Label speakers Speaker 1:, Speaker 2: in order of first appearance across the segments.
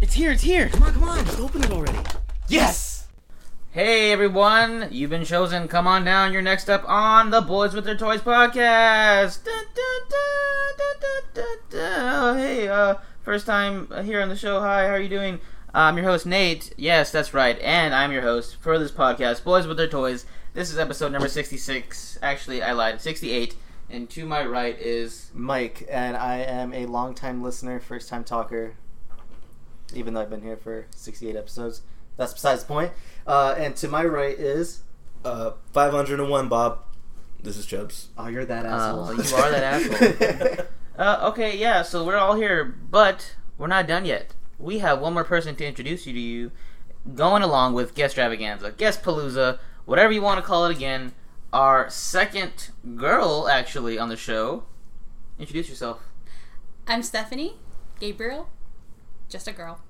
Speaker 1: It's here, it's here.
Speaker 2: Come on, come on, just open it already.
Speaker 1: Yes!
Speaker 3: Hey everyone, you've been chosen. Come on down. You're next up on the Boys with Their Toys podcast. Dun, dun, dun, dun, dun, dun, dun. Oh, hey, uh, first time here on the show. Hi, how are you doing? I'm your host Nate. Yes, that's right, and I'm your host for this podcast, Boys with Their Toys. This is episode number 66. Actually, I lied, 68. And to my right is
Speaker 2: Mike, and I am a longtime listener, first time talker, even though I've been here for 68 episodes. That's besides the point. Uh, and to my right is.
Speaker 4: Uh, 501 Bob. This is Chubbs.
Speaker 2: Oh, you're that
Speaker 3: well,
Speaker 2: asshole.
Speaker 3: Uh, you are that asshole. Uh, okay, yeah, so we're all here, but we're not done yet. We have one more person to introduce you to you, going along with Guest Stravaganza, Guest Palooza, whatever you want to call it again. Our second girl, actually, on the show. Introduce yourself.
Speaker 5: I'm Stephanie Gabriel, just a girl.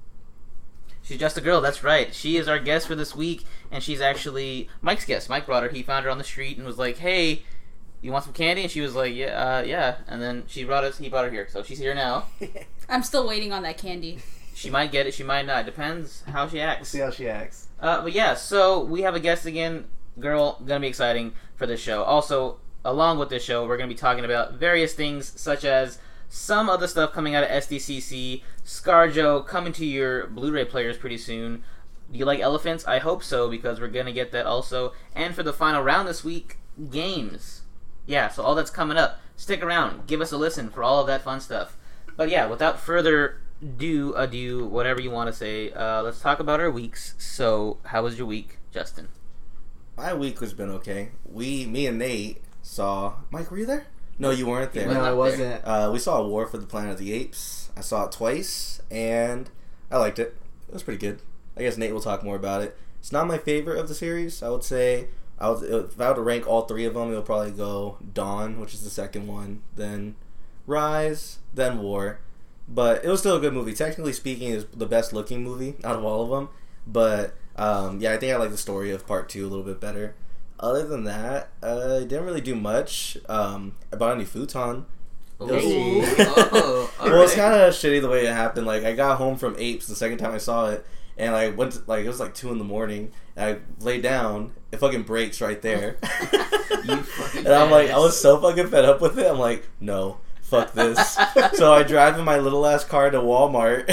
Speaker 3: She's just a girl, that's right. She is our guest for this week, and she's actually Mike's guest. Mike brought her. He found her on the street and was like, hey, you want some candy? And she was like, yeah, uh, yeah. And then she brought us, he brought her here. So she's here now.
Speaker 5: I'm still waiting on that candy.
Speaker 3: She might get it, she might not. Depends how she acts.
Speaker 2: See how she acts.
Speaker 3: Uh, but yeah, so we have a guest again, girl. Gonna be exciting for this show. Also, along with this show, we're gonna be talking about various things such as some of the stuff coming out of SDCC, ScarJo coming to your Blu-ray players pretty soon. Do you like elephants? I hope so because we're gonna get that also. And for the final round this week, games. Yeah, so all that's coming up. Stick around, give us a listen for all of that fun stuff. But yeah, without further do ado, whatever you want to say, uh, let's talk about our weeks. So, how was your week, Justin?
Speaker 4: My week has been okay. We, me and Nate saw. Mike, were you there? No, you weren't there.
Speaker 3: was
Speaker 2: No, I
Speaker 3: up
Speaker 2: wasn't.
Speaker 4: Uh, we saw War for the Planet of the Apes. I saw it twice, and I liked it. It was pretty good. I guess Nate will talk more about it. It's not my favorite of the series. I would say, I would, if I were to rank all three of them, it would probably go Dawn, which is the second one, then Rise, then War. But it was still a good movie. Technically speaking, it's the best looking movie out of all of them. But um, yeah, I think I like the story of Part Two a little bit better. Other than that, uh, I didn't really do much. Um, I bought a new futon. It was-
Speaker 3: Ooh.
Speaker 4: Oh,
Speaker 3: all
Speaker 4: well, it's
Speaker 3: right.
Speaker 4: kind of shitty the way it happened. Like, I got home from Apes the second time I saw it, and I went to, like it was like two in the morning. And I lay down. It fucking breaks right there.
Speaker 3: You fucking
Speaker 4: and I'm like, I
Speaker 3: badass.
Speaker 4: was so fucking fed up with it. I'm like, no, fuck this.
Speaker 3: Oh
Speaker 4: so I drive in my little ass car to Walmart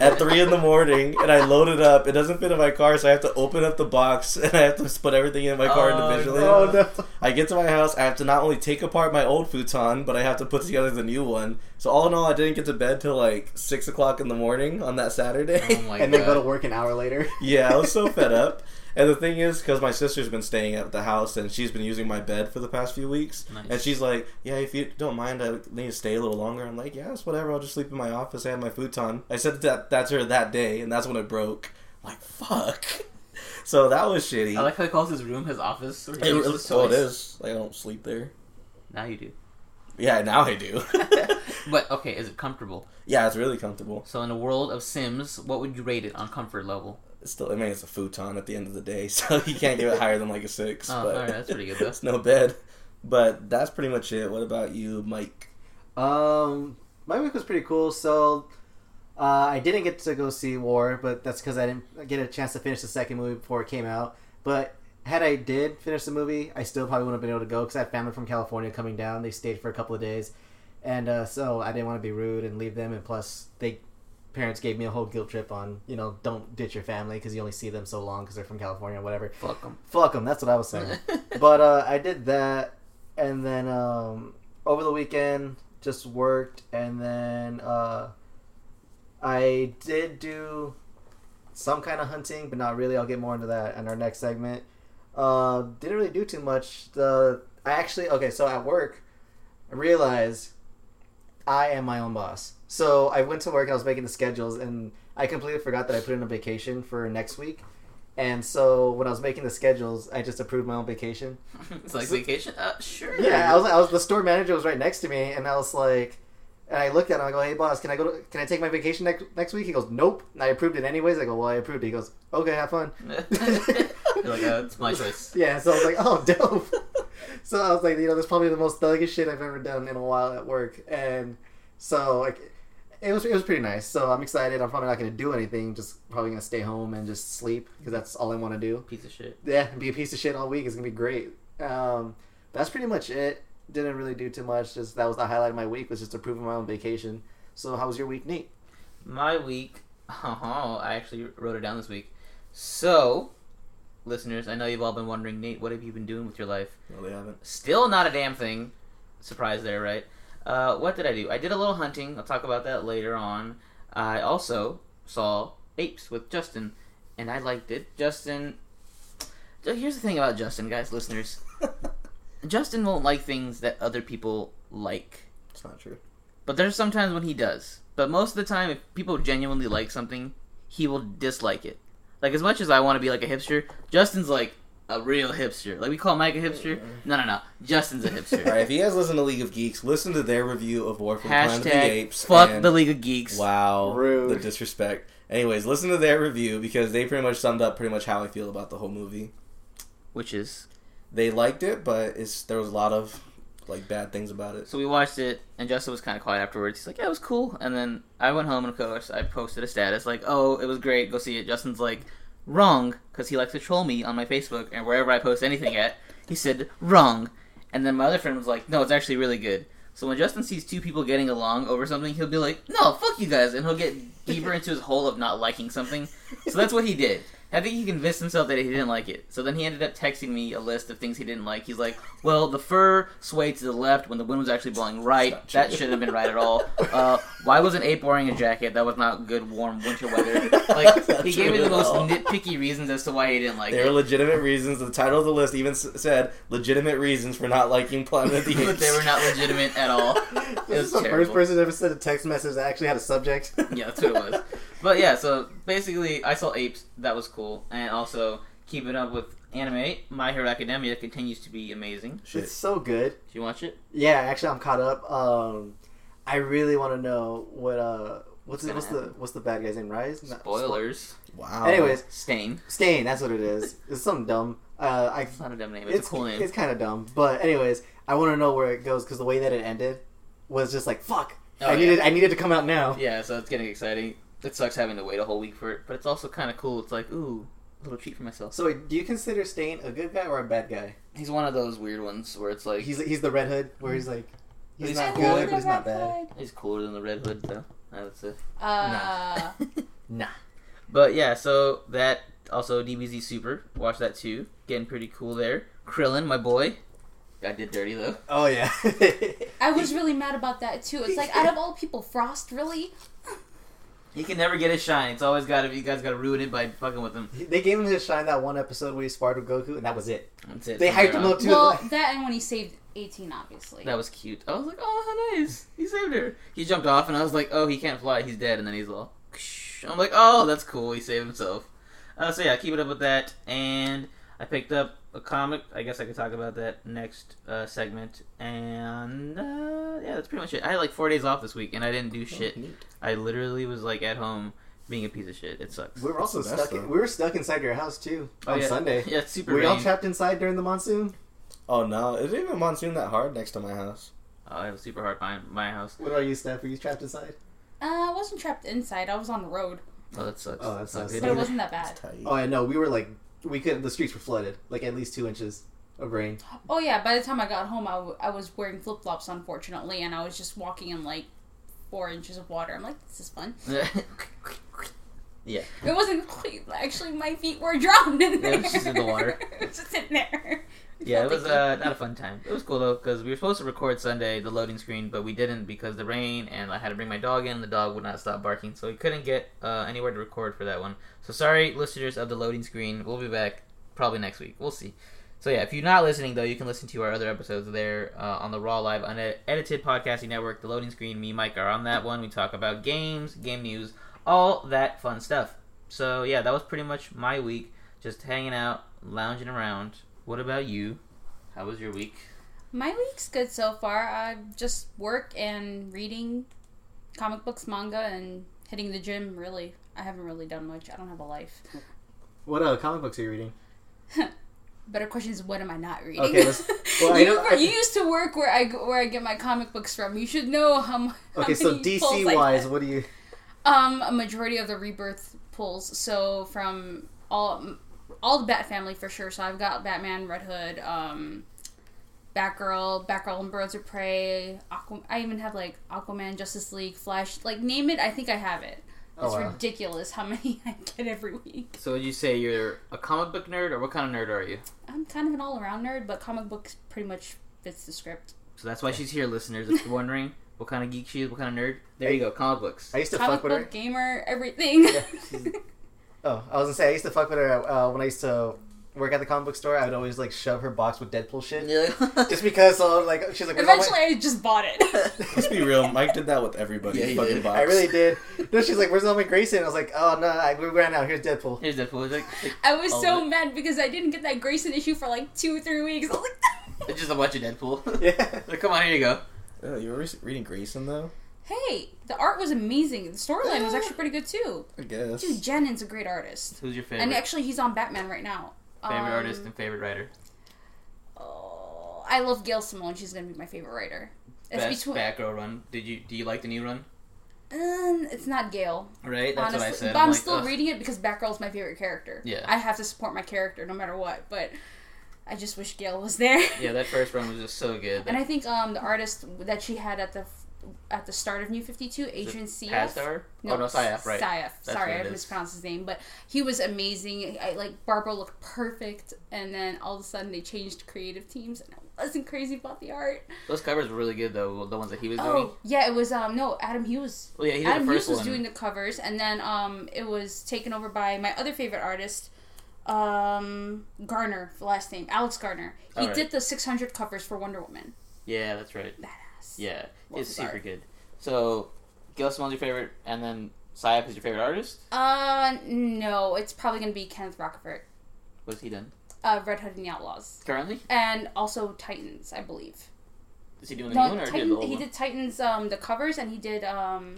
Speaker 4: at three in the morning, and I load it up. It doesn't fit in my car, so I have to open up the box and I have to put everything in my car
Speaker 3: Oh,
Speaker 4: individually.
Speaker 3: no.
Speaker 4: I get to my house, I have to not only take apart my old futon, but I have to put together the new one. So all in all, I didn't get to bed till like six o'clock in the morning on that Saturday.
Speaker 3: Oh my
Speaker 2: and then
Speaker 3: God.
Speaker 2: go to work an hour later.
Speaker 4: yeah, I was so fed up. And the thing is, because my sister's been staying at the house and she's been using my bed for the past few weeks,
Speaker 3: Nice.
Speaker 4: and she's like, "Yeah, if you don't mind, I need to stay a little longer." I'm like, "Yeah, it's whatever. I'll just sleep in my office. I have my futon." I said that that's her that day, and that's when it broke. I'm like, fuck. So that was shitty.
Speaker 3: I like how he calls his room his office. Or
Speaker 4: it, it, so it is. Like, I don't sleep there.
Speaker 3: Now you do.
Speaker 4: Yeah, now I do.
Speaker 3: But okay, is it comfortable?
Speaker 4: yeah, it's really comfortable.
Speaker 3: So in a world of Sims, what would you rate it on comfort level?
Speaker 4: It's still, I mean, it's a futon at the end of the day, so you can't give it higher than like a six.
Speaker 3: Oh,
Speaker 4: but
Speaker 3: alright, that's pretty good, though.
Speaker 4: it's no bed, but that's pretty much it. What about you, Mike?
Speaker 2: Um, my week was pretty cool. So, uh, I didn't get to go see War, but that's because I didn't get a chance to finish the second movie before it came out. But had I did finish the movie, I still probably wouldn't have been able to go because I had family from California coming down. They stayed for a couple of days, and uh, so I didn't want to be rude and leave them. And plus, they parents gave me a whole guilt trip on you know don't ditch your family because you only see them so long because they're from California, or whatever.
Speaker 3: Fuck them.
Speaker 2: Fuck them. That's what I was saying. but uh, I did that, and then um, over the weekend just worked, and then uh, I did do some kind of hunting, but not really. I'll get more into that in our next segment. Uh, didn't really do too much. The I actually okay. So at work, I realized I am my own boss. So I went to work. I was making the schedules, and I completely forgot that I put in a vacation for next week. And so when I was making the schedules, I just approved my own vacation.
Speaker 3: it's like vacation. Uh, sure.
Speaker 2: Yeah, I was, I was the store manager was right next to me, and I was like, and I looked at him. I go, "Hey, boss, can I go? To, can I take my vacation next next week?" He goes, "Nope." And I approved it anyways. I go, "Well, I approved it." He goes, "Okay, have fun."
Speaker 3: You're like, uh, it's my choice.
Speaker 2: Yeah, so I was like, "Oh, dope." so I was like, you know, that's probably the most thuggish shit I've ever done in a while at work, and so like, it was it was pretty nice. So I'm excited. I'm probably not going to do anything. Just probably going to stay home and just sleep because that's all I want to do.
Speaker 3: Piece of shit.
Speaker 2: Yeah, be a piece of shit all week. It's going to be great. Um, that's pretty much it. Didn't really do too much. Just that was the highlight of my week was just approving my own vacation. So how was your week, Nate?
Speaker 3: My week. Oh, I actually wrote it down this week. So, listeners, I know you've all been wondering, Nate, what have you been doing with your life?
Speaker 4: No, they haven't.
Speaker 3: Still not a damn thing. Surprise there, right? Uh, what did I do? I did a little hunting. I'll talk about that later on. I also saw Apes with Justin, and I liked it. Justin. So Here's the thing about Justin, guys, listeners. Justin won't like things that other people like.
Speaker 4: It's not true.
Speaker 3: But there's sometimes when he does. But most of the time, if people genuinely like something, he will dislike it. Like as much as I want to be like a hipster, Justin's like a real hipster. Like we call Mike a hipster. No, no, no. Justin's a hipster.
Speaker 4: All right, if you guys listen to League of Geeks, listen to their review of War from the Planet of the
Speaker 3: Hashtag
Speaker 4: Apes.
Speaker 3: fuck
Speaker 4: and-
Speaker 3: the League of Geeks.
Speaker 4: Wow,
Speaker 2: Rude.
Speaker 4: the disrespect. Anyways, listen to their review because they pretty much summed up pretty much how I feel about the whole movie.
Speaker 3: Which is
Speaker 4: They liked it, but it's there was a lot of like bad things about it.
Speaker 3: so we watched it, and Justin was kind of quiet afterwards. He's like, "Yeah, it was cool." And then I went home, and of course, I posted a status like, "Oh, it was great. Go see it." Justin's like, "Wrong," because he likes to troll me on my Facebook and wherever I post anything at. He said, "Wrong," and then my other friend was like, "No, it's actually really good." So when Justin sees two people getting along over something, he'll be like, "No, fuck you guys," and he'll get deeper into his hole of not liking something. So that's what he did. I think he convinced himself that he didn't like it. So then he ended up texting me a list of things he didn't like. He's like, "Well, the fur swayed to the left when the wind was actually blowing right.
Speaker 4: Not true.
Speaker 3: That shouldn't have been right at all. Uh, why was an ape wearing a jacket? That was not good warm winter weather." Like
Speaker 4: Not
Speaker 3: he
Speaker 4: true
Speaker 3: gave me the
Speaker 4: at
Speaker 3: most
Speaker 4: all.
Speaker 3: nitpicky reasons as to why he didn't like
Speaker 4: There are
Speaker 3: it.
Speaker 4: legitimate reasons. The title of the list even s- said legitimate reasons for not liking Planet of the Apes.
Speaker 3: But they were not legitimate at all. It
Speaker 2: This is
Speaker 3: was
Speaker 2: the
Speaker 3: terrible.
Speaker 2: first person that ever sent a text message that actually had a subject.
Speaker 3: Yeah, that's what it was. But yeah, so basically, I saw Apes. That was cool. And also, keeping up with anime, My Hero Academia continues to be amazing.
Speaker 4: Shit.
Speaker 2: It's so good.
Speaker 3: Did you watch it?
Speaker 2: Yeah, actually, I'm caught up. Um, I really want to know what uh, what's the,
Speaker 3: Gonna
Speaker 2: what's the what's the bad guy's name? Rise. Not-
Speaker 3: Spoilers.
Speaker 4: Wow.
Speaker 2: Anyways,
Speaker 3: Stain.
Speaker 2: Stain. That's what it is. It's something dumb. Uh, I
Speaker 3: It's not a dumb name. It's, a cool name.
Speaker 2: It's kind of dumb, but anyways, I want to know where it goes because the way that it ended was just like fuck.
Speaker 3: Oh,
Speaker 2: I
Speaker 3: yeah.
Speaker 2: needed I needed to come out now.
Speaker 3: Yeah, so it's getting exciting. It sucks having to wait a whole week for it, but it's also kind of cool. It's like, ooh, a little treat for myself.
Speaker 2: So wait, do you consider Stain a good guy or a bad guy?
Speaker 3: He's one of those weird ones where it's like he's,
Speaker 2: He's he's the Red Hood where he's like he's,
Speaker 3: He's
Speaker 2: not
Speaker 3: cool.
Speaker 2: good but he's not bad.
Speaker 3: cooler than the Red Hood, though. I would say.
Speaker 5: Uh,
Speaker 2: Nah.
Speaker 3: But yeah, so that also DBZ Super, watch that too. Getting pretty cool there. Krillin, my boy, got did dirty though.
Speaker 2: Oh yeah.
Speaker 5: I was really mad about that too. It's like out of all people, Frost really.
Speaker 3: He can never get his shine. It's always got to you guys got to ruin it by fucking with him.
Speaker 2: they gave him his shine that one episode where he sparred with Goku and that was it.
Speaker 3: That's it.
Speaker 2: They
Speaker 3: From
Speaker 2: hyped
Speaker 3: there
Speaker 2: him
Speaker 3: on.
Speaker 2: up too.
Speaker 5: Well, that and when he saved eighteen, obviously.
Speaker 3: That was cute. I was like, oh, how nice. He saved her. He jumped off, and I was like, oh, he can't fly. He's dead. And then he's all, "Ksh." I'm like, oh, that's cool. He saved himself. Uh, so yeah, keep it up with that. And I picked up a comic. I guess I could talk about that next uh, segment. And uh, yeah, that's pretty much it. I had like four days off this week, and I didn't
Speaker 2: Oh,
Speaker 3: do shit. I literally was like at home being a piece of shit. It sucks.
Speaker 2: we were also
Speaker 4: That's the best,
Speaker 2: stuck. In,
Speaker 4: though.
Speaker 2: we were stuck inside your house too
Speaker 3: Oh,
Speaker 2: on
Speaker 3: yeah.
Speaker 2: Sunday.
Speaker 3: Yeah, it's super.
Speaker 2: Were y'all
Speaker 3: rain.
Speaker 2: trapped inside during the monsoon?
Speaker 4: Oh no, it didn't even monsoon that hard next to my house.
Speaker 3: oh, I have a super hard time. My house.
Speaker 2: What about you, Steph? Were you trapped inside?
Speaker 5: Uh, I wasn't trapped inside. I was on the road,
Speaker 3: Oh, that sucks.
Speaker 2: Oh, that sucks.
Speaker 3: good
Speaker 5: but it
Speaker 3: either.
Speaker 5: wasn't that bad.
Speaker 4: It's tight.
Speaker 2: Oh, I know. We were like, we could. The streets were flooded, like at least two inches of rain.
Speaker 5: Oh yeah, by the time I got home, I, w- I was wearing flip flops, unfortunately, and I was just walking in like four inches of water. I'm like, this is fun.
Speaker 3: yeah.
Speaker 5: It wasn't clean. Actually, my feet were drowned in
Speaker 3: Yeah,
Speaker 5: there.
Speaker 3: it was just in the water.
Speaker 5: it was just in there.
Speaker 3: Yeah, it
Speaker 5: felt
Speaker 3: was
Speaker 5: icky.
Speaker 3: uh, not a fun time. It was cool though because we were supposed to record Sunday the loading screen, but we didn't because the rain and I had to bring my dog in. The dog would not stop barking, so we couldn't get uh, anywhere to record for that one. So sorry, listeners of the loading screen. We'll be back probably next week. We'll see. So yeah, if you're not listening though, you can listen to our other episodes there uh, on the Raw Live Unedited Podcasting Network. The loading screen, me, Mike are on that one. We talk about games, game news, all that fun stuff. So yeah, that was pretty much my week. Just hanging out, lounging around. What about you? How was your week?
Speaker 5: My week's good so far. I just work and reading comic books, manga, and hitting the gym. Really, I haven't really done much. I don't have a life.
Speaker 2: What uh, comic books are you reading?
Speaker 5: Better question is what am I not reading?
Speaker 2: Okay, let's- well, I
Speaker 5: you,
Speaker 2: know-
Speaker 5: were-
Speaker 2: I-
Speaker 5: you used to work where I g- where I get my comic books from. You should know how. mu- how
Speaker 2: Okay, so
Speaker 5: many pulls I
Speaker 2: DC
Speaker 5: get.
Speaker 2: wise, what do you?
Speaker 5: Um, a majority of the rebirth pulls. So from all all the Bat family for sure. So I've got Batman, Red Hood, um, Batgirl, Batgirl and Birds of Prey. Aqua- I even have like Aquaman, Justice League, Flash. Like name it, I think I have it.
Speaker 2: Oh,
Speaker 5: It's
Speaker 2: wow.
Speaker 5: ridiculous how many I get every week.
Speaker 3: So would you say you're a comic book nerd, or what kind of nerd are you?
Speaker 5: I'm kind of an all around nerd, but comic books pretty much fits the script.
Speaker 3: So that's why she's here, listeners. If you're wondering what kind of geek she is, what kind of nerd, there you go, comic books.
Speaker 2: I used to
Speaker 5: comic
Speaker 2: fuck with
Speaker 5: book
Speaker 2: her.
Speaker 5: gamer, everything.
Speaker 2: Oh, I was gonna say I used to fuck with her uh, when I used to work at the comic book store. I would always like shove her box with Deadpool shit, just because. So like she's like, "Where's all my-"
Speaker 5: Eventually, I just bought it.
Speaker 4: Let's be real. Mike did that with everybody.
Speaker 2: Yeah, he
Speaker 4: fucking
Speaker 2: did.
Speaker 4: box.
Speaker 2: I really did. No, she's like, "Where's all my Grayson?" I was like, "Oh no, I, we ran out. Here's Deadpool."
Speaker 3: Here's Deadpool. It's, like,
Speaker 5: I was
Speaker 3: Oh,
Speaker 5: so
Speaker 3: man.
Speaker 5: mad because I didn't get that Grayson issue for like two or three weeks. I was like,
Speaker 3: it's just a bunch of Deadpool.
Speaker 2: Yeah.
Speaker 3: Like, Come on, here you go.
Speaker 4: Oh, you were re- reading Grayson though.
Speaker 5: hey, the art was amazing. The storyline was actually pretty good too.
Speaker 4: I guess.
Speaker 5: Dude, Jannon's a great artist.
Speaker 3: Who's your favorite
Speaker 5: And actually, he's on Batman right now.
Speaker 3: favorite
Speaker 5: Um,
Speaker 3: artist and favorite writer?
Speaker 5: Oh, I love Gail Simone. She's going to be my favorite writer. It's
Speaker 3: Best
Speaker 5: between.
Speaker 3: Batgirl run. Did you do you like the new run?
Speaker 5: Um, it's not Gail,
Speaker 3: Right, that's what
Speaker 5: honestly.
Speaker 3: I said.
Speaker 5: But I'm
Speaker 3: like,
Speaker 5: still
Speaker 3: ugh.
Speaker 5: reading it because Batgirl's my favorite character.
Speaker 3: Yeah.
Speaker 5: I have to support my character no matter what, but I just wish Gail was there.
Speaker 3: Yeah, that first run was just so good.
Speaker 5: And I think um the artist that she had at the f- at the start of New Fifty Two, Adrian C.
Speaker 3: Past hour? oh no, Sayaf, right?
Speaker 5: Saif.
Speaker 3: That's
Speaker 5: Sorry,
Speaker 3: what
Speaker 5: I
Speaker 3: it is.
Speaker 5: mispronounced his name, but he was amazing. I, like Barbara looked perfect, and then all of a sudden they changed creative teams, and I wasn't crazy about the art.
Speaker 3: Those covers were really good though. The ones that he was doing.
Speaker 5: Oh yeah, it was um no Adam Hughes.
Speaker 3: Well, yeah, he did
Speaker 5: Adam
Speaker 3: the
Speaker 5: Hughes
Speaker 3: first
Speaker 5: was
Speaker 3: one.
Speaker 5: doing the covers, and then um it was taken over by my other favorite artist, um Garner, the last name Alex Garner. He
Speaker 3: Alright.
Speaker 5: did the six hundred covers for Wonder Woman.
Speaker 3: Yeah, that's right.
Speaker 5: Badass.
Speaker 3: Yeah,
Speaker 5: Well,
Speaker 3: it's super
Speaker 5: sorry.
Speaker 3: good. So, Gail Simone's your favorite, and then Sayaf is your favorite artist.
Speaker 5: Uh, no, it's probably gonna be Kenneth Rockefeller,
Speaker 3: What's he done
Speaker 5: uh, Red Hood and the Outlaws,
Speaker 3: currently?
Speaker 5: and also Titans, I believe.
Speaker 3: Is he doing the
Speaker 5: No,
Speaker 3: new one or
Speaker 5: Titan-
Speaker 3: did the old
Speaker 5: he
Speaker 3: one?
Speaker 5: did Titans, um, the covers, and he did, um,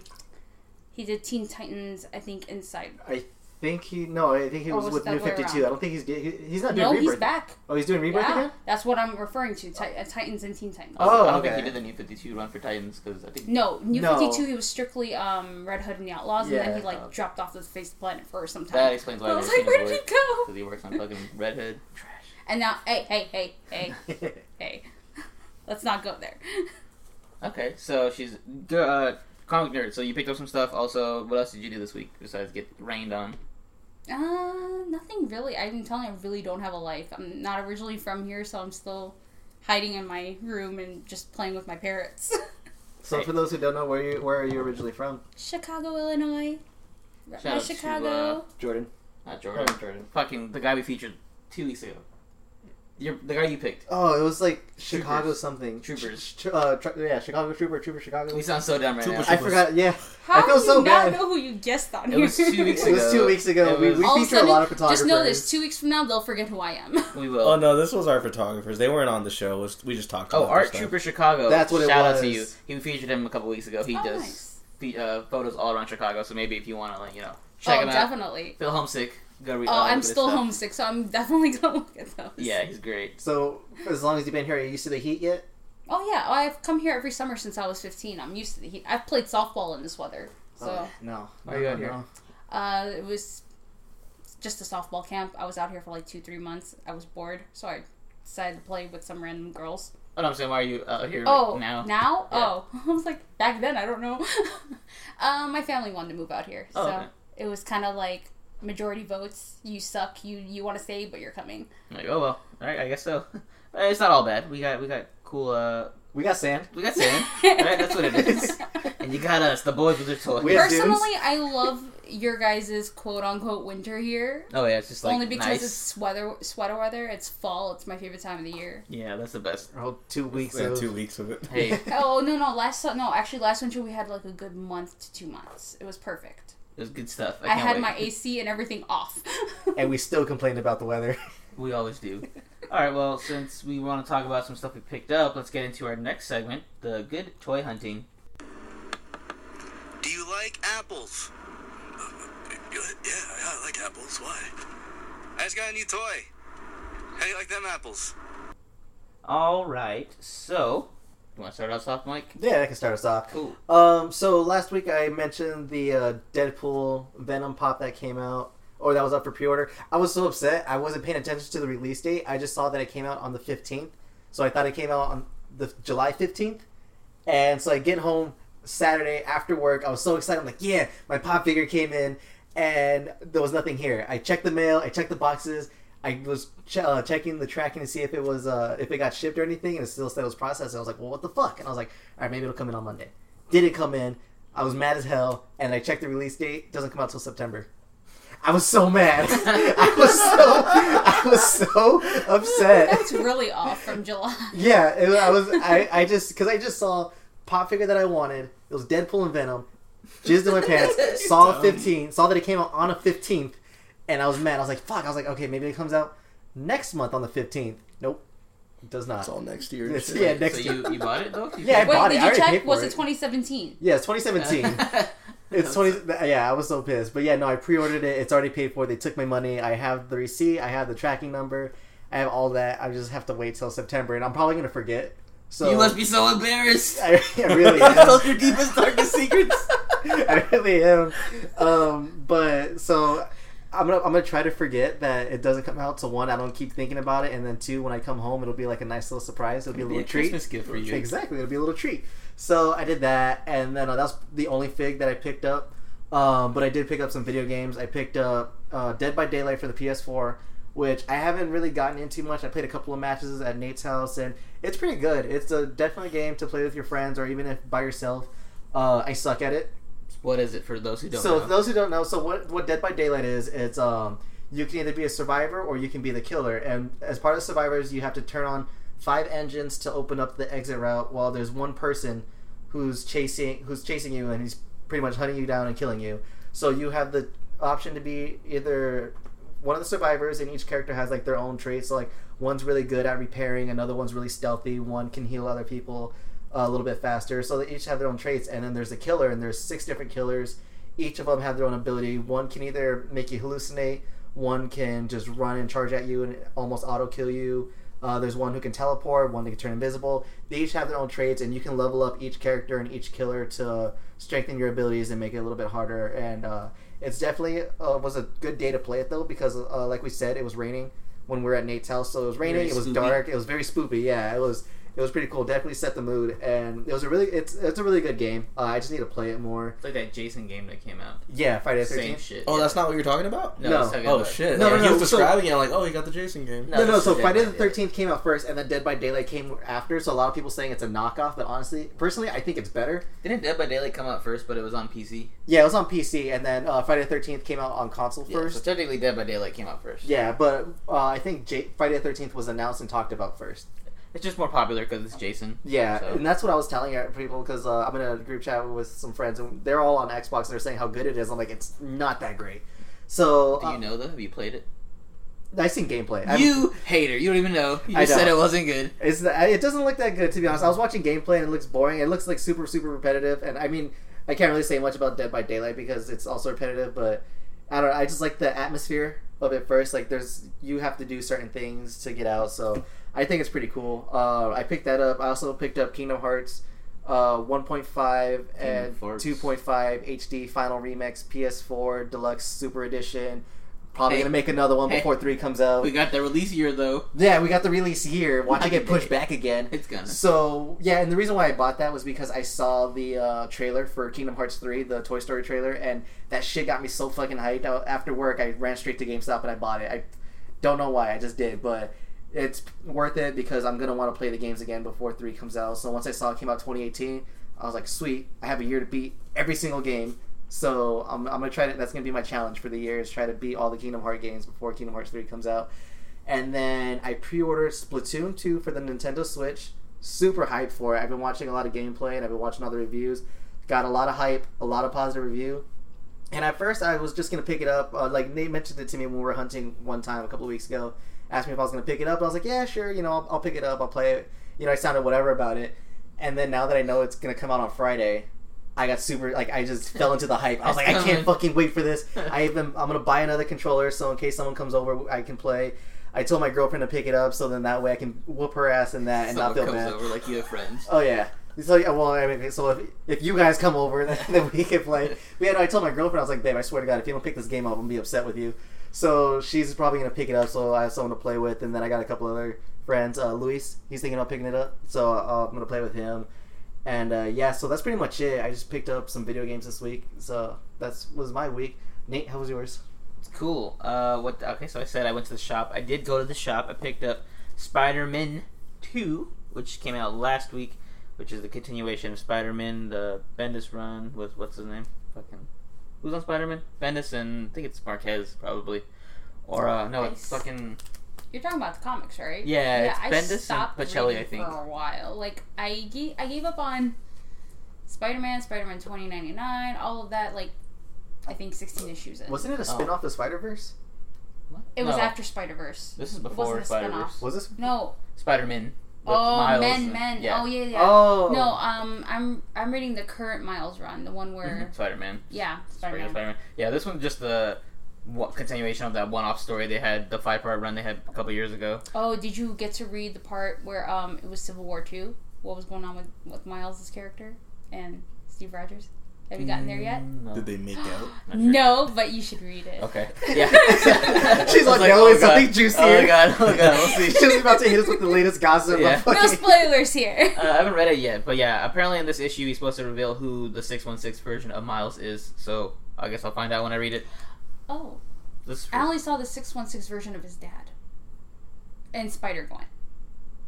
Speaker 5: he did Teen Titans, I think, Inside.
Speaker 2: I think he no. I think he
Speaker 5: Or
Speaker 2: was
Speaker 5: Oh, was
Speaker 2: with
Speaker 5: it
Speaker 2: New
Speaker 5: that way
Speaker 2: Fifty Two.
Speaker 5: around?
Speaker 2: I don't think he's he, he's not doing
Speaker 5: No,
Speaker 2: rebirth.
Speaker 5: he's back.
Speaker 2: Oh, he's doing rebirth
Speaker 5: Yeah,
Speaker 2: again.
Speaker 5: that's what I'm referring to. Ti- uh, Titans and Teen Titans.
Speaker 3: I don't
Speaker 2: Oh,
Speaker 3: think he
Speaker 2: okay.
Speaker 3: did the new Fifty Two run for Titans because I think
Speaker 5: No, New
Speaker 2: No.
Speaker 5: Fifty Two. He was strictly um, Red Hood and the Outlaws, and then
Speaker 2: Yeah.
Speaker 5: he like dropped off the face of the planet for some
Speaker 3: that
Speaker 5: time.
Speaker 3: explains
Speaker 5: I
Speaker 3: why
Speaker 5: was like, where'd he go?
Speaker 3: Because he works on fucking Red Hood. Trash.
Speaker 5: And now, hey, hey, hey, hey, hey, let's not go there.
Speaker 3: Okay, so she's uh, comic nerd. So you picked up some stuff. Also, what else did you do this week besides get rained on?
Speaker 5: Uh, nothing really. I'm telling you, I really don't have a life. I'm not originally from here, so I'm still hiding in my room and just playing with my parrots.
Speaker 2: So for those who don't know, where you where are you originally from,
Speaker 5: Chicago, Illinois.
Speaker 3: Shout
Speaker 5: my
Speaker 3: out to,
Speaker 5: Chicago.
Speaker 2: Jordan?
Speaker 3: Not Jordan.
Speaker 2: Jordan.
Speaker 3: Fucking the guy we featured two weeks ago. You're, the guy you picked.
Speaker 2: Oh, it was like Chicago
Speaker 3: Troopers.
Speaker 2: something.
Speaker 3: Troopers.
Speaker 2: Ch- ch- uh, tr- yeah, Chicago Trooper, Trooper Chicago.
Speaker 3: We sound so dumb right
Speaker 4: Super
Speaker 3: now.
Speaker 4: sh-
Speaker 2: I forgot. Yeah,
Speaker 5: How
Speaker 2: I feel
Speaker 5: do you
Speaker 2: so
Speaker 5: not
Speaker 2: bad.
Speaker 5: know who you guessed on
Speaker 3: It
Speaker 5: here?
Speaker 3: was two weeks
Speaker 2: it was two weeks ago.
Speaker 3: It
Speaker 2: We,
Speaker 3: was-
Speaker 2: we
Speaker 5: All of a
Speaker 2: feature a lot of
Speaker 5: sudden,
Speaker 2: photographers.
Speaker 5: just know this. Two weeks from now, they'll forget who I am.
Speaker 3: we will.
Speaker 4: Oh no, this was our photographers. They weren't on the show. It was- We just talked.
Speaker 3: Oh,
Speaker 4: about
Speaker 3: Art
Speaker 4: this stuff.
Speaker 3: Trooper Chicago.
Speaker 2: That's what it
Speaker 3: Shout out to
Speaker 2: was.
Speaker 3: you. He featured him a couple weeks ago. He
Speaker 5: Oh,
Speaker 3: does
Speaker 5: nice.
Speaker 3: fe- uh, photos all around Chicago. So maybe if you want to, like, you know, check
Speaker 5: oh,
Speaker 3: him out.
Speaker 5: definitely.
Speaker 3: Feel homesick. Go read.
Speaker 5: Oh,
Speaker 3: uh, look at
Speaker 5: I'm
Speaker 3: his
Speaker 5: still
Speaker 3: stuff.
Speaker 5: homesick, so I'm definitely gonna look at those.
Speaker 3: Yeah, he's great.
Speaker 2: So as long as you've been here, are you used to the heat yet?
Speaker 5: Oh yeah, I've come here every summer since I was 15. I'm used to the heat. I've played softball in this weather, so.
Speaker 2: Oh, no.
Speaker 3: Why
Speaker 2: no,
Speaker 3: you out
Speaker 2: no,
Speaker 3: here?
Speaker 2: no.
Speaker 5: Uh, it was just a softball camp. I was out here for like two, three months. I was bored, so I decided to play with some random girls.
Speaker 3: Oh, no, I'm saying, why are you out here
Speaker 5: oh,
Speaker 3: now?
Speaker 5: now?
Speaker 3: Yeah.
Speaker 5: Oh, I was like back then. I don't know. um, my family wanted to move out here,
Speaker 3: Oh,
Speaker 5: so
Speaker 3: okay.
Speaker 5: it was kind of like majority votes. You suck. You you want to stay, but you're coming.
Speaker 3: I'm like, oh well. All right, I guess so. Uh, it's not all bad. We got we got cool. uh
Speaker 2: We got sand.
Speaker 3: We got Sam. all right, that's what it is. And you got us, the boys with their toys.
Speaker 2: We have-
Speaker 5: Personally, I love your guys' quote unquote winter here.
Speaker 3: oh yeah, it's just like
Speaker 5: only because
Speaker 3: nice.
Speaker 5: it's sweater sweater weather. It's fall. It's my favorite time of the year.
Speaker 3: Yeah, that's the best.
Speaker 2: Our whole two weeks.
Speaker 4: We had
Speaker 2: of-
Speaker 4: two weeks of it.
Speaker 3: Hey,
Speaker 5: Oh no no last su- no actually last winter we had like a good month to two months. It was perfect.
Speaker 3: it was good stuff. I,
Speaker 5: I,
Speaker 3: can't
Speaker 5: had
Speaker 3: wait.
Speaker 5: my AC and everything off.
Speaker 2: and we still complained about the weather.
Speaker 3: We always do. All right, well, since we want to talk about some stuff we picked up, let's get into our next segment, the good toy hunting.
Speaker 6: Do you like apples? yeah, yeah, I like apples. Why? I just got a new toy. How do you like them apples?
Speaker 3: All right. So, you want to start us off, Mike?
Speaker 2: Yeah, I can start us off.
Speaker 3: Cool.
Speaker 2: Um, so last week I mentioned the uh, Deadpool Venom pop that came out, or that was up for pre-order. I was so upset I wasn't paying attention to the release date. I just saw that it came out on the fifteenth, so I thought it came out on the July fifteenth. And so I get home Saturday after work. I was so excited. I'm like, yeah, my pop figure came in, and there was nothing here. I checked the mail. I checked the boxes. I was ch- uh, checking the tracking to see if it was uh, if it got shipped or anything, and it still said it was processed. I was like, well, what the fuck? And I was like, all right, maybe it'll come in on Monday. Didn't come in. I was mad as hell, and I checked the release date. Doesn't come out till September. I was so mad. I was so I was so upset.
Speaker 5: That's really off from July.
Speaker 2: Yeah, it, I was. I, I just because I just saw pop figure that I wanted. It was Deadpool and Venom. Jizzed in my pants. Saw a fifteen. Saw that it came out on a fifteenth, and I was mad. I was like, "Fuck!" I was like, "Okay, maybe it comes out next month on the fifteenth. Nope, it does not.
Speaker 4: It's all next year.
Speaker 2: It's-
Speaker 4: Shit.
Speaker 2: yeah, next.
Speaker 3: so you, you bought it, though? You
Speaker 2: Yeah, I
Speaker 3: paid-
Speaker 5: Wait,
Speaker 2: bought it.
Speaker 5: did
Speaker 2: I
Speaker 5: you
Speaker 2: already paid
Speaker 5: check?
Speaker 2: for
Speaker 5: Was
Speaker 2: it.
Speaker 5: it 2017?
Speaker 2: yeah, it's 2017. It's
Speaker 3: That's-
Speaker 2: twenty. Yeah, I was so pissed. But yeah, no, I pre-ordered it. It's already paid for. They took my money. I have the receipt. I have the tracking number. I have all that. I just have to wait till September, and I'm probably gonna forget. So
Speaker 3: You must be so embarrassed.
Speaker 2: I, I really
Speaker 3: You
Speaker 2: am.
Speaker 3: told your deepest, darkest secrets.
Speaker 2: I really am. Um, but so I'm gonna I'm gonna try to forget that it doesn't come out. So one, I don't keep thinking about it, and then two, when I come home, it'll be like a nice little surprise. It'll be a little
Speaker 3: Yeah,
Speaker 2: treat.
Speaker 3: Christmas gift for you.
Speaker 2: Exactly, it'll be a little treat. So I did that, and then uh, that's the only fig that I picked up. Um, but I did pick up some video games. I picked up uh, Dead by Daylight for the PS4, which I haven't really gotten into much. I played a couple of matches at Nate's house, and it's pretty good. It's a definitely game to play with your friends or even if by yourself. Uh, I suck at it,
Speaker 3: What is it for those who don't
Speaker 2: so
Speaker 3: know?
Speaker 2: for those who don't know, so what what Dead by Daylight is, it's um you can either be a survivor or you can be the killer. And as part of survivors, you have to turn on five engines to open up the exit route while there's one person who's chasing who's chasing you and he's pretty much hunting you down and killing you. So you have the option to be either one of the survivors and each character has like their own traits. So like one's really good at repairing, another one's really stealthy, one can heal other people uh, a little bit faster. So they each have their own traits and then there's a killer and there's six different killers each of them have their own ability. One can either make you hallucinate, one can just run and charge at you and almost auto kill you. Uh, there's one who can teleport, one who can turn invisible. They each have their own traits, and you can level up each character and each killer to strengthen your abilities and make it a little bit harder. And uh, it's definitely uh, was a good day to play it though, because uh, like we said, it was raining when we were at Nate's house, so it was raining.
Speaker 3: Very
Speaker 2: it was
Speaker 3: spoopy.
Speaker 2: dark. It was very spoopy. Yeah, it was. It was pretty cool. Definitely set the mood, and it was a really. It's it's a really good game. Uh, I just need to play it more.
Speaker 3: It's like that Jason game that came out.
Speaker 2: Yeah, Friday the
Speaker 3: Same
Speaker 2: 13th.
Speaker 3: shit.
Speaker 4: Oh,
Speaker 3: yeah.
Speaker 4: that's not what you're talking about.
Speaker 3: No,
Speaker 2: No.
Speaker 3: it's talking
Speaker 4: Oh
Speaker 3: about-
Speaker 4: shit!
Speaker 2: No,
Speaker 4: No,
Speaker 2: no,
Speaker 4: no,
Speaker 2: no,
Speaker 4: He was
Speaker 2: so-
Speaker 4: describing it. I'm like, oh, he got the Jason game.
Speaker 2: No, no.
Speaker 3: that's
Speaker 2: So
Speaker 3: Dead
Speaker 2: Friday
Speaker 3: by
Speaker 2: the
Speaker 3: Daylight.
Speaker 2: Thirteenth came out first, and then Dead by Daylight came after. So a lot of people saying it's a knockoff, but honestly, personally, I think it's better.
Speaker 3: Didn't Dead by Daylight come out first, but it was on PC?
Speaker 2: Yeah, it was on PC, and then uh, Friday the Thirteenth came out on console
Speaker 3: So
Speaker 2: first.
Speaker 3: technically, Dead by Daylight came out first.
Speaker 2: Yeah, but uh, I think J- Friday the Thirteenth was announced and talked about first.
Speaker 3: It's just more popular because it's Jason.
Speaker 2: Yeah,
Speaker 3: So-
Speaker 2: and that's what I was telling people because uh, I'm in a group chat with some friends, and they're all on Xbox, and they're saying how good it is. I'm like, it's not that great. So
Speaker 3: Do
Speaker 2: uh,
Speaker 3: you know though? Have you played it?
Speaker 2: I seen gameplay. I haven't-
Speaker 3: you hater! You don't even know. You
Speaker 2: I
Speaker 3: just said
Speaker 2: don't.
Speaker 3: it wasn't good.
Speaker 2: It's it doesn't look that good to be honest. I was watching gameplay and it looks boring. It looks like super super repetitive, and I mean I can't really say much about Dead by Daylight because it's also repetitive. But I don't. know. I just like the atmosphere of it first. Like there's you have to do certain things to get out. So I think it's pretty cool. Uh, I picked that up. I also picked up Kingdom Hearts. Uh, 1.5 and
Speaker 3: Hearts.
Speaker 2: 2.5 HD Final Remix PS4 Deluxe Super Edition. Probably
Speaker 3: Hey.
Speaker 2: gonna make another one
Speaker 3: Hey.
Speaker 2: before three comes out.
Speaker 3: We got the release year though.
Speaker 2: yeah, we got the release year. Watch it get pushed back again.
Speaker 3: It's gonna.
Speaker 2: So yeah, and the reason why I bought that was because I saw the uh, trailer for Kingdom Hearts three, the Toy Story trailer, and that shit got me so fucking hyped. I, after work, I ran straight to GameStop and I bought it. I don't know why, I just did, but it's worth it because I'm gonna want to play the games again before three comes out. So once I saw it came out 2018, I was like, sweet, I have a year to beat every single game. So I'm, I'm gonna try to. That's gonna be my challenge for the year is try to beat all the Kingdom Heart games before Kingdom Hearts three comes out. And then I pre-ordered Splatoon 2 for the Nintendo Switch. Super hyped for it. I've been watching a lot of gameplay and I've been watching all the reviews. Got a lot of hype, a lot of positive review. And at first, I was just gonna pick it up. Uh, like Nate mentioned it to me when we were hunting one time a couple of weeks ago. Asked me if I was gonna pick it up. I was like, yeah, sure. You know, I'll, I'll pick it up. I'll play it. You know, I sounded whatever about it. And then now that I know it's gonna come out on Friday, I got super like I just fell into the hype. I was like, I can't fucking wait for this. I even I'm gonna buy another controller so in case someone comes over, I can play.
Speaker 1: I told my girlfriend to pick it up, so then that way I can whoop her ass in that and not
Speaker 6: Someone
Speaker 1: feel
Speaker 6: comes
Speaker 1: bad.
Speaker 6: over like you have friends.
Speaker 1: Oh yeah. So yeah, well, I mean, so if, if you guys come over, then, then we can play. We had. I told my girlfriend, I was like, babe, I swear to God, if you don't pick this game up, I'm gonna be upset with you. So she's probably gonna pick it up, so I have someone to play with, and then I got a couple other friends. Uh, Luis, he's thinking about picking it up, so uh, I'm gonna play with him. And uh, yeah, so that's pretty much it. I just picked up some video games this week, so that's was my week. Nate, how was yours?
Speaker 3: Cool. Uh, what? Okay, so I said I went to the shop. I did go to the shop. I picked up Spider-Man Two, which came out last week, which is the continuation of Spider-Man, the Bendis run with what's his name? Fucking who's on Spider-Man? Bendis and I think it's Marquez probably, or uh, no, it's
Speaker 5: Nice.
Speaker 3: fucking
Speaker 5: You're talking about the comics, right?
Speaker 3: Yeah, it's Bendis and
Speaker 5: stopped
Speaker 3: Bocelli,
Speaker 5: reading
Speaker 3: I think.
Speaker 5: For a while, like I gave, I gave up on Spider Man, Spider Man twenty ninety nine, all of that. Like I think sixteen issues in.
Speaker 1: Wasn't it a spin off of Spider Verse?
Speaker 5: it was
Speaker 3: No,
Speaker 5: after Spider Verse.
Speaker 3: This is
Speaker 5: wasn't
Speaker 3: before
Speaker 5: a spin-off.
Speaker 3: Spider-Verse.
Speaker 1: Was this?
Speaker 5: No.
Speaker 3: Spider-Man. with
Speaker 5: oh,
Speaker 3: Miles
Speaker 5: men,
Speaker 3: and-
Speaker 5: men.
Speaker 3: Yeah.
Speaker 5: Oh yeah, yeah.
Speaker 1: Oh
Speaker 5: No, um, I'm I'm reading the current Miles run, the one
Speaker 3: Mm-hmm.
Speaker 5: where
Speaker 3: Mhm. Spider-Man.
Speaker 5: yeah, Spider Man.
Speaker 3: Spider-Man. Yeah, this one's just the what, continuation of that one-off story they had, the five-part run they had a couple years ago.
Speaker 5: Oh, did you get to read the part where um it was Civil War two? What was going on with with Miles' character and Steve Rogers? Have you gotten there yet?
Speaker 3: No.
Speaker 4: Did they make out?
Speaker 3: Mm, Not sure.
Speaker 5: No, but you should read it.
Speaker 3: Okay. Yeah.
Speaker 1: She's
Speaker 3: I was
Speaker 1: like, "No, it's
Speaker 3: God.
Speaker 1: something juicier."
Speaker 3: Oh god. Oh god. We'll see.
Speaker 1: She's about to hit us with the latest gossip.
Speaker 3: Yeah.
Speaker 1: Of
Speaker 5: No
Speaker 1: fucking-
Speaker 5: spoilers here.
Speaker 3: Uh, I haven't read it yet, but yeah. Apparently, in this issue, he's supposed to reveal who the six one six version of Miles is. So I guess I'll find out when I read it.
Speaker 5: Oh,
Speaker 3: This is
Speaker 5: I only saw the six one six version of his dad and Spider Gwen.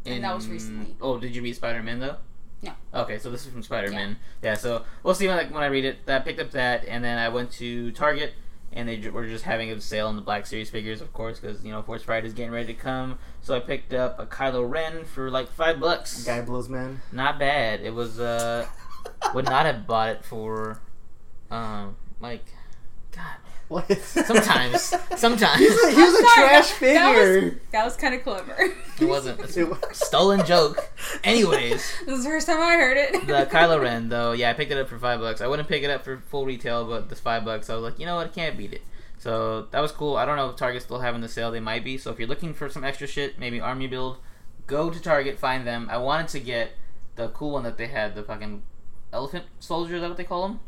Speaker 5: and that was recently.
Speaker 3: Oh, did you read Spider Man though?
Speaker 5: No.
Speaker 3: Okay, so this is from Spider Man. Yeah. So we'll see when I, when I read it. I picked up that, and then I went to Target, and they ju- were just having a sale on the Black Series figures, of course, because you know Force Friday is getting ready to come. So I picked up a Kylo Ren for like five bucks.
Speaker 1: Guy blows man.
Speaker 3: Not bad. It was uh would not have bought it for um like God.
Speaker 1: What?
Speaker 3: Sometimes. Sometimes
Speaker 1: He's a, he was
Speaker 5: I'm
Speaker 1: a
Speaker 5: sorry,
Speaker 1: trash
Speaker 5: that- that was-
Speaker 1: figure.
Speaker 5: That was kind of clever.
Speaker 3: it wasn't. It's
Speaker 1: It
Speaker 3: a
Speaker 1: was-
Speaker 3: stolen joke. Anyways,
Speaker 5: this is the first time I heard it.
Speaker 3: the Kylo Ren though, yeah, I picked it up for five bucks. I wouldn't pick it up for full retail, but this five bucks, I was like, you know what, I can't beat it. So that was cool. I don't know if Target's still having the sale. They might be. So if you're looking for some extra shit, maybe army build, go to Target, find them. I wanted to get the cool one that they had, the fucking elephant soldier. Is that what they call them?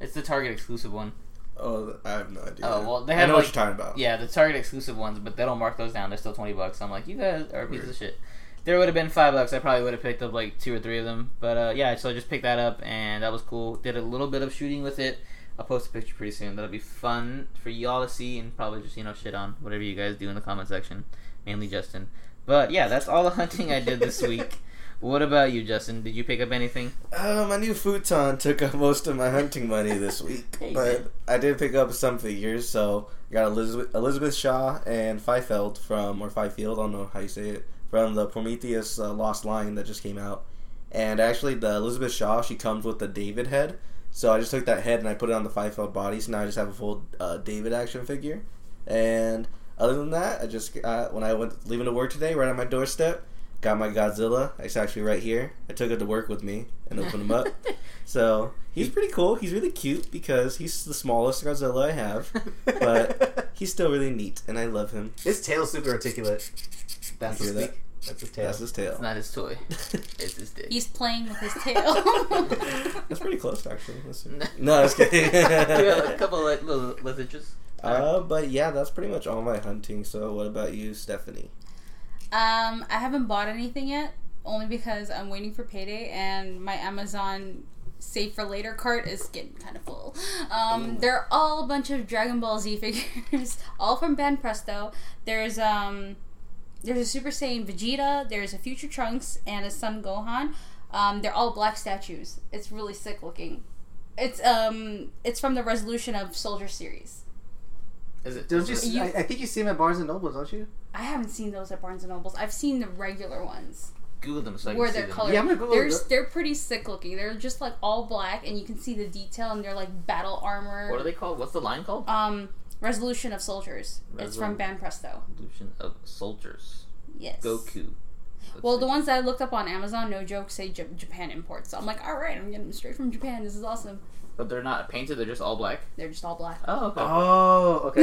Speaker 3: It's the Target exclusive one.
Speaker 4: Oh, I have no idea.
Speaker 3: Oh, well, they
Speaker 4: I
Speaker 3: have,
Speaker 4: know
Speaker 3: like-
Speaker 4: what you're talking about.
Speaker 3: Yeah, the Target exclusive ones, but they don't mark those down. They're still twenty bucks. I'm like, you guys are a piece of shit. If There would have been five bucks. I probably would have picked up like two or three of them. But uh, yeah, so I just picked that up, and that was cool. Did a little bit of shooting with it. I'll post a picture pretty soon. That'll be fun for y'all to see, and probably just you know shit on whatever you guys do in the comment section, mainly Justin. But yeah, that's all the hunting I did this week. What about you, Justin? Did you pick up anything?
Speaker 4: Uh, my new futon took up most of my hunting money this week,
Speaker 3: Hey, man.
Speaker 4: but I did pick up some figures. So I got Elizabeth, Elizabeth Shaw and Feifeld from or Feifield, I don't know how you say it, from the Prometheus uh, Lost Lion that just came out. And actually, the Elizabeth Shaw she comes with the David head. So I just took that head and I put it on the Feifeld body. So now I just have a full uh, David action figure. And other than that, I just uh, when I went leaving to work today, right on my doorstep, got my Godzilla. It's actually right here. I took it to work with me and opened him up. So he's pretty cool. He's really cute because he's the smallest Godzilla I have. But- He's still really neat, and I love him.
Speaker 1: his tail's super articulate. That's
Speaker 4: You
Speaker 1: his
Speaker 4: hear
Speaker 1: beak. That's his tail.
Speaker 4: That's his tail.
Speaker 3: It's not his toy. It's his dick.
Speaker 5: He's playing with his tail.
Speaker 4: That's pretty close, actually. That's- No, I was kidding.
Speaker 3: a couple of little lizards.
Speaker 4: Uh, but yeah, that's pretty much all my hunting. So what about you, Stephanie?
Speaker 5: Um, I haven't bought anything yet, only because I'm waiting for payday and my Amazon save for later cart is getting kind of full. Um, they're all a bunch of Dragon Ball Z figures, all from Ben Presto. There's um, there's a Super Saiyan Vegeta, there's a Future Trunks, and a Son Gohan. Um, they're all black statues. It's really sick looking. It's um, it's from the Resolution of Soldier series.
Speaker 3: Is it?
Speaker 1: Don't you?
Speaker 3: is it-
Speaker 1: See, I, I think you see him at Barnes and Nobles, don't you?
Speaker 5: I haven't seen those at Barnes and Nobles. I've seen the regular ones.
Speaker 3: Google them so I can
Speaker 5: where
Speaker 3: see
Speaker 5: they're
Speaker 3: them.
Speaker 5: colored.
Speaker 1: Yeah, I'm gonna Google
Speaker 5: they're
Speaker 1: that.
Speaker 5: they're pretty sick looking. They're just like all black, and you can see the detail, and they're like battle armor.
Speaker 3: What are they called? What's the line called?
Speaker 5: Um, resolution of soldiers. It's
Speaker 3: Resol-
Speaker 5: from Ban Presto.
Speaker 3: Revolution of Soldiers.
Speaker 5: Yes.
Speaker 3: Goku.
Speaker 5: Well, the ones that I looked up on Amazon, no joke, say J- Japan imports. So I'm like, all right, I'm getting them straight from Japan. This is awesome.
Speaker 3: But they're not painted, they're just all black.
Speaker 2: Oh.
Speaker 5: They're just all black.
Speaker 3: Oh, okay.
Speaker 1: Oh, okay.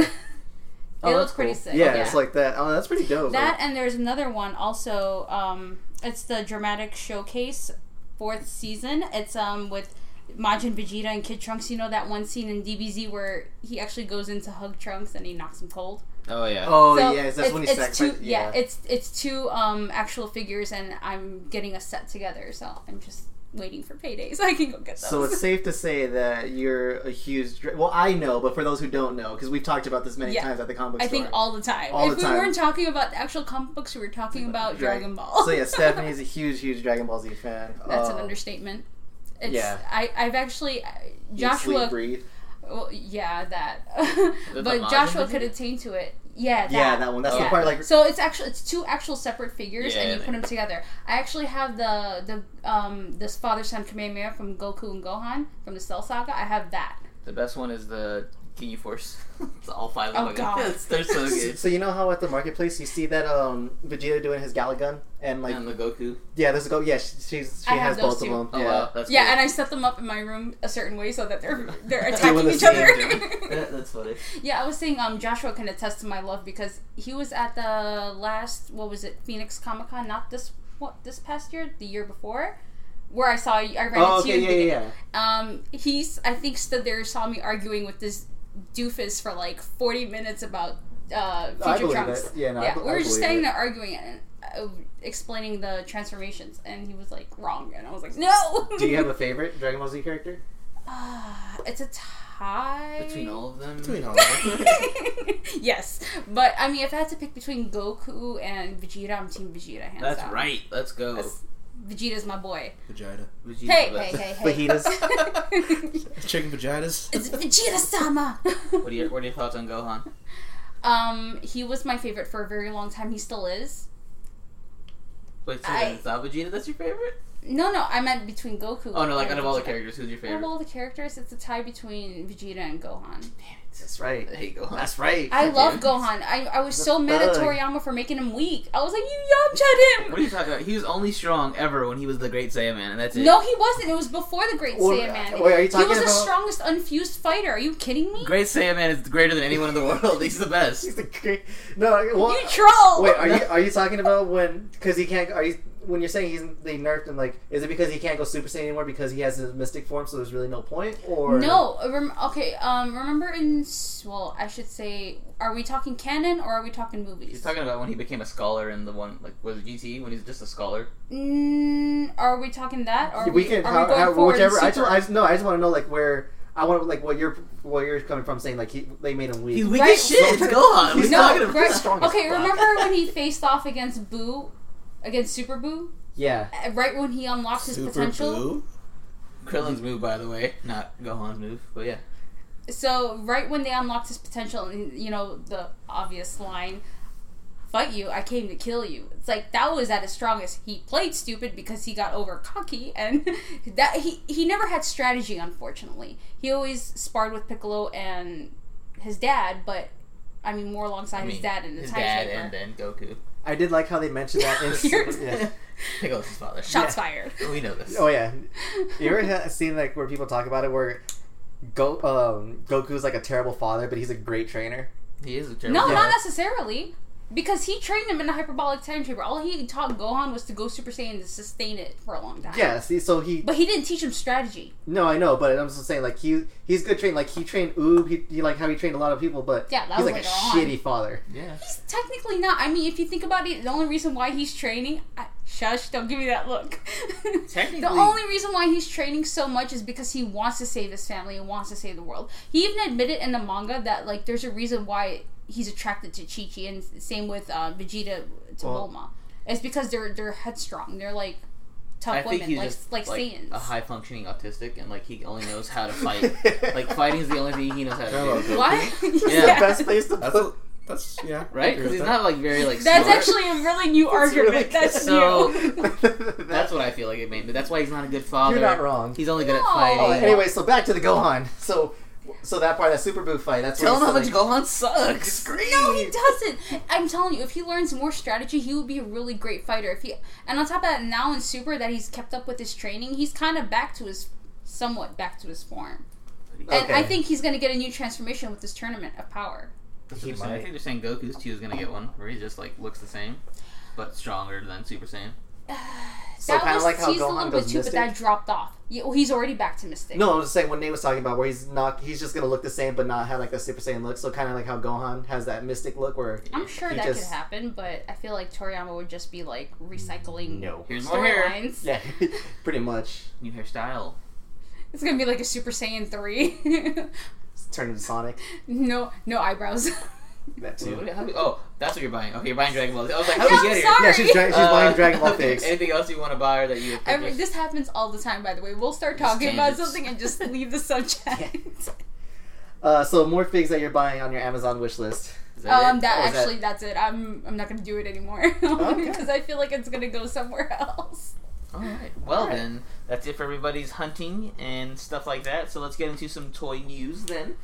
Speaker 3: Oh,
Speaker 5: it
Speaker 3: that's
Speaker 5: looks pretty
Speaker 3: cool.
Speaker 5: sick.
Speaker 2: Yeah, it's like that. Oh, that's pretty dope.
Speaker 5: that, and there's another one also. Um, it's the dramatic showcase fourth season. It's um with Majin Vegeta and Kid Trunks. You know that one scene in DBZ where he actually goes in to hug Trunks and he knocks him cold.
Speaker 3: Oh yeah.
Speaker 2: oh
Speaker 5: So
Speaker 2: yeah, is that
Speaker 5: it's-
Speaker 2: when he
Speaker 5: it's
Speaker 2: sacrificed?
Speaker 5: two- yeah. it's it's two um actual figures, and I'm getting a set together, so I'm just waiting for payday so I can go get those.
Speaker 2: So it's safe to say that you're a huge. dra- Well, I know, but for those who don't know, because we've talked about this many
Speaker 5: Yeah.
Speaker 2: times at the comic book
Speaker 5: I
Speaker 2: store.
Speaker 5: think all the time.
Speaker 2: All
Speaker 5: if
Speaker 2: the
Speaker 5: we
Speaker 2: time.
Speaker 5: weren't talking about actual comic books, we were talking about Dragon Ball.
Speaker 2: so yeah, Stephanie's a huge, huge Dragon Ball Z fan.
Speaker 5: That's
Speaker 2: Uh,
Speaker 5: an understatement. It's,
Speaker 2: yeah.
Speaker 5: I, I've actually I-
Speaker 2: eat,
Speaker 5: Joshua.
Speaker 2: sleep, breathe.
Speaker 5: well, yeah, that.
Speaker 3: the
Speaker 5: but
Speaker 3: Majin
Speaker 5: Joshua
Speaker 3: Vegeta?
Speaker 5: could attain to it. Yeah, that.
Speaker 2: Yeah, that one. That's the
Speaker 5: Yeah.
Speaker 2: part like
Speaker 5: So it's actually it's two actual separate figures,
Speaker 3: Yeah,
Speaker 5: and you
Speaker 3: they-
Speaker 5: put them together. I actually have the the um this father son Kamehameha from Goku and Gohan from the Cell Saga. I have that.
Speaker 3: The best one is the Ginyu Force. it's all five
Speaker 5: Oh,
Speaker 3: of them.
Speaker 5: God.
Speaker 3: It's- They're so good.
Speaker 2: So you know how at the marketplace you see that um Vegeta doing his Galagun and like
Speaker 3: and the Goku.
Speaker 2: yeah, there's a go yeah she, she's she
Speaker 5: Um, I have
Speaker 2: has both
Speaker 5: those
Speaker 2: of them
Speaker 3: Oh
Speaker 2: yeah.
Speaker 3: wow, that's
Speaker 5: yeah,
Speaker 3: cool.
Speaker 5: and I set them up in my room a certain way so that they're they're
Speaker 3: Doing
Speaker 5: attacking
Speaker 2: the
Speaker 5: each
Speaker 2: same
Speaker 5: other.
Speaker 3: that's funny.
Speaker 5: yeah, I was saying um Joshua can attest to my love because he was at the last what was it Phoenix Comic Con not this what this past year the year before. Where I saw you, I ran
Speaker 2: Oh
Speaker 5: into
Speaker 2: okay,
Speaker 5: you. and
Speaker 2: yeah,
Speaker 5: did it.
Speaker 2: yeah, yeah.
Speaker 5: um he's i think stood there saw me arguing with this doofus for like 40 minutes about uh
Speaker 2: I
Speaker 5: future
Speaker 2: believe
Speaker 5: trunks
Speaker 2: it. Yeah, no, I
Speaker 5: yeah
Speaker 2: be-
Speaker 5: we
Speaker 2: I
Speaker 5: were just
Speaker 2: believe
Speaker 5: standing
Speaker 2: it.
Speaker 5: there arguing and uh, explaining the transformations and he was like wrong and i was like no
Speaker 2: Do you have a favorite Dragon Ball Z character?
Speaker 5: Ah, it's a tie
Speaker 3: Between all of them.
Speaker 4: Between all of them.
Speaker 5: yes but i mean if i had to pick between goku and vegeta i'm team vegeta hands
Speaker 3: That's
Speaker 5: down.
Speaker 3: right. Let's go.
Speaker 5: That's- vegeta's my boy
Speaker 4: Vagina.
Speaker 3: Vegeta,
Speaker 5: hey
Speaker 3: but-
Speaker 5: hey hey hey
Speaker 2: Fajitas.
Speaker 4: Chicken vaginas.
Speaker 5: it's vegeta sama
Speaker 3: What are your What are your thoughts on Gohan?
Speaker 5: Um, he was my favorite for a very long time. He still is.
Speaker 3: Wait, so
Speaker 5: I-
Speaker 3: then it's not Vegeta that's your favorite?
Speaker 5: No, no, I meant between Goku.
Speaker 3: Oh no, like
Speaker 5: and
Speaker 3: out of all the
Speaker 5: Vegeta.
Speaker 3: characters, who's your
Speaker 5: Out of
Speaker 3: favorite?
Speaker 5: all the characters, it's a tie between Vegeta and Gohan.
Speaker 2: That's right.
Speaker 3: I hate Gohan.
Speaker 2: That's right.
Speaker 5: I love
Speaker 3: Damn.
Speaker 5: Gohan. I, I was
Speaker 2: He's a
Speaker 5: so mad at
Speaker 2: thug.
Speaker 5: Toriyama for making him weak. I was like, you
Speaker 3: What
Speaker 5: Yamcha'd
Speaker 3: are
Speaker 5: him.
Speaker 3: you talking about? He was only strong ever when he was the Great Saiyaman, and that's it.
Speaker 5: No, he wasn't. It was before the Great
Speaker 2: Or- wait,
Speaker 5: Saiyaman.
Speaker 2: are you
Speaker 5: he
Speaker 2: talking
Speaker 5: was the
Speaker 2: about-
Speaker 5: strongest unfused fighter. Are you kidding me?
Speaker 3: Great Saiyaman is greater than anyone in the world. He's the best.
Speaker 2: He's a great. No, well,
Speaker 5: you troll.
Speaker 2: Wait, are you are you talking about when? Because he can't. Are you when you're saying he's they nerfed him? Like, is it because he can't go Super Saiyan anymore because he has his mystic form? So there's really no point. Or
Speaker 5: No, rem- okay. Um, remember in s- well, I should say, are we talking canon or are we talking movies?
Speaker 3: He's talking about when he became a scholar in the one like was it GT when he's just a scholar.
Speaker 5: Mm, are we talking that? Or are
Speaker 2: we can.
Speaker 5: Are
Speaker 2: How,
Speaker 5: we going
Speaker 2: how,
Speaker 5: forward in
Speaker 2: whichever. I
Speaker 5: Super?
Speaker 2: just, I just no. I just want to know like where I want to like what you're what you're coming from saying like he, they made him weak.
Speaker 3: He's weak
Speaker 5: Right.
Speaker 3: as shit. It's Gohan.
Speaker 2: He's
Speaker 3: He's
Speaker 5: no,
Speaker 3: talking about
Speaker 5: right-
Speaker 2: strong as
Speaker 5: okay.
Speaker 2: fuck.
Speaker 5: Remember when he faced off against Boo, against Super Boo?
Speaker 2: yeah.
Speaker 5: Uh, Right when he unlocked his
Speaker 4: Super
Speaker 5: potential.
Speaker 4: Boo.
Speaker 3: Krillin's move, by the way, not Gohan's move, but yeah.
Speaker 5: So right when they unlocked his potential, and you know the obvious line, "Fight you! I came to kill you." It's like that was at his strongest. He played stupid because he got over cocky, and that he he never had strategy. Unfortunately, he always sparred with Piccolo and his dad, but I mean more alongside
Speaker 3: I mean,
Speaker 5: his dad and the
Speaker 3: his
Speaker 5: time
Speaker 3: dad
Speaker 5: Shaper.
Speaker 3: and then Goku.
Speaker 2: I did like how they mentioned that. in
Speaker 5: You're-
Speaker 2: yeah.
Speaker 3: Piccolo's his father.
Speaker 5: Shots fired.
Speaker 3: Yeah, We know this.
Speaker 2: Oh yeah. You ever ha- seen like where people talk about it where Go um, Goku's like a terrible father, but he's a great trainer.
Speaker 3: He is a terrible.
Speaker 5: No,
Speaker 2: Yeah.
Speaker 5: not necessarily. Because he trained him in the hyperbolic time chamber. All he taught Gohan was to go Super Saiyan and sustain it for a long time.
Speaker 2: Yeah. See, so he
Speaker 5: But he didn't teach him strategy.
Speaker 2: No, I know, but I'm just saying, like he he's good trained. Like he trained Oob, he, he like how he trained a lot of people, but
Speaker 5: Yeah, that
Speaker 2: he's
Speaker 5: was
Speaker 2: like a
Speaker 5: later on.
Speaker 2: shitty father.
Speaker 3: Yeah.
Speaker 5: He's technically not. I mean, if you think about it, the only reason why he's training. I, shush, don't give me that look.
Speaker 3: Technically-
Speaker 5: The only reason why he's training so much is because he wants to save his family and wants to save the world. He even admitted in the manga that, like, there's a reason why he's attracted to Chi Chi, and same with uh, Vegeta to
Speaker 2: Well-
Speaker 5: Bulma. It's because they're they're headstrong. They're like tough
Speaker 3: I think
Speaker 5: women,
Speaker 3: he's
Speaker 5: like,
Speaker 3: just
Speaker 5: like Saiyans.
Speaker 3: a high functioning autistic, and like he only knows how to fight. like fighting is the only thing he knows how to
Speaker 4: Hello,
Speaker 3: do.
Speaker 4: Goku.
Speaker 5: what?
Speaker 3: Yeah.
Speaker 2: The best place to
Speaker 4: That's
Speaker 2: put.
Speaker 4: a, that's yeah. I
Speaker 3: Right?
Speaker 4: agree
Speaker 3: Because
Speaker 4: with
Speaker 3: he's
Speaker 4: that.
Speaker 3: not like very like.
Speaker 5: That's
Speaker 3: smart.
Speaker 5: actually a really new argument.
Speaker 2: really
Speaker 5: That's
Speaker 3: So-
Speaker 5: new.
Speaker 3: That's what I feel like it made, but that's why he's not a good father.
Speaker 2: You're not wrong.
Speaker 3: He's only good at
Speaker 5: No.
Speaker 2: Oh,
Speaker 3: fighting.
Speaker 2: anyway, so back to the Gohan. So, so that part, that Super Boo fight. That's
Speaker 3: Tell him
Speaker 2: where
Speaker 3: how
Speaker 2: he's
Speaker 3: much Gohan sucks.
Speaker 5: No, he doesn't. I'm telling you, if he learns more strategy, he would be a really great fighter. If he and on top of that, now in Super that he's kept up with his training, he's kind of back to his somewhat back to his form. And I
Speaker 2: Okay.
Speaker 5: think he's going to get a new transformation with this tournament of power.
Speaker 3: That's what
Speaker 2: He
Speaker 3: they're saying. I
Speaker 2: might.
Speaker 3: think they're saying Goku's too is gonna get one, where he just like looks the same, but stronger than Super Saiyan.
Speaker 1: So
Speaker 5: that
Speaker 1: kinda
Speaker 5: was
Speaker 1: like how
Speaker 5: teased a
Speaker 1: Gohan
Speaker 5: little bit
Speaker 1: goes
Speaker 5: too,
Speaker 1: Mystic?
Speaker 5: but that dropped off. Yeah, well, he's already back to Mystic.
Speaker 1: No, I was just saying when Nate was talking about where he's not, he's just gonna look the same but not have like a Super Saiyan look. So kind of like how Gohan has that mystic look where
Speaker 5: I'm sure
Speaker 1: He
Speaker 5: that
Speaker 1: just-
Speaker 5: could happen, but I feel like Toriyama would just be like recycling
Speaker 1: no,
Speaker 3: Here's more hair,
Speaker 5: storylines.
Speaker 1: yeah, pretty much
Speaker 3: new hairstyle.
Speaker 5: It's gonna be like a Super Saiyan three.
Speaker 1: turning into Sonic.
Speaker 5: no, no eyebrows.
Speaker 1: That
Speaker 3: Dude,
Speaker 1: too.
Speaker 3: what- how do- oh, that's what you're buying. Okay, you're buying Dragon Ball. Z. I was like,
Speaker 5: No,
Speaker 3: how do you
Speaker 5: I'm
Speaker 3: get here?
Speaker 5: sorry.
Speaker 1: Yeah, she's, dra- she's
Speaker 3: Uh,
Speaker 1: buying Dragon Ball
Speaker 3: okay,
Speaker 1: figs.
Speaker 3: Anything else you want to buy or that you have
Speaker 5: Every,
Speaker 3: purchased?
Speaker 5: this happens all the time, by the way. We'll start
Speaker 3: Just
Speaker 5: talking
Speaker 3: change
Speaker 5: about
Speaker 3: it.
Speaker 5: something and just leave the subject.
Speaker 1: Uh, so more figs that you're buying on your Amazon wish list.
Speaker 3: Is
Speaker 5: Um,
Speaker 3: it?
Speaker 5: that
Speaker 1: Oh, is that-
Speaker 5: actually, that's it. I'm, I'm not gonna do it anymore
Speaker 1: Okay.
Speaker 5: because I feel like it's gonna go somewhere else.
Speaker 3: All right. Well
Speaker 1: All right.
Speaker 3: then, that's it for everybody's hunting and stuff like that. So let's get into some toy news then.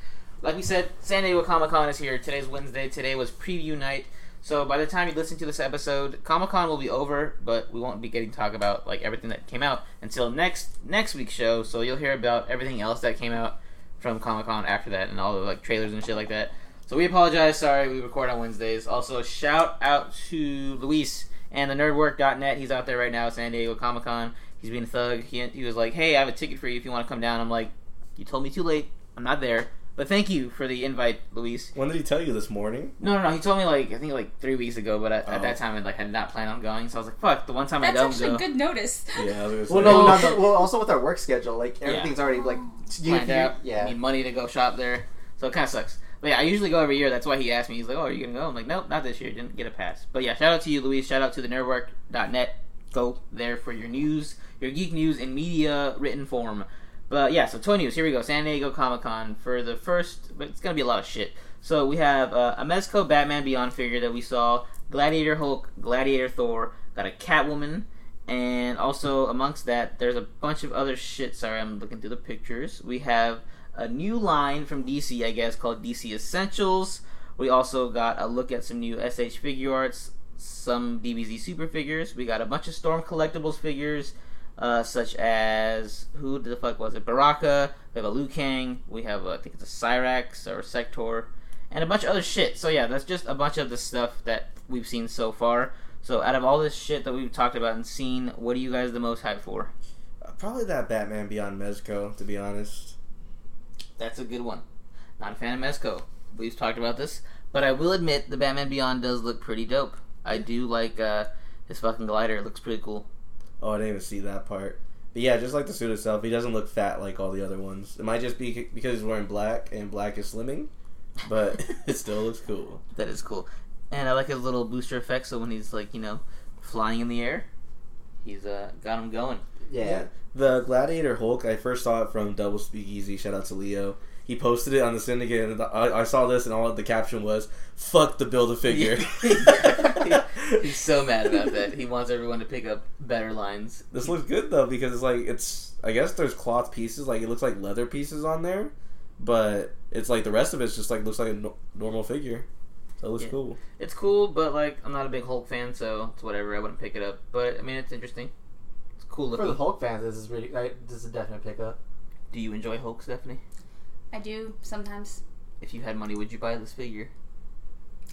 Speaker 3: Like we said, San Diego Comic Con is here. Today's Wednesday. Today was preview night. So by the time you listen to this episode, Comic Con will be over, but we won't be getting to talk about like everything that came out until next next week's show. So you'll hear about everything else that came out from Comic Con after that and all the like trailers and shit like that. So we apologize. Sorry, we record on Wednesdays. Also, shout out to Luis and the nerdwork.net. He's out there right now at San Diego Comic Con. He's being a thug. He, he was like, hey, I have a ticket for you if you want to come down. I'm like, you told me too late. I'm not there. But thank you for the invite, Luis.
Speaker 4: When did he tell you this morning?
Speaker 3: No, no, no. He told me like I think like three weeks ago, but at, at
Speaker 4: Oh.
Speaker 3: that time I like had not planned on going. So I was like, fuck. The one time
Speaker 5: That's
Speaker 3: I don't
Speaker 5: actually
Speaker 3: go,
Speaker 5: good notice.
Speaker 4: Yeah, I was
Speaker 1: Well,
Speaker 4: gonna
Speaker 1: no,
Speaker 4: say.
Speaker 1: not the, well. Also with our work schedule, like
Speaker 3: Yeah.
Speaker 1: everything's already like you,
Speaker 3: planned
Speaker 1: you-
Speaker 3: out.
Speaker 1: Yeah,
Speaker 3: I need money to go shop there, so it kind of sucks. But yeah, I usually go every year. That's why he asked me. He's like, "Oh, are you gonna go?" I'm like, "Nope, not this year. Didn't get a pass." But yeah, shout out to you, Luis. Shout out to the nerdwork.net. Go there for your news, your geek news in media written form. But yeah, so toy news. Here we go. San Diego Comic Con for the first, but it's gonna be a lot of shit. So we have uh, a Mezco Batman Beyond figure that we saw, Gladiator Hulk, Gladiator Thor, got a Catwoman, and also amongst that, there's a bunch of other shit. Sorry, I'm looking through the pictures. We have a new line from DC, I guess, called DC Essentials. We also got a look at some new SH figure arts, some DBZ super figures. We got a bunch of Storm collectibles figures, uh, such as who the fuck was it? Baraka. We have a Liu Kang. We have a, I think it's a Cyrax or Sector, and a bunch of other shit. So yeah, that's just a bunch of the stuff that we've seen so far. So out of all this shit that we've talked about and seen, what are you guys the most hyped for?
Speaker 4: Probably that Batman Beyond Mezco, to be honest.
Speaker 3: That's a good one. Not a fan of Mezco. We've talked about this, but I will admit the Batman Beyond does look pretty dope. I do like uh, his fucking glider. It looks pretty cool.
Speaker 4: Oh, I didn't even see that part. But yeah, just like the suit itself, he doesn't look fat like all the other ones. It might just be c- because he's wearing black and black is slimming, but it still looks cool.
Speaker 3: That is cool, and I like his little booster effect. So when he's like you know flying in the air, he's uh, got him going.
Speaker 1: yeah.
Speaker 4: The Gladiator Hulk, I first saw it from Double Speakeasy. Shout out to Leo. He posted it on the syndicate, and I, I saw this, and all the caption was "Fuck the build a figure."
Speaker 3: he's so mad about that. He wants everyone to pick up better lines.
Speaker 4: This looks good though because it's like it's I guess there's cloth pieces like it looks like leather pieces on there, but it's like the rest of it's just like looks like a no- normal figure. So it looks
Speaker 3: Yeah.
Speaker 4: cool.
Speaker 3: It's cool, but like I'm not a big Hulk fan, so it's whatever. I wouldn't pick it up, but I mean it's interesting. It's cool
Speaker 1: For
Speaker 3: looking.
Speaker 1: the Hulk fans, this is really like, this is a definite pickup.
Speaker 3: Do you enjoy Hulk, Stephanie?
Speaker 5: I do sometimes.
Speaker 3: If you had money, would you buy this figure?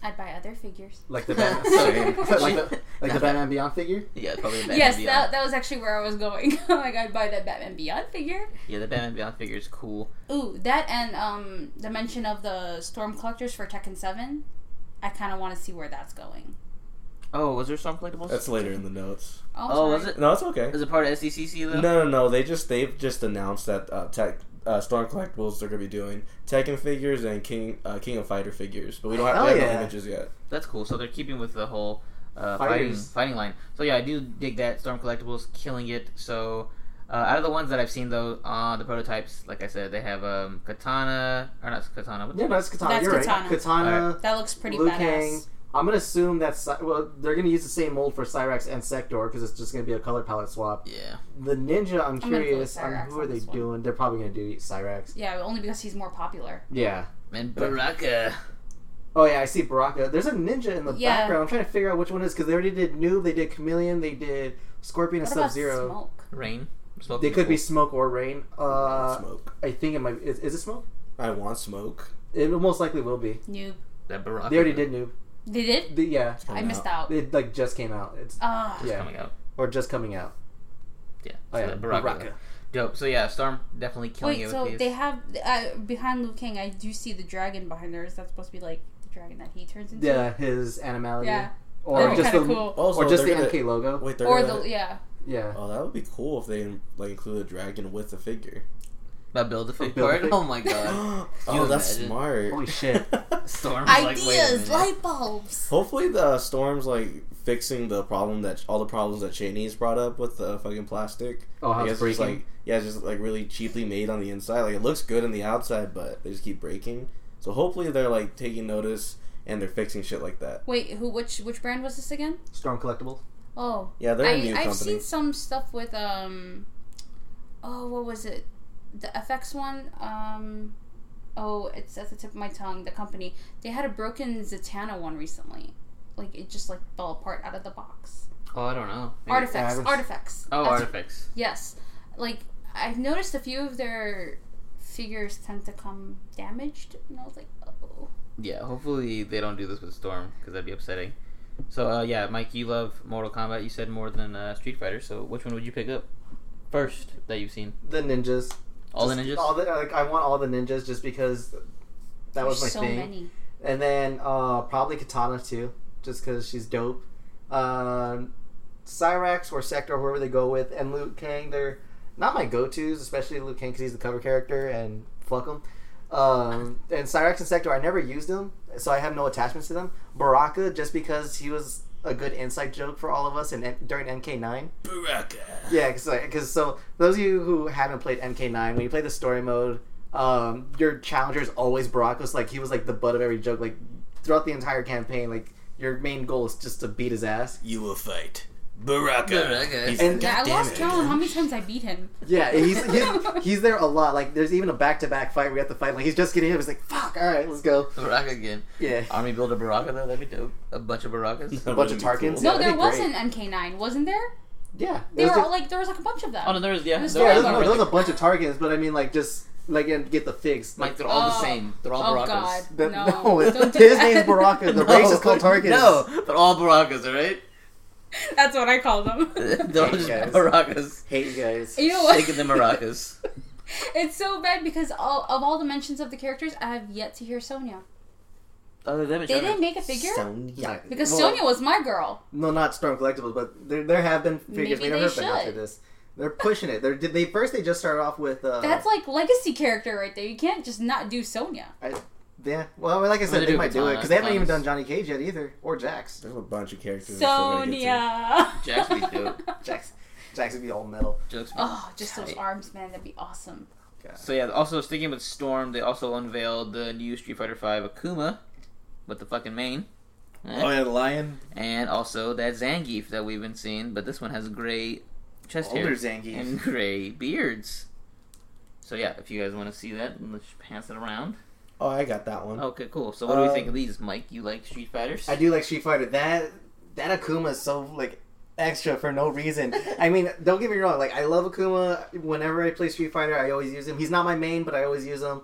Speaker 5: I'd buy other figures.
Speaker 1: Like the Batman,
Speaker 4: Same.
Speaker 1: like the, like the Batman Beyond figure.
Speaker 3: Yeah, probably the Batman
Speaker 5: yes,
Speaker 3: Beyond.
Speaker 5: that, that was actually where I was going. like I'd buy that Batman Beyond figure.
Speaker 3: Yeah, the Batman Beyond figure is cool.
Speaker 5: Ooh, that and um, the mention of the Storm Collectors for Tekken Seven. I kind of want to see where that's going.
Speaker 3: Oh, was there some collectibles?
Speaker 4: That's later in the notes.
Speaker 5: Oh,
Speaker 3: Oh,
Speaker 5: sorry.
Speaker 3: was it?
Speaker 4: No, it's okay.
Speaker 3: Is it part of SDCC though?
Speaker 4: No, no, no. They just they've just announced that uh, tech uh, Storm Collectibles they're gonna be doing Tekken figures and King uh, King of Fighter figures, but we don't have,
Speaker 1: Hell
Speaker 4: we have
Speaker 1: yeah.
Speaker 4: no images yet.
Speaker 3: That's cool. So they're keeping with the whole uh, fighting
Speaker 1: Fighters.
Speaker 3: fighting line. So yeah, I do dig that Storm Collectibles killing it. So uh, out of the ones that I've seen though, uh, the prototypes, like I said, they have um, Katana or not Katana. What
Speaker 1: Yeah, but that's Katana.
Speaker 5: That's
Speaker 1: You're
Speaker 5: Katana.
Speaker 1: right. Katana.
Speaker 5: That looks pretty
Speaker 1: Liu
Speaker 5: badass.
Speaker 1: Kang. I'm gonna assume that's Cy- well. They're gonna use the same mold for Cyrax and Sector because it's just gonna be a color palette swap.
Speaker 3: Yeah.
Speaker 1: The ninja, I'm
Speaker 5: gonna go with
Speaker 1: curious on
Speaker 5: Cyrax
Speaker 1: who
Speaker 5: on
Speaker 1: are they
Speaker 5: this one.
Speaker 1: doing. They're probably gonna do Cyrax.
Speaker 5: Yeah, only because he's more popular.
Speaker 1: Yeah.
Speaker 3: And Baraka.
Speaker 1: Oh yeah, I see Baraka. There's a ninja in the
Speaker 5: Yeah.
Speaker 1: background. I'm trying to figure out which one it is because they already did Noob, they did Chameleon, they did Scorpion and
Speaker 5: What
Speaker 1: Sub
Speaker 5: about
Speaker 1: Zero.
Speaker 5: Smoke?
Speaker 3: Rain. Smoke
Speaker 1: They could be Smoke or Rain. Uh,
Speaker 4: smoke.
Speaker 1: I think it might. Is, is it Smoke?
Speaker 4: I want smoke.
Speaker 1: It most likely will be.
Speaker 5: Noob.
Speaker 3: that Barack
Speaker 2: They already did Noob.
Speaker 5: They did?
Speaker 2: The, yeah,
Speaker 4: Coming
Speaker 5: I
Speaker 4: out.
Speaker 5: missed out.
Speaker 2: it like just came out. It's
Speaker 5: Ah.
Speaker 3: is
Speaker 2: yeah,
Speaker 3: coming out.
Speaker 2: or just coming out.
Speaker 3: Yeah,
Speaker 2: Oh,
Speaker 3: so
Speaker 2: yeah,
Speaker 3: that Baraka.
Speaker 2: Baraka.
Speaker 3: Dope. So yeah, Storm definitely killing
Speaker 5: Wait,
Speaker 3: it
Speaker 5: so
Speaker 3: with these.
Speaker 5: they have uh, behind Liu Kang. I do see the dragon behind there. Is that supposed to be like the dragon that he turns into?
Speaker 2: Yeah, his animality.
Speaker 5: Yeah.
Speaker 2: Or
Speaker 5: That'd be
Speaker 2: just
Speaker 5: kind
Speaker 2: the
Speaker 5: of cool.
Speaker 4: Also,
Speaker 2: or just the
Speaker 4: they're gonna-
Speaker 2: MK logo.
Speaker 4: Wait, they're
Speaker 5: Or
Speaker 4: gonna-
Speaker 5: the yeah.
Speaker 2: Yeah.
Speaker 4: Oh, that would be cool if they like included a dragon with a figure.
Speaker 3: But build a fig
Speaker 2: Build a
Speaker 3: part.
Speaker 2: fig-
Speaker 3: Oh my god.
Speaker 4: oh,
Speaker 3: you
Speaker 4: that's
Speaker 3: imagine?
Speaker 4: smart.
Speaker 2: Holy shit.
Speaker 3: Storm.
Speaker 5: Ideas,
Speaker 3: like,
Speaker 5: light bulbs.
Speaker 4: Hopefully, the storm's like fixing the problem that all the problems that Cheney's brought up with the fucking plastic.
Speaker 2: Oh, how
Speaker 4: I
Speaker 2: it's
Speaker 4: guess it's
Speaker 2: breaking.
Speaker 4: like yeah, it's just like really cheaply made on the inside. Like it looks good on the outside, but they just keep breaking. So hopefully, they're like taking notice and they're fixing shit like that.
Speaker 5: Wait, who? Which which brand was this again?
Speaker 2: Storm Collectibles.
Speaker 5: Oh,
Speaker 4: Yeah, they're a
Speaker 5: I,
Speaker 4: new
Speaker 5: I've
Speaker 4: company.
Speaker 5: seen some stuff with um, oh, what was it? The FX one. Um, oh, it's at the tip of my tongue. The company they had a broken Zatanna one recently. Like it just like fell apart out of the box.
Speaker 3: Oh, I don't know. Maybe-
Speaker 2: I
Speaker 5: artifacts,
Speaker 2: haven't-
Speaker 5: artifacts.
Speaker 3: Oh,
Speaker 5: That's-
Speaker 3: artifacts.
Speaker 5: Yes, like I've noticed a few of their figures tend to come damaged, and I was like, oh,
Speaker 3: Yeah. Hopefully they don't do this with Storm because that'd be upsetting. So uh, yeah, Mike, you love Mortal Kombat. You said more than uh, Street Fighter. So which one would you pick up first that you've seen?
Speaker 2: The ninjas.
Speaker 3: All
Speaker 2: Just
Speaker 3: the ninjas.
Speaker 2: All the, like, I want all the ninjas just because that was my
Speaker 5: there's so
Speaker 2: thing.
Speaker 5: many.
Speaker 2: And then uh, probably Katana too, just because she's dope. Um, Cyrax or Sector, whoever they go with, and Liu Kang, they're not my go-tos, especially Liu Kang because he's the cover character and fuck him. Um, and Cyrax and Sector, I never used them, so I have no attachments to them. Baraka, just because he was a good inside joke for all of us in, during MK9.
Speaker 4: Baraka.
Speaker 2: Yeah, because so those of you who haven't played MK9, when you play the story mode, um, your challenger is always Baracus. Like he was like the butt of every joke. Like throughout the entire campaign, like your main goal is just to beat his ass.
Speaker 4: You will fight Baraka.
Speaker 3: Baraka.
Speaker 4: He's-
Speaker 2: And-
Speaker 5: Yeah,
Speaker 4: God
Speaker 5: I
Speaker 4: damn
Speaker 5: lost
Speaker 4: it.
Speaker 5: count on how many times I beat him.
Speaker 2: Yeah, he's he's, he's there a lot. Like there's even a back to back fight. We have to fight. Like he's just getting hit. He's like, "Fuck! All right, let's go." Uh,
Speaker 3: Baraka again.
Speaker 2: Yeah.
Speaker 3: Army build a Baraka though. That'd be dope. A bunch of Barakas.
Speaker 4: That
Speaker 2: A bunch of
Speaker 4: would be cool.
Speaker 2: Tarkins.
Speaker 5: No,
Speaker 2: Yeah,
Speaker 5: there
Speaker 2: that'd be
Speaker 5: was an MK9, wasn't there?
Speaker 2: Yeah,
Speaker 5: They
Speaker 2: there's
Speaker 5: were
Speaker 2: just-
Speaker 5: all like there was like a bunch of them.
Speaker 3: Oh no, there's yeah.
Speaker 5: It was
Speaker 3: there
Speaker 2: yeah,
Speaker 3: are
Speaker 2: there's,
Speaker 5: Sorry,
Speaker 2: no,
Speaker 5: Baraka.
Speaker 2: there's a bunch of Tarkins, but I mean like just like and get the figs. Like
Speaker 3: Mike, they're all the
Speaker 5: Oh.
Speaker 3: same. They're all
Speaker 5: Oh,
Speaker 3: Barakas.
Speaker 5: God.
Speaker 2: the,
Speaker 5: No,
Speaker 2: no,
Speaker 5: don't do
Speaker 2: his
Speaker 5: that.
Speaker 2: name's Baraka. The race is called Tarkins.
Speaker 3: No, they're all Barakas, all right?
Speaker 5: That's what I call them.
Speaker 3: They're all just
Speaker 2: Yes.
Speaker 3: Barakas.
Speaker 2: hate you guys.
Speaker 5: you know what?
Speaker 3: Shaking the Maracas.
Speaker 5: It's so bad because all, of all the mentions of the characters, I have yet to hear Sonia.
Speaker 2: Oh,
Speaker 3: Other than each
Speaker 5: They
Speaker 3: other.
Speaker 5: didn't make a figure
Speaker 4: Sonya.
Speaker 5: because
Speaker 2: Well-
Speaker 5: Sonia was my girl.
Speaker 2: No, not Storm Collectibles, but there, there have been figures
Speaker 5: Maybe
Speaker 2: made of her
Speaker 5: they
Speaker 2: but after
Speaker 5: should.
Speaker 2: this. They're pushing it. They're, did they first? They just started off with. Uh,
Speaker 5: That's like legacy character right there. You can't just not do Sonia.
Speaker 2: yeah. Well, like I
Speaker 3: Well,
Speaker 2: said,
Speaker 3: they
Speaker 2: they,
Speaker 3: do
Speaker 2: might do it
Speaker 3: Katana,
Speaker 2: because they haven't even
Speaker 3: Katana's-
Speaker 2: done Johnny Cage yet either, or Jax.
Speaker 4: There's a bunch of characters. we still gotta get to.
Speaker 5: Sonia.
Speaker 3: Jax would be dope.
Speaker 2: Jax, Jax would be all metal.
Speaker 3: Jokes.
Speaker 5: Oh, just those
Speaker 3: Tight.
Speaker 5: arms, man. That'd be awesome.
Speaker 3: So yeah, also sticking with Storm, they also unveiled the new Street Fighter V Akuma with the fucking mane. Eh?
Speaker 4: Oh yeah, the lion.
Speaker 3: And also that Zangief that we've been seeing, but this one has gray chest
Speaker 2: Older
Speaker 3: hair
Speaker 2: Zangief.
Speaker 3: and gray beards. So yeah, if you guys want to see that, let's pass it around.
Speaker 4: Oh, I got that one.
Speaker 3: Okay, cool. So what do we
Speaker 2: Uh,
Speaker 3: think of these, Mike? You like Street Fighters?
Speaker 2: I do like Street Fighter. That that Akuma is so like extra for no reason. I mean, don't get me wrong. Like I love Akuma. Whenever I play Street Fighter, I always use him. He's not my main, but I always use him.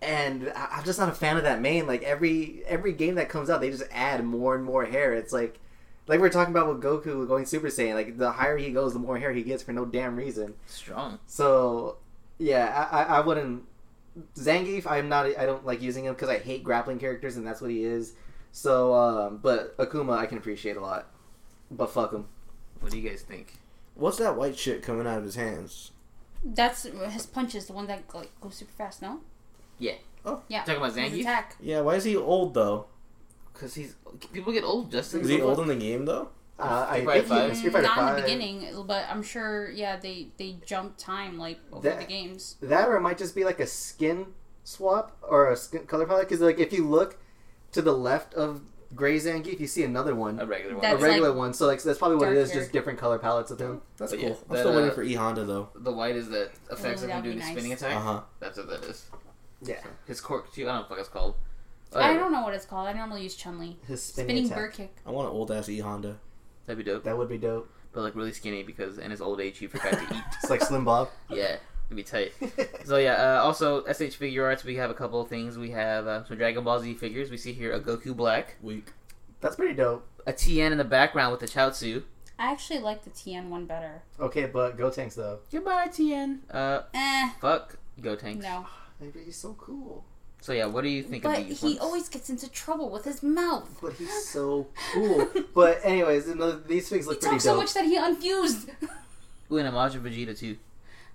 Speaker 2: And I- I'm just not a fan of that main. Like every every game that comes out, they just add more and more hair. It's like like we we're talking about with Goku going Super Saiyan. Like the higher he goes, the more hair he gets for no damn reason.
Speaker 3: Strong.
Speaker 2: So, yeah, I, I, I wouldn't. Zangief, I'm not. I don't like using him because I hate grappling characters, and that's what he is. So, um, but Akuma, I can appreciate a lot. But fuck him.
Speaker 3: What do you guys think?
Speaker 4: What's that white shit coming out of his hands?
Speaker 5: That's his punches, the one that like goes super fast. No.
Speaker 3: Yeah.
Speaker 4: Oh.
Speaker 5: Yeah.
Speaker 3: Talking about
Speaker 5: His
Speaker 3: Zangief?
Speaker 5: attack.
Speaker 4: Yeah, why is he old though?
Speaker 3: Because he's people get old, Justin.
Speaker 4: Is he old in the game though?
Speaker 2: Uh,
Speaker 3: Street
Speaker 2: I think
Speaker 3: Fighter
Speaker 2: he-
Speaker 3: five?
Speaker 2: Street Fighter
Speaker 5: not in
Speaker 2: Five.
Speaker 5: the beginning, but I'm sure. Yeah, they they jump time like over
Speaker 2: That-
Speaker 5: the games.
Speaker 2: That or it might just be like a skin swap or a skin color palette. Because like if you look to the left of Gray Zangief, you see another one,
Speaker 3: A regular one.
Speaker 2: a
Speaker 5: That's
Speaker 2: regular
Speaker 5: like
Speaker 2: one. So like that's probably what it is.
Speaker 5: darker.
Speaker 2: Just different color palettes of him.
Speaker 4: That's
Speaker 3: But
Speaker 4: cool.
Speaker 3: yeah,
Speaker 4: I'm
Speaker 3: that,
Speaker 4: still
Speaker 3: uh,
Speaker 4: waiting for E Honda though.
Speaker 3: The white is the effects
Speaker 5: Ooh,
Speaker 3: of him
Speaker 5: that'd be
Speaker 3: doing his
Speaker 5: nice.
Speaker 3: spinning attack.
Speaker 4: Uh
Speaker 2: Uh-huh.
Speaker 4: huh.
Speaker 3: That's what that is.
Speaker 2: Yeah,
Speaker 3: His cork too. I don't know what it's called.
Speaker 2: oh,
Speaker 5: I
Speaker 3: Whatever.
Speaker 5: don't know what it's called. I normally use Chun Li.
Speaker 2: his spinning,
Speaker 5: Spinning
Speaker 2: attack.
Speaker 5: bird kick.
Speaker 4: I want an old ass E Honda.
Speaker 3: That'd be dope.
Speaker 2: That would be dope.
Speaker 3: But like really skinny because in his old age he forgot to eat.
Speaker 2: It's like Slim Bob.
Speaker 3: Yeah. It'd be tight. So yeah. Uh, also, SH Figure Arts. We have a couple of things. We have uh, some Dragon Ball Z figures. We see here a Goku Black,
Speaker 4: Weak.
Speaker 2: That's pretty dope.
Speaker 3: a TN in the background with the Chaozu.
Speaker 5: I actually like the TN one better.
Speaker 2: Okay, but Go Tanks though.
Speaker 3: Goodbye TN. Uh,
Speaker 5: Eh,
Speaker 3: fuck Go Tanks.
Speaker 5: no.
Speaker 2: Maybe he's so cool.
Speaker 3: So yeah, what do you think
Speaker 5: But
Speaker 3: of these
Speaker 5: he
Speaker 3: ones?
Speaker 5: always gets into trouble with his mouth.
Speaker 2: But he's so cool. but anyways, you know, these things
Speaker 5: He
Speaker 2: look pretty
Speaker 5: talks so
Speaker 2: dope.
Speaker 5: much that he unfused.
Speaker 3: Ooh, and a Majin Vegeta too.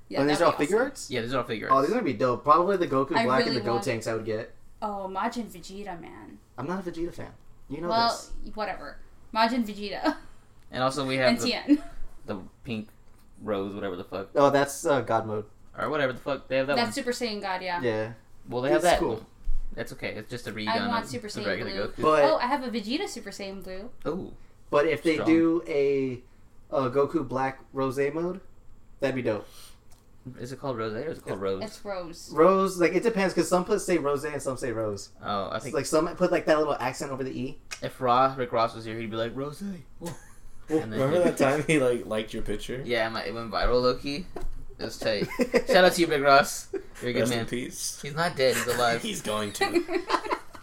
Speaker 5: yeah,
Speaker 2: and these
Speaker 5: that'd
Speaker 2: are all
Speaker 5: be
Speaker 2: figure
Speaker 5: awesome.
Speaker 2: arts.
Speaker 3: Yeah, these are all figure
Speaker 2: Oh,
Speaker 3: arts.
Speaker 2: these are gonna be dope. Probably the Goku
Speaker 5: I
Speaker 2: Black
Speaker 5: really
Speaker 2: and the Go
Speaker 5: want-
Speaker 2: Tanks I would get.
Speaker 5: Oh, Majin Vegeta, man.
Speaker 2: I'm not a Vegeta fan. You know
Speaker 5: well,
Speaker 2: this.
Speaker 5: whatever. Majin Vegeta
Speaker 3: and also we
Speaker 5: and
Speaker 3: have the,
Speaker 5: TN.
Speaker 3: the pink rose, whatever the fuck,
Speaker 2: Oh, that's uh, God mode.
Speaker 3: or whatever the fuck they have that
Speaker 5: That's
Speaker 3: one.
Speaker 5: Super Saiyan God, yeah.
Speaker 2: Yeah,
Speaker 3: Well, they have
Speaker 2: It's
Speaker 3: that.
Speaker 2: cool.
Speaker 3: One. That's okay. It's just a redone.
Speaker 5: I want
Speaker 3: of
Speaker 5: Super
Speaker 3: the
Speaker 5: Saiyan
Speaker 3: regular
Speaker 5: Blue.
Speaker 3: Goku.
Speaker 2: but
Speaker 5: Oh, I have a Vegeta Super Saiyan Blue.
Speaker 3: Ooh,
Speaker 2: but if they
Speaker 3: Strong.
Speaker 2: do a, uh Goku Black Rose mode, that'd be dope.
Speaker 3: is it called Rose or is it called Rose?
Speaker 5: It's Rose.
Speaker 2: Rose, like it depends because some places say Rose and some say Rose.
Speaker 3: Oh, I think
Speaker 2: like some put like that little accent over the e.
Speaker 3: if Ra, Rick Ross was here, he'd be like Rose. Whoa. And then-
Speaker 4: Remember that time he like liked your picture?
Speaker 3: Yeah, my, it went viral, Loki. It was tight. Shout out to you, Big Ross. You're a good
Speaker 4: Rest in
Speaker 3: man.
Speaker 4: peace.
Speaker 3: He's not dead. He's alive.
Speaker 4: He's going to.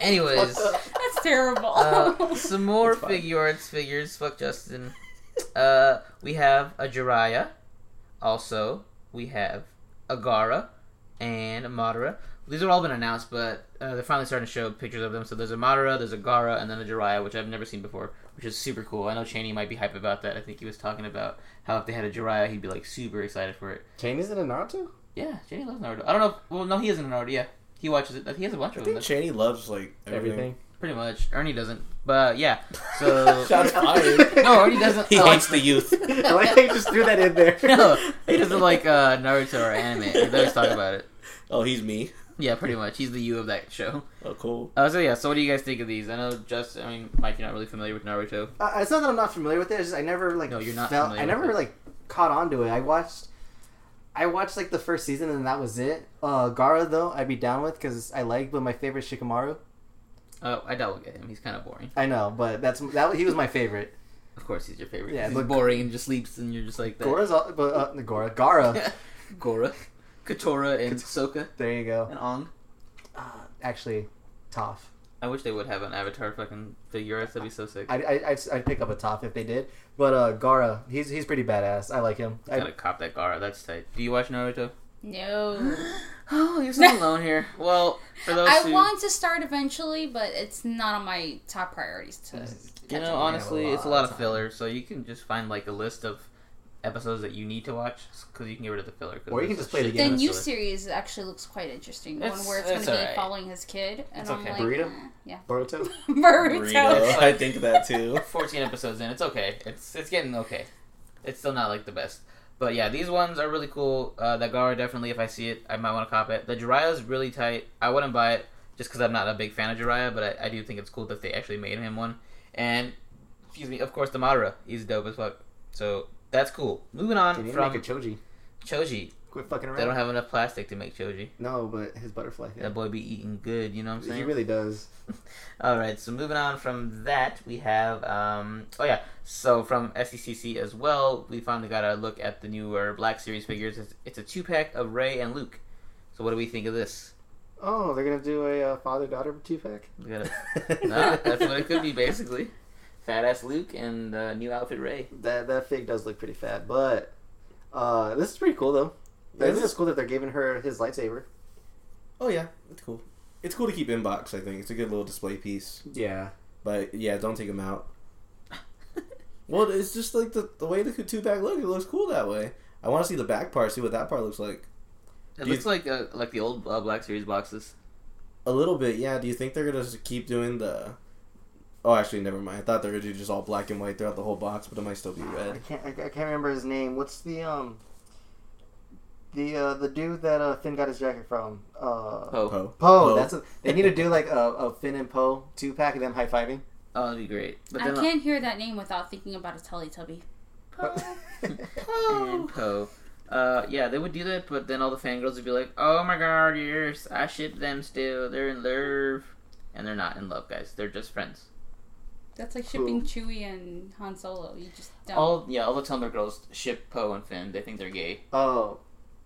Speaker 3: Anyways,
Speaker 5: That's terrible.
Speaker 3: uh, some more
Speaker 4: It's fine.
Speaker 3: figure arts figures. Fuck Justin. Uh, we have a Jiraiya. Also, we have a Gara and a Madara. These have all been announced, but uh, they're finally starting to show pictures of them. So there's a Madara, there's a Gara, and then a Jiraiya, which I've never seen before, which is super cool. I know Cheney might be hype about that. I think he was talking about how if they had a Jiraiya, he'd be like super excited for it.
Speaker 2: Chaney's in a Naruto.
Speaker 3: Yeah, Jenny loves Naruto. I don't know. If, well, no, he isn't Naruto. Yeah, he watches it. He has a bunch
Speaker 4: I
Speaker 3: of them.
Speaker 4: think Cheney loves like everything.
Speaker 2: Everything.
Speaker 3: Pretty much. Ernie doesn't. But yeah. So
Speaker 4: Shots fired.
Speaker 3: no, Ernie doesn't.
Speaker 4: He
Speaker 3: like-
Speaker 4: hates the youth.
Speaker 2: I like how you just threw that in there.
Speaker 3: No, he doesn't like uh, Naruto or anime. They always talk about it.
Speaker 4: Oh, he's me.
Speaker 3: Yeah, pretty much. He's the you of that show.
Speaker 4: Oh, cool.
Speaker 3: Uh, so yeah. So what do you guys think of these? I know just. I mean, Mike, you're not really familiar with Naruto.
Speaker 2: Uh, it's not that I'm not familiar with it. It's just I never like.
Speaker 3: No, you're not
Speaker 2: felt-
Speaker 3: familiar
Speaker 2: I never
Speaker 3: with it.
Speaker 2: like caught on to it. I watched. I watched like the first season and that was it. Uh, Gara though I'd be down with because I like, but my favorite Shikamaru.
Speaker 3: Oh, I doubt we'll get him. He's kind of boring.
Speaker 2: I know, but that's that he was my favorite.
Speaker 3: Of course, he's your favorite.
Speaker 2: Yeah,
Speaker 3: he's
Speaker 2: but-
Speaker 3: boring and just sleeps, and you're just like that.
Speaker 2: Gora's all, but uh, Gora Gara.
Speaker 3: Gora, Katora, and Sokka,
Speaker 2: There you go.
Speaker 3: and Ong.
Speaker 2: Uh, actually, Toph.
Speaker 3: I wish they would have an Avatar fucking figure. That'd be so sick.
Speaker 2: I I I'd, I'd pick up a Toph if they did, but uh, Gara he's he's pretty badass. I like him. I,
Speaker 3: Gotta cop that Gara. That's tight. Do you watch Naruto?
Speaker 5: no.
Speaker 3: Oh, you're so alone here. Well, for those
Speaker 5: I
Speaker 3: who
Speaker 5: want to start eventually, but it's not on my top priorities to.
Speaker 3: you know, honestly, it's a lot of filler, so you can just find like a list of episodes that you need to watch because you can get rid of the filler. 'cause
Speaker 2: Or you can
Speaker 3: there's
Speaker 2: just play the
Speaker 3: shit
Speaker 2: game.
Speaker 3: ton
Speaker 5: The
Speaker 3: of
Speaker 2: Then
Speaker 5: new
Speaker 3: filler.
Speaker 5: series actually looks quite interesting. The
Speaker 3: It's-
Speaker 5: one where it's,
Speaker 3: it's
Speaker 5: going to be
Speaker 3: alright.
Speaker 5: following his kid, and
Speaker 3: It's
Speaker 5: I'm
Speaker 3: okay.
Speaker 5: like,
Speaker 2: Burrito?
Speaker 5: eh, yeah,
Speaker 2: Boruto.
Speaker 5: Burrito.
Speaker 4: Burrito. I think of that too.
Speaker 3: Fourteen episodes in, it's okay. It's it's getting okay. It's still not like the best, but yeah, these ones are really cool. Uh, the Gara definitely, if I see it, I might want to cop it. The Jiraiya's really tight. I wouldn't buy it just because I'm not a big fan of Jiraiya, but I, I do think it's cool that they actually made him one. And excuse me, of course, the Madara, he's dope as fuck. So that's cool. Moving
Speaker 2: Can
Speaker 3: on
Speaker 2: you
Speaker 3: from
Speaker 2: make a Choji?
Speaker 3: Choji.
Speaker 2: Quit fucking around.
Speaker 3: They don't have enough plastic to make Choji.
Speaker 2: No, but his butterfly. Yeah.
Speaker 3: That boy be eating good, you know what I'm saying?
Speaker 2: He really does.
Speaker 3: All right, so moving on from that, we have um oh yeah, so from SCCC as well, we finally got a look at the newer Black Series figures. It's, it's a two pack of Ray and Luke. So what do we think of this?
Speaker 2: Oh, they're gonna do a uh, father daughter two pack.
Speaker 3: We got a, no, that's what it could be basically. Fat ass Luke and uh, new outfit Ray.
Speaker 2: That that fig does look pretty fat, but uh, this is pretty cool though. I think it's cool that they're giving her his lightsaber.
Speaker 4: Oh yeah, it's cool. It's cool to keep in box. I think it's a good little display piece.
Speaker 2: Yeah.
Speaker 4: But yeah, don't take them out. Well, it's just like the, the way the two pack look. It looks cool that way. I want to see the back part. See what that part looks like.
Speaker 3: It
Speaker 4: Do you-
Speaker 3: looks like uh, like the old uh, Black Series boxes.
Speaker 4: A little bit, yeah. Do you think they're gonna just keep doing the? Oh, actually, never mind. I thought they were gonna do just all black and white throughout the whole box, but it might still be
Speaker 2: I
Speaker 4: red.
Speaker 2: can't I, I can't remember his name. What's the um the uh, the dude that uh, Finn got his jacket from? Uh,
Speaker 3: Oh,
Speaker 4: Poe.
Speaker 2: Poe.
Speaker 4: Poe.
Speaker 2: That's a, they need to do like a, a Finn and Poe two pack of them high fiving.
Speaker 3: oh, that'd be great. But
Speaker 5: I
Speaker 3: then
Speaker 5: can't hear that name without thinking about a Teletubby.
Speaker 3: and Poe. Uh, yeah, they would do that, but then all the fangirls would be like, "Oh my god, yes, I ship them still. They're in love, and they're not in love, guys. They're just friends."
Speaker 5: That's like shipping Chewie and Han Solo. You just don't.
Speaker 3: All yeah, all the Tumblr girls ship Poe and Finn. They think they're gay.
Speaker 2: oh,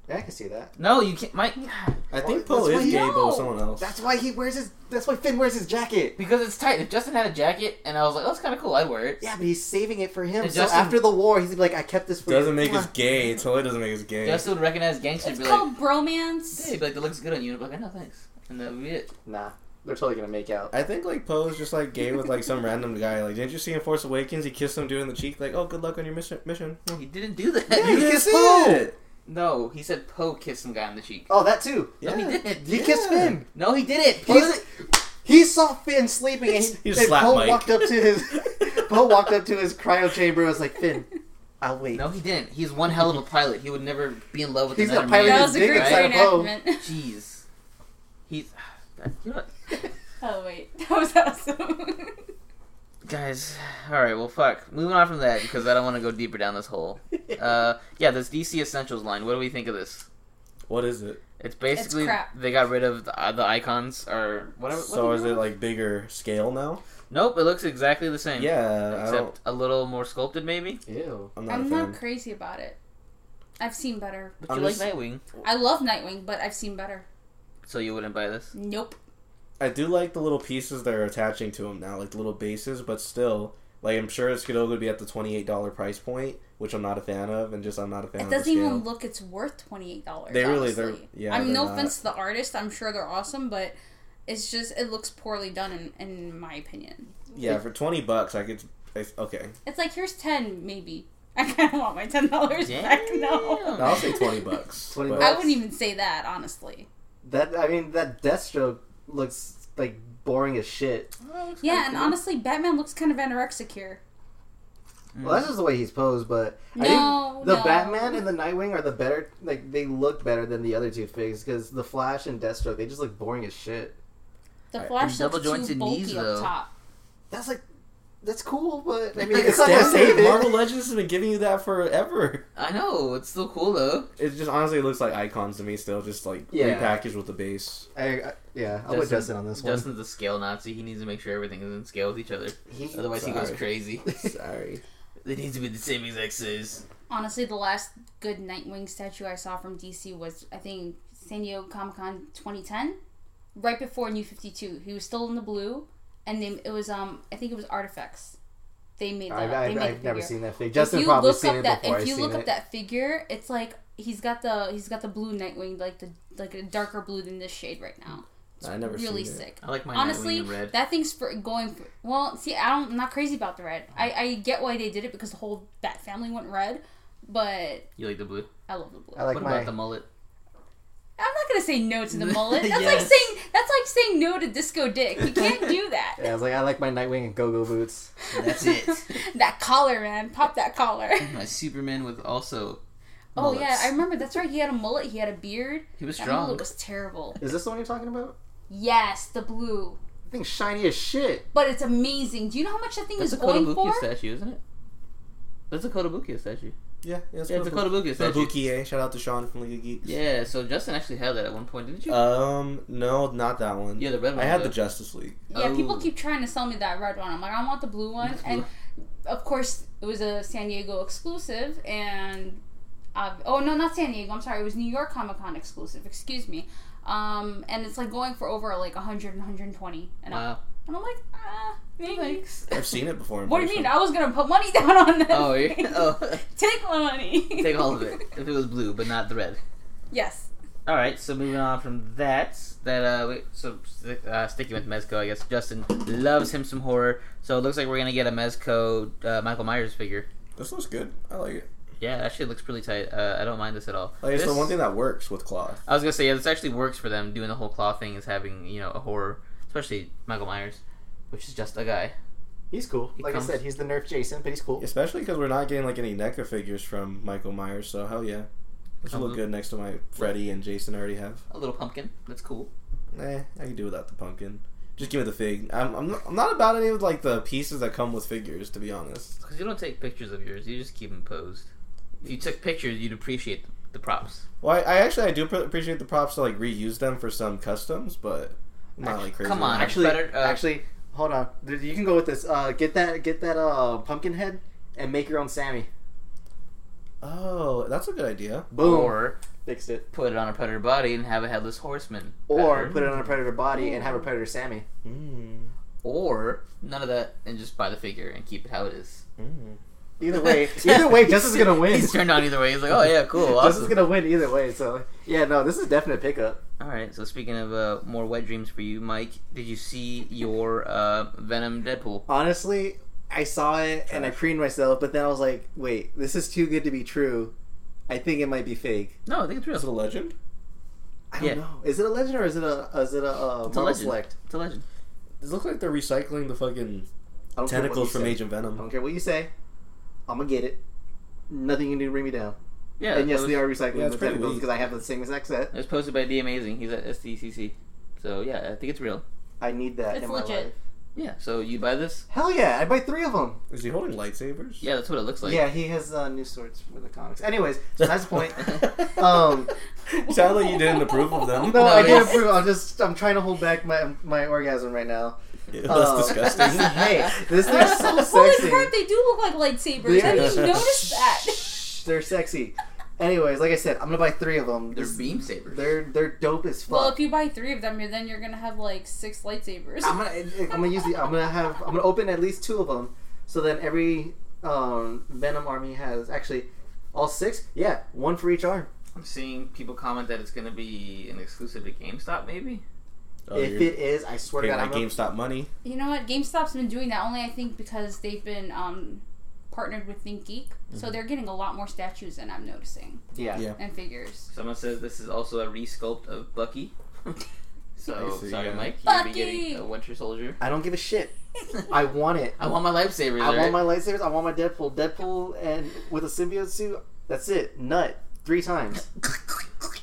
Speaker 1: Yeah, I can see that.
Speaker 3: No, you can't, Mike,
Speaker 4: I
Speaker 1: Well,
Speaker 4: think Poe
Speaker 1: that's
Speaker 4: is
Speaker 1: why-
Speaker 4: gay, but
Speaker 5: No!
Speaker 4: with someone else.
Speaker 1: That's why he wears his. That's why Finn wears his jacket.
Speaker 3: because it's tight. If Justin had a jacket, and I was like, oh, that's kind of cool, I'd wear it.
Speaker 1: Yeah, but he's saving it for him.
Speaker 3: And
Speaker 1: So
Speaker 3: Justin-
Speaker 1: after the war, he's gonna be like, I kept this for you.
Speaker 4: doesn't make
Speaker 1: Come
Speaker 4: us gay. Totally doesn't make us gay.
Speaker 3: Justin would recognize gangster and
Speaker 5: It's
Speaker 3: be like,
Speaker 5: called bromance.
Speaker 3: hey, he'd be like, that looks good on you. And I'd be like, no, thanks. And that would be it.
Speaker 1: on. Nah, they're totally gonna make out.
Speaker 4: I think like Poe's just like gay with like some random guy. Like, didn't you see in Force Awakens? He kissed some dude in the cheek. Like, oh, good luck on your mission. Mission.
Speaker 3: He didn't do that.
Speaker 1: Yeah, he
Speaker 4: didn't
Speaker 1: kissed
Speaker 4: see
Speaker 1: Poe!
Speaker 4: it!
Speaker 3: No, he said Poe kissed some guy on the cheek.
Speaker 1: Oh, that too.
Speaker 3: No, he didn't.
Speaker 1: He kissed
Speaker 4: Yeah.
Speaker 1: Finn.
Speaker 3: No, he didn't.
Speaker 1: He,
Speaker 3: Poe-
Speaker 1: he saw Finn sleeping, and,
Speaker 4: He
Speaker 1: he,
Speaker 4: just
Speaker 1: and
Speaker 4: slapped
Speaker 1: Poe
Speaker 4: Mike.
Speaker 1: walked up to his Poe walked up to his cryo chamber. and Was like, Finn, I'll wait.
Speaker 3: No, he didn't. He's one hell of a pilot. He would never be in love with
Speaker 1: He's
Speaker 3: another
Speaker 1: got pilot
Speaker 3: man.
Speaker 5: That
Speaker 1: his
Speaker 5: was a
Speaker 1: dick
Speaker 5: great
Speaker 1: inside of Poe.
Speaker 5: reenactment.
Speaker 3: Jeez. He's. You know what?
Speaker 5: Oh wait, that was awesome.
Speaker 3: Guys, alright, well, fuck. Moving on from that, because I don't want to go deeper down this hole. Uh, yeah, this DC Essentials line. What do we think of this?
Speaker 4: What is it?
Speaker 3: It's basically.
Speaker 5: crap.
Speaker 3: They got rid of the, uh, the icons, or whatever. what
Speaker 4: So
Speaker 3: do
Speaker 4: is
Speaker 3: you
Speaker 4: it
Speaker 3: call
Speaker 4: like bigger scale now?
Speaker 3: Nope, it looks exactly the same.
Speaker 4: Yeah, I don't.
Speaker 3: Except a little more sculpted, maybe?
Speaker 1: Ew.
Speaker 4: I'm not a
Speaker 5: I'm
Speaker 4: fan.
Speaker 5: not crazy about it. I've seen better.
Speaker 3: But
Speaker 4: I'm
Speaker 3: you like
Speaker 4: just-
Speaker 3: Nightwing,
Speaker 5: I love Nightwing, but I've seen better.
Speaker 3: so you wouldn't buy this?
Speaker 5: Nope.
Speaker 4: I do like the little pieces that are attaching to him now, like the little bases, but still, like I'm sure it's going to be at the twenty eight dollar price point, which I'm not a fan of, and just I'm not a fan.
Speaker 5: It
Speaker 4: of
Speaker 5: doesn't
Speaker 4: the scale.
Speaker 5: even look it's worth twenty eight dollars.
Speaker 4: They really-
Speaker 5: honestly.
Speaker 4: they're- yeah,
Speaker 5: I mean,
Speaker 4: they're
Speaker 5: no
Speaker 4: not.
Speaker 5: offense to the artist. I'm sure they're awesome, but it's just it looks poorly done in, in my opinion.
Speaker 4: Yeah, for twenty bucks, I could. I, okay,
Speaker 5: It's like here's ten maybe. I kind of want my ten dollars back. No,
Speaker 3: Damn.
Speaker 4: I'll say twenty bucks.
Speaker 2: 20
Speaker 4: but-
Speaker 5: I wouldn't even say that honestly.
Speaker 2: That I mean, that Deathstroke looks like boring as shit.
Speaker 5: Yeah, and honestly, Batman looks kind of anorexic here.
Speaker 2: Well,
Speaker 3: Mm.
Speaker 2: that's just the way he's posed, but I
Speaker 5: No,
Speaker 2: think the
Speaker 5: Oh, no.
Speaker 2: Batman and the Nightwing are the better. Like they look better than the other two figs because the Flash and Deathstroke they just look boring as shit.
Speaker 5: The
Speaker 4: Alright,
Speaker 5: Flash
Speaker 3: double
Speaker 5: looks too
Speaker 3: jointed
Speaker 5: bulky
Speaker 3: knees,
Speaker 5: up
Speaker 3: though.
Speaker 5: top.
Speaker 2: That's like that's cool, but I mean,
Speaker 3: Like,
Speaker 2: it's not gonna
Speaker 4: Damn
Speaker 2: save
Speaker 4: it,
Speaker 2: it.
Speaker 4: Marvel Legends has been giving you that forever.
Speaker 3: I know, it's still cool though.
Speaker 4: It just honestly looks like icons to me still, just like
Speaker 2: Yeah.
Speaker 4: repackaged with the base.
Speaker 2: I, I, yeah, I'll put Justin on this one.
Speaker 3: Justin's a scale Nazi. He needs to make sure everything is in scale with each other.
Speaker 2: He-
Speaker 3: Otherwise, he goes
Speaker 4: Sorry.
Speaker 3: crazy.
Speaker 4: Sorry.
Speaker 3: They need to be the same exact size.
Speaker 5: Honestly, the last good Nightwing statue I saw from DC was, I think, San Diego Comic Con 2010, right before New 52. He was still in the blue, and they, it was, um, I think it was Artifacts. They made that.
Speaker 2: I've,
Speaker 5: up. They
Speaker 2: I've,
Speaker 5: made
Speaker 2: I've
Speaker 5: the
Speaker 2: never
Speaker 5: figure.
Speaker 2: seen that fig.
Speaker 5: If
Speaker 2: Justin
Speaker 5: you
Speaker 2: probably
Speaker 5: look
Speaker 2: seen
Speaker 5: up
Speaker 2: it
Speaker 5: that,
Speaker 2: before
Speaker 5: if
Speaker 2: I've
Speaker 5: you
Speaker 2: seen
Speaker 5: look
Speaker 2: it.
Speaker 5: up that figure, it's like he's got the he's got the blue Nightwing, like the like a darker blue than this shade right now.
Speaker 4: I never
Speaker 5: really
Speaker 4: seen it.
Speaker 5: sick.
Speaker 3: I like my
Speaker 5: Honestly,
Speaker 3: Nightwing in red.
Speaker 5: that thing's for going. For, well, see, I don't, I'm not crazy about the red. I, I get why they did it because the whole Bat family went red, but
Speaker 3: you like the blue?
Speaker 5: I love the blue.
Speaker 2: I like
Speaker 3: what
Speaker 2: my.
Speaker 3: about the mullet?
Speaker 5: I'm not gonna say no to the mullet. That's like
Speaker 3: Yes.
Speaker 5: saying that's like saying no to disco dick. You can't do that.
Speaker 2: yeah, I was like, I like my Nightwing and go-go boots.
Speaker 3: That's it.
Speaker 5: that collar, man. Pop that collar.
Speaker 3: my Superman with also.
Speaker 5: Oh yeah,
Speaker 3: mullets.
Speaker 5: I remember. That's right. He had a mullet. He had a beard.
Speaker 3: He was
Speaker 5: That
Speaker 3: strong.
Speaker 5: mullet was terrible.
Speaker 2: Is this the one you're talking about?
Speaker 5: Yes, the blue.
Speaker 2: I think shiny as shit.
Speaker 5: But it's amazing. Do you know how much that thing
Speaker 3: That's a
Speaker 5: is going
Speaker 3: Kotobukiya
Speaker 5: for?
Speaker 3: statue, isn't it? That's a Kotobukiya statue.
Speaker 4: Yeah, yeah,
Speaker 3: Yeah, it's a Kotobukiya statue.
Speaker 4: Kotobukiya. Shout out to Sean from League of Geeks.
Speaker 3: Yeah, so Justin actually had that at one point,
Speaker 5: Uh,
Speaker 3: didn't you?
Speaker 4: Um, no, not that one.
Speaker 3: Yeah, the red
Speaker 4: I
Speaker 3: one,
Speaker 4: had
Speaker 3: though.
Speaker 4: the Justice League.
Speaker 5: Yeah, people
Speaker 3: Oh.
Speaker 5: keep trying to sell me that red one. I'm like, I want the blue one. And of course, it was a San Diego exclusive, and uh, oh no, not San Diego. I'm sorry, it was New York Comic Con exclusive. Excuse me. Um, and it's like going for over like 100 and 120, and, I,
Speaker 3: wow.
Speaker 5: and I'm like, ah, maybe.
Speaker 4: I've seen it before. in
Speaker 5: What do you
Speaker 4: person.
Speaker 5: mean? I was gonna put money down on that.
Speaker 3: Oh, yeah.
Speaker 5: thing.
Speaker 3: oh,
Speaker 5: Take my money.
Speaker 3: take all of it. If it was blue, but not the red.
Speaker 5: yes.
Speaker 3: All right, so moving on from that, that uh, we- so uh, sticking with Mezco, I guess Justin loves him some horror, so it looks like we're gonna get a Mezco uh, Michael Myers figure.
Speaker 4: This looks good. I like it.
Speaker 3: Yeah, that shit looks pretty tight. Uh, I don't mind this at all.
Speaker 4: Like, it's
Speaker 3: This-
Speaker 4: the one thing that works with cloth.
Speaker 3: I was gonna say, yeah, this actually works for them doing the whole claw thing is having you know a horror, especially Michael Myers, which is just a guy.
Speaker 2: He's cool.
Speaker 3: He
Speaker 2: like
Speaker 3: comes-
Speaker 2: I said, he's the Nerf Jason, but he's cool.
Speaker 4: Especially because we're not getting like any NECA figures from Michael Myers, so hell yeah. This will look
Speaker 3: Mhm.
Speaker 4: good next to my Freddy and Jason I already have.
Speaker 3: A little pumpkin. That's cool.
Speaker 4: Eh, I can do without the pumpkin. Just give me the fig. I'm, I'm, not, I'm not about any of like the pieces that come with figures, to be honest.
Speaker 3: Because you don't take pictures of yours, you just keep them posed. If you took pictures, you'd appreciate the props.
Speaker 4: Well, I, I actually I do pr- appreciate the props to like reuse them for some customs, but I'm not like crazy.
Speaker 3: Come
Speaker 4: about
Speaker 3: on,
Speaker 4: it.
Speaker 1: Actually,
Speaker 3: better, uh,
Speaker 1: actually, hold on. Dude, You can go with this. Uh, get that, get that uh, pumpkin head, and make your own Sammy.
Speaker 4: Oh, that's a good idea.
Speaker 1: Boom.
Speaker 3: Or
Speaker 2: fixed it.
Speaker 3: Put it on a predator body and have a headless horseman.
Speaker 2: Or
Speaker 3: Better.
Speaker 2: put it on a predator body and have a predator Sammy.
Speaker 4: Mm,
Speaker 3: or none of that and just buy the figure and keep it how it is.
Speaker 4: mm.
Speaker 2: Either way, either way, Justice is gonna win.
Speaker 3: He's turned on either way. He's like, oh yeah, cool,
Speaker 2: Justice
Speaker 3: awesome.
Speaker 2: is gonna win either way. So yeah, no, this is definite pickup.
Speaker 3: All right. So speaking of uh, more wet dreams for you, Mike, did you see your uh, Venom Deadpool?
Speaker 2: Honestly, I saw it and I preened myself, but then I was like, wait, this is too good to be true. I think it might be fake.
Speaker 3: No, I think it's real.
Speaker 4: Is it a legend?
Speaker 2: I don't
Speaker 3: Yeah.
Speaker 2: know. Is it a legend or is it a is it a uh,
Speaker 3: It's a
Speaker 2: Marvel
Speaker 3: legend.
Speaker 2: Select?
Speaker 3: It's a legend.
Speaker 4: Does it look like they're recycling the fucking
Speaker 2: I don't care what
Speaker 4: tentacles
Speaker 2: you
Speaker 4: from
Speaker 2: say.
Speaker 4: Agent
Speaker 2: I
Speaker 4: Venom?
Speaker 2: don't care what you say. I'm gonna get it. Nothing you can do to bring me down.
Speaker 3: Yeah.
Speaker 2: and yes,
Speaker 3: it was,
Speaker 2: they are recycling
Speaker 4: yeah, it's
Speaker 2: the
Speaker 4: pretty
Speaker 2: tentacles
Speaker 4: weak.
Speaker 2: because I have the same exact set.
Speaker 3: It was posted by D Amazing. He's at SDCC. So yeah, I think it's real.
Speaker 2: I need that
Speaker 5: It's
Speaker 2: in my
Speaker 5: legit.
Speaker 2: life.
Speaker 3: Yeah. So you buy this?
Speaker 2: Hell yeah! I buy three of them.
Speaker 4: Is he holding lightsabers?
Speaker 3: Yeah, that's what it looks like.
Speaker 2: yeah, he has uh, new swords for the comics. Anyways, that's the point. Um,
Speaker 4: um, sounds like you didn't approve of them.
Speaker 2: No,
Speaker 3: No,
Speaker 2: I did
Speaker 3: it's-
Speaker 2: approve. I'm just I'm trying to hold back my my orgasm right now.
Speaker 4: Yeah,
Speaker 2: Oh.
Speaker 4: that's disgusting. Oh,
Speaker 2: hey, this thing's so
Speaker 5: Holy
Speaker 2: sexy.
Speaker 5: crap, they do look like lightsabers.
Speaker 2: They
Speaker 5: I didn't
Speaker 2: are-
Speaker 5: even notice that.
Speaker 2: Shh, They're sexy. Anyways, like I said, I'm gonna buy three of them.
Speaker 3: They're
Speaker 2: This-
Speaker 3: beam sabers.
Speaker 2: They're they're dope as fuck.
Speaker 5: Well, if you buy three of them, you're, then you're gonna have like six lightsabers.
Speaker 2: I'm gonna I'm gonna use the I'm gonna have I'm gonna open at least two of them, so then every um, Venom army has actually all six. Yeah, one for each arm.
Speaker 3: I'm seeing people comment that it's going to be an exclusive to GameStop, maybe.
Speaker 4: Oh,
Speaker 2: if
Speaker 4: you're
Speaker 2: it is, I swear to
Speaker 4: paying
Speaker 2: God, I'm
Speaker 4: my
Speaker 2: gonna,
Speaker 4: GameStop money.
Speaker 5: You know what? GameStop's been doing that only I think because they've been um, partnered with Think Geek,
Speaker 2: Mm-hmm.
Speaker 5: so they're getting a lot more statues than I'm noticing
Speaker 2: yeah.
Speaker 4: Yeah.
Speaker 5: and figures.
Speaker 3: Someone says this is also a resculpt of Bucky. so
Speaker 4: I see,
Speaker 3: sorry,
Speaker 4: yeah.
Speaker 3: Mike, you'll be
Speaker 5: Bucky!
Speaker 3: getting a Winter Soldier.
Speaker 2: I don't give a shit. I want it.
Speaker 3: I want my lightsabers.
Speaker 2: I
Speaker 3: right?
Speaker 2: want my lightsabers. I want my Deadpool. Deadpool and with a symbiote suit. That's it. Nut three times.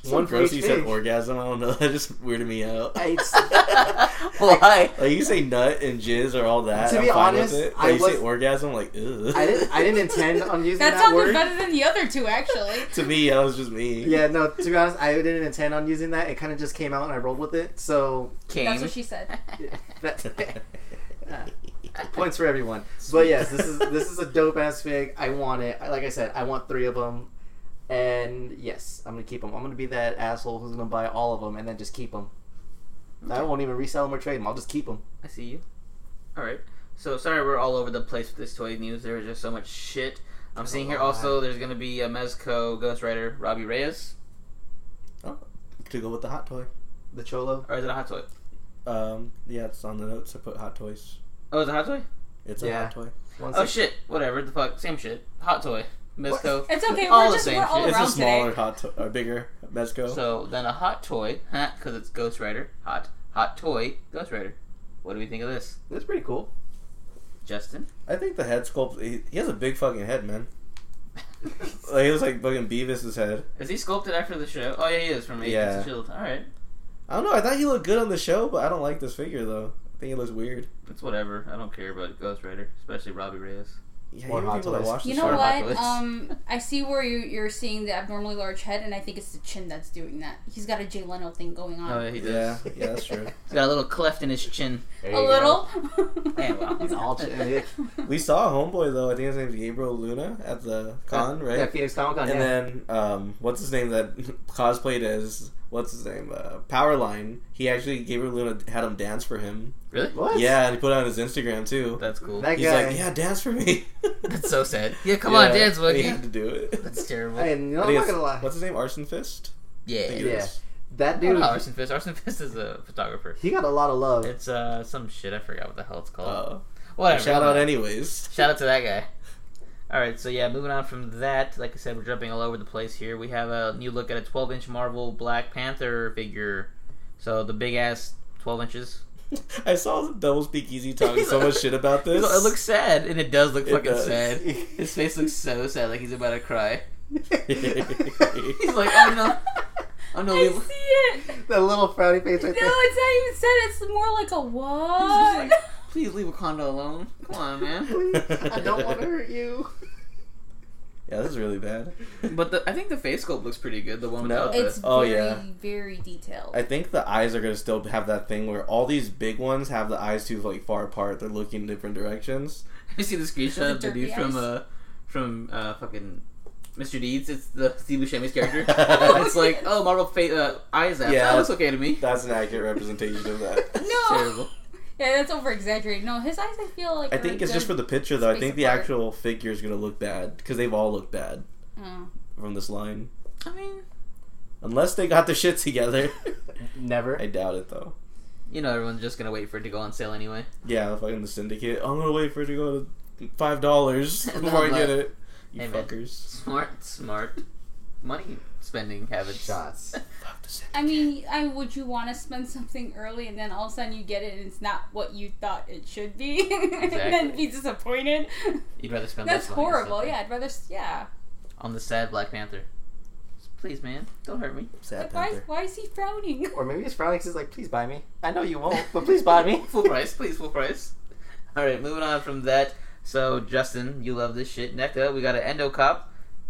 Speaker 2: One
Speaker 4: One
Speaker 2: for each
Speaker 4: gross. You said
Speaker 2: pig.
Speaker 4: orgasm. I don't know. That just weirded me out.
Speaker 2: I- it's-
Speaker 3: Why?
Speaker 4: Like you say nut and jizz or all that.
Speaker 2: To
Speaker 4: I'm
Speaker 2: be
Speaker 4: fine
Speaker 2: honest,
Speaker 4: with it. But
Speaker 2: I
Speaker 4: you say
Speaker 2: was-
Speaker 4: orgasm. Like ugh.
Speaker 2: I didn't. I didn't intend on using
Speaker 5: That
Speaker 2: that,
Speaker 5: sounded
Speaker 2: word.
Speaker 5: better than the other two, actually.
Speaker 4: to me, that was just me.
Speaker 2: Yeah, no. To be honest, I didn't intend on using that. It kind of just came out, and I rolled with it. So
Speaker 3: Came.
Speaker 5: That's what she said.
Speaker 2: that, points for everyone. But yes, this is this is a dope ass fig. I want it. I- Like I said, I want three of them. And yes, I'm gonna keep them. I'm gonna be that asshole who's gonna buy all of them and then just keep them. I won't even resell them or trade them. I'll just keep them.
Speaker 3: I see you. All right. So sorry, we're all over the place with this toy news. There is just so much shit. I'm seeing here also. There's gonna be a Mezco Ghost Rider, Robbie Reyes,
Speaker 4: To go with the hot toy.
Speaker 2: The cholo.
Speaker 3: or is it a hot toy?
Speaker 4: Um. Yeah, it's on the notes. I put hot toys.
Speaker 3: Oh, is it a hot toy?
Speaker 4: It's
Speaker 2: Yeah.
Speaker 4: a hot toy.
Speaker 2: One
Speaker 3: Oh
Speaker 2: sec-
Speaker 3: shit. Whatever the fuck. Same shit. Hot toy. Mezco.
Speaker 5: It's okay.
Speaker 3: All
Speaker 5: we're
Speaker 3: the
Speaker 5: just
Speaker 3: same
Speaker 5: we're all
Speaker 3: shit.
Speaker 4: It's
Speaker 5: around
Speaker 4: a smaller
Speaker 5: today.
Speaker 4: hot toy, or bigger Mezco.
Speaker 3: So then a hot toy, because it's Ghost Rider. Hot. Hot toy. Ghost Rider. What do we think of this,
Speaker 2: That's pretty cool.
Speaker 3: Justin?
Speaker 4: I think the head sculpt. He, he has a big fucking head, man. Like, he looks like fucking Beavis's head.
Speaker 3: is he sculpted after the show? Oh yeah, he is from Agents
Speaker 4: Yeah.
Speaker 3: of Shield. All right.
Speaker 4: I don't know. I thought he looked good on the show, but I don't like this figure though. I think he looks weird.
Speaker 3: It's whatever. I don't care about Ghost Rider, especially Robbie Reyes.
Speaker 4: Yeah,
Speaker 2: Or
Speaker 4: even
Speaker 2: hot
Speaker 4: people that
Speaker 2: toys.
Speaker 4: watch the
Speaker 5: You
Speaker 4: show.
Speaker 5: know
Speaker 3: Sorry,
Speaker 5: what?
Speaker 3: Apocalypse.
Speaker 5: Um, I see where you, you're seeing the abnormally large head, and I think it's the chin that's doing that. He's got a Jay Leno thing going on.
Speaker 3: Oh yeah, he does.
Speaker 4: Yeah, yeah, that's true.
Speaker 3: He's got a little cleft in his chin.
Speaker 5: a little.
Speaker 3: Yeah, well,
Speaker 2: He's all chick.
Speaker 4: We saw a homeboy though. I think his name's Gabriel Luna at the con, right?
Speaker 2: Yeah, Phoenix Comic Con.
Speaker 4: and
Speaker 2: Yeah.
Speaker 4: then um, what's his name that cosplayed as what's his name uh, Powerline? He actually Gabriel Luna had him dance for him.
Speaker 3: Really?
Speaker 2: what?
Speaker 4: Yeah, and he put it on his Instagram too.
Speaker 3: That's cool.
Speaker 2: That
Speaker 4: He's
Speaker 2: guy.
Speaker 4: like, yeah, dance for me.
Speaker 3: That's so sad. Yeah, come
Speaker 4: Yeah,
Speaker 3: on, dance,
Speaker 4: and He
Speaker 3: Wookie.
Speaker 4: had to do it.
Speaker 3: That's terrible.
Speaker 2: And you know,
Speaker 4: I
Speaker 2: I'm
Speaker 4: think
Speaker 2: not
Speaker 4: it's-
Speaker 2: gonna lie.
Speaker 4: What's his name? Arson Fist. I think
Speaker 3: yeah.
Speaker 4: it
Speaker 2: Yeah.
Speaker 4: is.
Speaker 2: That
Speaker 3: Dude.
Speaker 2: dude.
Speaker 3: Arson Fist. Arson Fist is a photographer.
Speaker 2: He got a lot of love.
Speaker 3: It's uh some shit. I forgot what the hell it's called.
Speaker 4: Uh,
Speaker 3: Whatever.
Speaker 4: shout out, anyways.
Speaker 3: Shout out to that guy. All right, so yeah, moving on from that. Like I said, we're jumping all over the place here. We have a new look at a 12-inch Marvel Black Panther figure. So the big ass 12 inches.
Speaker 4: I saw the Devil's Speakeasy talking so much shit about
Speaker 3: It
Speaker 4: this.
Speaker 3: looks sad, and it does look
Speaker 4: It
Speaker 3: fucking
Speaker 4: does.
Speaker 3: sad. His face looks so sad, like he's about to cry. He's
Speaker 2: that
Speaker 3: like, oh no, oh no,
Speaker 5: I
Speaker 3: leave.
Speaker 5: see it.
Speaker 2: little frowny face right
Speaker 5: No, it's not even said. It's more like a
Speaker 3: He's
Speaker 5: what?
Speaker 3: just please leave Wakanda alone. Come on, man.
Speaker 2: there. I don't want to hurt you.
Speaker 4: Yeah, this is really bad.
Speaker 3: But the, I think the face sculpt looks pretty good. The one
Speaker 4: No.
Speaker 3: without
Speaker 5: It's
Speaker 3: the
Speaker 4: Oh,
Speaker 5: very,
Speaker 4: yeah.
Speaker 5: very detailed.
Speaker 4: I think the eyes are gonna still have that thing where all these big ones have the eyes too like far apart. They're looking in different directions.
Speaker 3: you see the screenshot of the
Speaker 5: Derpy
Speaker 3: dude from
Speaker 5: eyes.
Speaker 3: uh from uh fucking Mr. Deeds. It's the Steve Buscemi's character. it's like, oh, Marvel fa- uh, eyes out.
Speaker 4: Yeah.
Speaker 3: That looks okay to me.
Speaker 4: That's an accurate representation of that.
Speaker 5: No.
Speaker 3: Terrible.
Speaker 5: Yeah, that's over exaggerated. No, his eyes I feel like
Speaker 4: I
Speaker 5: are
Speaker 4: think it's
Speaker 5: good.
Speaker 4: just for the picture, though. I
Speaker 5: Space
Speaker 4: think the
Speaker 5: apart.
Speaker 4: actual figure is going to look bad because they've all looked bad
Speaker 5: Oh.
Speaker 4: from this line.
Speaker 3: I mean,
Speaker 4: Unless they got their shit together.
Speaker 2: Never.
Speaker 4: I doubt it, though.
Speaker 3: you know, everyone's just gonna wait for it to go on sale anyway.
Speaker 4: Yeah, fucking the syndicate. I'm going to wait for it to go to $5
Speaker 3: And
Speaker 4: before I
Speaker 3: I'm
Speaker 4: get
Speaker 3: like,
Speaker 4: it. You
Speaker 3: "Hey, man."
Speaker 4: fuckers.
Speaker 3: Smart, smart money spending habits.
Speaker 2: Shots.
Speaker 4: Fuck the syndicate.
Speaker 5: I mean, I would you want to spend something early and then all of a sudden you get it and it's not what you thought it should be, and then
Speaker 3: Exactly.
Speaker 5: be disappointed?
Speaker 3: You'd rather spend
Speaker 5: That's
Speaker 3: less money on
Speaker 5: horrible.
Speaker 3: something.
Speaker 5: Yeah, I'd rather s- yeah.
Speaker 3: On the sad Black Panther. Please, man, don't hurt me.
Speaker 4: Sad
Speaker 5: Like, why,
Speaker 4: Panther.
Speaker 5: why is he frowning?
Speaker 1: Or maybe it's probably 'cause he's like, please buy me. I know you won't, Oh, but please buy me.
Speaker 3: full price, please, full price. All right, moving on from that. So, Justin, you love this shit. Next up, we got an EndoCop,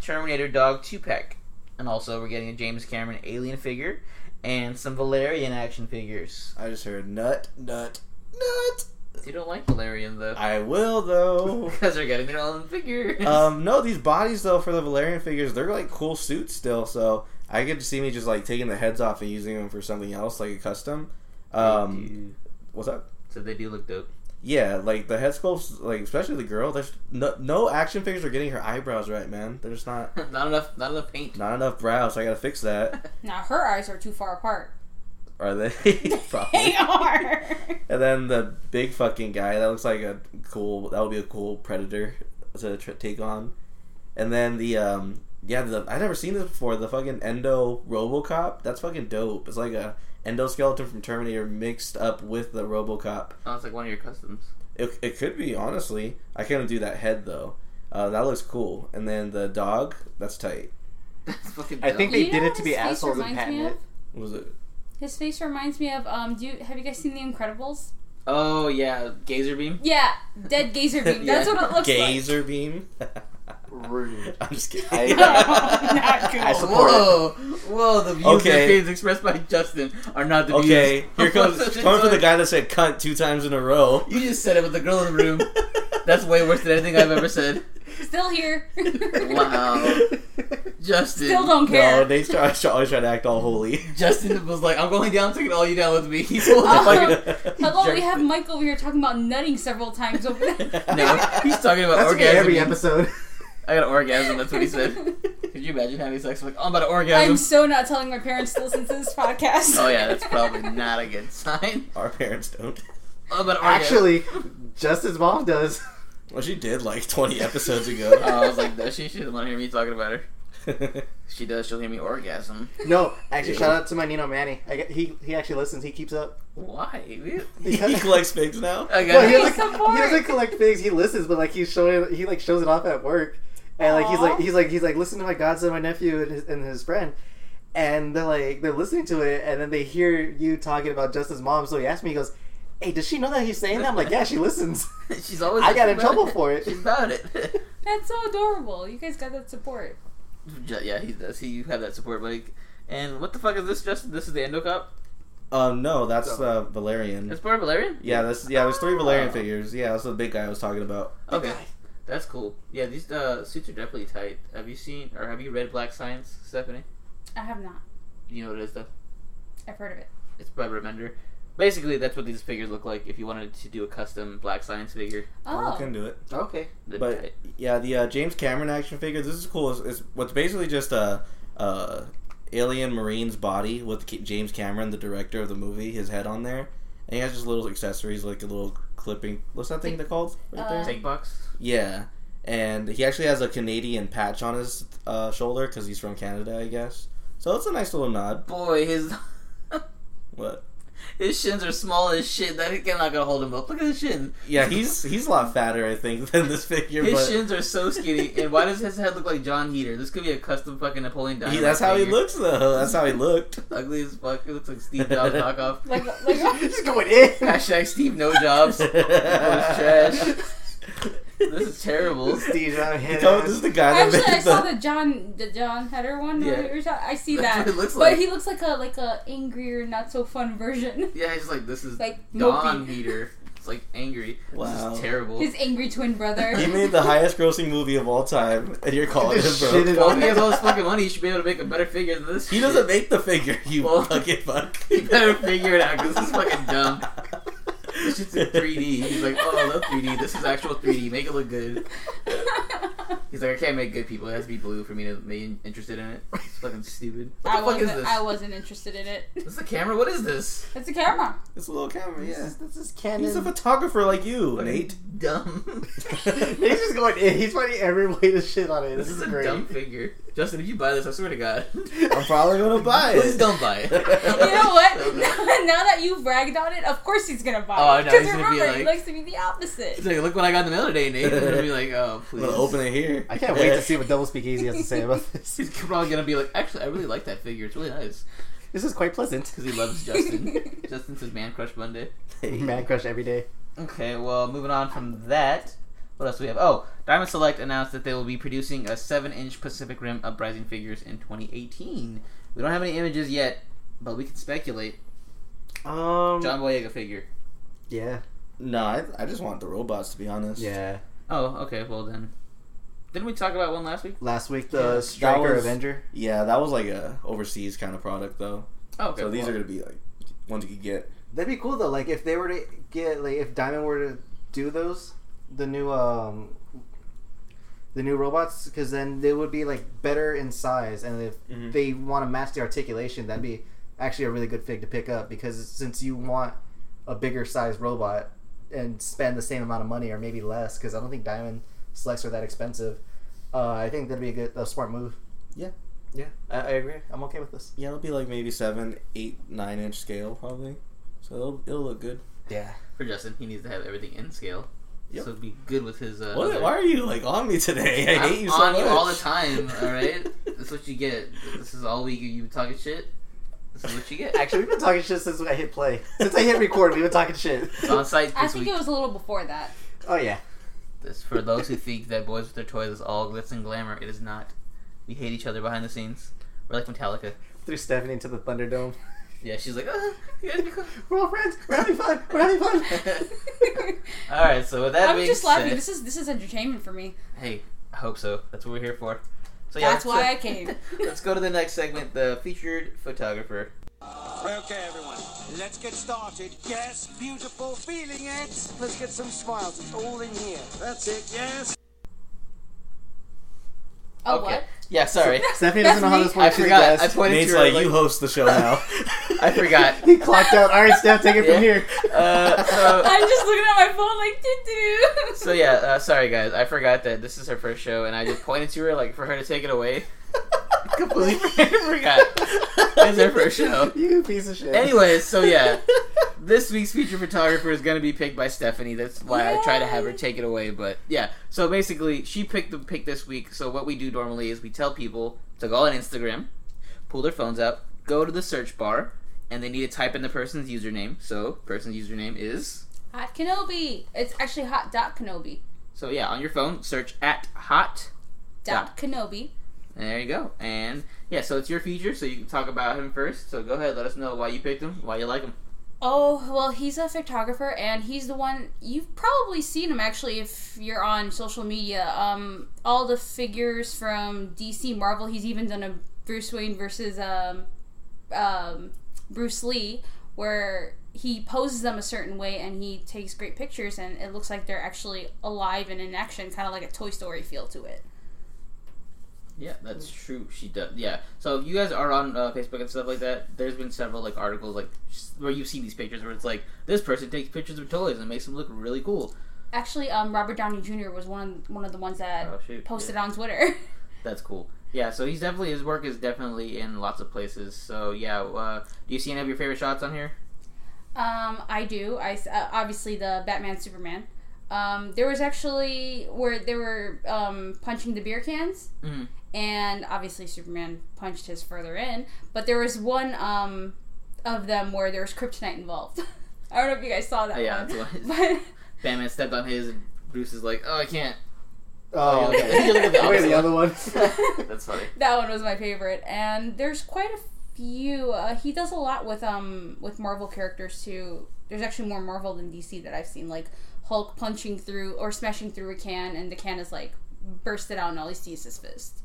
Speaker 3: Terminator Dog 2 pack. And also, we're getting a James Cameron alien figure and some Valerian action figures.
Speaker 4: I just heard nut, nut, nut.
Speaker 3: You don't like Valerian, though.
Speaker 4: I will, though.
Speaker 3: Because they're getting their own figures.
Speaker 4: um, no, these bodies though for the Valerian figures, they're like cool suits still. So I get to see me just like taking the heads off and using them for something else, like a custom. Um, what's up?
Speaker 3: so, they do look dope.
Speaker 4: Yeah, like the head sculpts, like especially the girl. There's no, no action figures are getting her eyebrows right, man. There's not
Speaker 3: not enough Not enough paint.
Speaker 4: not enough brows. I gotta fix that.
Speaker 5: now her eyes are too far apart.
Speaker 4: Are they?
Speaker 5: They
Speaker 4: Probably.
Speaker 5: are.
Speaker 4: And then the big fucking guy that looks like a cool. That would be a cool predator to tr- take on. And then the um yeah the I never seen this before. The fucking Endo RoboCop. That's fucking dope. It's like a endoskeleton from Terminator mixed up with the RoboCop.
Speaker 3: Oh, it's like one of your customs.
Speaker 4: It, it could be honestly. I couldn't do that head though. Uh, that looks cool. And then the dog. That's tight.
Speaker 3: That's fucking
Speaker 1: I
Speaker 3: dope.
Speaker 1: think they
Speaker 5: You know
Speaker 1: did
Speaker 5: what
Speaker 1: it to be
Speaker 5: his face
Speaker 1: assholes and
Speaker 5: reminds me
Speaker 1: patent
Speaker 5: of?
Speaker 1: it.
Speaker 4: What was it?
Speaker 5: His face reminds me of um. Do you have you guys seen The Incredibles?
Speaker 3: Oh, yeah, Gazer Beam.
Speaker 5: Yeah, dead gazer beam. That's
Speaker 3: Yeah.
Speaker 5: what it looks like.
Speaker 4: Gazer beam.
Speaker 1: Rude.
Speaker 4: I'm just kidding.
Speaker 1: I-
Speaker 3: uh,
Speaker 5: Not cool.
Speaker 1: I support it.
Speaker 3: Whoa, Oh, whoa! The views
Speaker 4: Okay.
Speaker 3: and opinions expressed by Justin are not the
Speaker 4: Okay,
Speaker 3: views.
Speaker 4: here comes
Speaker 3: What's up,
Speaker 4: coming for
Speaker 3: Justin?
Speaker 4: the guy that said cunt two times in a row.
Speaker 3: You just said it with the girl in the room. That's way worse than anything I've ever said.
Speaker 5: Still here.
Speaker 3: Wow. Justin.
Speaker 5: Still don't care.
Speaker 4: No, they try, try- always try to act all holy.
Speaker 3: Justin was like, I'm going down, taking all you down with me. He's holding
Speaker 5: Oh.
Speaker 3: fucking.
Speaker 5: Hello, we
Speaker 3: jerked
Speaker 5: have
Speaker 3: it.
Speaker 5: Mike over here talking about nutting several times over there.
Speaker 3: No, he's talking about
Speaker 1: That's okay,
Speaker 3: orgasm.
Speaker 1: every episode.
Speaker 3: I got an orgasm, that's what he said. Could you imagine having sex? Like, oh, I'm about to orgasm.
Speaker 5: I'm so not telling my parents to listen to this podcast.
Speaker 3: oh, yeah, that's probably not a good sign.
Speaker 4: Our parents don't.
Speaker 3: Oh, I'm about to orgasm.
Speaker 1: Actually, Justin's mom does.
Speaker 4: Well, she did like 20 episodes
Speaker 3: Oh,
Speaker 4: ago.
Speaker 3: I was like, does she? She doesn't want to hear me talking about her. She does, she'll hear me orgasm.
Speaker 1: No, actually,
Speaker 4: Yeah.
Speaker 1: shout out to my Nino Manny. I get, he he actually listens. He keeps up.
Speaker 3: Why?
Speaker 4: he collects figs now.
Speaker 3: I
Speaker 1: No, he,
Speaker 5: Hey,
Speaker 3: got
Speaker 1: doesn't,
Speaker 5: support.
Speaker 1: he doesn't collect things. He listens, but like he's showing, he like shows it off at work, and like he's
Speaker 5: Aw.
Speaker 1: like he's like he's like listen to my godson, my nephew, and his, and his friend, and they're like they're listening to it, and then they hear you talking about Justin's mom. So he asked me, he goes, "Hey, does she know that he's saying that?" I'm like, "Yeah, she listens."
Speaker 3: She's always.
Speaker 1: I got in
Speaker 3: about
Speaker 1: trouble
Speaker 3: it.
Speaker 1: for it.
Speaker 3: She's about it.
Speaker 5: That's so adorable. You guys got that support.
Speaker 3: Ju- Yeah, he does. He you have that support, like. And what the fuck is this, Justin? This is the EndoCop.
Speaker 4: Um, no, that's uh, Valerian.
Speaker 3: It's part of Valerian.
Speaker 4: Yeah, that's yeah. There's three Valerian
Speaker 3: Oh.
Speaker 4: figures. Yeah, that's the big guy I was talking about.
Speaker 3: Okay, that's cool. Yeah, these uh, suits are definitely tight. Have you seen or have you read Black Science, Stephanie?
Speaker 5: I have not.
Speaker 3: You know what it is, though.
Speaker 5: I've heard of it.
Speaker 3: It's by Remender. Basically, that's what these figures look like. If you wanted to do a custom Black Science figure,
Speaker 5: Oh,
Speaker 4: can do it.
Speaker 1: Okay.
Speaker 3: They're
Speaker 4: But
Speaker 3: tight.
Speaker 4: yeah, the uh, James Cameron action figure. This is cool. It's, it's what's basically just a, a alien marine's body with Ca- James Cameron, the director of the movie, his head on there, and he has just little accessories like a little clipping. What's that thing they called? Right there?
Speaker 5: Uh,
Speaker 3: Tank box.
Speaker 4: Yeah, and he actually has a Canadian patch on his uh, shoulder because he's from Canada, I guess. So it's a nice little nod.
Speaker 3: Boy, his
Speaker 4: What?
Speaker 3: his shins are small as shit. That I'm not gonna hold him up. Look at his shin.
Speaker 4: Yeah, he's he's a lot fatter, I think, than this figure.
Speaker 3: His
Speaker 4: but
Speaker 3: shins are so skinny. and why does his head look like John Heater? This could be a custom fucking Napoleon
Speaker 4: he,
Speaker 3: Dynamite.
Speaker 4: that's how he
Speaker 3: figure.
Speaker 4: looks, though. That's how he looked.
Speaker 3: Ugly as fuck. It looks like Steve Jobs knockoff.
Speaker 5: like like
Speaker 1: Just going in.
Speaker 3: Hashtag Steve No Jobs. this trash. is terrible.
Speaker 1: Steve's out here.
Speaker 4: Oh, this is the guy that
Speaker 5: Actually,
Speaker 4: made
Speaker 5: I saw
Speaker 4: the-
Speaker 5: the John the John Header one.
Speaker 3: Yeah.
Speaker 5: Yeah. I see
Speaker 3: That's
Speaker 5: that.
Speaker 3: what it looks
Speaker 5: but
Speaker 3: like.
Speaker 5: he looks like a like a angrier, not so fun version.
Speaker 3: Yeah, he's like, this is
Speaker 5: Like
Speaker 3: Don
Speaker 5: mopey.
Speaker 3: Heater. It's like angry. This
Speaker 4: Wow.
Speaker 3: is terrible.
Speaker 5: His angry twin brother.
Speaker 4: You made the highest grossing movie of all time, and you're calling him
Speaker 1: Just shit
Speaker 4: broke.
Speaker 1: it
Speaker 3: well,
Speaker 1: on
Speaker 3: if he has
Speaker 1: it.
Speaker 3: all this fucking money, he should be able to make a better figure than this.
Speaker 4: He
Speaker 3: shit.
Speaker 4: doesn't make the figure, you
Speaker 3: Well-
Speaker 4: fucking fuck.
Speaker 3: He better figure it out because this is fucking dumb. This shit's in 3D. He's like, oh, I love 3D. This is actual 3D. Make it look good. He's like, I can't make good people. It has to be blue for me to be interested in it. It's fucking stupid. What the
Speaker 5: I
Speaker 3: fuck
Speaker 5: wasn't,
Speaker 3: is this?
Speaker 5: I wasn't interested in it.
Speaker 3: This is a camera? What is this?
Speaker 5: It's a camera.
Speaker 4: It's a little camera,
Speaker 1: This
Speaker 4: yeah.
Speaker 1: is, this is canon.
Speaker 4: He's a photographer like you,
Speaker 3: Fucking
Speaker 4: Nate.
Speaker 3: Dumb.
Speaker 1: He's just going in. He's finding every way to shit on it.
Speaker 3: This
Speaker 1: This,
Speaker 3: is a
Speaker 1: great.
Speaker 3: dumb figure. Justin, if you buy this, I swear to God.
Speaker 4: I'm probably gonna buy
Speaker 3: Please
Speaker 4: it.
Speaker 3: don't buy it.
Speaker 5: You know what?
Speaker 3: So dumb.
Speaker 5: now that you've ragged on it, of course he's gonna buy
Speaker 3: Oh,
Speaker 5: it.
Speaker 3: no,
Speaker 5: Because
Speaker 3: he's gonna be
Speaker 5: remember, he
Speaker 3: like-
Speaker 5: likes to be the opposite.
Speaker 3: He's like, look what I got in the mail today, Nate. And he'll be like, oh,
Speaker 4: I'm
Speaker 3: please.
Speaker 4: gonna open it here.
Speaker 1: I can't wait to see what Double Speakeasy has to say about this.
Speaker 3: He's probably gonna be like, actually, I really like that figure. It's really nice
Speaker 1: This is quite pleasant.
Speaker 3: because he loves Justin. Justin's his man crush Monday.
Speaker 1: Man crush every day.
Speaker 3: Okay, well, moving on from that, what else do we have? Oh, Diamond Select announced that they will be producing a 7 inch Pacific Rim Uprising figures in 2018. We don't have any images yet, but we can speculate.
Speaker 2: Um,
Speaker 3: John Boyega figure.
Speaker 1: Yeah.
Speaker 4: No, I, I just want the robots to be honest.
Speaker 1: Yeah.
Speaker 3: Oh, okay, well then. Didn't we talk about one last week?
Speaker 1: Last week,
Speaker 3: Yeah,
Speaker 1: the
Speaker 3: that
Speaker 1: Striker
Speaker 4: was-
Speaker 1: Avenger.
Speaker 4: Yeah, that was like a overseas kind of product though.
Speaker 3: Oh, okay.
Speaker 4: so these
Speaker 3: well,
Speaker 4: are gonna be like ones you could get.
Speaker 2: that'd be cool though. Like if they were to get like if Diamond were to do those, the new um, the new robots, because then they would be like better in size, and if
Speaker 1: Mm-hmm.
Speaker 4: Mhm.
Speaker 2: they want to match the articulation, that'd be actually a really good fig to pick up because since you want a bigger size robot and spend the same amount of money or maybe less, because I don't think Diamond Selects are that expensive. Uh, I think that'd be a good, a smart move.
Speaker 4: Yeah.
Speaker 2: yeah, I, I agree. I'm okay with this.
Speaker 4: Yeah, it'll be like maybe seven, eight, nine inch scale probably. So it'll, it'll look good.
Speaker 2: Yeah.
Speaker 3: For Justin, he needs to have everything in scale.
Speaker 4: Yep.
Speaker 3: So it'd be good with his. Uh,
Speaker 4: What?
Speaker 3: other-
Speaker 4: Why are you like on me today? I
Speaker 3: I'm
Speaker 4: hate you so
Speaker 3: on
Speaker 4: much.
Speaker 3: you all the time, alright? That's what you get. This is all week of you talking shit. This is what you get.
Speaker 1: Actually, we've been talking shit since I hit play. Since I hit record, we've been talking shit.
Speaker 3: It's on site
Speaker 5: I
Speaker 3: this
Speaker 5: think
Speaker 3: week.
Speaker 5: it was a little before that.
Speaker 1: Oh yeah.
Speaker 3: This for those who think that boys with their toys is all glitz and glamour. It is not. We hate each other behind the scenes. We're like Metallica.
Speaker 1: Threw Stephanie into the Thunderdome.
Speaker 3: Yeah, she's like, ah, you guys be cool.
Speaker 1: We're all friends. We're having fun. We're having fun.
Speaker 3: all right. So with that
Speaker 5: I'm
Speaker 3: being
Speaker 5: just laughing.
Speaker 3: said-
Speaker 5: This is this is entertainment for me.
Speaker 3: hey, I hope so. That's what we're here for. So
Speaker 5: That's why I
Speaker 3: let's-
Speaker 5: came.
Speaker 3: Let's go to the next segment. The featured photographer.
Speaker 6: Okay, everyone, let's get started. Yes, beautiful, feeling it. Let's get some smiles. It's all in here. That's it, yes.
Speaker 5: Oh
Speaker 3: okay.
Speaker 5: what?
Speaker 3: Yeah, sorry.
Speaker 1: Stephanie
Speaker 5: That's
Speaker 1: doesn't know how
Speaker 5: me.
Speaker 1: this
Speaker 3: I
Speaker 1: works. She's a
Speaker 3: forgot. I
Speaker 1: guest.
Speaker 3: pointed
Speaker 4: Nate's
Speaker 3: to her.
Speaker 4: like, you host the show now.
Speaker 3: I forgot.
Speaker 1: He clocked out. All right, Steph, take it from here.
Speaker 3: Uh, so-
Speaker 5: I'm just looking at my phone like doo doo.
Speaker 3: So yeah, uh, sorry guys, I forgot that this is her first show, and I just pointed to her like for her to take it away. Completely forgot.
Speaker 2: Oh,
Speaker 3: It's her first show.
Speaker 1: You piece of shit.
Speaker 3: Anyways, so yeah, this week's feature photographer is gonna be picked by Stephanie. That's why I try to have her take it away. But yeah, so basically, she picked the pick this week. So what we do normally is we tell people to go on Instagram, pull their phones out, go to the search bar, and they need to type in the person's username. So person's username is.
Speaker 5: Hot Kenobi. It's actually hot dot Kenobi.
Speaker 3: So yeah, on your phone, search at hot.
Speaker 5: Dot Kenobi.
Speaker 3: And there you go. And yeah, so it's your feature, so you can talk about him first. So go ahead, let us know why you picked him, why you like him.
Speaker 5: Oh, well, he's a photographer, and he's the one you've probably seen him actually if you're on social media. Um, all the figures from DC, Marvel, he's even done a Bruce Wayne versus um, um, Bruce Lee where he poses them a certain way and he takes great pictures, and it looks like they're actually alive and in action, kind of like a Toy Story feel to it.
Speaker 3: Yeah, that's true. She does. Yeah. So if you guys are on uh, Facebook and stuff like that, there's been several like articles like s- where you've seen these pictures where it's like this person takes pictures of toys and makes them look really cool.
Speaker 5: Actually, um, Robert Downey Jr. was one of, one of the ones that
Speaker 3: Oh shoot.
Speaker 5: posted
Speaker 3: yeah,
Speaker 5: on Twitter.
Speaker 3: That's cool. Yeah. So he's definitely his work is definitely in lots of places. So yeah. Uh, do you see any of your favorite shots on here?
Speaker 5: Um, I do. I s- uh, obviously the Batman Superman. Um, there was actually where they were um, punching the beer cans,
Speaker 3: Mhm.
Speaker 5: and obviously Superman punched his further in. But there was one um, of them where there was kryptonite involved. I don't know if you guys saw that.
Speaker 3: yeah.
Speaker 5: one.
Speaker 3: That's what
Speaker 5: But
Speaker 3: Batman stepped on his, and Bruce is like, "Oh, I can't."
Speaker 1: Oh, okay.
Speaker 3: You look at the
Speaker 1: Wait,
Speaker 3: opposite
Speaker 1: the other one.
Speaker 3: That's funny.
Speaker 5: that one was my favorite, and there's quite a few. Uh, he does a lot with um with Marvel characters too. there's actually more Marvel than DC that I've seen, like Hulk punching through or smashing through a can, and the can is like bursted out, and all he sees is his fist.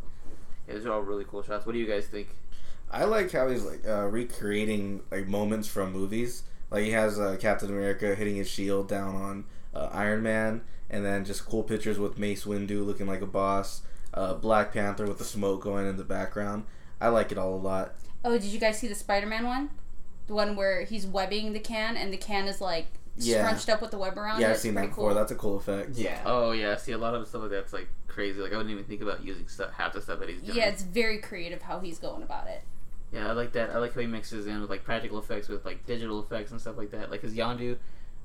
Speaker 3: Yeah, those are all really cool shots. What do you guys think?
Speaker 4: I like how he's like uh, recreating like moments from movies. Like he has uh, Captain America hitting his shield down on uh, Iron Man, and then just cool pictures with Mace Windu looking like a boss, uh, Black Panther with the smoke going in the background. I like it all a lot.
Speaker 5: Oh, did you guys see the Spider-Man one? The one where he's webbing the can, and the can is like
Speaker 4: Yeah.
Speaker 5: scrunched up with the web around it.
Speaker 4: yeah, I've
Speaker 5: It's
Speaker 4: seen that
Speaker 5: Oh, pretty
Speaker 4: before.
Speaker 5: cool.
Speaker 4: That's a cool effect.
Speaker 2: Yeah.
Speaker 3: Oh yeah, see a lot of stuff like that's like crazy. Like I wouldn't even think about using stuff half the stuff that he's doing.
Speaker 5: Yeah, it's very creative how he's going about it.
Speaker 3: Yeah, I like that. I like how he mixes in with like practical effects with like digital effects and stuff like that. Like his Yondu,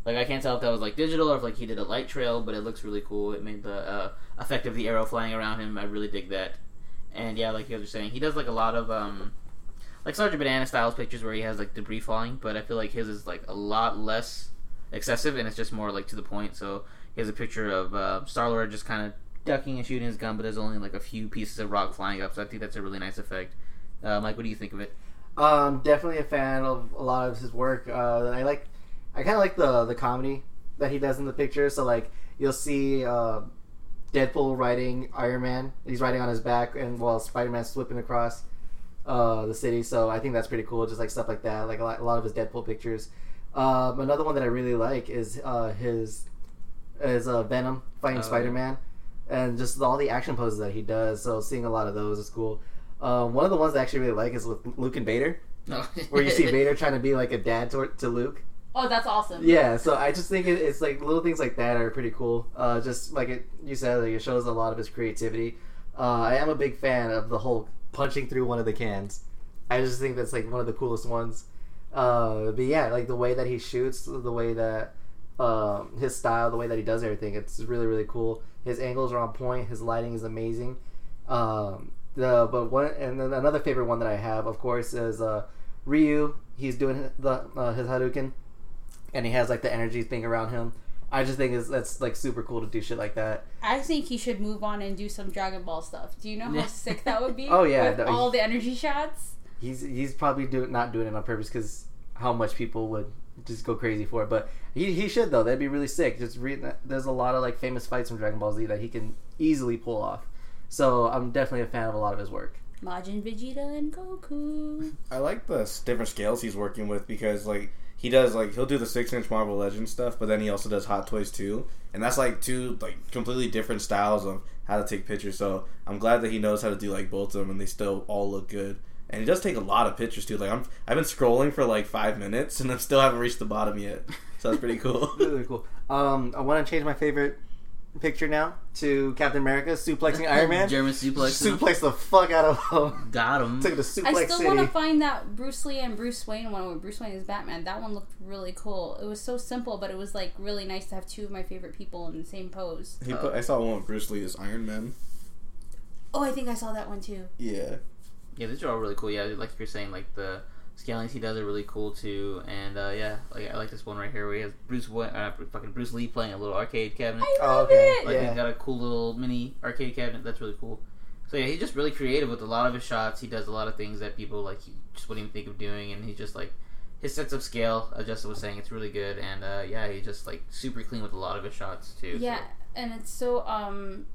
Speaker 3: like I can't tell if that was like digital or if like he did a light trail, but it looks really cool. It made the uh, effect of the arrow flying around him. I really dig that. And yeah, like you guys were saying, he does like a lot of um, like Sergeant Banana styles pictures where he has like debris falling, but I feel like his is like a lot less excessive and it's just more like to the point. So he has a picture of uh, Star Lord just kind of ducking and shooting his gun, but there's only like a few pieces of rock flying up. So I think that's a really nice effect. Uh, Mike, what do you think of it?
Speaker 2: Um, definitely a fan of a lot of his work. Uh, I like, I kind of like the the comedy that he does in the picture. So like, you'll see uh, Deadpool riding Iron Man. He's riding on his back, and while Spider Man's whipping across uh, the city. So I think that's pretty cool. Just like stuff like that. Like a lot, a lot of his Deadpool pictures. Um, another one that I really like is uh, his is uh, Venom fighting
Speaker 3: Oh, yeah.
Speaker 2: Spider Man, and just all the action poses that he does. So seeing a lot of those is cool. Um, one of the ones that I actually really like is with Luke and Vader
Speaker 3: No.
Speaker 2: where you see Vader trying to be like a dad to, to Luke.
Speaker 5: Oh, that's awesome.
Speaker 2: Yeah, so I just think it, it's like little things like that are pretty cool. Uh, just like it, you said, like it shows a lot of his creativity. Uh, I am a big fan of the Hulk punching through one of the cans. I just think that's like one of the coolest ones. Uh, but yeah, like the way that he shoots, the way that um, his style, the way that he does everything, it's really really cool. His angles are on point. His lighting is amazing. Um, the but one and then another favorite one that I have, of course, is uh, Ryu. He's doing the uh, his Hadouken, and he has like the energy thing around him. I just think is that's like super cool to do shit like that.
Speaker 5: I think he should move on and do some Dragon Ball stuff. Do you know
Speaker 3: Yeah.
Speaker 5: how sick that would be?
Speaker 2: Oh, yeah,
Speaker 5: with
Speaker 2: that-
Speaker 5: all the energy shots.
Speaker 2: He's he's probably do, not doing it on purpose because how much people would just go crazy for it. But he, he should though. That'd be really sick. Just read that. There's a lot of like famous fights from Dragon Ball Z that he can easily pull off. So I'm definitely a fan of a lot of his work.
Speaker 5: Majin Vegeta and Goku.
Speaker 4: I like the s- different scales he's working with because like he does like he'll do the six inch Marvel Legends stuff, but then he also does Hot Toys too, and that's like two like completely different styles of how to take pictures. So I'm glad that he knows how to do like both of them, and they still all look good. And he does take a lot of pictures too. Like I'm I've been scrolling for like five minutes, and I still haven't reached the bottom yet. So that's pretty cool.
Speaker 2: really cool. Um, I want to change my favorite picture now to Captain America suplexing Iron Man.
Speaker 3: German suplex. him.
Speaker 2: Suplex the fuck out of him.
Speaker 3: Got him.
Speaker 2: Took it to
Speaker 5: I
Speaker 2: Suplex
Speaker 5: still
Speaker 2: City.
Speaker 5: want to find that Bruce Lee and Bruce Wayne one where Bruce Wayne is Batman. That one looked really cool. It was so simple, but it was like really nice to have two of my favorite people in the same pose.
Speaker 4: He put, I saw one with Bruce Lee as Iron Man.
Speaker 5: Oh, I think I saw that one too.
Speaker 4: Yeah,
Speaker 3: Yeah, these are all really cool. Yeah, like you're saying, like the scalings he does are really cool too. And uh, yeah, like I like this one right here where he has Bruce Wayne, uh, fucking Bruce Lee playing a little arcade cabinet.
Speaker 5: I
Speaker 2: Oh,
Speaker 5: love
Speaker 2: okay.
Speaker 5: it.
Speaker 3: Like
Speaker 2: Yeah.
Speaker 3: he's got a cool little mini arcade cabinet. That's really cool. So yeah, he's just really creative with a lot of his shots. He does a lot of things that people like he just wouldn't even think of doing, and he's just like his sense of scale. As Justin was saying, it's really good, and uh, yeah, he's just like super clean with a lot of his shots too. so-
Speaker 5: Yeah, and it's so um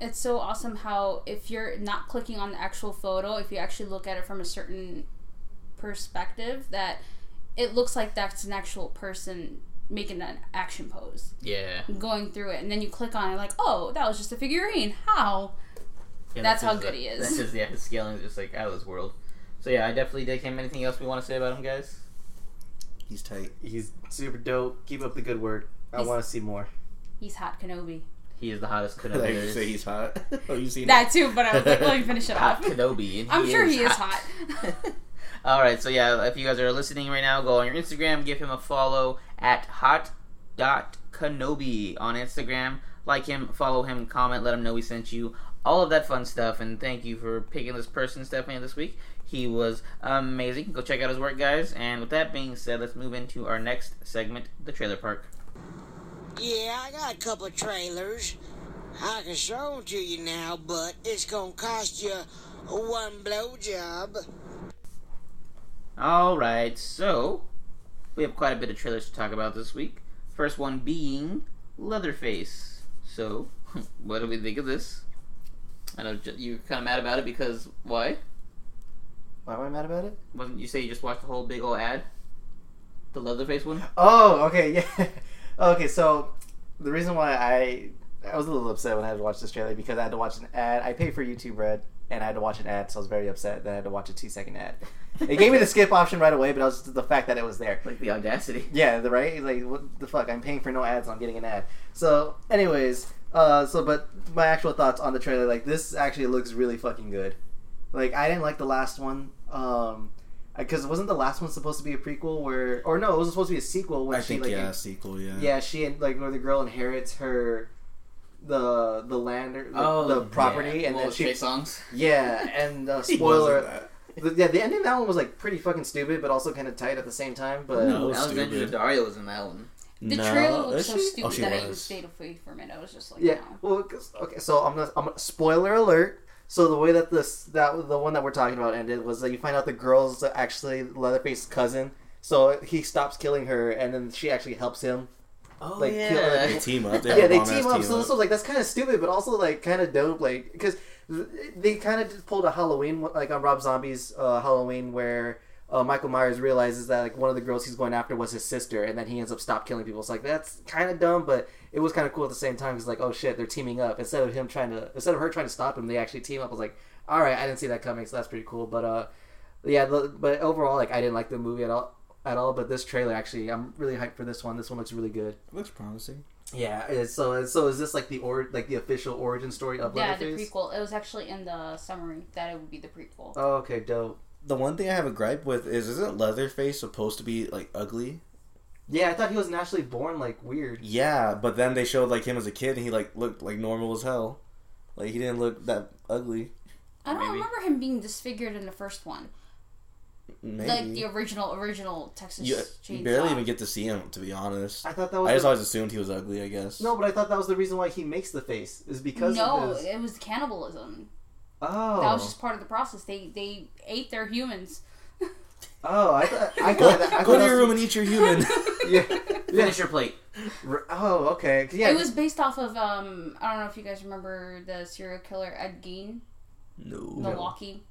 Speaker 5: it's so awesome how if you're not clicking on the actual photo, if you actually look at it from a certain perspective that it looks like that's an actual person making an action pose
Speaker 3: yeah,
Speaker 5: going through it and then you click on it like oh that was just a figurine how
Speaker 3: Yeah,
Speaker 5: That's how
Speaker 3: his,
Speaker 5: good
Speaker 3: uh,
Speaker 5: he is.
Speaker 3: That's his, yeah, his scaling is just like out of this world. So yeah, I definitely dig him. Anything else we want to say about him, guys?
Speaker 4: he's tight.
Speaker 2: He's super dope. Keep up the good work. I
Speaker 5: He's-
Speaker 2: want to see more.
Speaker 5: he's hot kenobi
Speaker 3: He is the hottest Kenobi.
Speaker 4: Like
Speaker 3: there
Speaker 4: you
Speaker 3: is.
Speaker 4: say he's hot. oh, you seen
Speaker 5: that too but i was like let me finish it
Speaker 3: hot
Speaker 5: up
Speaker 3: Kenobi. and
Speaker 5: i'm sure he is hot,
Speaker 3: All right, so yeah, if you guys are listening right now, go on your Instagram, give him a follow at hot dot Kenobi on Instagram. Like him, follow him, comment, let him know we sent you. All of that fun stuff, and thank you for picking this person, Stephanie, this week. He was amazing. Go check out his work, guys. And with that being said, let's move into our next segment, the trailer park.
Speaker 6: Yeah, I got a couple of trailers. I can show 'em to you now, but it's gonna cost you one blowjob.
Speaker 3: All right, so We have quite a bit of trailers to talk about this week. First one being Leatherface. So, what do we think of this? I know Ju- you're kind of mad about it because why?
Speaker 2: Why am I mad about it?
Speaker 3: Wasn't you say you just watched the whole big old ad? The Leatherface one?
Speaker 2: Oh, okay, yeah. okay, so the reason why I I was a little upset when I had to watch this trailer because I had to watch an ad. I paid for YouTube Red and I had to watch an ad, so I was very upset that I had to watch a two second ad. It gave me the skip option right away, but I was the fact that it was there.
Speaker 3: Like the audacity.
Speaker 2: Yeah, the right? Like what the fuck? I'm paying for no ads, I'm getting an ad. So anyways, uh so but my actual thoughts on the trailer, like this actually looks really fucking good. Like I didn't like the last one. Um because wasn't the last one supposed to be a prequel where or no, it was supposed to be a sequel when
Speaker 4: I
Speaker 2: she
Speaker 4: think
Speaker 2: like
Speaker 4: yeah, sequel. Yeah.
Speaker 2: yeah, she and like where the girl inherits her the the land or the,
Speaker 3: Oh,
Speaker 2: the property and then she
Speaker 3: songs.
Speaker 2: yeah and uh, spoiler the, yeah the ending of that one was like pretty fucking stupid but also kind of tight at the same time but
Speaker 4: No. Oh,
Speaker 3: Alexandra
Speaker 4: stupid.
Speaker 3: Dario was in that one.
Speaker 5: The
Speaker 4: No,
Speaker 5: trailer looked
Speaker 4: is
Speaker 5: so
Speaker 4: she?
Speaker 5: stupid
Speaker 4: Oh, she
Speaker 5: that I
Speaker 4: was.
Speaker 5: stayed away from it. I was just like,
Speaker 2: yeah
Speaker 5: no.
Speaker 2: well 'cause- okay so I'm gonna, I'm gonna- spoiler alert so the way that this that the one that we're talking about ended was that you find out the girl's actually Leatherface's cousin so he stops killing her and then she actually helps him
Speaker 3: Oh
Speaker 2: Like, kill other
Speaker 4: They team up. They
Speaker 2: yeah,
Speaker 4: have a
Speaker 2: they
Speaker 4: bomb-ass
Speaker 2: team up. So this was like that's kind of stupid, but also like kind of dope. Like because they kind of just pulled a Halloween like on Rob Zombie's uh, Halloween where uh, Michael Myers realizes that like one of the girls he's going after was his sister, and then he ends up stop killing people. It's like that's kind of dumb, but it was kind of cool at the same time. Because like oh shit, they're teaming up instead of him trying to instead of her trying to stop him, they actually team up. I was like all right, I didn't see that coming, so that's pretty cool. But uh, yeah, the, but overall like I didn't like the movie at all. At all, but this trailer actually, I'm really hyped for this one. This one looks really good.
Speaker 4: looks promising.
Speaker 2: Yeah. Is, so so is this like the or like the official origin story of
Speaker 5: Yeah, the
Speaker 2: Leatherface?
Speaker 5: prequel. It was actually in the summary that it would be the prequel.
Speaker 2: Oh, okay, dope.
Speaker 4: The one thing I have a gripe with is isn't Leatherface supposed to be like ugly?
Speaker 2: Yeah, I thought he was naturally born like weird.
Speaker 4: Yeah, but then they showed like him as a kid and he like looked like normal as hell. Like he didn't look that ugly.
Speaker 2: Oh,
Speaker 5: I don't
Speaker 3: maybe.
Speaker 5: remember him being disfigured in the first one,
Speaker 4: Maybe.
Speaker 5: like the original original Texas
Speaker 2: uh,
Speaker 4: you,
Speaker 5: Chainsaw.
Speaker 4: you barely even get to see him, to be honest.
Speaker 2: I thought that was
Speaker 4: I just
Speaker 2: the-
Speaker 4: always assumed he was ugly. I guess.
Speaker 2: no, but I thought that was the reason why he makes the face is because
Speaker 5: no,
Speaker 2: of this.
Speaker 5: it was cannibalism.
Speaker 2: Oh,
Speaker 5: That was just part of the process. They they ate their humans.
Speaker 2: oh, I thought I
Speaker 4: Go,
Speaker 2: thought that. I thought
Speaker 4: go to
Speaker 2: that
Speaker 4: your
Speaker 2: was-
Speaker 4: room and eat your human.
Speaker 2: Yeah, yeah.
Speaker 3: Finish your plate.
Speaker 2: r- Oh, okay. 'cause Yeah,
Speaker 5: It was based off of um I don't know if you guys remember the serial killer Ed Gein,
Speaker 4: no.
Speaker 5: Milwaukee.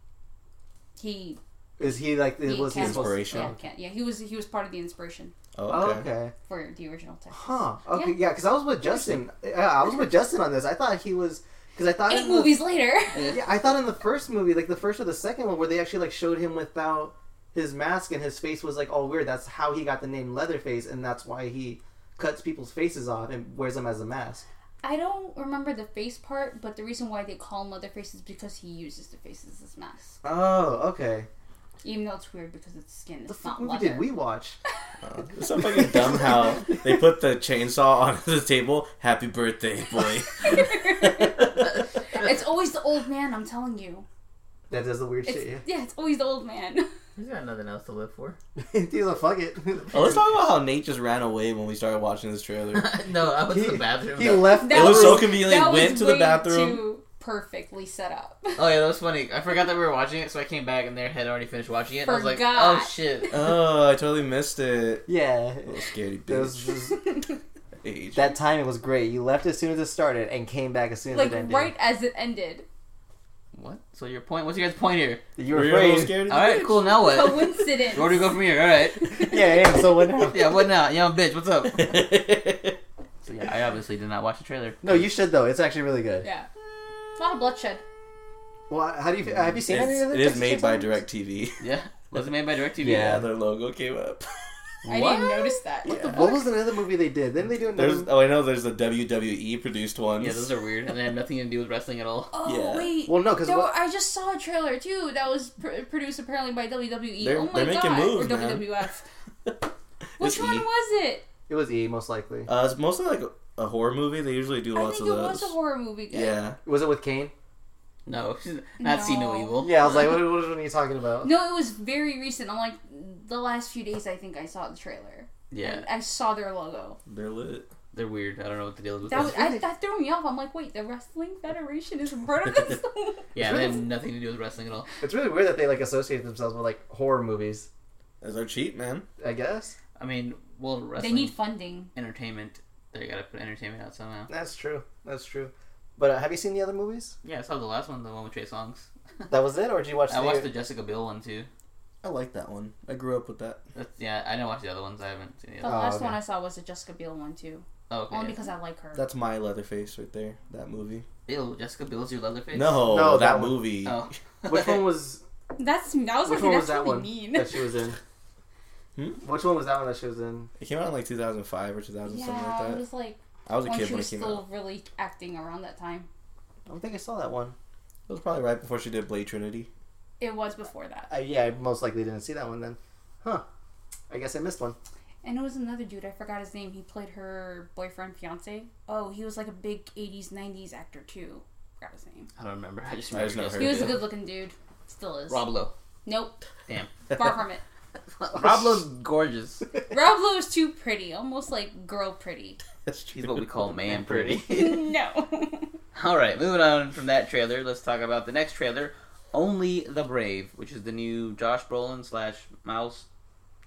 Speaker 5: He,
Speaker 2: is he like
Speaker 5: he
Speaker 2: it was he
Speaker 5: cannibal-
Speaker 2: supposed?
Speaker 4: inspiration?
Speaker 5: Yeah, can- yeah, he was he was part of the inspiration
Speaker 4: Oh,
Speaker 2: Oh,
Speaker 4: okay.
Speaker 2: okay.
Speaker 5: for the original Texas.
Speaker 2: Huh. Okay. Yeah, because I was with Justin. Yeah, I was with Justin on this. I thought he was because I thought
Speaker 5: Eight
Speaker 2: in the-
Speaker 5: movies later.
Speaker 2: Yeah, I thought in the first movie, like the first or the second one, where they actually like showed him without his mask and his face was like all weird. That's how he got the name Leatherface, and that's why he cuts people's faces off and wears them as a mask.
Speaker 5: I don't remember the face part, but the reason why they call him Leatherface is because he uses the faces as masks.
Speaker 2: Oh, okay.
Speaker 5: Even though it's weird because it's skin,
Speaker 2: The
Speaker 5: it's
Speaker 2: fuck
Speaker 5: not
Speaker 2: movie
Speaker 5: leather.
Speaker 2: did we watch?
Speaker 4: It's so fucking dumb how they put the chainsaw on the table. Happy birthday, boy.
Speaker 5: It's always the old man. I'm telling you.
Speaker 2: That does the weird
Speaker 5: It's,
Speaker 2: shit.
Speaker 5: yeah.
Speaker 2: Yeah.
Speaker 5: it's always the old man.
Speaker 3: He's got nothing else to live for.
Speaker 2: He's like, fuck it.
Speaker 4: Oh, let's talk about how Nate just ran away when we started watching this trailer.
Speaker 3: no, I went to
Speaker 2: He-
Speaker 3: the bathroom.
Speaker 2: He left.
Speaker 5: That
Speaker 4: it was,
Speaker 5: was-
Speaker 4: so convenient.
Speaker 5: that
Speaker 4: went
Speaker 5: was
Speaker 4: to the
Speaker 5: way
Speaker 4: bathroom.
Speaker 5: too perfectly set up.
Speaker 3: Oh yeah, that was funny. I forgot that we were watching it, so I came back and they had already finished watching it. And I was like,
Speaker 5: Forgot.
Speaker 3: oh shit.
Speaker 4: Oh, I totally missed it.
Speaker 2: Yeah.
Speaker 4: Little scary
Speaker 2: It was,
Speaker 4: bitch.
Speaker 2: just-
Speaker 4: Age.
Speaker 2: that time it was great. You left as soon as it started and came back as soon as
Speaker 5: like
Speaker 2: it ended.
Speaker 5: right as it ended.
Speaker 3: What? So your point? What's your guys' point here?
Speaker 2: You
Speaker 4: Were
Speaker 2: were
Speaker 4: you a little
Speaker 2: afraid.
Speaker 4: scared? of the
Speaker 3: All right,
Speaker 4: bitch?
Speaker 3: cool. Now what?
Speaker 5: Coincidence.
Speaker 3: Where do we go from here? All right.
Speaker 2: yeah, yeah. So what now?
Speaker 3: Yeah. What now? Yeah, bitch. What's up? So yeah, I obviously did not watch the trailer.
Speaker 2: No, you should though. It's actually really good.
Speaker 5: Yeah. A lot of bloodshed.
Speaker 2: Well, how do you? Have you seen any of
Speaker 4: It's-
Speaker 2: the
Speaker 4: it is
Speaker 2: Texas
Speaker 4: made by
Speaker 2: Chainsaw?
Speaker 4: DirecTV.
Speaker 3: Yeah. Was it made by DirecTV?
Speaker 2: Yeah.
Speaker 4: their logo came up.
Speaker 5: I didn't notice that.
Speaker 2: What was another movie they did? Then they do another.
Speaker 4: There's oh I know there's the WWE E produced one.
Speaker 3: Yeah, those are weird, and they have nothing to do with wrestling at all.
Speaker 5: Oh
Speaker 4: Yeah.
Speaker 5: wait.
Speaker 2: well, no, because
Speaker 5: There were- I just saw a trailer too that was pr- produced apparently by WWE.
Speaker 4: They're-
Speaker 5: oh my
Speaker 4: they're making
Speaker 5: god,
Speaker 4: moves,
Speaker 5: or
Speaker 4: man.
Speaker 5: WWF. Which
Speaker 4: It's
Speaker 5: one
Speaker 4: E.
Speaker 5: was it?
Speaker 2: it was E most likely.
Speaker 4: Uh, it's mostly like a horror movie. They usually do
Speaker 5: I
Speaker 4: lots
Speaker 5: think
Speaker 4: of
Speaker 5: it
Speaker 4: those.
Speaker 5: was a horror movie.
Speaker 4: yeah.
Speaker 2: Was it with Kane?
Speaker 3: No, not see no
Speaker 5: No.
Speaker 3: evil.
Speaker 2: Yeah, I was like, what, what are you talking about?
Speaker 5: No, it was very recent. I'm like the last few days. I think I saw the trailer.
Speaker 3: Yeah,
Speaker 5: And I saw their logo.
Speaker 4: They're lit.
Speaker 3: they're weird. I don't know what the deal is with
Speaker 5: That was
Speaker 3: this.
Speaker 5: I, that threw me off. I'm like, wait, the Wrestling Federation is a part of this.
Speaker 3: Yeah, they have nothing to do with wrestling at all.
Speaker 2: It's really weird that they like associate themselves with like horror movies.
Speaker 4: As they're cheap, man.
Speaker 2: I guess.
Speaker 3: I mean, World
Speaker 5: They
Speaker 3: Wrestling
Speaker 5: need funding.
Speaker 3: Entertainment. They gotta put entertainment out somehow.
Speaker 2: That's true. That's true. But uh, have you seen the other movies?
Speaker 3: Yeah, I saw the last one, the one with Trey Songs.
Speaker 2: That was it, or did you watch?
Speaker 3: I watched the Jessica Biel one too.
Speaker 4: I like that one. I grew up with that.
Speaker 3: That's, yeah, I didn't watch the other ones. I haven't seen the
Speaker 5: The
Speaker 3: other.
Speaker 5: last
Speaker 4: Oh,
Speaker 2: okay.
Speaker 5: one I saw was a Jessica Biel one too,
Speaker 3: Oh, okay.
Speaker 5: only because I like her.
Speaker 4: That's my Leatherface right there. That movie.
Speaker 3: Bill, Jessica Bill's your Leatherface.
Speaker 4: No,
Speaker 2: No,
Speaker 4: that,
Speaker 2: that one.
Speaker 4: movie.
Speaker 3: Oh.
Speaker 1: Which one was
Speaker 5: That's that was
Speaker 1: which
Speaker 5: like
Speaker 1: one
Speaker 5: that's
Speaker 1: was that
Speaker 5: really
Speaker 1: one
Speaker 5: mean.
Speaker 1: that she was in?
Speaker 4: Hmm?
Speaker 1: Which one was that one that she was in?
Speaker 4: It came out in like 2005 or 2000 something
Speaker 5: yeah,
Speaker 4: like
Speaker 5: it
Speaker 4: that.
Speaker 5: was like
Speaker 4: I was a
Speaker 5: when
Speaker 4: kid
Speaker 5: she
Speaker 4: when it
Speaker 5: was
Speaker 4: came
Speaker 5: still
Speaker 4: out.
Speaker 5: really acting around that time.
Speaker 2: I don't think I saw that one.
Speaker 4: It was probably right before she did Blade Trinity.
Speaker 5: It was before that,
Speaker 2: Uh, yeah, I most likely didn't see that one then. Huh. I guess I missed one.
Speaker 5: and it was another dude. I forgot his name. He played her boyfriend, fiance. Oh, he was like a big '80s '90s actor too. Forgot his name.
Speaker 3: I don't remember. I just
Speaker 4: I just
Speaker 3: remember.
Speaker 4: know
Speaker 5: He was a
Speaker 4: Yeah.
Speaker 5: good-looking dude. Still is.
Speaker 3: Rob Lowe.
Speaker 5: Nope.
Speaker 3: Damn.
Speaker 5: Far from it.
Speaker 3: Rob Lowe's gorgeous.
Speaker 5: Rob Lowe is too pretty, almost like girl pretty.
Speaker 4: That's true.
Speaker 3: He's what we call man pretty.
Speaker 5: no.
Speaker 3: All right, moving on from that trailer, let's talk about the next trailer, Only the Brave, which is the new Josh Brolin slash Miles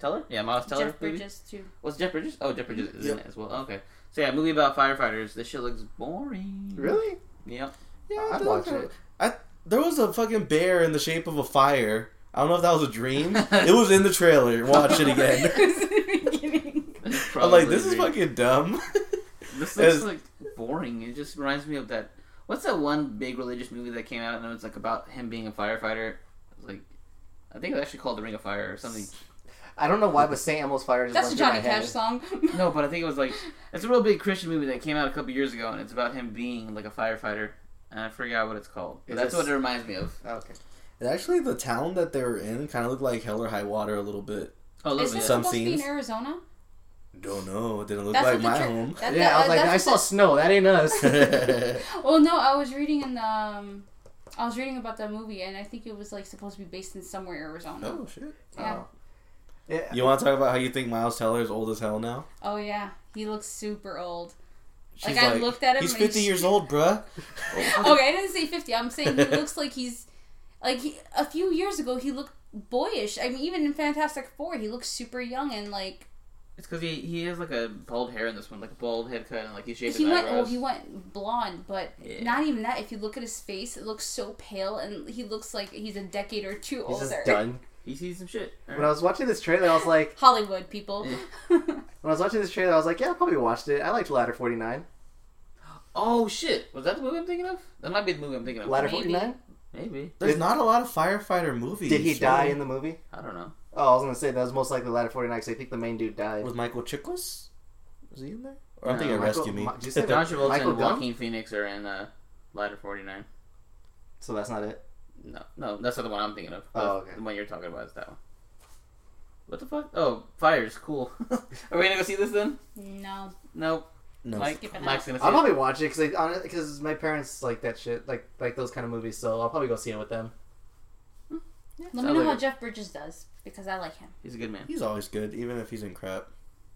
Speaker 3: Teller. Yeah, Miles Teller.
Speaker 5: Jeff
Speaker 3: movie?
Speaker 5: Bridges too.
Speaker 3: Was Jeff Bridges? Oh, Jeff Bridges is in
Speaker 4: Yep.
Speaker 3: it as well. Okay. So yeah, movie about firefighters. This shit looks boring.
Speaker 5: Hmm.
Speaker 1: Really?
Speaker 3: Yep.
Speaker 4: Yeah,
Speaker 1: I'd
Speaker 4: that-
Speaker 1: watch it.
Speaker 4: I there was a fucking bear in the shape of a fire. I don't know if that was a dream. it was in the trailer. Watch it again.
Speaker 5: In the beginning.
Speaker 4: I'm like, this is fucking dumb.
Speaker 3: This
Speaker 4: is-
Speaker 3: looks like boring. It just reminds me of that. What's that one big religious movie that came out and it was like about him being a firefighter? It was like, I think it was actually called The Ring of Fire or something.
Speaker 1: I don't know why, but St. Elmo's Fire just
Speaker 5: That's a
Speaker 1: went through
Speaker 5: Johnny
Speaker 1: my head.
Speaker 5: Cash song.
Speaker 3: No, but I think it was like it's a real big Christian movie that came out a couple years ago, and it's about him being like a firefighter, and I forgot what it's called. But
Speaker 1: Is
Speaker 3: that's
Speaker 1: this-
Speaker 3: what it reminds me of.
Speaker 2: Oh,
Speaker 1: Okay.
Speaker 4: And actually, the town that they were in kind of looked like Hell or High Water a little bit.
Speaker 3: Oh, a little
Speaker 5: Is this
Speaker 3: bit.
Speaker 4: Some
Speaker 5: supposed to be in
Speaker 4: scenes.
Speaker 5: Arizona?
Speaker 4: Don't know. It didn't look
Speaker 5: That's
Speaker 4: like
Speaker 5: what
Speaker 4: my
Speaker 5: the tra-
Speaker 4: home.
Speaker 5: that-
Speaker 1: Yeah, I was
Speaker 5: that-
Speaker 1: like, I
Speaker 5: that's
Speaker 1: saw snow. That ain't us.
Speaker 4: yeah,
Speaker 5: Well, no, I was reading in the. Um, I was reading about that movie, and I think it was like supposed to be based in somewhere Arizona.
Speaker 4: Oh shit.
Speaker 5: Yeah.
Speaker 1: yeah.
Speaker 4: You want to talk about how you think Miles Teller is old as hell now?
Speaker 5: Oh yeah, he looks super old.
Speaker 4: She's
Speaker 5: Like, I looked at him
Speaker 4: He's
Speaker 5: and
Speaker 4: 50
Speaker 5: she-
Speaker 4: years old, bruh.
Speaker 5: okay, I didn't say fifty. I'm saying he looks like he's like he, a few years ago he looked boyish. I mean, even in Fantastic Four, he looks super young and like
Speaker 3: It's because he he has like a bald hair in this one, like a bald head cut, and like he shaved
Speaker 5: he
Speaker 3: his
Speaker 5: went
Speaker 3: eyebrows.
Speaker 5: well, he went blonde, but
Speaker 3: Yeah.
Speaker 5: not even that. If you look at his face, it looks so pale, and he looks like he's a decade or two
Speaker 1: He's just
Speaker 5: older.
Speaker 1: done.
Speaker 3: He sees some shit.
Speaker 1: When I was watching this trailer, I was like,
Speaker 5: Hollywood people.
Speaker 1: when I was watching this trailer, I was like, yeah, I probably watched it. I liked Ladder 49.
Speaker 3: Oh shit! Was that the movie I'm thinking of? That might be the movie I'm thinking of.
Speaker 1: Ladder
Speaker 5: Maybe.
Speaker 1: 49?
Speaker 3: Maybe.
Speaker 4: There's not a lot of firefighter movies.
Speaker 1: Did he
Speaker 4: really.
Speaker 1: die in the movie?
Speaker 3: I don't know.
Speaker 1: Oh, I was gonna say that was most likely Ladder 49 because I think the main dude died.
Speaker 4: with Michael Chiklis? Was he in there? Or I'm
Speaker 3: No,
Speaker 4: thinking of
Speaker 1: Michael-
Speaker 4: Rescue Me.
Speaker 1: Ma- did you say
Speaker 3: John
Speaker 1: Michael
Speaker 3: Travolta and
Speaker 1: Dunn?
Speaker 3: Joaquin Phoenix are in uh, Ladder Forty Nine.
Speaker 1: So that's not it.
Speaker 3: No, no, that's not the one I'm thinking of.
Speaker 1: Oh, okay.
Speaker 3: The one you're talking about is that one. What the fuck? Oh, fires. Cool. are we gonna go see this then?
Speaker 5: No,
Speaker 3: No.
Speaker 4: no.
Speaker 3: Mike,
Speaker 5: Skip it
Speaker 3: Mike's gonna see
Speaker 1: I'll
Speaker 3: it.
Speaker 1: probably watch it because because my parents like that shit, like like those kind of movies. So I'll probably go see it with them.
Speaker 5: let me
Speaker 3: Sounds
Speaker 5: know
Speaker 3: like
Speaker 5: how
Speaker 3: it.
Speaker 5: Jeff Bridges does because I like him.
Speaker 3: He's a good man.
Speaker 4: He's always good, even if he's in crap.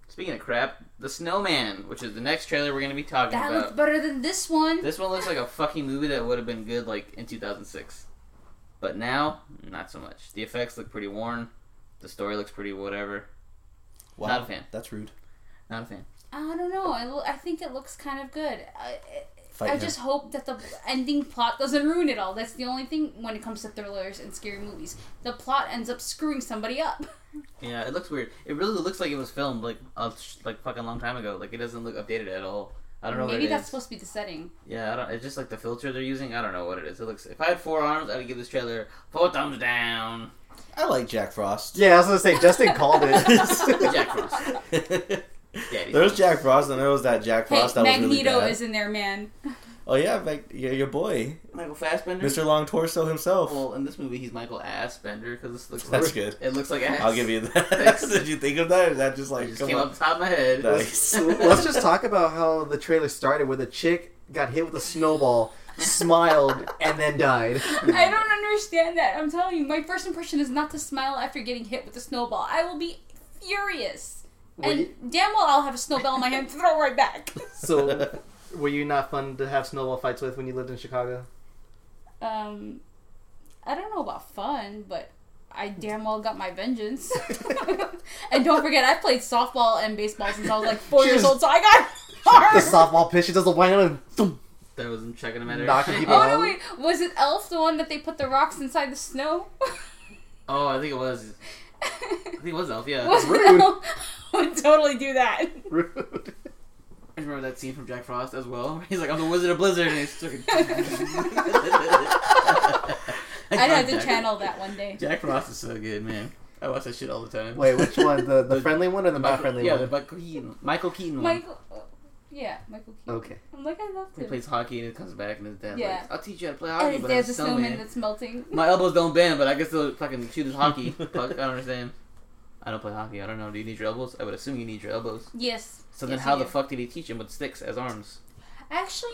Speaker 3: Speaking of crap, The Snowman, which is the next trailer we're gonna be talking
Speaker 5: That looks
Speaker 3: about.
Speaker 5: better than this one.
Speaker 3: This one looks like a fucking movie that would have been good like in 2006, but now not so much. The effects look pretty worn. The story looks pretty whatever.
Speaker 4: Wow.
Speaker 3: Not a fan.
Speaker 4: That's rude.
Speaker 3: Not a fan.
Speaker 5: I don't know. I, lo- I think it looks kind of good. I,
Speaker 4: Fight
Speaker 5: I
Speaker 4: him.
Speaker 5: just hope that the ending plot doesn't ruin it all. That's the only thing when it comes to thrillers and scary movies. The plot ends up screwing somebody up.
Speaker 3: Yeah, it looks weird. It really looks like it was filmed like a, like fucking long time ago. Like it doesn't look updated at all. I don't know. what
Speaker 5: Maybe
Speaker 3: it
Speaker 5: that's
Speaker 3: is.
Speaker 5: supposed to be the setting.
Speaker 3: Yeah, I don't, it's just like the filter they're using. I don't know what it is. It looks. If I had four arms, I'd give this trailer four thumbs down.
Speaker 4: I like Jack Frost.
Speaker 1: Yeah, I was gonna say Justin called it.
Speaker 3: Jack Frost. Daddy
Speaker 4: there was Jack Frost, and there was that Jack
Speaker 5: Hey,
Speaker 4: Frost that was really
Speaker 5: Magneto
Speaker 4: bad.
Speaker 5: is in there, man.
Speaker 4: Oh yeah, Mag- yeah, your boy,
Speaker 3: Michael Fassbender.
Speaker 4: Mr. Long Torso himself.
Speaker 3: Well, in this movie, he's Michael Assbender because this looks.
Speaker 4: That's
Speaker 3: like,
Speaker 4: good.
Speaker 3: It looks like ass.
Speaker 4: I'll give you that.
Speaker 3: Thanks.
Speaker 4: Did you think of that? Or is that just
Speaker 3: It
Speaker 4: like
Speaker 3: just
Speaker 4: come
Speaker 3: came
Speaker 4: on?
Speaker 3: off the top of my head.
Speaker 4: Nice.
Speaker 1: So Let's just talk about how the trailer started, where the chick got hit with a snowball, smiled, and then died.
Speaker 5: I don't understand that. I'm telling you, my first impression is not to smile after getting hit with a snowball. I will be furious.
Speaker 1: Were
Speaker 5: and
Speaker 1: you,
Speaker 5: damn well, I'll have a snowball in my hand to throw right back.
Speaker 1: so, were you not fun to have snowball fights with when you lived in Chicago?
Speaker 5: Um, I don't know about fun, but I damn well got my vengeance. and don't forget, I played softball and baseball since I was like four years
Speaker 1: She's-
Speaker 5: old, so I got
Speaker 1: The
Speaker 5: hard.
Speaker 1: softball pitch, she does the wind and thump.
Speaker 3: That was him checking him out.
Speaker 1: Knocking
Speaker 3: every-
Speaker 1: people
Speaker 5: Oh no!
Speaker 1: out.
Speaker 5: Wait, was it Elf the one that they put the rocks inside the snow?
Speaker 3: Oh, I think it was. I think it was Elf. Yeah,
Speaker 5: was it
Speaker 1: Rude.
Speaker 5: Elf? Would totally do that.
Speaker 1: Rude.
Speaker 3: I remember that scene from Jack Frost as well. He's like, "I'm the Wizard of Blizzard," and he's like,
Speaker 5: I'd have to channel that one day.
Speaker 3: Jack Frost is so good, man. I watch that shit all the time.
Speaker 1: Wait, which one? The the
Speaker 3: The-
Speaker 1: friendly one or the not
Speaker 3: Michael-
Speaker 1: friendly
Speaker 3: yeah,
Speaker 1: one?
Speaker 3: the Michael Keaton. Michael Keaton. One. Oh.
Speaker 5: Michael, oh, yeah, Michael Keaton.
Speaker 1: Okay.
Speaker 5: I'm like, I love
Speaker 3: He
Speaker 5: him.
Speaker 3: plays hockey and he comes back and his dad's
Speaker 5: Yeah.
Speaker 3: like, "I'll teach you how to play
Speaker 5: And
Speaker 3: hockey,
Speaker 5: his
Speaker 3: but I'm
Speaker 5: dad's a
Speaker 3: still
Speaker 5: snowman
Speaker 3: man.
Speaker 5: that's melting.
Speaker 3: My elbows don't bend, but I can still fucking shoot this hockey puck. I don't understand." I don't play hockey. I don't know. Do you need your elbows? I would assume you need your elbows.
Speaker 5: Yes.
Speaker 3: So then,
Speaker 5: Yes,
Speaker 3: how
Speaker 5: you
Speaker 3: the
Speaker 5: do.
Speaker 3: fuck did he teach him with sticks as arms?
Speaker 5: Actually,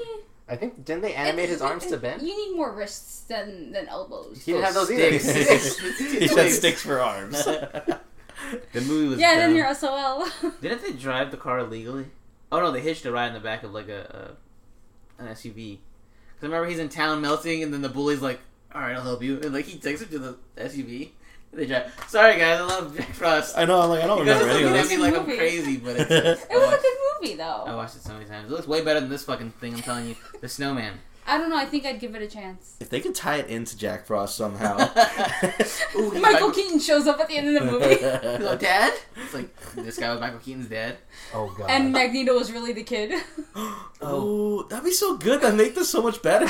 Speaker 2: I think didn't they animate his arms to bend?
Speaker 5: You need more wrists than than elbows.
Speaker 2: He didn't have those either.
Speaker 3: Oh, Sticks.
Speaker 4: he said sticks for arms.
Speaker 3: the movie was
Speaker 5: Yeah,
Speaker 3: dumb.
Speaker 5: then you're SOL.
Speaker 3: Didn't they drive the car illegally? Oh no, they hitched a ride in the back of like a, a an SUV. Cause I remember he's in town melting, and then the bully's like, "All right, I'll help you," and like he takes him to the SUV. And they drive. Sorry guys, I love Jack Frost.
Speaker 4: I know. I'm like I don't
Speaker 3: You guys
Speaker 4: remember
Speaker 3: are looking at me
Speaker 5: It's
Speaker 4: any of this.
Speaker 5: a
Speaker 3: like I'm
Speaker 5: movie.
Speaker 3: crazy, but it's, it's,
Speaker 5: It
Speaker 3: Oh,
Speaker 5: was
Speaker 3: I Oh.
Speaker 5: a good movie though.
Speaker 3: I watched it so many times. It looks way better than this fucking thing. I'm telling you, the Snowman.
Speaker 5: I don't know. I think I'd give it a chance.
Speaker 4: If they could tie it into Jack Frost somehow.
Speaker 3: Ooh, he's
Speaker 5: Michael
Speaker 3: Michael-
Speaker 5: Keaton shows up at the end of the movie,
Speaker 3: He's like, Dad? It's like this guy was Michael Keaton's dad.
Speaker 2: Oh god.
Speaker 5: and Magneto was really the kid.
Speaker 4: oh, that'd be so good. That'd make this so much better.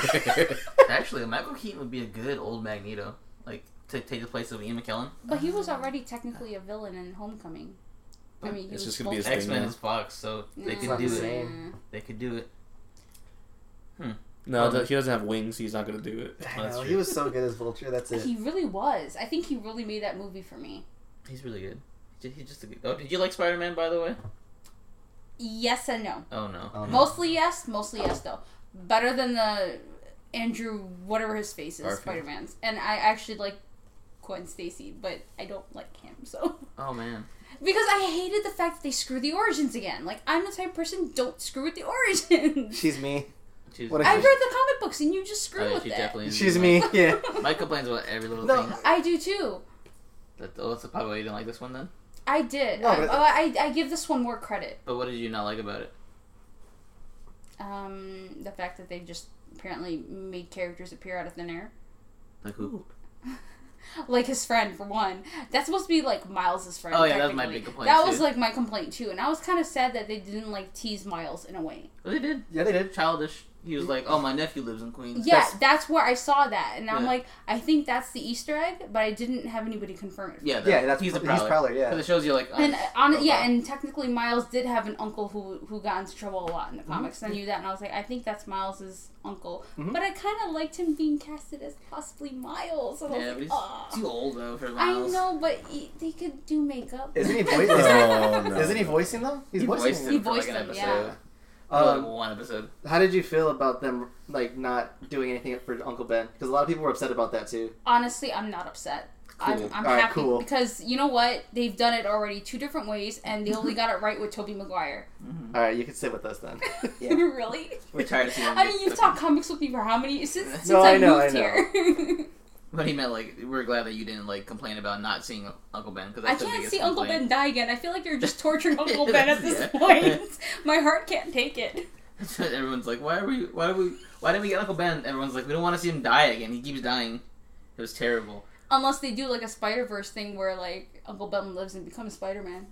Speaker 3: Actually, Michael Keaton would be a good old Magneto, like to take the place of Ian McKellen.
Speaker 5: but he was already technically a villain in Homecoming. I mean, he
Speaker 4: It's
Speaker 5: was
Speaker 4: just gonna be
Speaker 5: supposed-
Speaker 4: thing
Speaker 3: X Men
Speaker 4: now.
Speaker 3: is Fox, so they
Speaker 5: Nah.
Speaker 3: could do it.
Speaker 5: Nah.
Speaker 3: They could do it.
Speaker 4: no, he doesn't have wings. He's not gonna do it.
Speaker 1: I
Speaker 3: that's
Speaker 1: know,
Speaker 3: true.
Speaker 1: he was so good as Vulture. That's it.
Speaker 5: He really was. I think he really made that movie for me.
Speaker 3: He's really good. J- He's just a good. Oh, did you like Spider Man by the way?
Speaker 5: Yes and no.
Speaker 3: Oh no.
Speaker 1: Oh, no.
Speaker 5: Mostly yes, mostly yes though. Better than the Andrew whatever his face is,
Speaker 4: Garfield.
Speaker 5: Spider Man's. And I actually like Gwen Stacy, but I don't like him so
Speaker 3: Oh man.
Speaker 5: because I hated the fact that they screw the origins again. Like I'm the type of person don't screw with the origins.
Speaker 1: She's me.
Speaker 3: She's,
Speaker 1: What a-
Speaker 5: I read the comic books and you just screw
Speaker 3: oh, yeah,
Speaker 5: with
Speaker 3: she
Speaker 5: it.
Speaker 3: definitely. is.
Speaker 1: She's me. Yeah.
Speaker 3: Mike complains about every little
Speaker 1: No.
Speaker 3: thing.
Speaker 5: I do too.
Speaker 3: That, oh, that's probably why you didn't like this one then.
Speaker 5: I did.
Speaker 1: No,
Speaker 5: I, oh,
Speaker 1: but-
Speaker 5: I, I, I give this one more credit.
Speaker 3: But what did you not like about it?
Speaker 5: Um, the fact that they just apparently made characters appear out of thin air.
Speaker 3: Like who?
Speaker 5: like his friend for one. That's supposed to be like Miles's friend.
Speaker 3: Oh, yeah, that was my
Speaker 5: technically.
Speaker 3: big complaint,
Speaker 5: That was
Speaker 3: too.
Speaker 5: like my complaint too, and I was kind of sad that they didn't like tease Miles in a way.
Speaker 3: Oh, they did.
Speaker 1: Yeah, they did.
Speaker 3: Childish. He was like, "Oh, my nephew lives in Queens."
Speaker 5: Yeah,
Speaker 1: That's-
Speaker 5: that's where I saw that, and I'm
Speaker 3: Yeah.
Speaker 5: like, I think that's the Easter egg, but I didn't have anybody confirm it. for me.
Speaker 3: Yeah.
Speaker 1: Yeah, that's
Speaker 3: he's a
Speaker 1: he's
Speaker 3: prowler.
Speaker 1: Prowler, yeah.
Speaker 3: 'Cause it shows you like.
Speaker 5: And uh,
Speaker 3: oh,
Speaker 5: on yeah,
Speaker 3: okay.
Speaker 5: and technically Miles did have an uncle who who got into trouble a lot in the
Speaker 3: Mm-hmm.
Speaker 5: comics. and I knew that, and I was like, I think that's Miles's uncle. But I kind of liked him being casted as possibly Miles. And
Speaker 3: Yeah,
Speaker 5: I was
Speaker 3: but
Speaker 5: like,
Speaker 3: he's
Speaker 5: "Aw."
Speaker 3: too old though for
Speaker 5: oh, I
Speaker 3: Miles.
Speaker 5: know, but he, they could do makeup.
Speaker 1: Isn't he voice-
Speaker 4: No, no.
Speaker 1: Isn't he voicing though? He's
Speaker 3: He voiced
Speaker 1: voicing.
Speaker 3: him
Speaker 1: them.
Speaker 5: He
Speaker 3: for like
Speaker 5: voiced
Speaker 3: an
Speaker 5: him,
Speaker 3: episode.
Speaker 5: yeah.
Speaker 3: For,
Speaker 1: Um,
Speaker 3: like one episode.
Speaker 1: How did you feel about them like not doing anything for Uncle Ben? Because a lot of people were upset about that too.
Speaker 5: honestly, I'm not upset.
Speaker 3: Cool.
Speaker 5: I'm, I'm
Speaker 1: All right,
Speaker 5: happy
Speaker 1: cool.
Speaker 5: because you know what? They've done it already two different ways, and they only got it right with Toby Maguire.
Speaker 1: All right, you can sit with us then.
Speaker 3: Yeah.
Speaker 5: really?
Speaker 3: We're tired of seeing. him
Speaker 5: I
Speaker 3: get
Speaker 5: mean, you've
Speaker 3: fucking-
Speaker 5: talked comics with me for how many since since
Speaker 1: No,
Speaker 5: I,
Speaker 1: I know,
Speaker 5: moved
Speaker 1: I know.
Speaker 5: here.
Speaker 3: But he meant like we're glad that you didn't like complain about not seeing Uncle Ben because
Speaker 5: I can't see Uncle Ben die again. I feel like you're just torturing Uncle
Speaker 3: Yeah,
Speaker 5: Ben at this
Speaker 3: yeah.
Speaker 5: point. My heart can't take it.
Speaker 3: Ben. Everyone's like, why are we? Why do we? Why didn't we get Uncle Ben? Everyone's like, we don't want to see him die again. He keeps dying. It was terrible.
Speaker 5: Unless they do like a Spider Verse thing where like Uncle Ben lives and becomes Spider Man.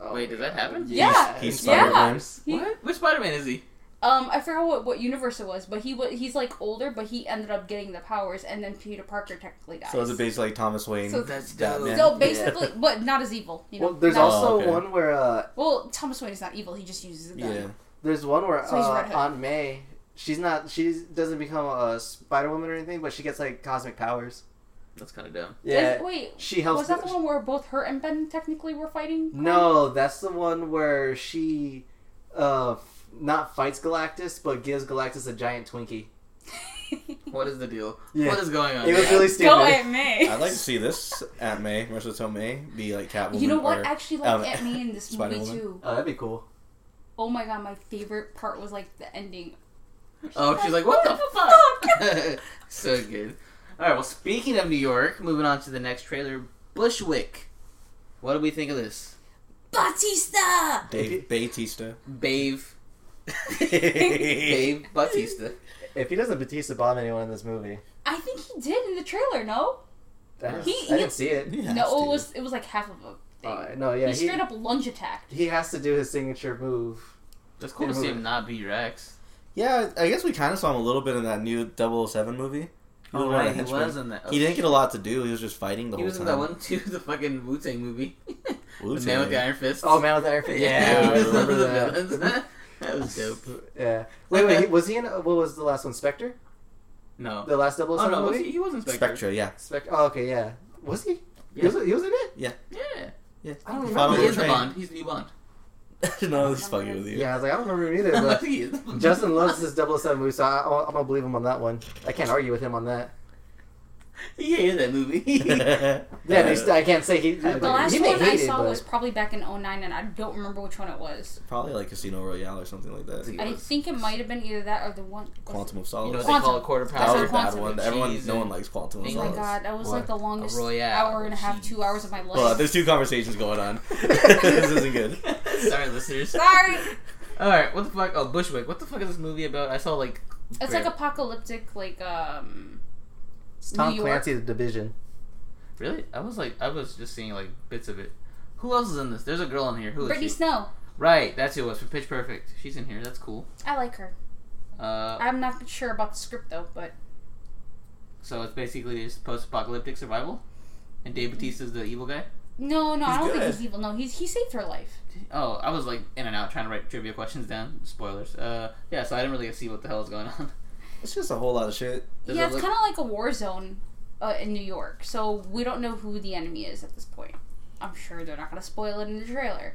Speaker 1: Oh,
Speaker 3: Wait, does that happen?
Speaker 5: Yeah,
Speaker 4: He's
Speaker 5: yeah.
Speaker 4: Spider-Man.
Speaker 5: He-
Speaker 3: What? Which Spider Man is he?
Speaker 5: Um, I forgot what, what universe it was, but he wa he's like older, but he ended up getting the powers, and then Peter Parker technically dies.
Speaker 4: So is it basically like Thomas Wayne?
Speaker 5: So-
Speaker 3: That's
Speaker 4: Batman.
Speaker 5: So basically, but not as evil. You know?
Speaker 1: Well, there's
Speaker 5: Not-
Speaker 4: Oh,
Speaker 1: also
Speaker 4: okay.
Speaker 1: one where uh,
Speaker 5: well, Thomas Wayne is not evil. He just uses a gun.
Speaker 4: yeah.
Speaker 1: there's one where
Speaker 5: So he's Red
Speaker 1: uh,
Speaker 5: Hood.
Speaker 1: Aunt May. She's not. She doesn't become a Spider Woman or anything, but she gets like cosmic powers.
Speaker 3: That's kind of dumb.
Speaker 1: Yeah,
Speaker 5: Is- wait,
Speaker 1: she helps.
Speaker 5: was that
Speaker 1: the-
Speaker 5: the one where both her and Ben technically were fighting?
Speaker 2: Mm.
Speaker 1: No, that's the one where she, uh, f- not fights Galactus, but gives Galactus a giant Twinkie.
Speaker 3: What is the deal?
Speaker 1: Yeah.
Speaker 3: What is going on?
Speaker 1: It was really
Speaker 5: Go
Speaker 1: stupid.
Speaker 5: Aunt May.
Speaker 4: I'd like to see this Aunt May, Marissa Tomei, be like Catwoman.
Speaker 5: You know what?
Speaker 4: or-
Speaker 5: I actually like
Speaker 4: um,
Speaker 5: Aunt May in this movie
Speaker 4: Spider-Woman.
Speaker 5: too.
Speaker 1: Oh, that'd be cool.
Speaker 5: Oh my god, my favorite part was like the ending.
Speaker 3: oh, she's like, what the
Speaker 5: fuck?
Speaker 3: fuck? so good. All right. Well, speaking of New York, moving on to the next trailer, Bushwick. What do we think of this,
Speaker 5: Batista!
Speaker 4: Dave Batista.
Speaker 3: Babe?
Speaker 4: Dave.
Speaker 3: Babe Batista.
Speaker 2: If he doesn't Batista bomb anyone in this movie,
Speaker 5: I think he did in the trailer, no?
Speaker 2: I,
Speaker 5: He-
Speaker 2: I didn't see it.
Speaker 4: He has
Speaker 5: no,
Speaker 4: to.
Speaker 5: it was it was like half of a thing.
Speaker 2: Uh,
Speaker 1: Oh,
Speaker 2: no, yeah,
Speaker 5: he
Speaker 2: he,
Speaker 5: straight up lunge attacked.
Speaker 2: he has to do his signature move.
Speaker 3: That's cool to see him not be Rex.
Speaker 4: Yeah, I guess we kind of saw him a little bit in that new 007 movie. He was
Speaker 3: Oh,
Speaker 4: one of the
Speaker 3: right, he
Speaker 4: henchmen.
Speaker 3: was in that.
Speaker 4: He didn't get a lot to do. He was just fighting the
Speaker 3: He
Speaker 4: whole
Speaker 3: was in that
Speaker 4: time.
Speaker 3: one too, the fucking Wu Tang movie.
Speaker 4: Wu-Tang.
Speaker 3: The man with the iron fist.
Speaker 2: Oh, Man with Iron Fist.
Speaker 3: Yeah, he was
Speaker 2: I
Speaker 3: one
Speaker 2: remember
Speaker 3: of the
Speaker 2: that.
Speaker 3: villains. that was dope.
Speaker 2: Yeah. Wait, wait. Was he in what was the last one? Spectre.
Speaker 3: No.
Speaker 2: The last 007
Speaker 3: Oh no, was
Speaker 2: movie.
Speaker 3: he, he was Inspector.
Speaker 4: Spectra, yeah.
Speaker 2: Spectre. Oh, okay, yeah. Was he?
Speaker 3: Yeah.
Speaker 2: He, was, he was in it.
Speaker 3: Yeah.
Speaker 4: Yeah.
Speaker 2: I don't remember.
Speaker 4: He fought
Speaker 2: Follow
Speaker 3: He
Speaker 4: over
Speaker 3: is the
Speaker 4: train.
Speaker 3: Bond. He's the new Bond.
Speaker 4: no, he's fucking with you.
Speaker 2: Yeah, I was like, I don't remember him either. But
Speaker 3: He is the Bond.
Speaker 2: Justin loves this 007 movie, so I, I'm gonna believe him on that one. I can't argue with him on that.
Speaker 3: He hated that movie.
Speaker 2: Yeah, they st- I can't say he.
Speaker 5: The last
Speaker 2: he may
Speaker 5: one
Speaker 2: hate
Speaker 5: I saw
Speaker 2: it,
Speaker 5: was
Speaker 2: but-
Speaker 5: probably back in 09, and I don't remember which one it was.
Speaker 4: probably like Casino Royale or something like that.
Speaker 5: I
Speaker 3: was.
Speaker 5: think it might have been either that or the one.
Speaker 4: Quantum of
Speaker 3: you know
Speaker 4: Solace.
Speaker 3: what they call a quarter
Speaker 4: that was
Speaker 3: pounder?
Speaker 4: a bad
Speaker 5: Quantum
Speaker 4: one.
Speaker 3: of
Speaker 4: Everyone,
Speaker 3: Cheese
Speaker 4: no one
Speaker 3: and-
Speaker 4: likes Quantum of
Speaker 3: Oh
Speaker 5: Oh my
Speaker 4: Solace.
Speaker 5: god, that was like the longest
Speaker 3: Royale.
Speaker 5: hour and a half, two hours of my life.
Speaker 4: Hold on, there's two conversations going on. this isn't good.
Speaker 3: Sorry, listeners.
Speaker 5: Sorry,
Speaker 3: All right, what the fuck? Oh, Bushwick. What the fuck is this movie about? I saw like.
Speaker 5: it's like apocalyptic, like um,
Speaker 2: Tom
Speaker 5: New York.
Speaker 2: Clancy's Division.
Speaker 3: Really? I was like, I was just seeing like bits of it. Who else is in this? There's a girl in here. Who is
Speaker 5: Brittany
Speaker 3: she?
Speaker 5: Snow.
Speaker 3: Right, that's who it was for Pitch Perfect. She's in here. That's cool.
Speaker 5: I like her.
Speaker 3: Uh,
Speaker 5: I'm not sure about the script though, but
Speaker 3: so it's basically just post-apocalyptic survival, and Dave Bautista's the evil guy.
Speaker 5: no, no, I
Speaker 4: He's
Speaker 5: don't think
Speaker 4: good.
Speaker 5: he's evil. No, he's he saved her life.
Speaker 3: Oh, I was like in and out trying to write trivia questions down. Spoilers. Uh, yeah, so I didn't really see what the hell is going on.
Speaker 4: It's just a whole lot of shit.
Speaker 3: Does
Speaker 5: yeah,
Speaker 3: it
Speaker 5: it's
Speaker 3: look-
Speaker 5: kind of like a war zone uh, in New York, so we don't know who the enemy is at this point. I'm sure they're not gonna spoil it in the trailer.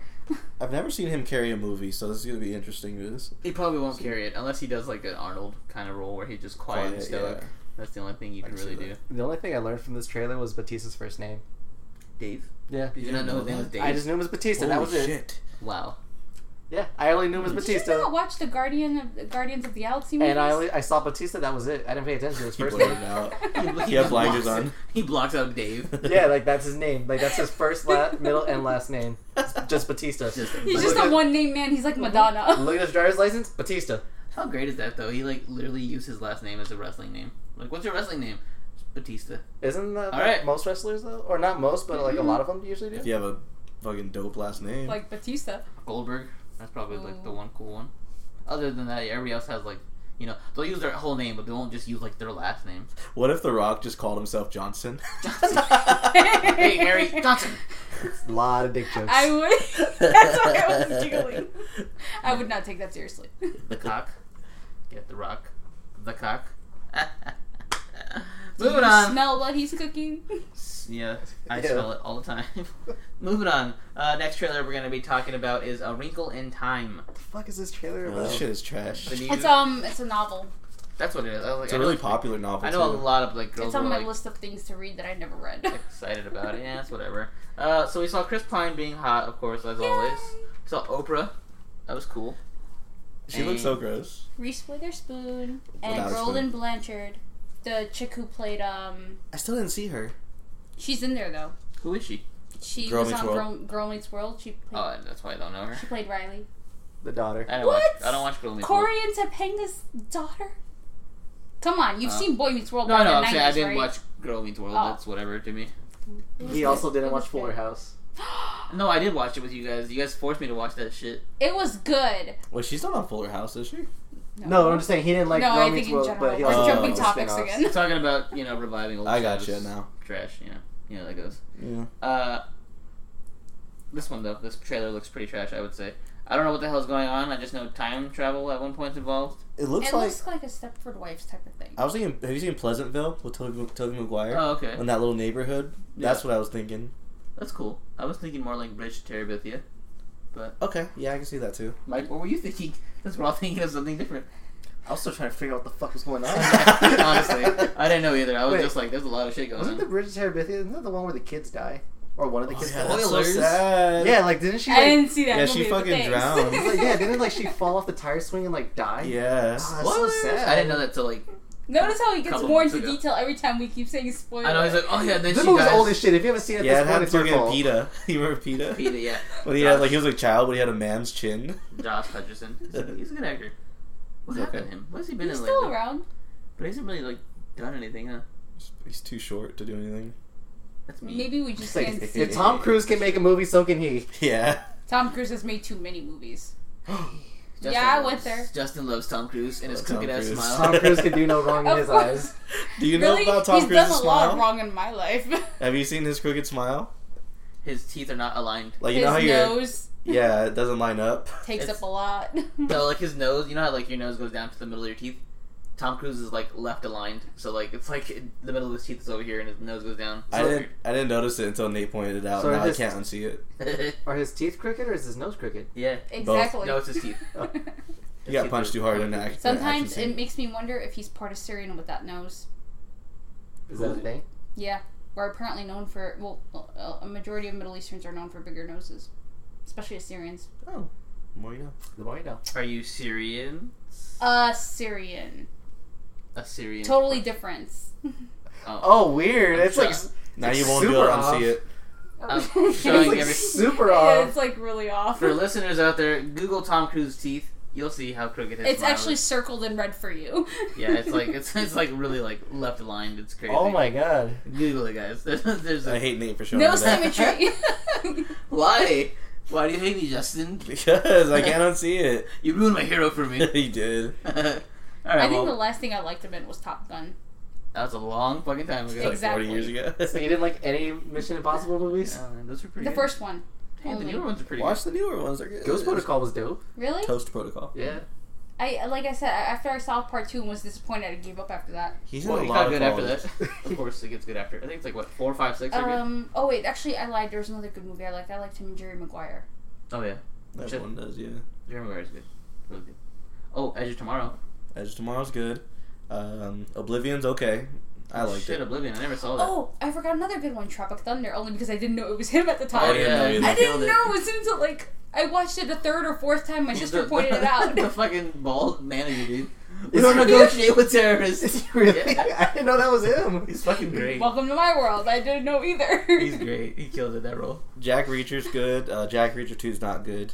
Speaker 4: I've never seen him carry a movie, so this is gonna be interesting. To this.
Speaker 3: He probably won't carry it unless he does like an Arnold kind of role where he's just quiet, and
Speaker 4: Quiet,
Speaker 3: stoic.
Speaker 4: yeah.
Speaker 3: That's the only thing you
Speaker 4: I
Speaker 3: can
Speaker 4: can see
Speaker 3: really do.
Speaker 4: that.
Speaker 2: The only thing I learned from this trailer was Batista's first name.
Speaker 3: Dave.
Speaker 2: Yeah.
Speaker 3: Did you not know his name was Dave?
Speaker 2: I just knew him as Batista. that was it.
Speaker 3: Wow.
Speaker 2: Yeah, I only knew him as
Speaker 5: Did you not
Speaker 2: Batista,
Speaker 5: watch the Guardian of the Guardians of the Galaxy movies?
Speaker 2: and I only I saw Batista. That was it. I didn't pay attention to his
Speaker 4: He
Speaker 2: first
Speaker 4: blurted
Speaker 2: name.
Speaker 4: it out.
Speaker 3: He,
Speaker 4: had
Speaker 3: just
Speaker 4: blinders
Speaker 3: blocks-
Speaker 4: on.
Speaker 3: He blocks out Dave.
Speaker 2: Yeah, like that's his name. Like that's his first, la- middle, and last name. Just Batista.
Speaker 3: Just-
Speaker 5: He's
Speaker 3: Look
Speaker 5: just
Speaker 3: at-
Speaker 5: a one name man. He's like Madonna.
Speaker 2: Look at his driver's license, Batista.
Speaker 3: How great is that though? He like literally used his last name as a wrestling name. Like, what's your wrestling name? It's Batista.
Speaker 2: Isn't that
Speaker 3: All right.
Speaker 2: most wrestlers though, or not most, but like a lot of them usually do?
Speaker 4: If you have a fucking dope last name,
Speaker 5: like Batista.
Speaker 3: Goldberg. That's probably like the
Speaker 5: Ooh.
Speaker 3: one cool one. Other than that, everybody else has like, you know, they'll use their whole name, but they won't just use like their last name.
Speaker 4: what if The Rock just called himself Johnson?
Speaker 3: hey, Harry Johnson.
Speaker 2: A lot of dick jokes.
Speaker 5: I would. That's why I was giggling. I would not take that seriously.
Speaker 3: The cock. Get the rock. The cock. Moving on.
Speaker 5: Smell what he's cooking.
Speaker 3: Yeah, I
Speaker 2: Yeah.
Speaker 3: smell it all the time. Moving on. Uh, next trailer we're going to be talking about is A Wrinkle in Time.
Speaker 2: what the fuck is this trailer
Speaker 4: Oh,
Speaker 2: about?
Speaker 4: that shit is trash.
Speaker 3: The new-
Speaker 5: It's um, it's a novel.
Speaker 3: that's what it is. I was like,
Speaker 4: It's a
Speaker 3: I know-
Speaker 4: really popular novel.
Speaker 3: I know a
Speaker 4: too.
Speaker 3: lot of like girls
Speaker 5: It's
Speaker 3: who
Speaker 5: on
Speaker 3: are,
Speaker 5: my
Speaker 3: like,
Speaker 5: list of things to read that I never read.
Speaker 3: excited about it. Yeah, it's whatever. Uh, so we saw Chris Pine being hot, of course, as always. We saw Oprah. That was cool.
Speaker 4: She looks so gross.
Speaker 5: Reese Witherspoon and
Speaker 4: Without a
Speaker 5: Roland Blanchard, the chick who played um,
Speaker 4: I still didn't see her.
Speaker 5: she's in there though.
Speaker 3: Who is she?
Speaker 5: She
Speaker 4: Girl
Speaker 5: was
Speaker 4: Meets
Speaker 5: on
Speaker 4: World.
Speaker 5: Girl, Girl Meets World. She played,
Speaker 3: Oh, that's why I don't know her.
Speaker 5: she played Riley.
Speaker 2: The daughter.
Speaker 3: I don't
Speaker 5: What?
Speaker 3: Watch, I don't watch Girl Meets
Speaker 5: Corey and Topanga's daughter. Come on, you've
Speaker 3: Uh,
Speaker 5: seen Boy Meets World.
Speaker 3: World. No,
Speaker 5: back
Speaker 3: no,
Speaker 5: in
Speaker 3: I'm
Speaker 5: the
Speaker 3: saying
Speaker 5: 90s,
Speaker 3: I didn't
Speaker 5: right?
Speaker 3: watch Girl Meets World.
Speaker 5: Oh.
Speaker 3: That's whatever to me.
Speaker 2: He also didn't
Speaker 5: It was
Speaker 2: watch Fuller
Speaker 5: good.
Speaker 2: House.
Speaker 3: No, I did watch it with you guys. You guys forced me to watch that shit.
Speaker 5: It was good.
Speaker 4: Wait, she's not on Fuller House, is she?
Speaker 2: No, I'm just saying he didn't like
Speaker 5: no, I
Speaker 2: Girl
Speaker 5: think
Speaker 2: Meets
Speaker 5: in
Speaker 2: World,
Speaker 5: general.
Speaker 2: but he
Speaker 5: We're
Speaker 2: also
Speaker 4: liked
Speaker 5: jumping
Speaker 4: the
Speaker 5: topics
Speaker 2: spin-offs.
Speaker 5: again.
Speaker 3: talking about you know reviving old.
Speaker 4: I got
Speaker 3: shows.
Speaker 4: you now.
Speaker 3: Trash, you know, you know how that goes.
Speaker 4: Yeah.
Speaker 3: Uh, this one though, this trailer looks pretty trash. I would say. I don't know what the hell's going on. I just know time travel at one point's involved.
Speaker 4: It looks
Speaker 5: It
Speaker 4: like
Speaker 5: looks like a Stepford Wives type of thing.
Speaker 4: I was thinking. Have you seen Pleasantville with Toby, Toby Maguire?
Speaker 3: Oh, okay.
Speaker 4: In that little neighborhood. That's what I was thinking.
Speaker 3: That's cool. I was thinking more like Bridge to Terabithia.
Speaker 4: Okay, yeah, I can see that too.
Speaker 3: Mike, what were you thinking? Because we're all thinking of something different.
Speaker 2: I was still trying to figure out what the fuck was going on.
Speaker 3: Honestly, I didn't know either. I was
Speaker 2: Wait.
Speaker 3: just like, there's a lot of shit going
Speaker 2: Wasn't the
Speaker 3: on.
Speaker 2: Bridge of Terabithia? Isn't that the one where the kids die, or one of the
Speaker 4: Oh,
Speaker 2: kids?
Speaker 3: yeah,
Speaker 2: dies?
Speaker 3: that's so Spoilers.
Speaker 2: yeah.
Speaker 4: sad.
Speaker 2: like didn't she?
Speaker 5: I
Speaker 2: Like,
Speaker 5: didn't see that.
Speaker 4: Yeah,
Speaker 5: movie,
Speaker 4: she
Speaker 5: but
Speaker 4: fucking
Speaker 5: thanks.
Speaker 4: drowned.
Speaker 2: like, yeah, didn't like she fall off the tire swing and like die?
Speaker 4: Yes.
Speaker 2: Ah, that's so
Speaker 3: Spoilers!
Speaker 2: sad.
Speaker 3: I didn't know that till like
Speaker 5: Notice how he gets
Speaker 3: Couple
Speaker 5: more
Speaker 3: months
Speaker 5: into
Speaker 3: ago.
Speaker 5: detail every time we keep saying spoiler.
Speaker 3: I know he's like, oh yeah, then
Speaker 1: This
Speaker 3: she
Speaker 1: movie's
Speaker 3: dies.
Speaker 1: old as shit. If you haven't seen it, at
Speaker 4: Yeah, it
Speaker 1: this point,
Speaker 4: happened
Speaker 1: it's
Speaker 4: to
Speaker 1: your
Speaker 4: me
Speaker 1: fault.
Speaker 4: and PETA. You remember PETA?
Speaker 3: Peter, yeah.
Speaker 4: When he had like he was a child, when he had a man's chin.
Speaker 3: Josh Hutcherson. He's a, he's a good actor. What
Speaker 4: He's
Speaker 3: happened
Speaker 4: okay.
Speaker 3: to him? What's he been
Speaker 5: he's
Speaker 3: in
Speaker 5: still
Speaker 3: lately?
Speaker 5: around.
Speaker 3: But he hasn't really like done anything, huh?
Speaker 4: He's too short to do anything.
Speaker 3: That's me.
Speaker 5: Maybe we
Speaker 1: It's
Speaker 5: just
Speaker 1: like,
Speaker 5: can't see.
Speaker 1: if Tom Cruise can make a movie, so can he.
Speaker 4: Yeah.
Speaker 5: Tom Cruise has made too many movies.
Speaker 3: Justin
Speaker 5: Yeah, I went
Speaker 3: loves,
Speaker 5: there.
Speaker 3: Justin loves Tom Cruise and his
Speaker 4: Love Tom
Speaker 3: crooked ass
Speaker 4: Cruise.
Speaker 3: smile.
Speaker 1: Tom Cruise can do no wrong in
Speaker 5: Of
Speaker 1: his
Speaker 5: course.
Speaker 1: eyes.
Speaker 4: Do you
Speaker 5: really,
Speaker 4: know about Tom
Speaker 5: he's
Speaker 4: Cruise's
Speaker 5: done a
Speaker 4: smile?
Speaker 5: lot wrong in my life.
Speaker 4: Have you seen his crooked smile?
Speaker 3: His teeth are not aligned.
Speaker 4: Like you
Speaker 5: his
Speaker 4: know how your
Speaker 5: nose
Speaker 4: yeah, it doesn't line up.
Speaker 5: takes
Speaker 3: It's-
Speaker 5: up a lot.
Speaker 3: No, like his nose. You know how like your nose goes down to the middle of your teeth. Tom Cruise is like left aligned, so like it's like the middle of his teeth is over here and his nose goes down.
Speaker 4: I didn't I didn't notice it until Nate pointed it out.
Speaker 1: So
Speaker 4: now
Speaker 1: this-
Speaker 4: I can't unsee it.
Speaker 3: didn't.
Speaker 1: Are his teeth crooked or is his nose crooked?
Speaker 3: yeah,
Speaker 5: exactly.
Speaker 3: no, it's his teeth.
Speaker 4: You got punched too hard in the act.
Speaker 5: Sometimes
Speaker 4: action
Speaker 5: it
Speaker 4: scene.
Speaker 5: makes me wonder if he's part Assyrian with that nose.
Speaker 1: Is that a
Speaker 3: Ooh.
Speaker 1: thing?
Speaker 5: Yeah, we're apparently known for well, a majority of Middle Easterns are known for bigger noses, especially Assyrians.
Speaker 4: Oh. The more you know.
Speaker 1: The more you know.
Speaker 3: Are you Syrian?
Speaker 5: Assyrian,
Speaker 3: Assyrian.
Speaker 5: Uh, totally different.
Speaker 1: Oh, weird.
Speaker 3: I'm
Speaker 1: It's
Speaker 3: sure.
Speaker 1: like
Speaker 4: Now
Speaker 1: It's
Speaker 4: you won't be able
Speaker 1: super
Speaker 4: to
Speaker 1: off.
Speaker 4: unsee it.
Speaker 3: I'm
Speaker 5: it's
Speaker 3: showing
Speaker 5: like,
Speaker 3: every-
Speaker 1: super
Speaker 5: yeah,
Speaker 1: off.
Speaker 5: it's like really off.
Speaker 3: For listeners out there, Google Tom Cruise teeth. You'll see how crooked his
Speaker 5: It's
Speaker 3: smile
Speaker 5: actually
Speaker 3: is.
Speaker 5: circled in red for you.
Speaker 3: yeah. It's like it's, it's like really like left aligned. It's crazy.
Speaker 1: god.
Speaker 3: Google it, guys. There's
Speaker 4: Oh I
Speaker 3: a,
Speaker 4: hate Nate for showing
Speaker 5: no
Speaker 4: me that.
Speaker 5: symmetry.
Speaker 3: why? Why do you hate me, Justin?
Speaker 4: Because I can't unsee it.
Speaker 3: You ruined my hero for me.
Speaker 4: he did.
Speaker 3: All right,
Speaker 5: I think
Speaker 3: well,
Speaker 5: the last thing I liked him in was Top Gun.
Speaker 3: that was a long fucking time ago.
Speaker 4: Like
Speaker 5: Exactly.
Speaker 4: forty years ago.
Speaker 1: So you didn't like any Mission Impossible movies?
Speaker 3: Yeah, man, those were pretty.
Speaker 5: The
Speaker 3: good.
Speaker 5: first one,
Speaker 3: Hey, the
Speaker 5: only.
Speaker 3: newer ones are pretty.
Speaker 4: Watch the newer ones. They're good.
Speaker 1: Ghost Protocol was dope.
Speaker 5: really?
Speaker 4: Toast Protocol.
Speaker 1: Yeah.
Speaker 5: I like I said I- after I saw part two and was disappointed, I gave up after that.
Speaker 4: He's
Speaker 3: good. Well, it
Speaker 4: in a
Speaker 3: got
Speaker 4: lot
Speaker 3: good
Speaker 4: of
Speaker 3: after
Speaker 4: quality.
Speaker 3: that. of course, it gets good after. I think it's like what four, five, six. are good.
Speaker 5: Um. Oh wait, actually, I lied. There was another good movie I liked. I liked him and Jerry Maguire.
Speaker 3: Oh yeah,
Speaker 4: That one does, yeah.
Speaker 3: Jeremy Maguire is good. Really good. Oh, Edge of Tomorrow.
Speaker 4: Edge of Tomorrow's good. Um, Oblivion's okay. I liked
Speaker 3: Shit,
Speaker 4: it.
Speaker 3: Oblivion. I never saw that.
Speaker 5: Oh, I forgot another good one, Tropic Thunder, only because I didn't know it was him at the
Speaker 3: Oh,
Speaker 5: time.
Speaker 4: I didn't know either.
Speaker 5: I
Speaker 4: You
Speaker 5: didn't know it was him until like I watched it the third or fourth time. My sister pointed it out.
Speaker 3: the fucking bald manager, dude. We
Speaker 1: Is
Speaker 3: don't
Speaker 1: he-
Speaker 3: negotiate with terrorists.
Speaker 1: really?
Speaker 3: Yeah.
Speaker 1: I didn't know that was him.
Speaker 3: He's fucking great.
Speaker 5: Welcome to my world. I didn't know either.
Speaker 3: He's great. He kills it that role.
Speaker 4: Jack Reacher's good. Uh, Jack Reacher 2's not good.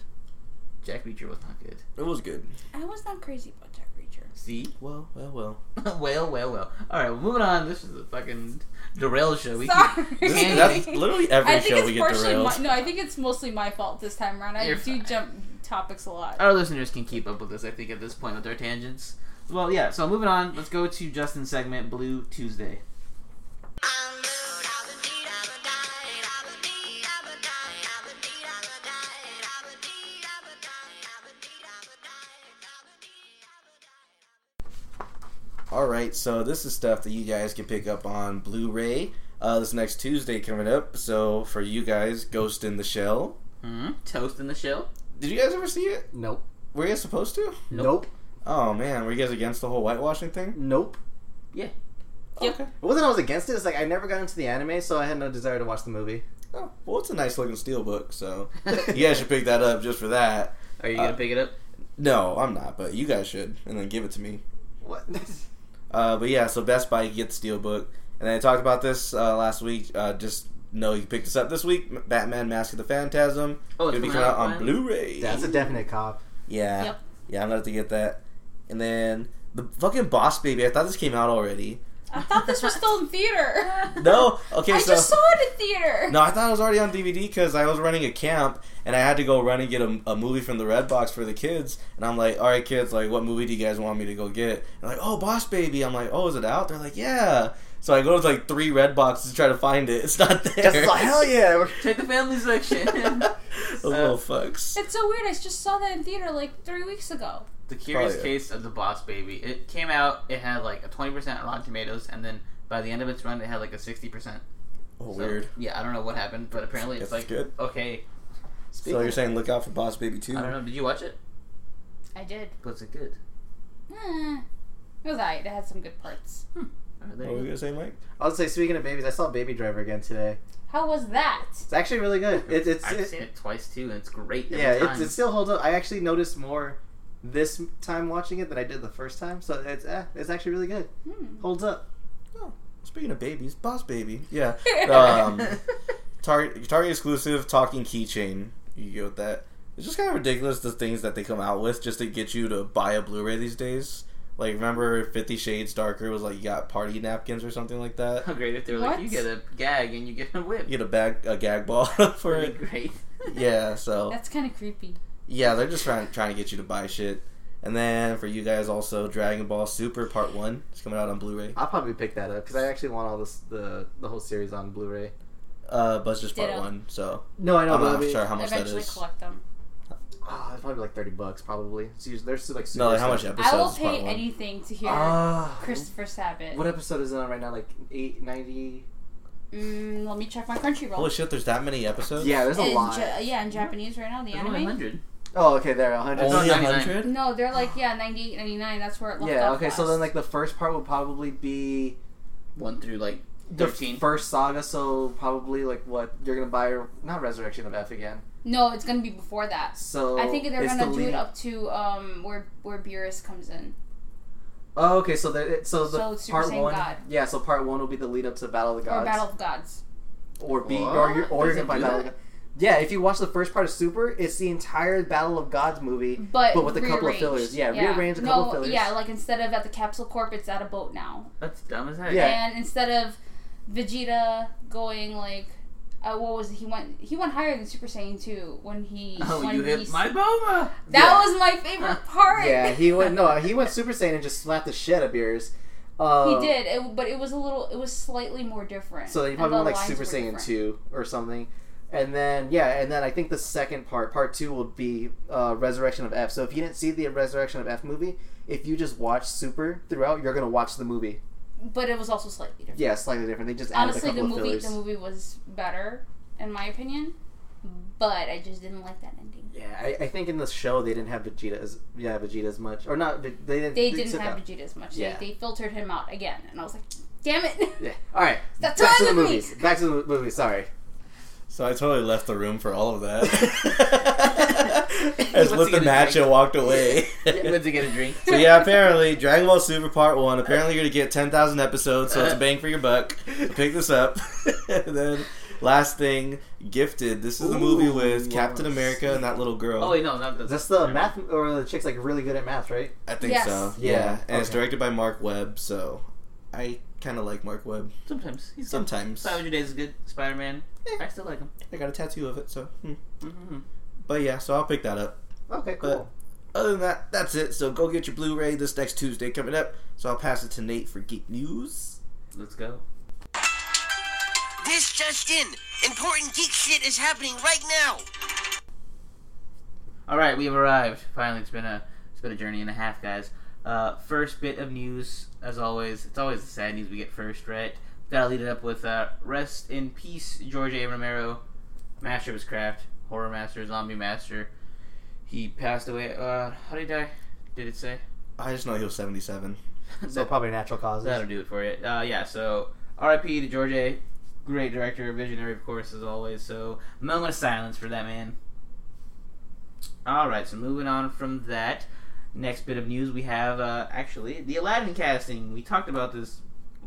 Speaker 3: Jack Reacher was not good.
Speaker 4: It was good.
Speaker 5: I was not crazy about Jack Reacher.
Speaker 3: See,
Speaker 4: Well, well, well.
Speaker 3: well, well, well. All right, well, moving on. This is a fucking derail show. We
Speaker 5: Sorry.
Speaker 4: This,
Speaker 3: Anyway.
Speaker 4: that's literally every
Speaker 5: I think
Speaker 4: show we
Speaker 5: it's
Speaker 4: get
Speaker 5: partially
Speaker 4: derailed.
Speaker 5: my, no. I think it's mostly my fault this time around. I
Speaker 3: You're
Speaker 5: do
Speaker 3: fine.
Speaker 5: jump topics a lot.
Speaker 3: our listeners can keep up with us. I think at this point with our tangents. Well, yeah. So moving on. Let's go to Justin's segment, Blue Tuesday.
Speaker 4: All right, so this is stuff that you guys can pick up on Blu-ray uh, this next Tuesday coming up. So for you guys, Ghost in the Shell.
Speaker 3: hmm Toast in the shell.
Speaker 4: Did you guys ever see it?
Speaker 1: Nope.
Speaker 4: Were you guys supposed to?
Speaker 1: Nope.
Speaker 4: Oh man, were you guys against the whole whitewashing thing?
Speaker 1: Nope.
Speaker 5: Yep.
Speaker 4: Okay.
Speaker 1: It wasn't I was against it. It's like I never got into the anime, so I had no desire to watch the movie.
Speaker 4: Oh, well, it's a nice looking steelbook, so you guys should pick that up just for that.
Speaker 3: Are you gonna
Speaker 4: Uh,
Speaker 3: pick it up?
Speaker 4: No, I'm not, but you guys should, and then give it to me.
Speaker 1: What?
Speaker 4: Uh, but yeah, so Best Buy you get the steelbook, and I talked about this uh, last week. Uh, just know you picked this up this week. M- Batman: Mask of the Phantasm.
Speaker 3: Oh,
Speaker 4: It'll be
Speaker 3: coming
Speaker 4: coming out on
Speaker 3: finally?
Speaker 4: Blu-ray.
Speaker 1: That's a definite cop.
Speaker 4: yeah,
Speaker 5: Yep.
Speaker 4: yeah. I'm gonna have to get that. And then the fucking Boss Baby. I thought this came out already.
Speaker 5: I thought this was still in theater.
Speaker 4: No, okay,
Speaker 5: I
Speaker 4: so
Speaker 5: just saw it in theater.
Speaker 4: No, I thought it was already on DVD because I was running a camp and I had to go run and get a, a movie from the Red Box for the kids. And I'm like, all right, kids, like, what movie do you guys want me to go get? And like, oh, Boss Baby. I'm like, oh, is it out? They're like, yeah. So I go to like three Red Boxes to try to find it. It's not there.
Speaker 1: Just like, hell yeah.
Speaker 3: Check the family section.
Speaker 4: Those little fucks.
Speaker 5: It's so weird. I just saw that in theater like three weeks ago.
Speaker 3: the Curious
Speaker 4: Oh, yeah.
Speaker 3: Case of the Boss Baby. It came out. It had like a twenty percent on Rotten Tomatoes, and then by the end of its run, it had like a sixty percent.
Speaker 4: Oh, weird.
Speaker 3: Yeah, I don't know what happened, but apparently it's
Speaker 4: It's
Speaker 3: like
Speaker 4: good.
Speaker 3: okay.
Speaker 4: So you're saying look out for Boss Baby too?
Speaker 3: I don't know. Did you watch it?
Speaker 5: I did.
Speaker 3: Was it good?
Speaker 5: Eh, it was alright. It had some good parts.
Speaker 3: All right, there
Speaker 4: What were
Speaker 3: you
Speaker 4: you
Speaker 3: go.
Speaker 4: gonna say, Mike?
Speaker 1: I would say, speaking of babies, I saw Baby Driver again today.
Speaker 5: How was that?
Speaker 1: It's actually really good. It, it's
Speaker 3: I've
Speaker 1: it-
Speaker 3: seen it twice too, and it's great. Every
Speaker 1: yeah,
Speaker 3: time.
Speaker 1: it, it still holds up. I actually noticed more this time watching it than I did the first time. So it's eh, it's actually really good.
Speaker 5: Hmm.
Speaker 1: Holds up.
Speaker 4: Speaking of babies, Boss Baby. Yeah. Um, Target, Target exclusive talking keychain. You get with that. It's just kind of ridiculous the things that they come out with just to get you to buy a Blu-ray these days. Like remember Fifty Shades Darker was like you got party napkins or something like that.
Speaker 3: How great if they were like,
Speaker 5: What?
Speaker 3: you get a gag and you get a whip.
Speaker 4: You get a bag a gag ball for
Speaker 3: That'd
Speaker 4: it.
Speaker 3: be great.
Speaker 4: Yeah, so
Speaker 5: That's kind of creepy.
Speaker 4: yeah, they're just trying trying to get you to buy shit. And then for you guys also Dragon Ball Super Part One is coming out on Blu-ray.
Speaker 2: I'll probably pick that up because I actually want all this the the whole series on Blu-ray.
Speaker 4: Uh, but it's just Part
Speaker 5: Ditto.
Speaker 4: One, so
Speaker 2: No, I know.
Speaker 4: I'm
Speaker 2: but I
Speaker 4: not
Speaker 2: mean,
Speaker 4: sure how much that
Speaker 5: Eventually
Speaker 4: is.
Speaker 5: collect them.
Speaker 2: ah, it's probably like thirty bucks, probably. It's usually, there's like
Speaker 4: No,
Speaker 2: super
Speaker 4: like how much
Speaker 2: stuff.
Speaker 4: episodes?
Speaker 5: I will
Speaker 4: is part
Speaker 5: pay
Speaker 4: one?
Speaker 5: anything to hear
Speaker 2: Ah,
Speaker 5: Christopher Sabat.
Speaker 2: what episode is it on right now? Like eight ninety.
Speaker 5: Mm, let me check my Crunchyroll.
Speaker 4: Holy shit! There's that many episodes.
Speaker 2: Yeah, there's a
Speaker 5: In
Speaker 2: lot.
Speaker 5: Ja- yeah, in Japanese right now, the
Speaker 3: There's only
Speaker 5: anime.
Speaker 3: 100.
Speaker 2: Oh, okay, there, hundred.
Speaker 3: Only
Speaker 4: Only
Speaker 3: a
Speaker 4: a
Speaker 3: 99.
Speaker 4: hundred.
Speaker 5: No, they're like yeah, 98, 99. That's where it left
Speaker 2: Yeah.
Speaker 5: off.
Speaker 2: Okay, so
Speaker 5: last.
Speaker 2: then like the first part would probably be
Speaker 3: 1 through like
Speaker 2: the
Speaker 3: 13.
Speaker 2: first saga. So probably like what you're gonna buy? Not Resurrection of F again.
Speaker 5: no, it's gonna be before that.
Speaker 2: So
Speaker 5: I think they're
Speaker 2: it's
Speaker 5: gonna
Speaker 2: the
Speaker 5: do it
Speaker 2: lead-
Speaker 5: up to um where where Beerus comes in.
Speaker 2: Oh, okay. So the so
Speaker 5: So
Speaker 2: the
Speaker 5: Super
Speaker 2: part
Speaker 5: Saiyan
Speaker 2: one.
Speaker 5: God.
Speaker 2: Yeah. So part one will be the lead up to Battle of the Gods.
Speaker 5: Or Battle of Gods.
Speaker 2: or be
Speaker 3: What?
Speaker 2: or you're, or
Speaker 3: Does
Speaker 2: you're
Speaker 3: it
Speaker 2: gonna buy
Speaker 3: do
Speaker 2: Battle of
Speaker 3: that?
Speaker 2: Gods. Yeah, if you watch the first part of Super, it's the entire Battle of Gods movie,
Speaker 5: But,
Speaker 2: with a couple of
Speaker 5: rearranged.
Speaker 2: fillers. Yeah, rearrange a
Speaker 5: no,
Speaker 2: couple of fillers.
Speaker 5: Yeah, like instead of at the capsule corp, it's at a boat now.
Speaker 3: That's dumb as heck.
Speaker 2: Yeah.
Speaker 5: And instead of Vegeta going like, uh, what was it? he went he went higher than Super Saiyan two when he
Speaker 3: Oh,
Speaker 5: when
Speaker 3: you
Speaker 5: he-
Speaker 3: hit my Boma!
Speaker 5: that
Speaker 2: Yeah.
Speaker 5: was my favorite part.
Speaker 1: Yeah, he went no, he went Super Saiyan and just slapped the shit out of Beerus.
Speaker 2: Um,
Speaker 1: Uh,
Speaker 5: He did, it, but it was a little, it was slightly more different.
Speaker 1: So he
Speaker 5: and
Speaker 1: probably
Speaker 5: the
Speaker 1: went like
Speaker 5: lines
Speaker 1: Super
Speaker 5: were
Speaker 1: Saiyan
Speaker 5: different.
Speaker 1: two or something, and then yeah, and then I think the second part, part two, will be uh, Resurrection of F. So if you didn't see the Resurrection of F movie, if you just watch Super throughout, you're gonna watch the movie.
Speaker 5: But it was also slightly different.
Speaker 1: Yeah, slightly different. They just added
Speaker 5: Honestly,
Speaker 1: a
Speaker 5: the
Speaker 1: couple of
Speaker 5: movie,
Speaker 1: fillers.
Speaker 5: the movie was better, in my opinion. But I just didn't like that ending.
Speaker 1: Yeah, I, I think in the show they didn't have Vegeta as yeah Vegeta as much or not. They didn't.
Speaker 5: They didn't
Speaker 1: took
Speaker 5: have
Speaker 1: out-
Speaker 5: Vegeta as much.
Speaker 1: Yeah.
Speaker 5: They, they filtered him out again, and I was like, damn it.
Speaker 1: Yeah. All right.
Speaker 5: That's
Speaker 1: back to
Speaker 5: all
Speaker 1: the
Speaker 5: the
Speaker 1: movies.
Speaker 5: movies.
Speaker 1: Back to the movie. Sorry.
Speaker 4: So I totally left the room for all of that. I
Speaker 3: What's
Speaker 4: split
Speaker 3: he
Speaker 4: the
Speaker 3: gonna
Speaker 4: match
Speaker 3: drink?
Speaker 4: and walked away.
Speaker 3: Went to get a drink.
Speaker 4: so yeah, apparently Dragon Ball Super Part One. Apparently you're gonna get ten thousand episodes, so it's a bang for your buck. So pick this up. and then last thing, Gifted. This is the movie
Speaker 1: Ooh,
Speaker 4: with Captain
Speaker 1: yes.
Speaker 4: America and that little girl.
Speaker 3: Oh, wait, no, not the.
Speaker 1: That's the math or the chick's like really good at math, right?
Speaker 4: I think
Speaker 5: Yes.
Speaker 4: so.
Speaker 1: Yeah,
Speaker 4: Yeah, and it's
Speaker 1: okay.
Speaker 4: directed by Mark Webb. So I kind of like Mark Webb.
Speaker 3: Sometimes. He's good.
Speaker 4: Sometimes
Speaker 3: 500 Days is good. Spider Man. I still like him.
Speaker 4: I got a tattoo of it. So, hmm.
Speaker 3: Mm-hmm.
Speaker 4: but yeah, so I'll pick that up.
Speaker 1: Okay,
Speaker 4: But
Speaker 1: cool.
Speaker 4: other than that, that's it. So go get your Blu-ray this next Tuesday coming up. So I'll pass it to Nate for geek news.
Speaker 3: Let's go.
Speaker 7: This just in. Important geek shit is happening right now.
Speaker 3: All right, we've arrived. Finally, it's been a it's been a journey and a half, guys. Uh, first bit of news, as always, it's always the sad news we get first, right? Gotta lead it up with uh, rest in peace, George A. Romero, master of his craft, horror master, zombie master. He passed away. Uh, how did he die? Did it say?
Speaker 4: I just know he was 77.
Speaker 1: So probably natural causes.
Speaker 3: That'll do it for it. Uh, yeah, so R.I.P. to George A. Great director, visionary, of course, as always. So moment of silence for that man. All right, so moving on from that. Next bit of news we have uh, actually the Aladdin casting. We talked about this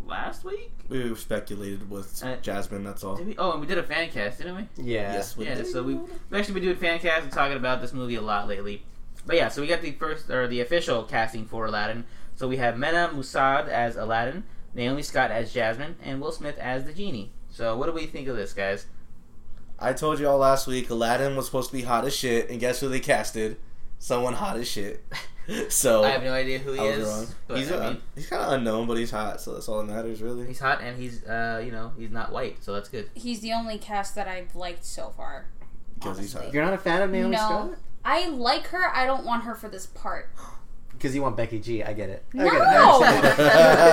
Speaker 3: last week.
Speaker 4: We speculated with
Speaker 3: Uh,
Speaker 4: Jasmine. That's all.
Speaker 3: Did we? Oh, and we did a fan cast, didn't we?
Speaker 1: Yeah.
Speaker 4: Yes, we
Speaker 3: yeah,
Speaker 4: did.
Speaker 3: so we've, we've actually been doing fan casts and talking about this movie a lot lately. But yeah, so we got the first or the official casting for Aladdin. So we have Mena Musad as Aladdin, Naomi Scott as Jasmine, and Will Smith as the genie. So what do we think of this, guys?
Speaker 4: I told you all last week Aladdin was supposed to be hot as shit, and guess who they casted? Someone hot as shit. So
Speaker 3: I have no idea who he
Speaker 4: I was
Speaker 3: is.
Speaker 4: wrong.
Speaker 3: But
Speaker 4: he's
Speaker 3: I
Speaker 4: uh,
Speaker 3: mean,
Speaker 4: he's kind of unknown, but he's hot, so that's all that matters, really.
Speaker 3: he's hot and he's uh, you know he's not white, so that's good.
Speaker 5: He's the only cast that I've liked so far.
Speaker 4: Because he's hot.
Speaker 5: honestly.
Speaker 1: You're not a fan of Naomi
Speaker 5: no,
Speaker 1: Scott
Speaker 5: I like her. I don't want her for this part.
Speaker 1: because you want Becky G. I get it. I
Speaker 5: No,
Speaker 1: get it. I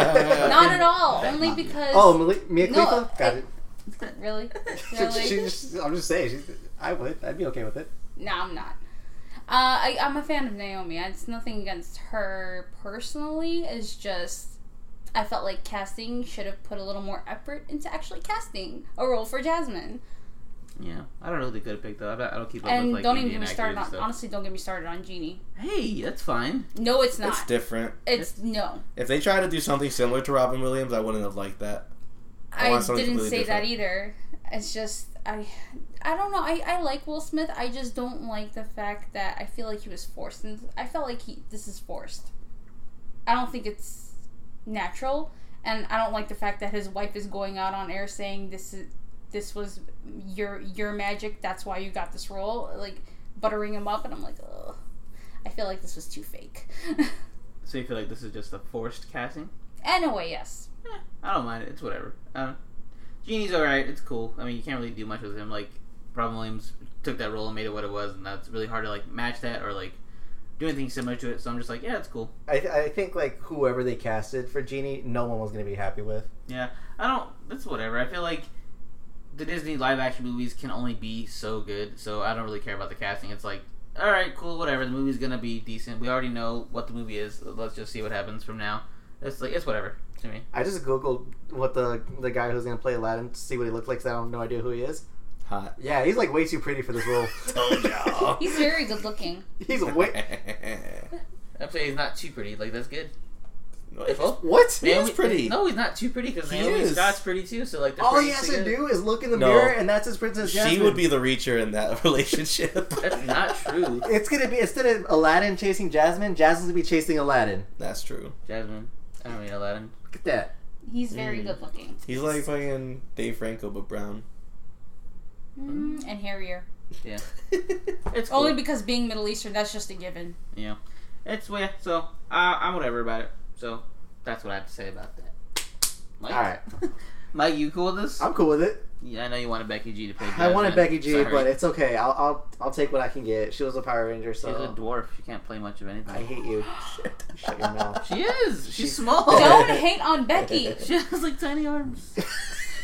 Speaker 1: understand.
Speaker 5: not at all. Only because
Speaker 1: oh, Mali- Mia
Speaker 5: No,
Speaker 1: Khalifa. Got
Speaker 5: I-
Speaker 1: it.
Speaker 5: really,
Speaker 1: She-
Speaker 5: really.
Speaker 1: she just- I'm just saying. She, I would. I'd be okay with it.
Speaker 5: No, I'm not. Uh, I, I'm a fan of Naomi. It's nothing against her personally. It's just I felt like casting should have put a little more effort into actually casting a role for Jasmine.
Speaker 3: Yeah, I don't know who they could have picked though. I don't, I don't keep up
Speaker 5: and
Speaker 3: with like
Speaker 5: don't even
Speaker 3: Indian
Speaker 5: get me
Speaker 3: actors
Speaker 5: started on.
Speaker 3: and stuff.
Speaker 5: Honestly, don't get me started on Genie.
Speaker 3: Hey, that's fine.
Speaker 5: No, it's not.
Speaker 4: It's
Speaker 5: It's,
Speaker 4: different.
Speaker 5: no.
Speaker 4: If they tried to do something similar to Robin Williams, I wouldn't have liked that. I
Speaker 5: I,
Speaker 4: want
Speaker 5: didn't
Speaker 4: something completely
Speaker 5: say that either. It's just I, I don't know. I, I like Will Smith. I just don't like the fact that I feel like he was forced. And I felt like he this is forced. I don't think it's natural, and I don't like the fact that his wife is going out on air saying this is this was your your magic. That's why you got this role. Like buttering him up, and I'm like, ugh. I feel like this was too fake.
Speaker 3: So you feel like this is just a forced casting?
Speaker 5: anyway, yes.
Speaker 3: Eh, I don't mind it. It's whatever. Um, Genie's alright. It's cool. I mean, you can't really do much with him. Like, Robin Williams took that role and made it what it was, and that's really hard to like match that or like do anything similar to it. So I'm just like, yeah, it's cool.
Speaker 8: I, I think like whoever they casted for Genie, no one was gonna be happy with.
Speaker 3: Yeah, I don't. That's whatever. I feel like the Disney live action movies can only be so good, so I don't really care about the casting. It's like, all right, cool, whatever. The movie's gonna be decent. We already know what the movie is. Let's just see what happens from now. It's like it's whatever to me.
Speaker 2: I just googled what the the guy who's gonna play Aladdin to see what he looked like. 'cause I have no idea who he is.
Speaker 4: Hot.
Speaker 2: Yeah, he's like way too pretty for this role.
Speaker 4: Oh
Speaker 5: He's very good looking.
Speaker 2: he's
Speaker 4: no.
Speaker 2: way
Speaker 3: I'm saying he's not too pretty. Like that's good.
Speaker 4: No,
Speaker 3: If-
Speaker 4: it's-
Speaker 2: what?
Speaker 4: He is
Speaker 3: Naomi-
Speaker 4: pretty.
Speaker 3: No, he's not too pretty because
Speaker 4: He
Speaker 3: Naomi
Speaker 4: is.
Speaker 3: Scott's pretty too. So like, they're
Speaker 2: All
Speaker 3: pretty
Speaker 2: he has to
Speaker 3: together.
Speaker 2: do is look in the
Speaker 4: No.
Speaker 2: mirror, and that's his princess.
Speaker 4: She
Speaker 2: Jasmine.
Speaker 4: would be the reacher in that relationship.
Speaker 3: That's not true,
Speaker 2: It's gonna be instead of Aladdin chasing Jasmine, Jasmine's gonna be chasing Aladdin.
Speaker 4: That's true.
Speaker 3: Jasmine. I don't mean Aladdin.
Speaker 2: Look at that.
Speaker 5: He's very
Speaker 3: Mm.
Speaker 5: good looking
Speaker 4: He's like fucking Dave Franco, but brown.
Speaker 5: mm, and hairier.
Speaker 3: It's cool.
Speaker 5: Only because being Middle Eastern, that's just a given.
Speaker 3: it's yeah. So uh, I'm whatever about it. So that's what I have to say about that. Mike?
Speaker 2: All right,
Speaker 3: Mike, you cool with this?
Speaker 2: I'm cool with it.
Speaker 3: Yeah, I know you wanted Becky G to play.
Speaker 2: I wanted
Speaker 3: Jasmine.
Speaker 2: Becky G,
Speaker 3: Sorry.
Speaker 2: but it's okay. I'll, I'll I'll take what I can get. She was a Power Ranger,
Speaker 3: she's a
Speaker 2: so
Speaker 3: dwarf. She can't play much of
Speaker 2: uh, I
Speaker 3: anything.
Speaker 2: hate you. Shut your mouth.
Speaker 3: She is. She's,
Speaker 2: She's-
Speaker 3: small.
Speaker 5: Don't hate on Becky.
Speaker 3: she has like tiny arms.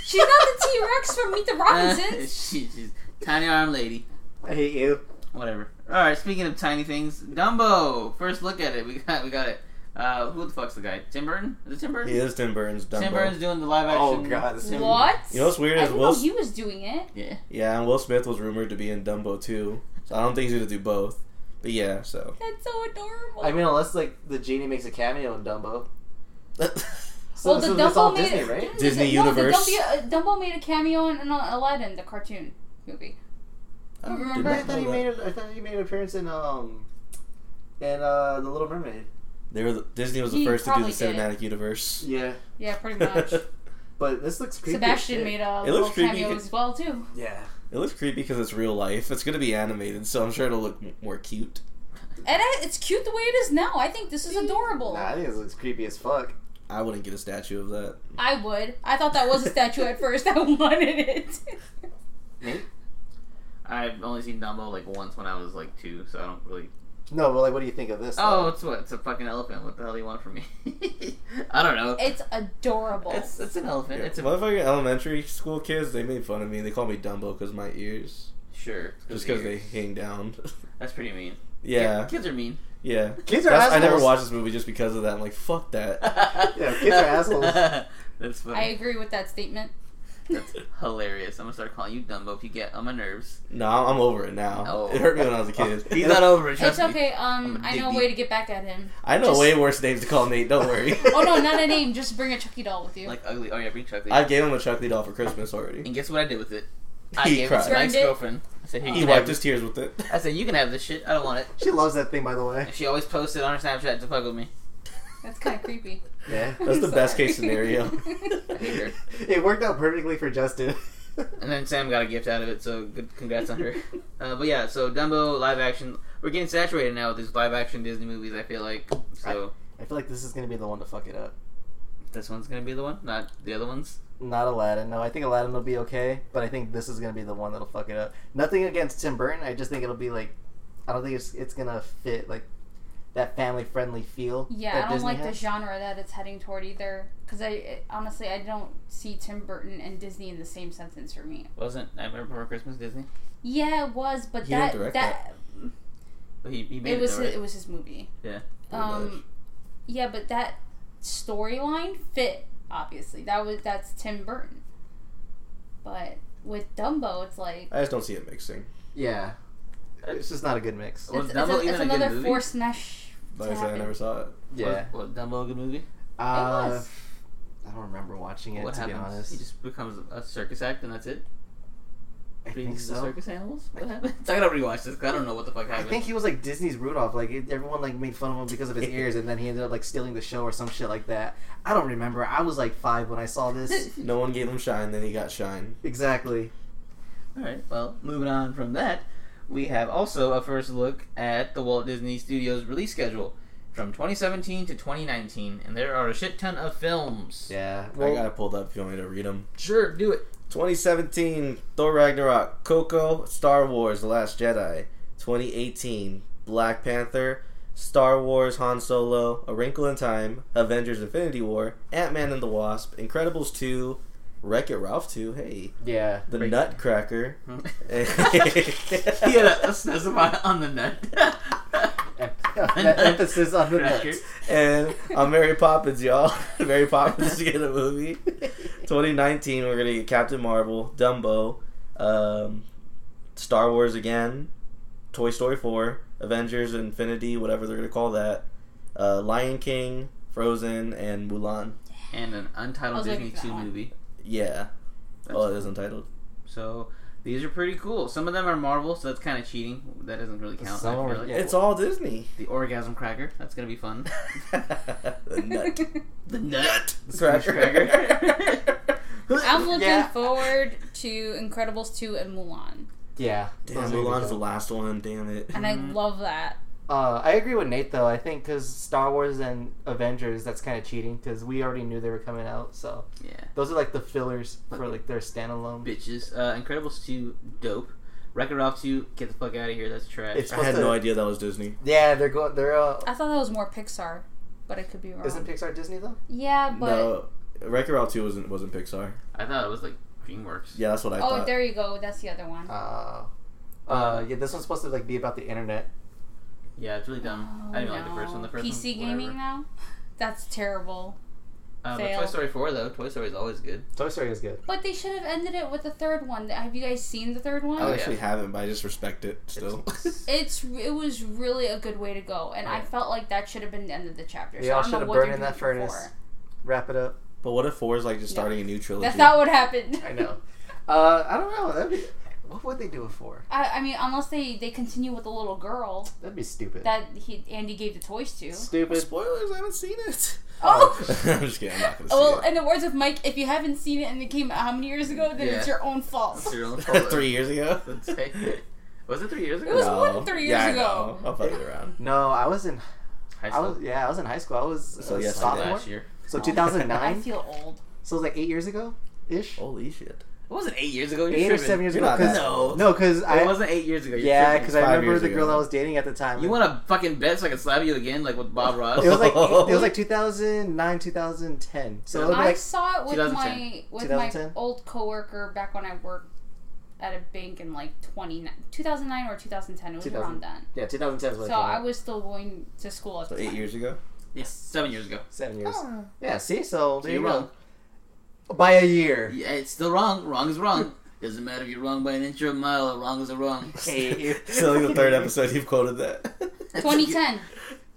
Speaker 5: She's not the T Rex from Meet the
Speaker 3: Uh,
Speaker 5: Robinsons.
Speaker 3: she, she's tiny arm lady.
Speaker 2: I hate you.
Speaker 3: Whatever. All right. Speaking of tiny things, Dumbo. First look at it. We got. We got it. Uh, who the fuck's the guy? Tim Burton? Is it Tim Burton?
Speaker 4: He is Tim Burton's Dumbo.
Speaker 3: Tim Burton's doing the live action.
Speaker 2: Oh, God, this is
Speaker 3: Tim-
Speaker 5: What?
Speaker 4: You know what's weird
Speaker 5: I
Speaker 4: is
Speaker 5: didn't
Speaker 4: Will.
Speaker 5: know he was doing it.
Speaker 3: Yeah.
Speaker 4: yeah, and Will Smith was rumored to be in Dumbo too. So I don't think he's gonna do both. But yeah, so.
Speaker 5: That's so adorable.
Speaker 2: I mean, unless like the genie makes a cameo in Dumbo. So
Speaker 5: well, the
Speaker 2: this is- it's all
Speaker 5: Dumbo made
Speaker 2: Disney, right?
Speaker 4: Disney
Speaker 5: no, the
Speaker 4: Universe.
Speaker 5: Dumbo, uh, Dumbo made a cameo in, in Aladdin, the cartoon movie.
Speaker 4: I did
Speaker 5: Remember?
Speaker 2: I
Speaker 4: not
Speaker 2: thought he
Speaker 4: know
Speaker 2: made
Speaker 4: that.
Speaker 2: a, I thought he made an appearance in um in uh the Little Mermaid.
Speaker 4: They were the, Disney was the
Speaker 5: He
Speaker 4: first to do the
Speaker 5: probably did.
Speaker 4: cinematic universe.
Speaker 2: Yeah,
Speaker 5: Yeah, pretty much.
Speaker 4: it
Speaker 2: but this looks creepy. as
Speaker 5: Sebastian
Speaker 2: shit.
Speaker 5: made a
Speaker 4: It looks
Speaker 5: little
Speaker 4: creepy.
Speaker 5: cameo as well too.
Speaker 2: Yeah,
Speaker 4: looks creepy because it's real life. It's gonna be animated, so I'm sure it'll look m- more cute.
Speaker 5: And I, it's cute the way it is now. I think this is adorable.
Speaker 2: nah, I think this looks creepy as fuck.
Speaker 4: I wouldn't get a statue of that.
Speaker 5: I would. I thought that was a statue at first. I wanted it.
Speaker 3: I've only seen Dumbo like once when I was like two, so I don't really
Speaker 2: No, but like, what do you think of this?
Speaker 3: Oh,
Speaker 2: though?
Speaker 3: it's what? It's a fucking elephant. What the hell do you want from me? I don't know.
Speaker 5: It's adorable.
Speaker 3: It's it's an elephant. It's
Speaker 4: It's
Speaker 3: a
Speaker 4: motherfucking elementary school kids. They made fun of me. They called me Dumbo because my ears,
Speaker 3: sure.
Speaker 4: just because they hang down.
Speaker 3: That's pretty mean.
Speaker 4: yeah,
Speaker 3: Kids are mean.
Speaker 4: yeah.
Speaker 2: kids are
Speaker 4: That's-
Speaker 2: assholes.
Speaker 4: I never watched this movie just because of that. I'm like, fuck that.
Speaker 3: yeah,
Speaker 2: kids are assholes.
Speaker 3: That's
Speaker 5: I
Speaker 3: funny.
Speaker 5: agree with that statement.
Speaker 3: That's hilarious. I'm gonna start calling you Dumbo if you get on my nerves.
Speaker 4: No, I'm I'm over it now.
Speaker 3: Oh.
Speaker 4: It hurt me when I was a kid.
Speaker 3: He's not over it.
Speaker 5: It's
Speaker 3: Trust me.
Speaker 5: okay. Um,
Speaker 3: I'm a
Speaker 5: I know a
Speaker 3: digby.
Speaker 5: way to get back at him.
Speaker 4: I know
Speaker 5: Just-
Speaker 4: way worse names to call Nate. Don't worry.
Speaker 5: Oh no, not a name. Just bring a Chucky doll with you.
Speaker 3: Like ugly. Oh yeah, bring chocolate.
Speaker 4: I gave him a chocolate doll for Christmas already.
Speaker 3: and guess what I did with it? I
Speaker 4: He
Speaker 3: gave it to
Speaker 4: cried.
Speaker 3: my
Speaker 5: Burned it?
Speaker 3: ex-girlfriend. I said, Here, you
Speaker 4: He
Speaker 3: can
Speaker 4: wiped
Speaker 3: have
Speaker 4: his
Speaker 3: this.
Speaker 4: tears with it.
Speaker 3: I said, you can have this shit. I don't want it.
Speaker 2: She loves that thing, by the way.
Speaker 3: And she always posted on her Snapchat to fuck with me.
Speaker 5: That's kind of creepy.
Speaker 2: Yeah,
Speaker 4: That's the best case
Speaker 5: Sorry.
Speaker 4: scenario.
Speaker 3: I hate her.
Speaker 2: it worked out perfectly for Justin.
Speaker 3: And then Sam got a gift out of it, so good congrats on her. Uh, but yeah, so Dumbo live action. We're getting saturated now with these live action Disney movies. I feel like so
Speaker 2: I feel like this is gonna be the one to fuck it up.
Speaker 3: this one's gonna be the one, not the other ones.
Speaker 2: Not Aladdin. No, I think Aladdin will be okay, but I think this is gonna be the one that'll fuck it up. Nothing against Tim Burton. I just think it'll be like, I don't think it's it's gonna fit like that family friendly feel.
Speaker 5: Yeah,
Speaker 2: that
Speaker 5: I don't
Speaker 2: Disney
Speaker 5: like
Speaker 2: has.
Speaker 5: the genre that it's heading toward either. Because I it- honestly, I don't see Tim Burton and Disney in the same sentence for me.
Speaker 3: Wasn't Nightmare Before Christmas Disney?
Speaker 5: Yeah, it was, but
Speaker 4: He
Speaker 5: that
Speaker 4: didn't direct
Speaker 5: that,
Speaker 3: But he, he made
Speaker 5: it
Speaker 3: it,
Speaker 5: was
Speaker 3: though,
Speaker 5: his,
Speaker 3: right?
Speaker 5: it was his movie.
Speaker 3: Yeah.
Speaker 5: Um, yeah, but that storyline fit obviously. That was that's Tim Burton. But with Dumbo, it's like
Speaker 4: I just don't see it mixing.
Speaker 2: Yeah. It's just not a good mix.
Speaker 3: Was
Speaker 5: it's,
Speaker 3: Dumbo
Speaker 5: it's, a,
Speaker 3: even
Speaker 5: it's
Speaker 3: a good
Speaker 5: another
Speaker 3: movie?
Speaker 5: forced mesh.
Speaker 4: Like I said, I never saw it.
Speaker 2: Yeah.
Speaker 3: Was, was Dumbo a good movie?
Speaker 5: it
Speaker 2: Uh,
Speaker 5: was.
Speaker 2: I don't remember watching it
Speaker 3: what
Speaker 2: to be
Speaker 3: happens? He
Speaker 2: honest.
Speaker 3: just becomes a circus act and that's it.
Speaker 2: I
Speaker 3: Feeding
Speaker 2: think
Speaker 3: the
Speaker 2: so.
Speaker 3: circus animals. What happened? I gotta rewatch this. 'cause I don't know what the fuck
Speaker 2: I
Speaker 3: happened.
Speaker 2: think he was like Disney's Rudolph. Like it, everyone like made fun of him because of his ears, and then he ended up like stealing the show or some shit like that. I don't remember. I was like five when I saw this.
Speaker 4: No one gave him shine, then he got shine.
Speaker 2: exactly.
Speaker 3: All right. Well, moving on from that, we have also a first look at the Walt Disney Studios release schedule from 2017 to 2019, and there are a shit ton of films.
Speaker 2: Yeah.
Speaker 4: I
Speaker 2: Well,
Speaker 4: got it pulled up if you want me to read them.
Speaker 3: Sure, do it.
Speaker 4: 2017, Thor Ragnarok, Coco, Star Wars, The Last Jedi. 2018, Black Panther, Star Wars, Han Solo, A Wrinkle in Time, Avengers Infinity War, Ant Man and the Wasp, Incredibles 2, Wreck It Ralph 2, hey,
Speaker 2: yeah.
Speaker 4: The
Speaker 3: Great.
Speaker 4: Nutcracker.
Speaker 3: he had a, a specify on the nut.
Speaker 2: emphasis on the
Speaker 3: Cracker.
Speaker 2: nuts.
Speaker 4: and on Mary Poppins, y'all. Mary Poppins is getting a movie. 2019, we're gonna get Captain Marvel, Dumbo, um, Star Wars again, Toy Story 4, Avengers Infinity, whatever they're gonna call that, uh, Lion King, Frozen, and Mulan.
Speaker 3: and an
Speaker 5: I
Speaker 3: untitled
Speaker 5: was
Speaker 3: Disney
Speaker 5: waiting for that
Speaker 3: 2
Speaker 5: one.
Speaker 3: movie.
Speaker 4: Yeah.
Speaker 3: That's
Speaker 4: oh, it is untitled.
Speaker 3: So these are pretty cool. Some of them are Marvel, so that's kind of cheating. That doesn't really count.
Speaker 2: Some
Speaker 3: I
Speaker 2: are-
Speaker 3: feel like.
Speaker 2: yeah.
Speaker 4: It's all Disney.
Speaker 3: The orgasm cracker. That's gonna be fun.
Speaker 4: the nut.
Speaker 3: The nut
Speaker 4: Cracker.
Speaker 5: I'm looking
Speaker 2: Yeah.
Speaker 5: forward to Incredibles 2 and Mulan.
Speaker 2: Yeah.
Speaker 4: Damn, Mulan's the last one. Damn it.
Speaker 5: And I love that.
Speaker 2: Uh, I agree with Nate though. I think because Star Wars and Avengers, that's kind of cheating because we already knew they were coming out. So
Speaker 3: Yeah.
Speaker 2: those are like the fillers for like their standalone.
Speaker 3: bitches. Uh, Incredibles two, dope. Wreck It Ralph two, get the fuck out of here. That's trash.
Speaker 2: It's-
Speaker 4: I had
Speaker 2: What's the-
Speaker 4: no idea that was Disney.
Speaker 2: Yeah, they're going. They're uh,
Speaker 5: I thought that was more Pixar, but I could be wrong.
Speaker 2: isn't Pixar Disney though?
Speaker 5: yeah, but
Speaker 4: no, Wreck It Ralph 2 wasn't, wasn't Pixar.
Speaker 3: I thought it was like DreamWorks.
Speaker 4: Yeah, that's what I
Speaker 5: oh,
Speaker 4: thought.
Speaker 5: there you go. That's the other one.
Speaker 2: Uh, uh, yeah, this one's supposed to like be about the internet.
Speaker 3: Yeah, it's really dumb. Um,
Speaker 5: Oh,
Speaker 3: I didn't even like the first one. The first
Speaker 5: PC
Speaker 3: one,
Speaker 5: gaming
Speaker 3: whatever.
Speaker 5: now. That's terrible.
Speaker 3: Uh, but
Speaker 5: fail.
Speaker 3: Toy Story four though. Toy Story is always good.
Speaker 2: Toy Story is good.
Speaker 5: But they should have ended it with the third one. Have you guys seen the third one?
Speaker 4: I
Speaker 3: Oh,
Speaker 4: actually haven't, but I just respect it still.
Speaker 5: It's it was really a good way to go, and I
Speaker 3: Yeah.
Speaker 5: felt like that should have been the end of the chapter.
Speaker 2: They
Speaker 5: so
Speaker 2: all
Speaker 5: I don't
Speaker 2: should
Speaker 5: know
Speaker 2: have
Speaker 5: what
Speaker 2: burned
Speaker 5: they're
Speaker 2: in that
Speaker 5: doing
Speaker 2: furnace.
Speaker 5: for.
Speaker 2: Wrap it up.
Speaker 4: but what if four is like just
Speaker 5: No.
Speaker 4: starting a new trilogy?
Speaker 5: That's not what happened.
Speaker 2: I know. Uh, I don't know. That'd be, what would they do it for?
Speaker 5: I, I mean, unless they they continue with the little girl
Speaker 2: That'd be stupid.
Speaker 5: that he Andy gave the toys to.
Speaker 2: stupid.
Speaker 4: Spoilers, I haven't seen it.
Speaker 5: Oh.
Speaker 4: I'm just kidding, I'm not gonna see
Speaker 5: Well,
Speaker 4: it.
Speaker 5: in the words of Mike, if you haven't seen it and it came out how many years ago, then it's
Speaker 3: Yeah.
Speaker 5: your own fault.
Speaker 3: It's your own fault.
Speaker 4: Three years ago?
Speaker 3: Let's say. Was it three years
Speaker 5: It was
Speaker 3: ago?
Speaker 5: more than three
Speaker 4: yeah,
Speaker 5: years
Speaker 4: I
Speaker 5: ago.
Speaker 4: know. I'm fucking around.
Speaker 2: No, I was in.
Speaker 3: High
Speaker 2: I was
Speaker 3: school.
Speaker 2: yeah. I was in high school. I was
Speaker 4: So
Speaker 2: a
Speaker 4: yes, I did.
Speaker 2: sophomore.
Speaker 3: last year.
Speaker 2: So
Speaker 5: I
Speaker 2: 2009.
Speaker 5: feel old.
Speaker 2: so it was like eight years ago, ish.
Speaker 4: Holy shit.
Speaker 3: It wasn't eight years ago. You're
Speaker 2: Eight or
Speaker 3: tripping.
Speaker 2: seven years
Speaker 4: You're
Speaker 2: ago.
Speaker 4: not
Speaker 2: 'cause-
Speaker 4: that old.
Speaker 2: No, because
Speaker 3: It
Speaker 2: I
Speaker 3: wasn't eight years ago. You're
Speaker 2: yeah,
Speaker 3: tripping.
Speaker 2: because I
Speaker 4: Five
Speaker 2: remember
Speaker 4: years
Speaker 2: the girl
Speaker 4: ago.
Speaker 2: I was dating at the time.
Speaker 3: You want to fucking bet so I can slap you again, like with Bob Ross?
Speaker 2: It was like
Speaker 4: Oh.
Speaker 2: it was like 2009, 2010. So it would be
Speaker 5: I
Speaker 2: like
Speaker 5: saw it with
Speaker 3: 2010.
Speaker 5: my with my
Speaker 2: 2010?
Speaker 5: old coworker back when I worked at a bank in like 20, 2009 or 2010. It was
Speaker 2: 2000.
Speaker 5: around then.
Speaker 2: yeah, 2010 was
Speaker 5: So I was still going to school at
Speaker 4: So
Speaker 5: the
Speaker 4: eight
Speaker 5: time.
Speaker 4: years ago?
Speaker 3: yeah, seven years ago.
Speaker 2: seven years.
Speaker 5: Oh.
Speaker 2: Yeah, see, so there
Speaker 3: You're
Speaker 2: you
Speaker 3: wrong.
Speaker 2: go. By a year.
Speaker 3: Yeah, it's still wrong. Wrong is wrong. Doesn't matter if you're wrong by an inch or a mile. A wrong is a wrong.
Speaker 2: Hey,
Speaker 4: Still like the third episode you've quoted that.
Speaker 5: 2010.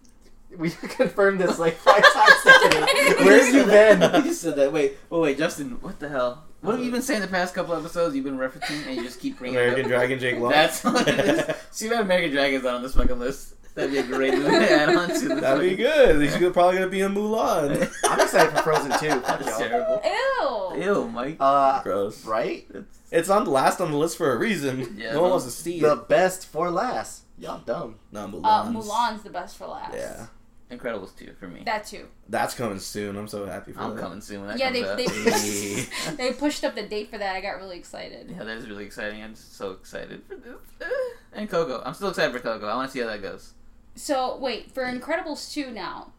Speaker 2: we confirmed this like five times. today. Where's you been?
Speaker 3: You just said that. Wait, wait, wait, Justin. What the hell? What have you been saying the past couple episodes? You've been referencing and you just keep bringing
Speaker 4: American
Speaker 3: it up.
Speaker 4: Dragon Jake Long.
Speaker 3: That's what it is. See if American Dragon's not on this fucking list. That'd be a great movie to add on to. this
Speaker 4: That'd be
Speaker 3: fucking-
Speaker 4: good. He's gonna- probably gonna be in Mulan.
Speaker 2: I'm excited for Frozen 2. Fuck
Speaker 3: That's
Speaker 2: y'all.
Speaker 3: terrible.
Speaker 5: Ew.
Speaker 3: Ew, Mike.
Speaker 2: Uh,
Speaker 4: Gross.
Speaker 2: right?
Speaker 4: It's on last on the list for a reason.
Speaker 3: Yeah,
Speaker 4: no one
Speaker 3: no.
Speaker 4: wants to see
Speaker 2: The
Speaker 4: it.
Speaker 2: best for last. Y'all dumb.
Speaker 4: Not Mulan.
Speaker 5: Uh, Mulan's the best for last.
Speaker 4: Yeah.
Speaker 3: Incredibles two for me.
Speaker 5: That too.
Speaker 4: That's coming soon. I'm so happy for
Speaker 3: I'm
Speaker 4: that.
Speaker 3: coming soon. When that
Speaker 5: yeah,
Speaker 3: comes
Speaker 5: they
Speaker 3: out.
Speaker 5: they
Speaker 4: Hey.
Speaker 5: pushed, they pushed up the date for that. I got really excited.
Speaker 3: Yeah, that is really exciting. I'm so excited for this. And Coco. I'm still excited for Coco. I want to see how that goes.
Speaker 5: So wait for Incredibles two now.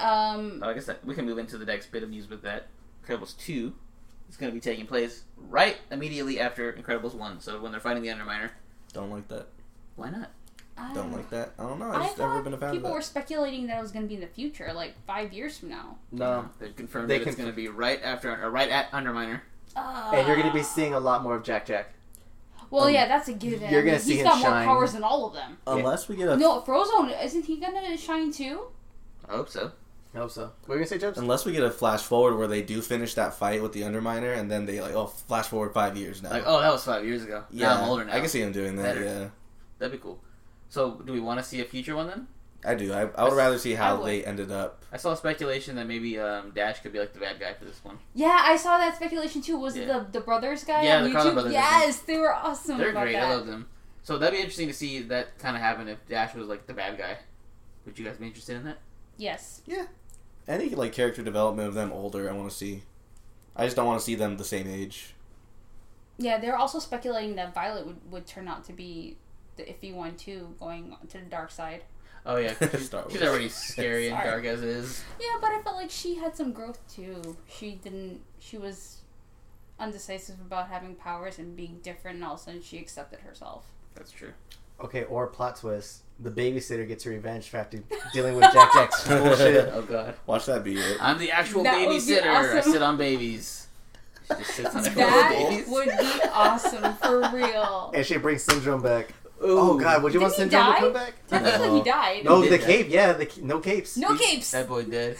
Speaker 5: Um,
Speaker 3: But I guess that, we can move into the next bit of news with that. Incredibles 2 is going to be taking place right immediately after Incredibles 1. So when they're fighting the Underminer.
Speaker 4: Don't like that.
Speaker 3: Why not?
Speaker 5: I
Speaker 4: Don't like that. I don't know.
Speaker 5: I
Speaker 4: I've just never
Speaker 5: thought
Speaker 4: been a fan of
Speaker 5: people
Speaker 4: that.
Speaker 5: were speculating that it was going to be in the future, like five years from now.
Speaker 2: No.
Speaker 3: Um, They confirmed
Speaker 2: They
Speaker 3: that it's
Speaker 2: conf-
Speaker 3: going to be right after or right at Underminer.
Speaker 5: Uh,
Speaker 1: and you're going to be seeing a lot more of Jack Jack.
Speaker 5: Well, yeah, that's a given.
Speaker 1: you're gonna
Speaker 5: He's
Speaker 1: see him
Speaker 5: got
Speaker 1: shine.
Speaker 5: more powers than all of them.
Speaker 4: Unless we get a
Speaker 5: No, Frozone isn't he gonna shine too?
Speaker 3: I hope so.
Speaker 1: I hope so. What are you going to say, Jobs?
Speaker 4: unless we get a flash forward where they do finish that fight with the Underminer, and then they like oh flash forward five years now.
Speaker 3: Like, oh, that was five years ago. Yeah,
Speaker 4: yeah,
Speaker 3: I'm older now.
Speaker 4: I can see them doing that.
Speaker 3: Better.
Speaker 4: Yeah,
Speaker 3: that'd be cool. So, do we want to see a future one then?
Speaker 4: I do. I, I would
Speaker 3: I-
Speaker 4: rather see how
Speaker 5: I would.
Speaker 4: they ended up.
Speaker 3: I saw speculation that maybe um, Dash could be like the bad guy for this one.
Speaker 5: Yeah, I saw that speculation too. Was it
Speaker 3: Yeah.
Speaker 5: the the brothers guy
Speaker 3: Yeah,
Speaker 5: on
Speaker 3: the Carlin
Speaker 5: YouTube?
Speaker 3: brothers, I think.
Speaker 5: yes, they were awesome.
Speaker 3: They're
Speaker 5: about
Speaker 3: great.
Speaker 5: That.
Speaker 3: I love them. So that'd be interesting to see that kind of happen if Dash was like the bad guy. Would you guys be interested in that?
Speaker 5: Yes.
Speaker 4: Any like character development of them older, I want to see. I just don't want to see them the same age.
Speaker 5: Yeah, they're also speculating that Violet would, would turn out to be the iffy one too, going to the dark side.
Speaker 3: Oh yeah, she's,
Speaker 4: Star
Speaker 3: she's
Speaker 4: Wars.
Speaker 3: already scary and
Speaker 5: Sorry.
Speaker 3: dark as it is.
Speaker 5: Yeah, but I felt like she had some growth too. She didn't. She was undecisive about having powers and being different, and all of a sudden she accepted herself.
Speaker 3: That's true.
Speaker 1: Okay, or plot twist. The babysitter gets her revenge for after dealing with Jack Jack's bullshit.
Speaker 3: Oh god,
Speaker 4: Watch that be it.
Speaker 3: I'm the actual
Speaker 5: That would be
Speaker 3: babysitter. I
Speaker 5: awesome.
Speaker 3: sit on babies. She just sits on
Speaker 5: That
Speaker 3: babies.
Speaker 5: would be awesome for real.
Speaker 1: And uh, she brings Syndrome back.
Speaker 3: Ooh.
Speaker 1: Oh god, would you want
Speaker 5: Didn't he
Speaker 1: Syndrome
Speaker 5: die?
Speaker 1: to come back?
Speaker 5: Technically,
Speaker 4: No.
Speaker 5: he died.
Speaker 1: No,
Speaker 3: did
Speaker 1: the
Speaker 3: that.
Speaker 1: cape. Yeah, the ca- no capes.
Speaker 5: No capes.
Speaker 3: That boy dead.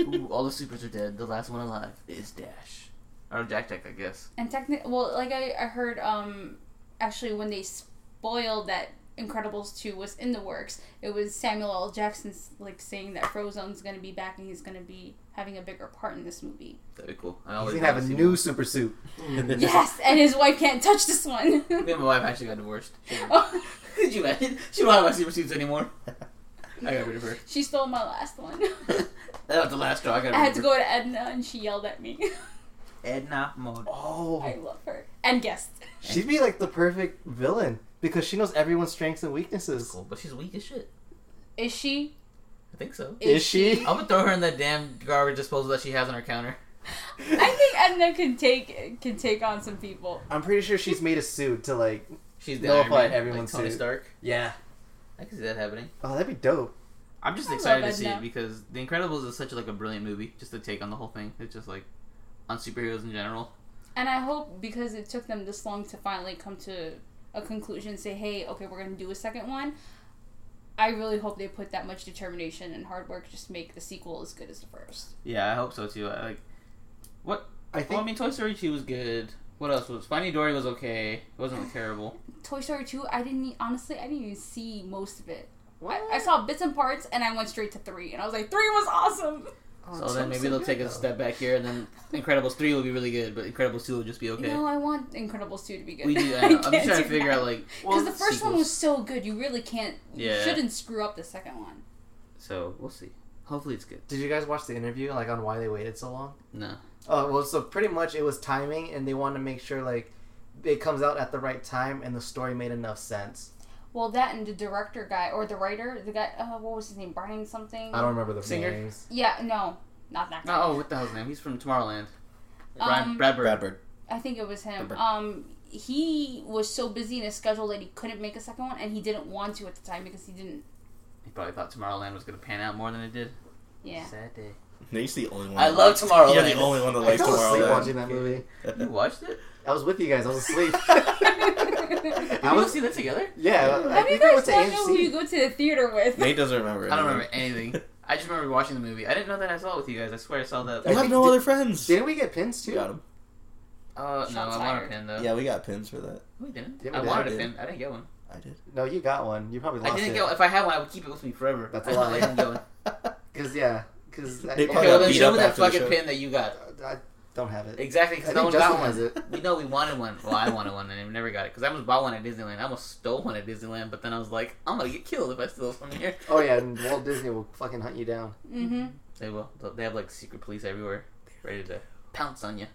Speaker 3: Ooh, all the supers are dead. The last one alive is Dash. Or Jack Jack, I guess.
Speaker 5: And technically, well, like I, I heard, um, actually, when they spoiled that Incredibles two was in the works, it was Samuel L. Jackson's like saying that Frozone's going to be back and he's going to be having a bigger part in this movie.
Speaker 3: That'd be cool. I
Speaker 1: He's
Speaker 3: always
Speaker 1: gonna have a
Speaker 3: wanna see
Speaker 1: new
Speaker 3: one.
Speaker 1: super suit.
Speaker 3: Mm.
Speaker 5: yes, and his wife can't touch this one.
Speaker 3: Me and my wife actually got divorced. She-
Speaker 5: Oh,
Speaker 3: Could you imagine? She don't have my super suits anymore. I got rid of her.
Speaker 5: she stole my last one.
Speaker 3: That was the last straw. I got rid
Speaker 5: I had
Speaker 3: of
Speaker 5: to
Speaker 3: her.
Speaker 5: go to Edna, and she yelled at me.
Speaker 3: Edna mode.
Speaker 1: Oh,
Speaker 5: I love her and guest.
Speaker 1: she'd be like the perfect villain because she knows everyone's strengths and weaknesses.
Speaker 3: Cool, but she's weak as shit.
Speaker 5: Is she?
Speaker 3: I think so.
Speaker 1: Is she?
Speaker 3: I'm gonna throw her in that damn garbage disposal that she has on her counter.
Speaker 5: I think Edna can take can take on some people.
Speaker 1: I'm pretty sure she's made a suit to like.
Speaker 3: She's the
Speaker 1: Nullify
Speaker 3: Iron Man,
Speaker 1: everyone's
Speaker 3: like Tony
Speaker 1: suit.
Speaker 3: Stark.
Speaker 1: Yeah.
Speaker 3: I can see that happening.
Speaker 1: Oh, that'd be dope.
Speaker 3: I'm just
Speaker 5: I
Speaker 3: excited
Speaker 5: love
Speaker 3: to see
Speaker 5: Edna.
Speaker 3: it because The Incredibles is such like a brilliant movie. Just to take on the whole thing. It's just like on superheroes in general.
Speaker 5: And I hope because it took them this long to finally come to a conclusion, say, hey, okay, we're going to do a second one. I really hope they put that much determination and hard work just to make the sequel as good as the first.
Speaker 3: Yeah, I hope so too. I, like,
Speaker 1: I
Speaker 3: well, I
Speaker 1: think.
Speaker 3: mean, Toy Story 2 was good. What else was Finding Dory was okay. It wasn't terrible.
Speaker 5: Toy Story 2, I didn't, e- honestly, I didn't even see most of it. I, I saw bits and parts and I went straight to three. And I was like, three was awesome!
Speaker 3: So then maybe they'll take a step back here, and then Incredibles three will be really good, but Incredibles two will just be okay.
Speaker 5: No, I want Incredibles 2 to be good.
Speaker 3: we do. I
Speaker 5: I
Speaker 3: know. I'm
Speaker 5: can't
Speaker 3: just trying
Speaker 5: do
Speaker 3: to figure
Speaker 5: that.
Speaker 3: out like
Speaker 5: Because the first one
Speaker 3: sequels.
Speaker 5: was so good, you really can't, you
Speaker 3: Yeah.
Speaker 5: shouldn't screw up the second one.
Speaker 3: So we'll see. Hopefully it's good.
Speaker 2: Did you guys watch the interview like on why they waited so long?
Speaker 3: No.
Speaker 2: Oh well, so pretty much it was timing, and they wanted to make sure like it comes out at the right time, and the story made enough sense.
Speaker 5: Well, that and the director guy or the writer, the guy, uh, what was his name, Brian something.
Speaker 2: I don't remember the
Speaker 3: Singer?
Speaker 2: names.
Speaker 5: Yeah, no, not that guy.
Speaker 3: No. Oh, what the hell's his name? He's from Tomorrowland. Brian
Speaker 5: Um,
Speaker 3: Bradbury.
Speaker 4: Bradbird.
Speaker 5: I think it was him.
Speaker 4: Remember.
Speaker 5: Um, he was so busy in his schedule that he couldn't make a second one, and he didn't want to at the time because he didn't.
Speaker 3: He probably thought Tomorrowland was gonna pan out more than it did.
Speaker 5: Yeah,
Speaker 3: Sad day.
Speaker 4: No, you're the only one.
Speaker 3: I
Speaker 4: that
Speaker 3: love
Speaker 4: liked-
Speaker 3: Tomorrowland.
Speaker 4: You're the only one that
Speaker 1: I
Speaker 4: likes
Speaker 1: fell asleep watching
Speaker 4: Tomorrowland.
Speaker 1: that movie.
Speaker 3: You watched it?
Speaker 1: I was with you guys. I was asleep.
Speaker 5: Have
Speaker 3: Did
Speaker 1: I
Speaker 3: we
Speaker 1: was.
Speaker 3: see that together?
Speaker 1: Yeah. I
Speaker 5: you
Speaker 1: think I went
Speaker 5: guys
Speaker 1: to
Speaker 5: not know who
Speaker 1: AMC.
Speaker 5: you go to the theater with?
Speaker 4: Nate doesn't remember.
Speaker 3: I don't remember anything. I just remember watching the movie. I didn't know that I saw it with you guys. I swear I saw that.
Speaker 4: You
Speaker 1: I
Speaker 4: have
Speaker 1: think-
Speaker 4: no
Speaker 1: did-
Speaker 4: other friends.
Speaker 1: Didn't we get pins
Speaker 4: We
Speaker 1: too?
Speaker 4: got 'em.
Speaker 3: Uh, no,
Speaker 5: Shots
Speaker 3: I want a
Speaker 5: fired.
Speaker 3: pin though.
Speaker 4: Yeah, we got pins for that.
Speaker 3: we didn't.
Speaker 1: Yeah, we
Speaker 3: I
Speaker 1: did.
Speaker 3: wanted
Speaker 4: I
Speaker 3: a
Speaker 4: did.
Speaker 3: pin. I didn't get one.
Speaker 4: I did.
Speaker 1: No, you got one. You probably lost
Speaker 3: I didn't
Speaker 1: it.
Speaker 3: get. If I had one, I would keep it with me forever.
Speaker 1: That's
Speaker 3: I
Speaker 1: a
Speaker 3: know
Speaker 1: lie.
Speaker 3: I didn't get one.
Speaker 1: Because yeah. Because I,
Speaker 4: They
Speaker 1: okay,
Speaker 4: probably
Speaker 3: Okay, well then
Speaker 4: beat
Speaker 3: show
Speaker 4: up
Speaker 3: me that
Speaker 4: after the
Speaker 3: fucking
Speaker 4: show.
Speaker 3: pin that you got.
Speaker 1: I don't have it.
Speaker 3: Exactly,
Speaker 1: I
Speaker 3: because no one
Speaker 1: think
Speaker 3: got
Speaker 1: Justin
Speaker 3: one.
Speaker 1: has it.
Speaker 3: We know we wanted one. Well, I wanted one, and I never got it because I almost bought one at Disneyland. I almost stole one at Disneyland, but then I was like, I'm gonna get killed if I steal from here.
Speaker 1: Oh yeah, and Walt Disney will fucking hunt you down.
Speaker 5: Mm-hmm.
Speaker 3: They will. They'll- They have like secret police everywhere, ready to pounce on you.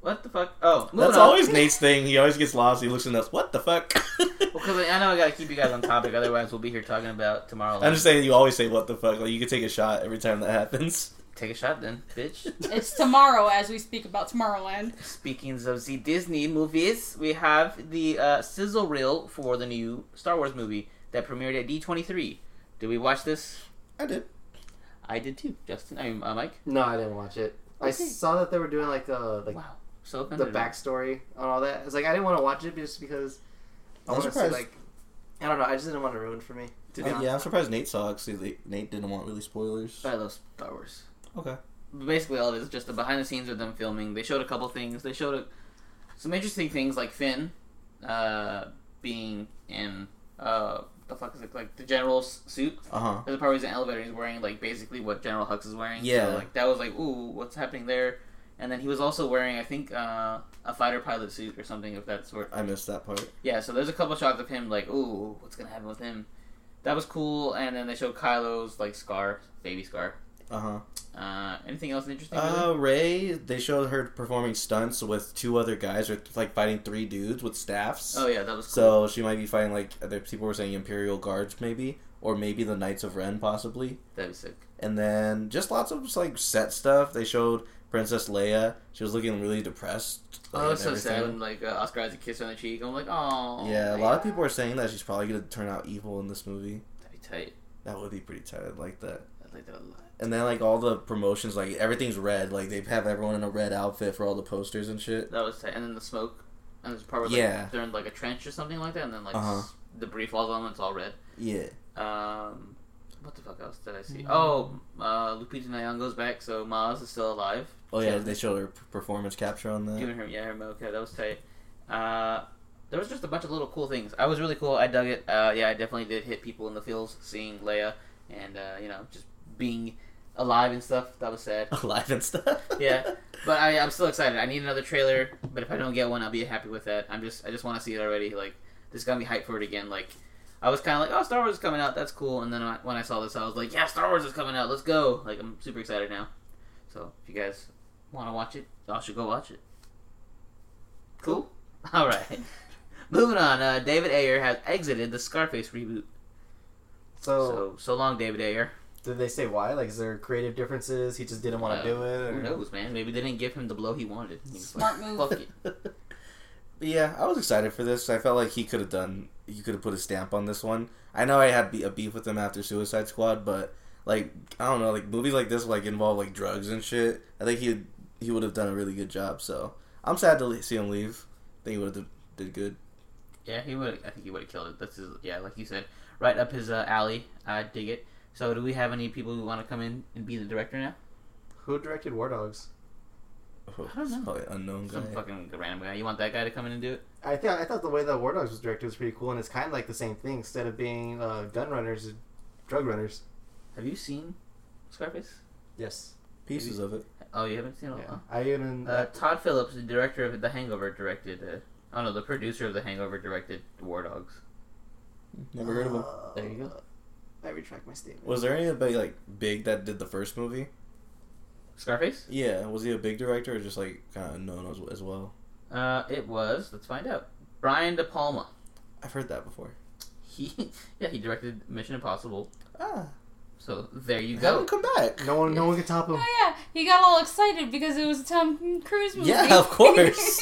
Speaker 3: What the fuck? Oh, moving
Speaker 4: That's
Speaker 3: on.
Speaker 4: always Nate's thing. He always gets lost. He looks and us. What the fuck?
Speaker 3: Well, because I know I gotta keep you guys on topic, otherwise we'll be here talking about tomorrow.
Speaker 4: I'm just saying, you always say "what the fuck." Like you can take a shot every time that happens.
Speaker 3: Take a shot then, bitch.
Speaker 5: It's tomorrow as we speak about Tomorrowland.
Speaker 3: Speaking of the Disney movies, we have the uh, sizzle reel for the new Star Wars movie that premiered at D23. Did we watch this?
Speaker 4: I did.
Speaker 3: I did too, Justin. I mean, uh, Mike.
Speaker 1: No, I didn't watch it. I
Speaker 3: Okay.
Speaker 1: saw that they were doing like a like
Speaker 3: Wow. So
Speaker 2: the
Speaker 3: offended.
Speaker 2: backstory on all that. It's like I didn't want to watch it just because I
Speaker 4: I'm
Speaker 2: want to see
Speaker 4: surprised.
Speaker 2: like I don't know. I just didn't want to ruin for me. To be
Speaker 4: Yeah,
Speaker 2: honest.
Speaker 4: I'm surprised Nate saw it. 'cause he- Nate didn't want really spoilers.
Speaker 3: I love Star Wars.
Speaker 4: Okay.
Speaker 3: But basically, all it is just the behind the scenes of them filming. They showed a couple things. They showed a, some interesting things like Finn uh, being in uh, the fuck is it like the general's suit.
Speaker 4: Uh huh.
Speaker 3: There's a part where he's in an elevator. and He's wearing like basically what General Hux is wearing.
Speaker 4: Yeah.
Speaker 3: So, like that was like ooh, what's happening there? And then he was also wearing I think uh, a fighter pilot suit or something of that sort.
Speaker 4: I missed that part.
Speaker 3: Yeah, so there's a couple shots of him like, ooh, what's gonna happen with him? That was cool, and then they showed Kylo's like scar, baby scar.
Speaker 4: Uh huh.
Speaker 3: Uh, anything else interesting?
Speaker 4: Uh, Ray, they showed her performing stunts with two other guys, or like fighting three dudes with staffs.
Speaker 3: really? oh yeah, that was cool.
Speaker 4: So she might be fighting like other people were saying Imperial Guards, maybe, or maybe the Knights of Ren, possibly.
Speaker 3: That'd be sick.
Speaker 4: And then just lots of just, like set stuff. They showed Princess Leia. She was looking really depressed. like,
Speaker 3: oh,
Speaker 4: and
Speaker 3: it's so sad when
Speaker 4: everything.
Speaker 3: like uh, Oscar has a kiss her on the cheek. I'm like, oh.
Speaker 4: Yeah, a lot of people are saying that she's probably gonna turn out evil in this movie.
Speaker 3: That'd be tight.
Speaker 4: That would be pretty tight. I'd like that.
Speaker 3: I'd like that a lot.
Speaker 4: And then like all the promotions, like everything's red. Like they have everyone in a red outfit for all the posters and shit.
Speaker 3: That was tight. And then the smoke, and there's a part where like,
Speaker 4: Yeah.
Speaker 3: they're in like a trench or something like that, and then like
Speaker 4: Uh-huh.
Speaker 3: s- debris falls on them. It's all red.
Speaker 4: Yeah.
Speaker 3: Um, what the fuck else did I
Speaker 4: Hmm.
Speaker 3: see? Oh, uh, Lupita Nyong'o goes back, so Maz is still alive.
Speaker 4: Oh yeah,
Speaker 3: Yeah.
Speaker 4: they showed her p- performance capture on that.
Speaker 3: Giving her, yeah, her mocha. That was tight. Uh, there was just a bunch of little cool things. I was really cool. I dug it. Uh, yeah, I definitely did hit people in the fields seeing Leia and, uh, you know, just being alive and stuff. That was sad.
Speaker 4: Alive and stuff.
Speaker 3: Yeah. But I, I'm still excited. I need another trailer, but if I don't get one, I'll be happy with that. I'm just, I just want to see it already. Like, this got me hyped for it again. Like, I was kind of like, oh, Star Wars is coming out. That's cool. And then I, when I saw this, I was like, yeah, Star Wars is coming out. Let's go. Like, I'm super excited now. So, if you guys want to watch it, y'all should go watch it. Cool. All right. Moving on. Uh, David Ayer has exited the Scarface reboot.
Speaker 2: Oh.
Speaker 1: So,
Speaker 3: So, so long, David Ayer.
Speaker 1: did they say why? Like, is there creative differences? He just didn't want
Speaker 3: Uh,
Speaker 1: to do it.
Speaker 3: Who
Speaker 1: Or...
Speaker 3: knows, man? Maybe they didn't give him the blow he wanted. He was
Speaker 5: Smart
Speaker 3: like,
Speaker 5: move.
Speaker 3: Fuck it.
Speaker 4: but yeah, I was excited for this. I felt like he could have done, he could have put a stamp on this one. I know I had be- a beef with him after Suicide Squad, but like I don't know, like movies like this like involve like drugs and shit. I think he he would have done a really good job. So I'm sad to le- see him leave. I think he would have did good.
Speaker 3: Yeah, he would. I think he would have killed it. That's his. Yeah, like you said, right up his uh, alley. I dig it. So, do we have any people who want to come in and be the director now?
Speaker 1: Who directed War Dogs?
Speaker 3: don't know.
Speaker 4: It's Probably an unknown guy.
Speaker 3: Some fucking random guy. You want that guy to come in and do it?
Speaker 1: I thought I thought the way that War Dogs was directed was pretty cool, and it's kind of like the same thing. Instead of being uh, gun runners, it's drug runners.
Speaker 3: Have you seen Scarface?
Speaker 1: Yes.
Speaker 4: Pieces of it.
Speaker 3: Oh, you haven't seen it.
Speaker 1: Yeah.
Speaker 3: huh?
Speaker 1: I even
Speaker 3: Uh, Todd Phillips, the director of The Hangover, directed. Uh, oh no, the producer of The Hangover directed War Dogs.
Speaker 4: Never heard of him.
Speaker 1: Uh,
Speaker 3: There you go.
Speaker 1: I retract my statement.
Speaker 4: Was there anybody like big that did the first movie?
Speaker 3: Scarface?
Speaker 4: Yeah, was he a big director or just like kind of unknown as, as well?
Speaker 3: Uh, it was. Let's find out. Brian De Palma.
Speaker 4: I've heard that before.
Speaker 3: He, yeah, he directed Mission Impossible.
Speaker 4: Ah,
Speaker 3: So there you
Speaker 4: have
Speaker 3: go.
Speaker 4: him come back.
Speaker 1: No one, no one can top him.
Speaker 5: Oh yeah, he got all excited because it was a Tom Cruise movie.
Speaker 4: Yeah, of course.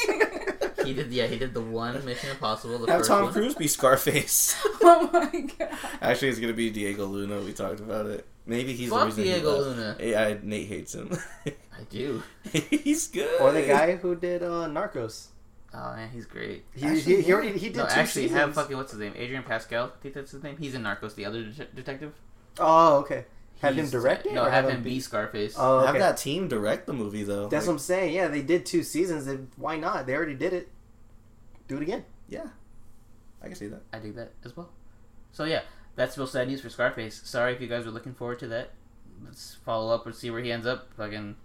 Speaker 3: He did. Yeah, he did the one Mission Impossible. The
Speaker 4: Have
Speaker 3: first
Speaker 4: Tom
Speaker 3: one.
Speaker 4: Cruise be Scarface.
Speaker 5: oh my god.
Speaker 4: Actually, it's gonna be Diego Luna. We talked about it. Maybe he's the
Speaker 3: Fuck
Speaker 4: reason
Speaker 3: Diego
Speaker 4: he left.
Speaker 3: Luna.
Speaker 4: Yeah, I- Nate hates him.
Speaker 3: I do.
Speaker 4: he's good.
Speaker 1: Or the guy who did uh, Narcos.
Speaker 3: Oh man, he's great.
Speaker 1: He,
Speaker 4: Actually,
Speaker 1: he, he already he did
Speaker 3: no,
Speaker 1: two
Speaker 3: actually,
Speaker 1: seasons.
Speaker 3: have fucking what's his name? Adrian Pascal. I think that's his name. He's in Narcos, the other det- detective.
Speaker 1: Oh, okay. Have him
Speaker 3: He's-
Speaker 1: direct it
Speaker 3: No,
Speaker 1: or
Speaker 3: have,
Speaker 1: have
Speaker 3: him
Speaker 1: him
Speaker 3: be Scarface.
Speaker 1: Oh, okay.
Speaker 4: Have that team direct the movie though.
Speaker 1: That's what
Speaker 4: Like,
Speaker 1: I'm saying. Yeah, they did two seasons. Then why not? They already did it. Do it again.
Speaker 4: yeah. I can see that.
Speaker 3: I do that as well. So yeah, that's real sad news for Scarface. Sorry if you guys were looking forward to that. Let's follow up and see where he ends up. Fucking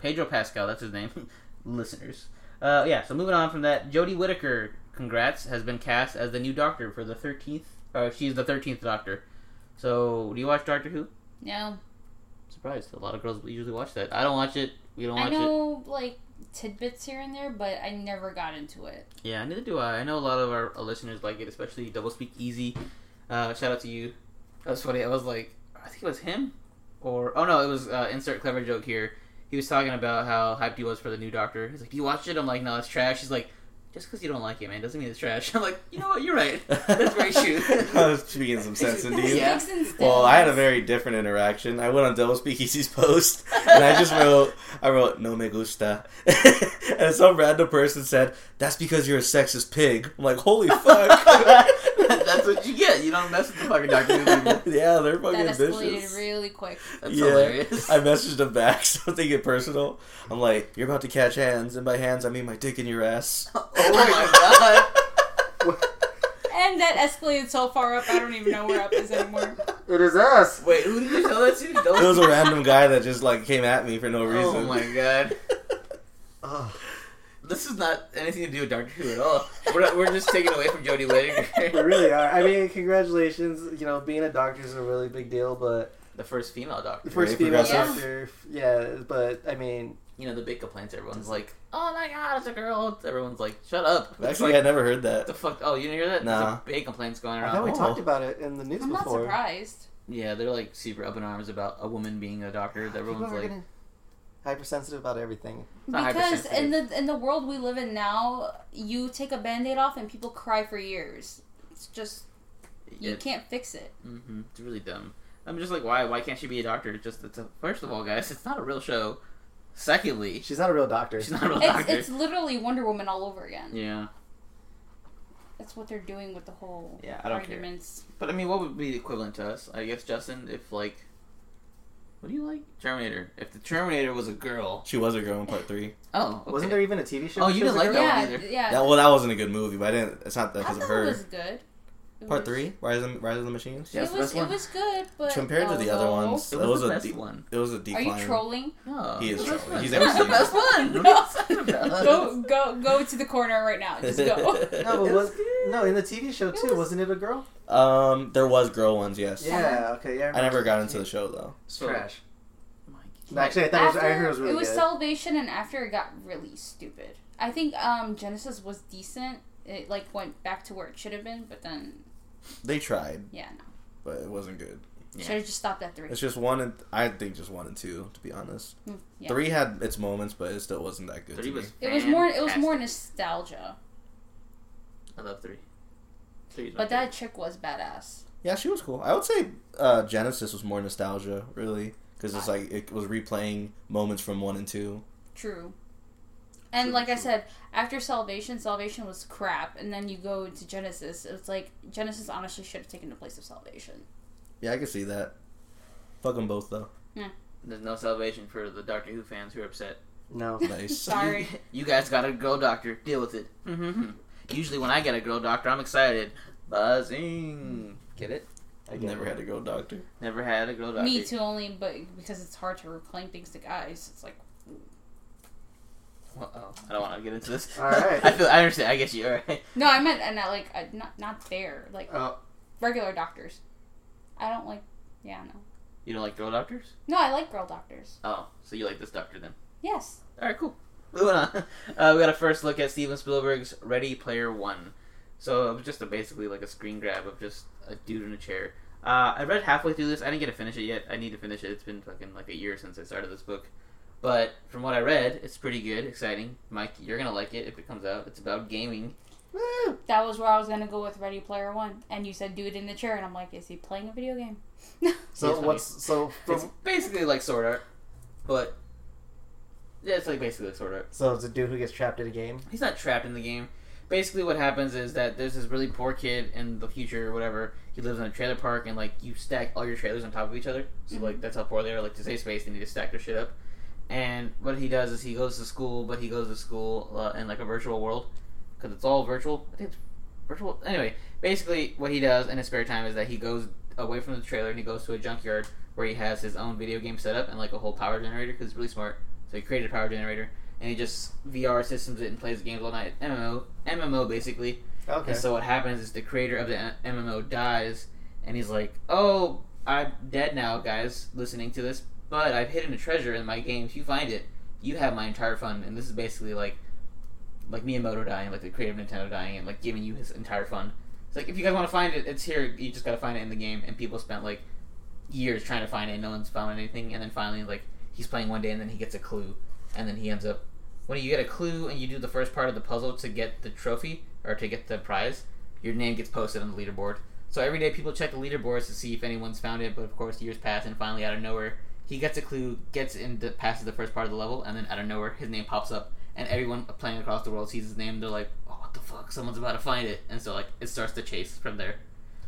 Speaker 3: Pedro Pascal, that's his name. Listeners. Uh, yeah, so moving on from that, Jodie Whittaker, congrats, has been cast as the new Doctor for the 13th. Or she's the 13th Doctor. So, do you watch Doctor Who?
Speaker 5: No,
Speaker 3: Surprised. A lot of girls usually watch that. I don't watch it. We don't
Speaker 5: I
Speaker 3: watch it.
Speaker 5: know like tidbits here and there, but I never got into it.
Speaker 3: Yeah, neither do I. I know a lot of our listeners like it, especially Double Speak Easy. Uh, shout out to you. That was funny. I was like, I think it was him, or oh no, it was uh, insert clever joke here. He was talking about how hyped he was for the new Doctor. He's like, "Do you watch it?" I'm like, "No, it's trash." He's like, just because you don't like it, man, doesn't mean it's trash. I'm like, you know what? You're right. That's very true.
Speaker 4: I was speaking some sense into you.
Speaker 3: Yeah.
Speaker 5: Sticks and stones.
Speaker 4: Well, I had a very different interaction. I went on Double Speakeasy's post, and I just wrote, I wrote, no me gusta. and some random person said, that's because you're a sexist pig. I'm like, holy fuck.
Speaker 3: That's what you get. You don't mess with the fucking documentary.
Speaker 4: yeah, they're fucking
Speaker 5: that
Speaker 4: vicious.
Speaker 5: escalated really quick.
Speaker 3: That's hilarious.
Speaker 4: I messaged him back, so I'm taking it personal. I'm like, you're about to catch hands, and by hands I mean my dick in your ass.
Speaker 3: oh my god.
Speaker 5: And that escalated so far up, I don't even know where up is anymore.
Speaker 1: It is us.
Speaker 3: Wait, who did you tell that to?
Speaker 4: It was
Speaker 3: Those
Speaker 4: a random guy that just like came at me for no reason.
Speaker 3: Oh my god.
Speaker 1: Ugh.
Speaker 3: This is not anything to do with Doctor Who at all. We're, not, we're just taking away from Jodie
Speaker 1: We
Speaker 3: Whittaker.
Speaker 1: really are. I mean, congratulations. You know, being a doctor is a really big deal, but
Speaker 3: the first female doctor.
Speaker 1: the first
Speaker 4: Very
Speaker 1: female
Speaker 5: progressive.
Speaker 1: doctor, yeah. But I mean,
Speaker 3: You know, the big complaints. Everyone's like, oh my god, it's a girl. Everyone's like, shut up. It's
Speaker 4: Actually,
Speaker 3: like,
Speaker 4: I never heard
Speaker 3: what the
Speaker 4: that.
Speaker 3: fuck? Oh, you didn't hear that?
Speaker 4: Nah.
Speaker 3: There's a big complaints going
Speaker 1: I
Speaker 3: around.
Speaker 1: thought we
Speaker 3: Oh.
Speaker 1: talked about it in the news
Speaker 5: I'm not
Speaker 1: before.
Speaker 5: surprised.
Speaker 3: Yeah, they're like super up in arms about a woman being a doctor. That
Speaker 1: People
Speaker 3: everyone's
Speaker 1: are
Speaker 3: like,
Speaker 1: gonna- hypersensitive about everything.
Speaker 3: not
Speaker 5: Because in
Speaker 3: hypersensitive.
Speaker 5: the in the world we live in now, you take a band-aid off and people cry for years. It's just you
Speaker 3: Yeah.
Speaker 5: can't fix it.
Speaker 3: hmm It's really dumb. I'm just like, why? Why can't she be a doctor? Just it's a, first of all, guys, it's not a real show. Secondly,
Speaker 1: She's not a real doctor.
Speaker 3: she's not a real
Speaker 5: It's
Speaker 3: doctor.
Speaker 5: it's literally Wonder Woman all over again.
Speaker 3: yeah,
Speaker 5: That's what they're doing with the whole
Speaker 3: Yeah, I don't care.
Speaker 5: arguments.
Speaker 3: but I mean, what would be the equivalent to us? I guess Justin, if like, what do you like? Terminator. If the Terminator was a girl,
Speaker 4: She was a girl in part three.
Speaker 3: oh, okay.
Speaker 1: Wasn't there even a TV show?
Speaker 3: Oh,
Speaker 1: that
Speaker 3: you
Speaker 1: she was
Speaker 3: didn't
Speaker 1: a
Speaker 3: like
Speaker 1: girl?
Speaker 3: that
Speaker 5: Yeah,
Speaker 3: one either.
Speaker 5: yeah.
Speaker 4: That well, that wasn't a good movie, but I didn't. It's not that
Speaker 5: I
Speaker 4: because of
Speaker 5: thought it
Speaker 4: her.
Speaker 5: was good. It
Speaker 4: Part
Speaker 5: was-
Speaker 4: three, Rise of, Rise of the Machines.
Speaker 3: Yeah,
Speaker 5: It
Speaker 3: it's the
Speaker 5: was
Speaker 3: best
Speaker 5: it
Speaker 3: one.
Speaker 5: was good, but
Speaker 4: Compared to the other
Speaker 5: although-
Speaker 4: ones,
Speaker 3: It
Speaker 4: that
Speaker 3: was the
Speaker 4: a
Speaker 3: best
Speaker 4: de-
Speaker 3: one.
Speaker 4: It was a
Speaker 5: Are
Speaker 4: decline.
Speaker 5: you trolling?
Speaker 3: No,
Speaker 4: He is
Speaker 3: it was the
Speaker 4: trolling.
Speaker 3: best one.
Speaker 4: He's never
Speaker 3: It was the
Speaker 4: seen
Speaker 3: best
Speaker 4: it.
Speaker 3: one. What are you talking about?
Speaker 5: Go go go to the corner right now. Just go.
Speaker 1: No, but
Speaker 3: It's
Speaker 1: was,
Speaker 3: good.
Speaker 1: no, in the TV show too,
Speaker 5: was-
Speaker 1: was... not it a girl?
Speaker 4: Um, there was girl ones, yes.
Speaker 1: Yeah. Okay. Yeah.
Speaker 4: I never got into the show though.
Speaker 1: It's
Speaker 3: So-
Speaker 1: trash.
Speaker 3: Oh My God.
Speaker 1: No, actually, I thought it was, I heard it was really good.
Speaker 5: Salvation, and after it got really stupid. I think um, Genesis was decent. It like went back to where it should have been, but then
Speaker 4: They tried,
Speaker 5: yeah, no,
Speaker 4: but it wasn't good.
Speaker 3: Yeah.
Speaker 5: should have just stopped at three.
Speaker 4: It's just one and I think just one and two, to be honest.
Speaker 5: Mm, yeah.
Speaker 4: Three had its moments, but it still wasn't that good.
Speaker 3: Three
Speaker 4: to me.
Speaker 3: was.
Speaker 5: It was more. It was more
Speaker 3: fantastic.
Speaker 5: nostalgia,
Speaker 3: I love three. Three. is my
Speaker 5: but that chick was badass.
Speaker 4: Yeah, she was cool. I would say uh, Genesis was more nostalgia, really, because it's like it was replaying moments from one and two.
Speaker 5: True. And
Speaker 3: True,
Speaker 5: like I
Speaker 3: true.
Speaker 5: said, after Salvation, Salvation was crap, and then you go into Genesis. It's like Genesis honestly should have taken the place of Salvation.
Speaker 4: Yeah, I can see that. Fuck them both though.
Speaker 3: There's no salvation for the Doctor Who fans who are upset.
Speaker 1: No.
Speaker 4: Nice.
Speaker 5: Sorry.
Speaker 3: You guys got a girl doctor. Deal with it. Usually, when I get a girl doctor, I'm excited. Buzzing. Get it?
Speaker 1: I
Speaker 4: I've
Speaker 1: get
Speaker 4: never
Speaker 1: it.
Speaker 4: had to go doctor.
Speaker 3: Never had a girl doctor.
Speaker 5: Me too, only but because it's hard to reclaim things to guys. It's like
Speaker 3: Uh-oh. I don't want to get into this.
Speaker 1: All right.
Speaker 3: I feel. I understand. I guess you. All right.
Speaker 5: no, I meant and not like uh, not not there like
Speaker 1: Oh,
Speaker 5: regular doctors. I don't like. Yeah, no.
Speaker 3: You don't like girl doctors?
Speaker 5: No, I like girl doctors.
Speaker 3: Oh, so you like this doctor then?
Speaker 5: Yes.
Speaker 3: All right. Cool. Moving on. Uh, we got a first look at Steven Spielberg's Ready Player One. So it was just a, basically like a screen grab of just a dude in a chair. Uh, I read halfway through this. I didn't get to finish it yet. I need to finish it. It's been fucking like a year since I started this book. But from what I read, it's pretty good, exciting. Mike, you're gonna like it if it comes out. It's about gaming.
Speaker 2: Eh,
Speaker 1: Woo.
Speaker 5: That was where I was gonna go with Ready Player One, and you said dude in the chair, and I'm like, is he playing a video game?
Speaker 1: So
Speaker 3: Yes, I
Speaker 1: what's so from,
Speaker 3: It's basically like Sword Art, but yeah, it's like basically like Sword Art.
Speaker 1: so it's a dude who gets trapped in a game.
Speaker 3: He's not trapped in the game. Basically, what happens is that there's this really poor kid in the future or whatever. He lives in a trailer park, and like you stack all your trailers on top of each other. So like that's how poor they are. Like to save space, they need to stack their shit up. And what he does is he goes to school, but he goes to school uh, in like a virtual world because it's all virtual. I think it's virtual. Anyway, basically, what he does in his spare time is that he goes away from the trailer and he goes to a junkyard where he has his own video game setup and like a whole power generator because he's really smart. So he created a power generator and he just VR systems it and plays games all night. MMO, MMO basically.
Speaker 1: Okay.
Speaker 3: And so what happens is the creator of the M- MMO dies, and he's like, "Oh, I'm dead now, guys. Listening to this, but I've hidden a treasure in my game. If you find it, you have my entire fun." And this is basically like, like Miyamoto dying, like the creator of Nintendo dying, and like giving you his entire fun. It's like if you guys want to find it, it's here. You just gotta find it in the game. And people spent like years trying to find it. and No one's found anything, and then finally, like he's playing one day, and then he gets a clue, and then he ends up when you get a clue and you do the first part of the puzzle to get the trophy or to get the prize, your name gets posted on the leaderboard. So every day people check the leaderboards to see if anyone's found it, but of course years pass and finally out of nowhere he gets a clue, gets in the passes the first part of the level, and then out of nowhere his name pops up and everyone playing across the world sees his name, they're like, Oh what the fuck, someone's about to find it and so like it starts to chase from there.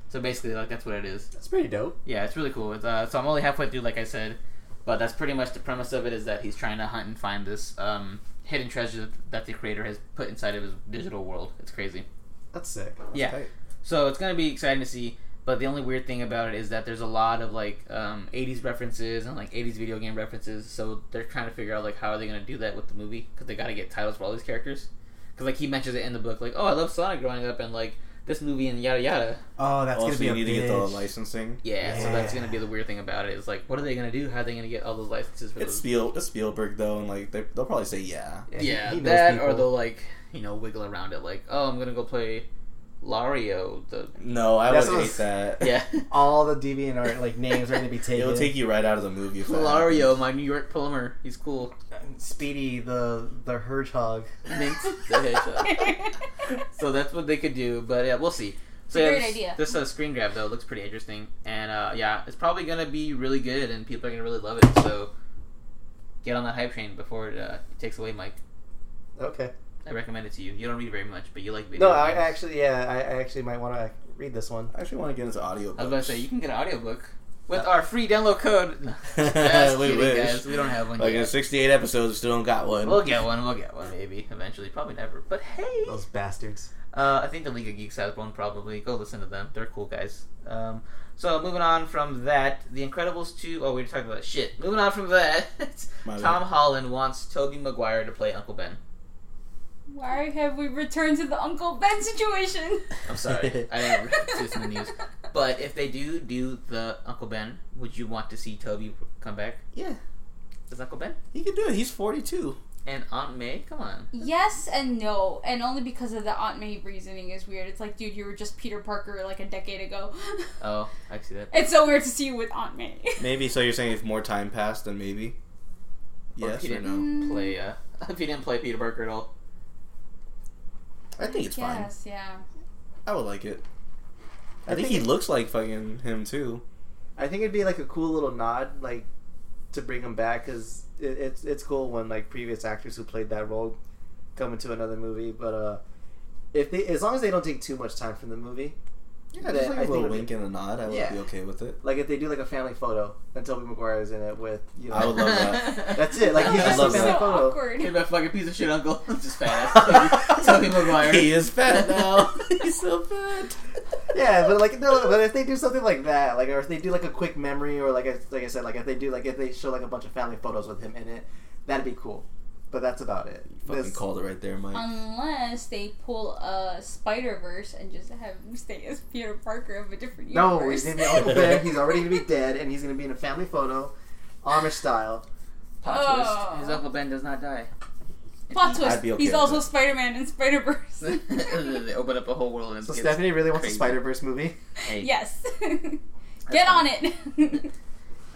Speaker 3: So basically like that's what it is.
Speaker 1: That's pretty dope.
Speaker 3: Yeah, it's really cool. It's, uh, so I'm only halfway through, like I said, but that's pretty much the premise of it. Is that he's trying to hunt and find this um, hidden treasure that the creator has put inside of his digital world. It's crazy.
Speaker 1: That's sick.
Speaker 3: Yeah.
Speaker 1: tight.
Speaker 3: So it's gonna be exciting to see. But the only weird thing about it is that there's a lot of like um, '80s references and like '80s video game references. So they're trying to figure out like how are they gonna do that with the movie because they gotta get titles for all these characters. Because like he mentions it in the book, like oh I love Sonic growing up and like this movie and yada yada.
Speaker 2: Oh, that's
Speaker 4: also, you
Speaker 2: gonna be
Speaker 4: need
Speaker 2: a
Speaker 4: to
Speaker 2: bitch.
Speaker 4: get the licensing.
Speaker 3: Yeah, so that's
Speaker 2: Yeah.
Speaker 3: gonna be the weird thing about it is like, what are they gonna do? How are they gonna get all those licenses for
Speaker 4: It's
Speaker 3: those?
Speaker 4: Spiel. It's Spielberg though, and like they, they'll probably say yeah.
Speaker 2: Yeah, he-
Speaker 3: yeah,
Speaker 2: he knows
Speaker 3: that or
Speaker 2: people.
Speaker 3: they'll like, you know, wiggle around it like, oh, I'm gonna go play Lario. The
Speaker 4: No, I
Speaker 1: That's
Speaker 4: would
Speaker 1: what
Speaker 4: hate that.
Speaker 3: yeah,
Speaker 2: all the deviant art like names are gonna be taken.
Speaker 4: It will take you right out of the movie. if that
Speaker 3: Lario,
Speaker 4: happens.
Speaker 3: my New York plumber. He's cool.
Speaker 2: Uh, Speedy the the hedgehog.
Speaker 3: Minx the Hedgehog. so that's what they could do, but yeah, we'll see. So
Speaker 5: It's a
Speaker 3: yeah,
Speaker 5: great
Speaker 3: this,
Speaker 5: idea.
Speaker 3: This uh, screen grab though looks pretty interesting, and uh, yeah, it's probably gonna be really good, and people are gonna really love it. So get on that hype train before it uh, takes away, Mike.
Speaker 2: Okay.
Speaker 3: I recommend it to you. You don't read very much, but you like video.
Speaker 2: No, I
Speaker 3: games.
Speaker 2: actually yeah, I, I actually might want to read this one.
Speaker 4: I actually want to get into audio.
Speaker 3: I was about to say you can get an audiobook with
Speaker 2: Uh,
Speaker 3: our free download code. No, that's
Speaker 4: we
Speaker 3: kidding,
Speaker 4: wish.
Speaker 3: guys. We don't have one
Speaker 4: Like in
Speaker 3: yet.
Speaker 4: 68 episodes, we still don't got one.
Speaker 3: We'll get one. We'll get one maybe eventually. Probably never. But hey,
Speaker 2: Those bastards.
Speaker 3: uh, I think the League of Geeks has one. Probably go listen to them. They're cool guys. Um, so moving on from that, The Incredibles two. Oh, we were talking about shit. Moving on from that,
Speaker 4: My
Speaker 3: Tom Holland wants Toby Maguire to play Uncle Ben.
Speaker 5: Why have we returned to the Uncle Ben situation?
Speaker 3: I'm sorry, I didn't see this in the news. But if they do do the Uncle Ben, would you want to see Toby come back
Speaker 4: Yeah,
Speaker 3: as Uncle Ben?
Speaker 4: he can do it. He's 42.
Speaker 3: And Aunt May, come on.
Speaker 5: Yes and no, and only because of the Aunt May reasoning is weird. It's like, dude, you were just Peter Parker like a decade ago.
Speaker 3: Oh, I see that.
Speaker 5: it's so weird to see you with Aunt May.
Speaker 4: Maybe. So you're saying if more time passed, then maybe.
Speaker 3: Or if
Speaker 4: Yes
Speaker 3: he
Speaker 4: or
Speaker 3: didn't
Speaker 4: no?
Speaker 3: play, uh, if he didn't play Peter Parker at all.
Speaker 4: I think it's fine.
Speaker 5: Yes, yeah.
Speaker 4: I would like it. I,
Speaker 2: I think
Speaker 4: think, he
Speaker 2: it-
Speaker 4: looks like fucking him too.
Speaker 2: I think it'd be like a cool little nod, like to bring him back, because it, it's it's cool when like previous actors who played that role come into another movie. But uh, if they, as long as they don't take too much time from the movie,
Speaker 4: Yeah,
Speaker 2: that-
Speaker 4: just like
Speaker 2: I
Speaker 4: a
Speaker 2: think
Speaker 4: little
Speaker 2: it'd be-
Speaker 4: wink and a nod. I would
Speaker 2: Yeah.
Speaker 4: be okay with it.
Speaker 2: like if they do like a family photo and Toby Maguire is in it with you know,
Speaker 4: I would love that.
Speaker 2: that's it. Like
Speaker 5: Oh,
Speaker 2: he's
Speaker 4: I
Speaker 2: just
Speaker 5: that's
Speaker 4: love
Speaker 2: a family
Speaker 5: so
Speaker 2: photo.
Speaker 5: awkward.
Speaker 3: Hey, that fucking piece of shit uncle. Just fast. Toby Maguire.
Speaker 4: He is fat now. He's so fat.
Speaker 2: Yeah, but like no, but if they do something like that, like or if they do like a quick memory, or like I, like I said, like if they do like if they show like a bunch of family photos with him in it, that'd be cool. But that's about it.
Speaker 4: Fucking
Speaker 2: This-
Speaker 4: called it right there, Mike.
Speaker 3: Um,
Speaker 5: Unless they pull a Spider Verse and just have him stay as Peter Parker of a different
Speaker 2: No,
Speaker 5: universe.
Speaker 2: he's gonna be Uncle Ben. He's already gonna be dead, and he's gonna be in a family photo, Amish style.
Speaker 3: Plot
Speaker 5: Oh.
Speaker 3: twist. His Uncle Ben does not die.
Speaker 5: Plot twist.
Speaker 4: I'd be okay
Speaker 5: he's
Speaker 4: with
Speaker 5: also
Speaker 4: that.
Speaker 5: Spider Man and Spider Verse.
Speaker 3: they open up a whole world and
Speaker 2: So
Speaker 3: it's
Speaker 2: Stephanie really wants
Speaker 3: crazy.
Speaker 2: a Spider Verse movie.
Speaker 3: Hey.
Speaker 5: yes. Get on it.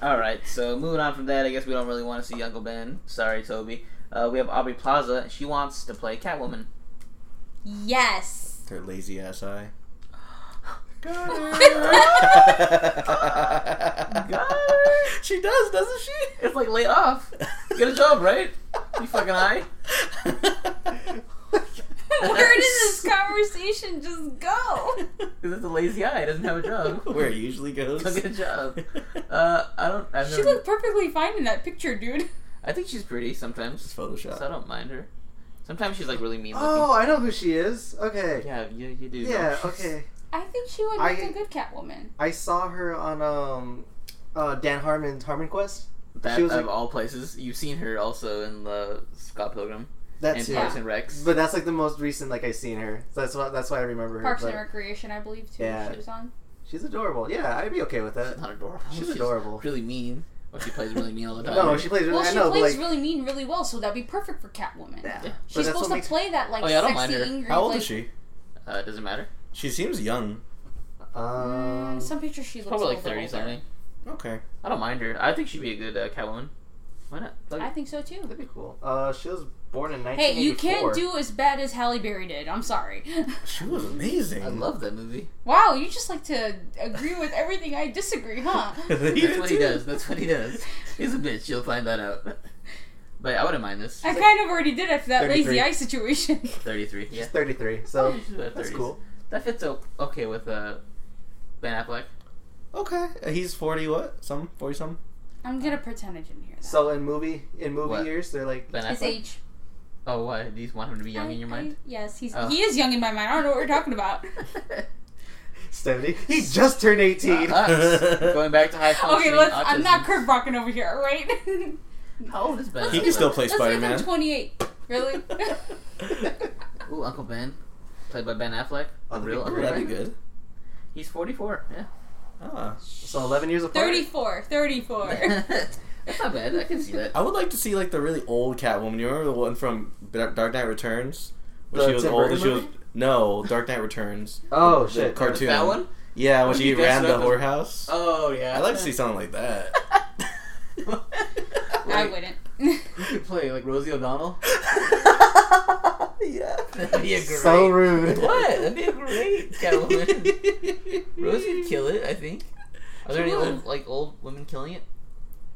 Speaker 3: Alright, so moving on from that, I guess we don't really want to see Uncle Ben. Sorry, Toby. Uh, we have Aubrey Plaza. She wants to play Catwoman.
Speaker 5: yes.
Speaker 4: Her lazy ass eye. she does, doesn't she?
Speaker 3: It's like lay off. Get a job, right? You fucking eye.
Speaker 5: Where does this conversation just go?
Speaker 3: Because it's a lazy eye. It doesn't have a job.
Speaker 4: Where it usually goes.
Speaker 3: Don't get a job. Uh, I don't. I've
Speaker 5: She
Speaker 3: never-
Speaker 5: looked perfectly fine in that picture, dude.
Speaker 3: I think she's pretty sometimes,
Speaker 4: It's
Speaker 3: so
Speaker 4: Photoshop.
Speaker 3: I don't mind her. Sometimes she's like really mean looking.
Speaker 2: Oh, I know who she is. Okay.
Speaker 3: Yeah, you, you do.
Speaker 2: Yeah.
Speaker 3: don't you?
Speaker 2: Okay.
Speaker 5: I think she would
Speaker 2: I-
Speaker 5: make a good Catwoman.
Speaker 2: I saw her on um, uh, Dan Harmon Harmon Quest.
Speaker 3: That
Speaker 2: She was,
Speaker 3: of
Speaker 2: like-
Speaker 3: all places, you've seen her also in the Scott Pilgrim
Speaker 2: That's
Speaker 3: and
Speaker 2: too.
Speaker 3: Parks and Recs.
Speaker 2: But that's like the most recent like I seen her. So that's why that's why I remember her.
Speaker 5: Parks and
Speaker 2: but
Speaker 5: Recreation, I believe, too.
Speaker 2: Yeah.
Speaker 5: She was on.
Speaker 2: She's adorable. Yeah, I'd be okay with
Speaker 3: she's
Speaker 2: that.
Speaker 3: not adorable.
Speaker 2: She's adorable.
Speaker 3: Really mean. Well, she plays really mean all the time.
Speaker 2: No, she plays. Really,
Speaker 5: Well,
Speaker 2: I
Speaker 5: she
Speaker 2: know, but
Speaker 5: plays
Speaker 2: like,
Speaker 5: really mean, really well, so that'd be perfect for Catwoman.
Speaker 2: yeah.
Speaker 3: Yeah.
Speaker 2: But that's
Speaker 5: She's
Speaker 2: what
Speaker 5: supposed to
Speaker 2: makes-
Speaker 5: play that like
Speaker 3: Oh, yeah, I don't
Speaker 5: sexy,
Speaker 3: mind her.
Speaker 5: angry.
Speaker 4: How old
Speaker 5: like,
Speaker 4: is she?
Speaker 3: Uh, doesn't matter.
Speaker 4: She seems young.
Speaker 2: Um,
Speaker 5: Mm, some pictures she looks
Speaker 3: Probably like
Speaker 5: a little
Speaker 3: thirty
Speaker 5: bit older.
Speaker 3: something.
Speaker 4: Okay.
Speaker 3: I don't mind her. I think she'd be a good uh, Catwoman. Why not? Like,
Speaker 5: I think so too.
Speaker 2: That'd be cool. Uh, she was
Speaker 3: born in 1984.
Speaker 5: Hey, you can't do as bad as Halle Berry did. I'm sorry.
Speaker 4: She was amazing.
Speaker 3: I love that movie.
Speaker 5: Wow, you just like to agree with everything I disagree, huh?
Speaker 3: That's what he does. That's what he does. He's a bitch. You'll find that out. But I wouldn't mind this.
Speaker 5: I kind of already did after that
Speaker 2: 33.
Speaker 5: lazy eye situation.
Speaker 3: 33. Yeah.
Speaker 2: 33. So
Speaker 3: That's
Speaker 2: that's cool.
Speaker 3: That fits o- okay with uh, Ben Affleck.
Speaker 4: Okay, Uh, he's forty. What? Some forty some.
Speaker 5: I'm gonna pretend I didn't hear that.
Speaker 2: So in movie in movie
Speaker 3: What?
Speaker 2: years, they're like
Speaker 3: Ben
Speaker 5: His
Speaker 3: Affleck.
Speaker 5: age.
Speaker 3: Oh, what? Do you want him to be young
Speaker 5: I-
Speaker 3: in your mind?
Speaker 5: I- yes, he's
Speaker 3: Oh.
Speaker 5: he is young in my mind. I don't know what we're talking about.
Speaker 2: seventy. He just turned eighteen.
Speaker 3: Us. Going back to high
Speaker 5: okay,
Speaker 3: functioning
Speaker 5: let's. I'm not
Speaker 3: autism.
Speaker 5: Kurt Rocking over here, all right?
Speaker 3: How old is Ben?
Speaker 4: He
Speaker 3: Affleck?
Speaker 4: can still play
Speaker 5: let's make
Speaker 4: Spider
Speaker 5: him
Speaker 4: Man.
Speaker 5: 28. Really?
Speaker 3: Ooh, Uncle Ben, played by Ben Affleck. A
Speaker 2: That'd be
Speaker 3: real Uncle
Speaker 4: Oh, That'd be
Speaker 3: Ben.
Speaker 4: good.
Speaker 3: He's 44. Yeah.
Speaker 4: Ah,
Speaker 2: so eleven years apart.
Speaker 5: 34. 34.
Speaker 3: That's not bad. I can see that.
Speaker 4: I would like to see like the really old Catwoman. You remember the one from Dark Dark Knight Returns, where
Speaker 2: The
Speaker 4: she was
Speaker 2: Tim
Speaker 4: old
Speaker 2: Burton
Speaker 4: and she was
Speaker 2: movie?
Speaker 4: no Dark Knight Returns.
Speaker 2: Oh
Speaker 4: the
Speaker 2: shit.
Speaker 4: Cartoon.
Speaker 3: That one?
Speaker 4: Yeah, when
Speaker 3: When
Speaker 4: she
Speaker 3: she
Speaker 4: ran
Speaker 3: dressed
Speaker 4: the
Speaker 3: up as-
Speaker 4: whorehouse.
Speaker 3: Oh yeah.
Speaker 4: I'd like to see something like that.
Speaker 5: I wouldn't.
Speaker 3: You play like Rosie O'Donnell.
Speaker 4: yeah.
Speaker 3: That'd be a great.
Speaker 2: So rude.
Speaker 3: What? That'd be a great Catwoman. Rosie would kill it, I think. Are there any old, like old women killing it?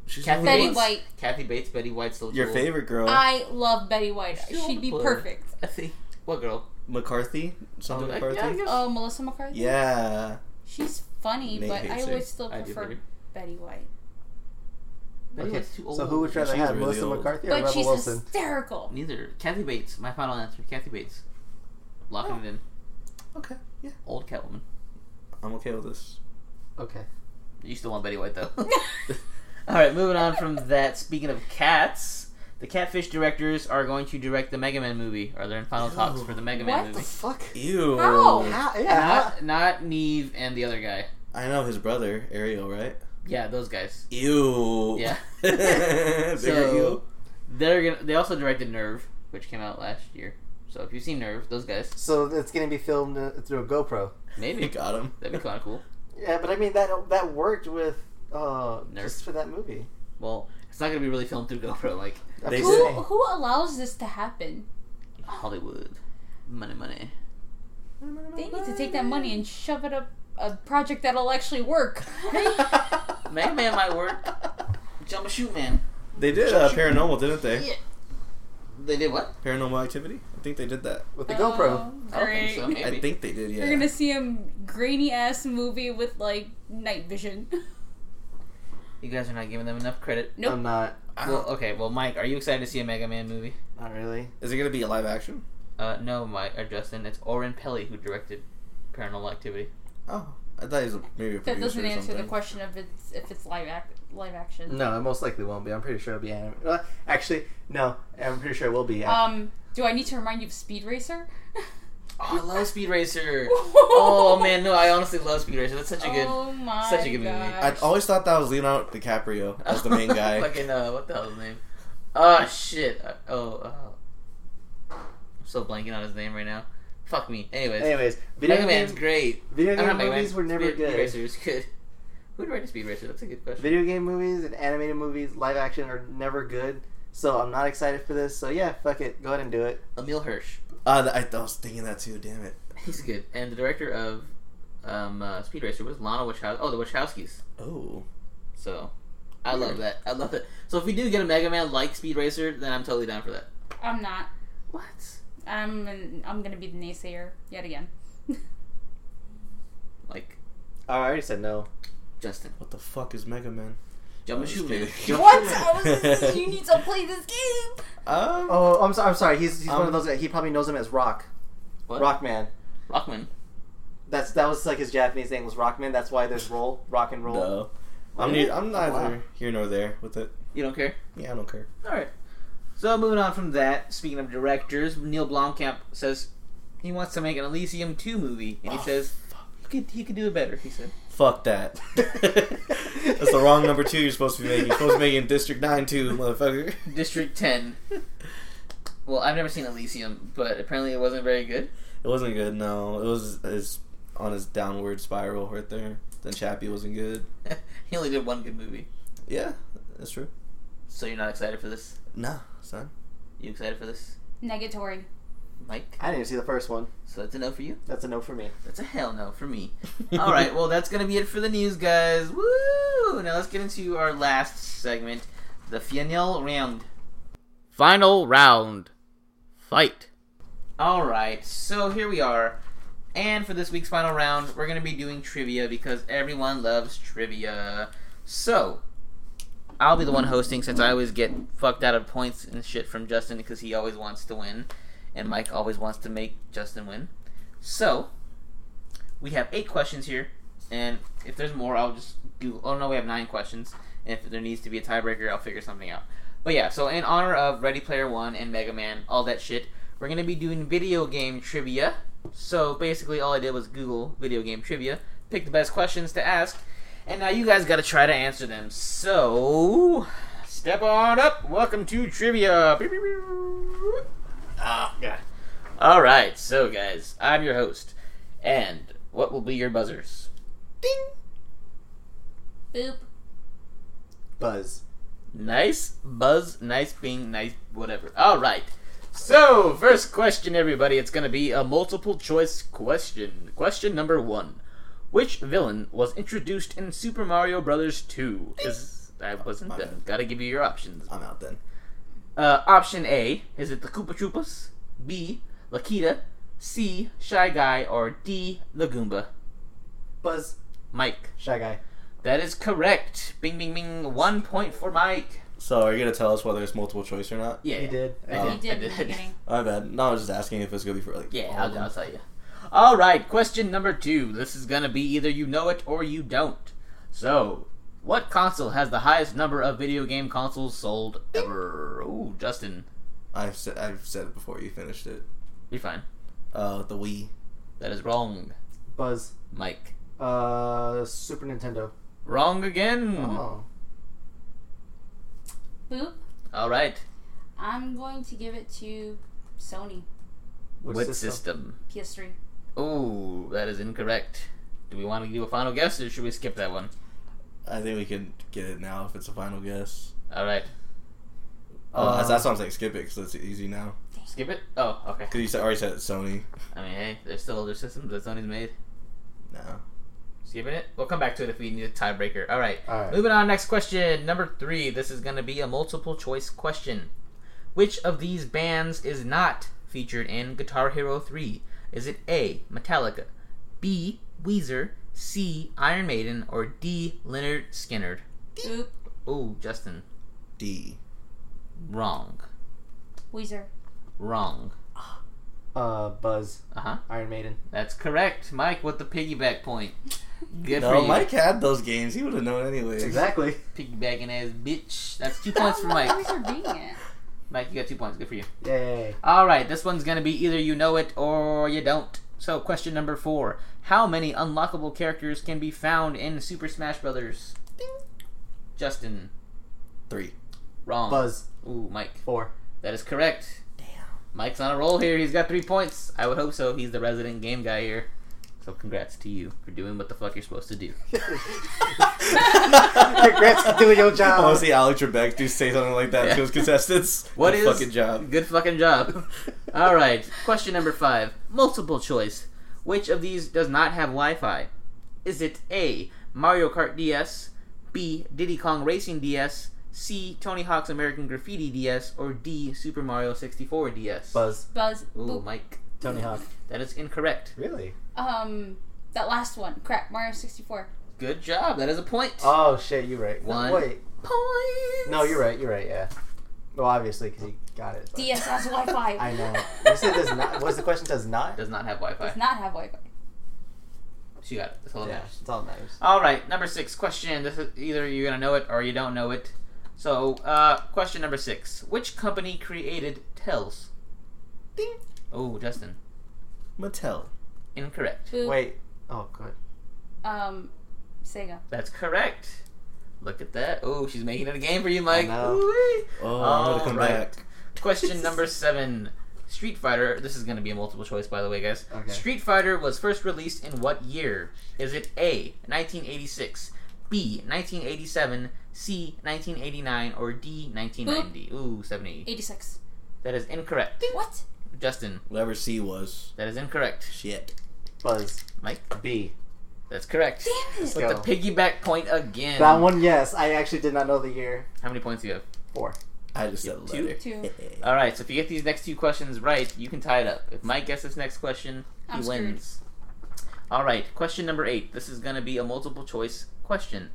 Speaker 4: She's
Speaker 3: Kathy
Speaker 4: one of
Speaker 5: Betty
Speaker 4: those-
Speaker 5: White.
Speaker 3: Kathy Bates, Betty White's still
Speaker 4: Your
Speaker 3: cool.
Speaker 4: favorite girl,
Speaker 5: I love Betty White.
Speaker 3: She'll
Speaker 5: She'd be
Speaker 3: play.
Speaker 5: perfect.
Speaker 3: I think. What girl?
Speaker 4: McCarthy. Something
Speaker 3: Like,
Speaker 4: McCarthy.
Speaker 3: yeah, I guess-
Speaker 5: Oh, Melissa McCarthy.
Speaker 4: Yeah.
Speaker 5: She's funny,
Speaker 4: Nate
Speaker 5: but
Speaker 4: hates
Speaker 5: I
Speaker 4: her.
Speaker 5: would still
Speaker 3: I do
Speaker 5: prefer
Speaker 3: hate her.
Speaker 5: Betty White.
Speaker 3: Betty
Speaker 2: Okay,
Speaker 3: White's too old.
Speaker 2: So who would you rather
Speaker 4: She's
Speaker 2: have,
Speaker 4: really
Speaker 2: Melissa
Speaker 4: old.
Speaker 2: McCarthy or
Speaker 5: But
Speaker 2: Rebel
Speaker 5: she's
Speaker 2: Wilson?
Speaker 5: hysterical.
Speaker 3: Neither. Kathy Bates. My final answer. Kathy Bates. Locking it in.
Speaker 4: Okay. Yeah.
Speaker 3: Old Catwoman.
Speaker 4: I'm okay with this.
Speaker 2: Okay.
Speaker 3: You still want Betty White though. All right, moving on from that. Speaking of cats, the Catfish directors are going to direct the Mega Man movie. Are there in final talks for the Mega Man
Speaker 5: What
Speaker 3: movie?
Speaker 2: fuck?
Speaker 4: Ew.
Speaker 5: How?
Speaker 2: Ah, yeah.
Speaker 3: Not not Neve and the other guy.
Speaker 4: I know his brother Ariel, right?
Speaker 3: Yeah, those guys.
Speaker 4: Ew.
Speaker 3: Yeah.
Speaker 4: Bigger
Speaker 3: So-
Speaker 4: ew.
Speaker 3: They're gonna. They also directed Nerve, which came out last year. So if you've seen Nerve, those guys
Speaker 2: So it's gonna be filmed uh, through a GoPro.
Speaker 4: You
Speaker 3: maybe
Speaker 4: got him.
Speaker 3: that'd be kind of cool.
Speaker 2: Yeah, but I mean that that worked with uh
Speaker 3: Nerf.
Speaker 2: just for that movie.
Speaker 3: Well, it's not gonna be really filmed through GoPro like
Speaker 2: I'm
Speaker 4: They
Speaker 2: just
Speaker 5: Who
Speaker 2: saying.
Speaker 5: who allows this to happen?
Speaker 3: Hollywood. Money, money.
Speaker 5: They need to take that money and shove it up a project that'll actually work.
Speaker 3: Mega Man might work. Jump a shoot man.
Speaker 4: They did uh, paranormal, didn't they?
Speaker 5: Yeah.
Speaker 3: They did what?
Speaker 4: Paranormal activity. I think they did that.
Speaker 2: with the GoPro.
Speaker 5: Oh, great.
Speaker 3: I don't think so. Maybe.
Speaker 4: I think they did. Yeah.
Speaker 5: You're gonna see a grainy ass movie with like night vision.
Speaker 3: You guys are not giving them enough credit.
Speaker 5: Nope.
Speaker 2: I'm not.
Speaker 4: Ah.
Speaker 3: Well, okay. Well, Mike, are you excited to see a Mega Man movie?
Speaker 2: Not really.
Speaker 4: Is it gonna be a live action?
Speaker 3: Uh, no, Mike or Justin. It's Oren Pelly who directed Paranormal Activity.
Speaker 4: Oh, I thought he was a, maybe a
Speaker 5: That
Speaker 4: producer
Speaker 5: doesn't
Speaker 4: or
Speaker 5: answer the
Speaker 4: something.
Speaker 5: question of it's if it's live act live action.
Speaker 2: No, it most likely won't be. I'm pretty sure it'll be animated. Uh, actually, no, I'm pretty sure it will be.
Speaker 5: Um, do I need to remind you of Speed Racer?
Speaker 3: Oh, I love Speed Racer. oh man, no, I honestly love Speed Racer. That's such a good.
Speaker 5: Oh my
Speaker 3: such a good movie.
Speaker 5: gosh.
Speaker 4: I always thought that was Leonardo DiCaprio as the main guy.
Speaker 3: Fucking uh, what the hell's his name? Oh shit. Uh, oh, uh, I'm so blanking on his name right now. Fuck me. Anyways,
Speaker 2: Anyways, video
Speaker 3: Mega Man's
Speaker 2: game-
Speaker 3: great.
Speaker 2: Video
Speaker 3: I'm
Speaker 2: game
Speaker 3: not Mega Man.
Speaker 2: movies were never
Speaker 3: Speed, Speed
Speaker 2: good.
Speaker 3: Racer is good. Who directed Speed Racer? That's a good question.
Speaker 2: Video game movies and animated movies, live action, are never good. So I'm not excited for this. So yeah, fuck it, go ahead and do it.
Speaker 3: Emil Hirsch.
Speaker 4: Uh, th- I, I was thinking that too. Damn it.
Speaker 3: He's good. And the director of um, uh, Speed Racer was Lana Wachowski. Oh, the Wachowskis.
Speaker 4: Oh,
Speaker 3: So, I love that. I love it. So if we do get a Mega Man like Speed Racer, then I'm totally down for that.
Speaker 5: I'm not.
Speaker 3: What?
Speaker 5: I'm an, I'm gonna be the naysayer yet again.
Speaker 3: Like
Speaker 2: Oh, I already said no.
Speaker 3: Justin,
Speaker 4: what the fuck is Mega Man?
Speaker 3: jump
Speaker 4: I'm
Speaker 3: and
Speaker 4: just
Speaker 3: shoot man.
Speaker 4: kidding.
Speaker 5: What? I was, you need to play this game.
Speaker 4: Um,
Speaker 2: Oh, I'm sorry. I'm sorry. He's, he's one
Speaker 4: Um,
Speaker 2: of those. Guys. He probably knows him as Rock.
Speaker 3: What?
Speaker 2: Rockman.
Speaker 3: Rockman.
Speaker 2: That's that was like his Japanese name was Rockman. That's why there's roll, rock and roll.
Speaker 4: no. I'm,
Speaker 2: Really?
Speaker 4: ne- I'm neither
Speaker 2: Wow.
Speaker 4: here nor there with it.
Speaker 3: You don't care.
Speaker 4: Yeah, I don't care.
Speaker 3: All right. So moving on from that. Speaking of directors, Neil Blomkamp says he wants to make an Elysium two movie, and he says he could he could do it better. He said.
Speaker 4: Fuck that. That's the wrong number two you're supposed to be making. You're supposed to be making District 9 2, motherfucker.
Speaker 3: District 10. well, I've never seen Elysium, but apparently it wasn't very good.
Speaker 4: It wasn't good, no. It was it's on his downward spiral right there. Then Chappie wasn't good.
Speaker 3: he only did one good movie.
Speaker 4: Yeah, that's true.
Speaker 3: So you're not excited for this?
Speaker 4: Nah, son.
Speaker 3: You excited for this,
Speaker 5: Negatory.
Speaker 3: Mike?
Speaker 1: I didn't see the first one.
Speaker 3: So that's a no for you.
Speaker 1: That's a no for me.
Speaker 3: That's a hell no for me. All right, well, that's gonna be it for the news, guys. Woo! Now let's get into our last segment, the final round. Final round, fight. All right, so here we are, and for this week's final round, we're gonna be doing trivia because everyone loves trivia. So. I'll be the one hosting since I always get fucked out of points and shit from Justin because he always wants to win, and Mike always wants to make Justin win. So, we have eight questions here, and if there's more, I'll just do. Oh no, we have nine questions, and if there needs to be a tiebreaker, I'll figure something out. But yeah, so in honor of Ready Player One and Mega Man, all that shit, we're gonna be doing video game trivia. So basically, all I did was Google video game trivia, pick the best questions to ask, and now you guys gotta try to answer them. So, step on up. Welcome to trivia. Beep, beep, beep. Ah, God. All right, so guys, I'm your host, and what will be your buzzers?
Speaker 5: Boop.
Speaker 1: Buzz.
Speaker 3: Nice buzz, nice bing, nice whatever. All right. So, first question, everybody. It's going to be a multiple choice question. Question number one: Which villain was introduced in Super Mario Brothers Two? Is I wasn't
Speaker 4: my
Speaker 3: done.
Speaker 4: bad.
Speaker 3: Got to give you your options.
Speaker 4: I'm out then.
Speaker 3: Uh, option A is it the Koopa Troopas? B. Lakita. C. Shy Guy. Or D. The Goomba.
Speaker 1: Buzz.
Speaker 3: Mike.
Speaker 1: Shy guy.
Speaker 3: That is correct. Bing, bing, bing. One point for Mike.
Speaker 4: So are you gonna tell us whether it's multiple choice or not?
Speaker 3: Yeah.
Speaker 1: He did. I
Speaker 3: Oh.
Speaker 1: did.
Speaker 5: You did in the
Speaker 3: did.
Speaker 5: beginning. Um,
Speaker 4: My bad. No, I was just asking if it's gonna be for like.
Speaker 3: Yeah,
Speaker 4: all of
Speaker 3: I'll,
Speaker 4: them.
Speaker 3: I'll tell you. All right, question number two. This is going to be either you know it or you don't. So, what console has the highest number of video game consoles sold ever? Ooh, Justin,
Speaker 4: I've said I've said it before you finished it.
Speaker 3: you're fine.
Speaker 4: Uh, the Wii.
Speaker 3: That is wrong,
Speaker 1: Buzz.
Speaker 3: Mike.
Speaker 1: Uh, Super Nintendo.
Speaker 3: Wrong again.
Speaker 1: Oh.
Speaker 5: Boop.
Speaker 3: All right.
Speaker 5: I'm going to give it to Sony
Speaker 1: Which
Speaker 3: what
Speaker 1: system?
Speaker 3: system?
Speaker 5: PS3.
Speaker 3: Ooh, that is incorrect. Do we want to do a final guess or should we skip that one?
Speaker 4: I think we can get it now if it's a final guess.
Speaker 3: All right.
Speaker 4: Oh,
Speaker 1: Uh,
Speaker 4: that's, that's why I'm saying skip it because it's easy now.
Speaker 3: Skip it? Oh, okay.
Speaker 4: Because you said, already said it's Sony.
Speaker 3: I mean, hey, there's still other systems that Sony's made.
Speaker 4: No.
Speaker 3: Skipping it? We'll come back to it if we need a tiebreaker. All right.
Speaker 1: All right.
Speaker 3: Moving on, next question. Number three. This is going to be a multiple choice question. Which of these bands is not featured in Guitar Hero 3? Is it A, Metallica, B, Weezer, C, Iron Maiden, or D, Leonard Skinner?
Speaker 5: Boop.
Speaker 3: Ooh, Justin.
Speaker 4: D. E.
Speaker 3: Wrong.
Speaker 5: Weezer.
Speaker 3: Wrong.
Speaker 1: Uh, Buzz.
Speaker 3: Uh huh.
Speaker 1: Iron Maiden.
Speaker 3: That's correct. Mike with the piggyback point. Good for
Speaker 4: No,
Speaker 3: you.
Speaker 4: Mike had those games. He would have known anyways.
Speaker 1: Exactly.
Speaker 3: Piggybacking ass bitch. That's two points for Mike.
Speaker 5: Weezer being it.
Speaker 3: Mike, you got two points. Good for you.
Speaker 1: Yay.
Speaker 3: All right, this one's going to be either you know it or you don't. So, question number four: How many unlockable characters can be found in Super Smash Brothers? Justin,
Speaker 4: Three.
Speaker 3: wrong.
Speaker 1: Buzz.
Speaker 3: Ooh, Mike,
Speaker 1: Four.
Speaker 3: that is correct. Damn. Mike's on a roll here. He's got three points. I would hope so. He's the resident game guy here. So, congrats to you for doing what the fuck you're supposed to do.
Speaker 1: Congrats for doing your
Speaker 4: I
Speaker 1: job.
Speaker 4: want to see Alex Trebek do say something like that
Speaker 3: Yeah.
Speaker 4: to his contestants.
Speaker 3: What
Speaker 4: Good
Speaker 3: is-
Speaker 4: fucking job?
Speaker 3: Good fucking job. All right. Question number five. Multiple choice. Which of these does not have Wi-Fi? Is it A. Mario Kart DS, B. Diddy Kong Racing DS, C. Tony Hawk's American Graffiti DS, or D. Super Mario 64 DS?
Speaker 1: Buzz.
Speaker 5: Buzz.
Speaker 3: Ooh,
Speaker 5: Boop.
Speaker 3: Mike,
Speaker 1: Tony Hawk.
Speaker 3: that is incorrect.
Speaker 1: Really?
Speaker 5: Um, that last one. Crap. Mario 64.
Speaker 3: Good job. That is a point.
Speaker 1: Oh shit, you're right.
Speaker 3: One.
Speaker 1: Wait.
Speaker 3: Points.
Speaker 1: No, you're right. You're right. Yeah. Well, obviously, because you got it. but-
Speaker 5: DS has Wi-Fi.
Speaker 1: I know. You said does not. What's the question? Does not.
Speaker 3: Does not have Wi-Fi.
Speaker 5: Does not have Wi-Fi.
Speaker 3: She got it. That's all that
Speaker 1: Yeah,
Speaker 3: matters.
Speaker 1: it's all that matters.
Speaker 3: All right, number six question. This is either you're gonna know it or you don't know it. So, uh, question number six: Which company created Tells?
Speaker 4: Ding.
Speaker 3: Oh, Justin,
Speaker 4: Mattel.
Speaker 3: incorrect.
Speaker 5: Boop.
Speaker 1: Wait. Oh, good.
Speaker 5: Um, Sega.
Speaker 3: That's correct. Look at that. Oh, she's making it a game for you, Mike.
Speaker 1: know.
Speaker 3: Ooh-wee.
Speaker 4: Oh, I'm gonna
Speaker 3: All
Speaker 4: come
Speaker 3: right.
Speaker 4: back.
Speaker 3: Question number seven: Street Fighter. This is gonna be a multiple choice, by the way, guys.
Speaker 1: Okay.
Speaker 3: Street Fighter was first released in what year? Is it A. 1986, B. 1987, C. 1989, or D. 1990? Ooh, 780.
Speaker 5: 86.
Speaker 3: That is incorrect.
Speaker 5: What?
Speaker 3: Justin,
Speaker 4: Whatever C was.
Speaker 3: that is incorrect.
Speaker 4: Shit.
Speaker 1: Buzz
Speaker 3: Mike,
Speaker 1: B.
Speaker 3: that's correct.
Speaker 5: Damn it!
Speaker 1: Let's
Speaker 3: With the
Speaker 1: go.
Speaker 3: piggyback point again.
Speaker 1: That one, yes. I actually did not know the year.
Speaker 3: How many points do you have?
Speaker 1: Four.
Speaker 4: I just said
Speaker 3: Two?
Speaker 4: letter.
Speaker 5: Two.
Speaker 3: All right, so if you get these next two questions right, you can tie it up. If Mike gets this next question, he
Speaker 5: I'm screwed.
Speaker 3: wins. All right, question number eight. This is going to be a multiple choice question.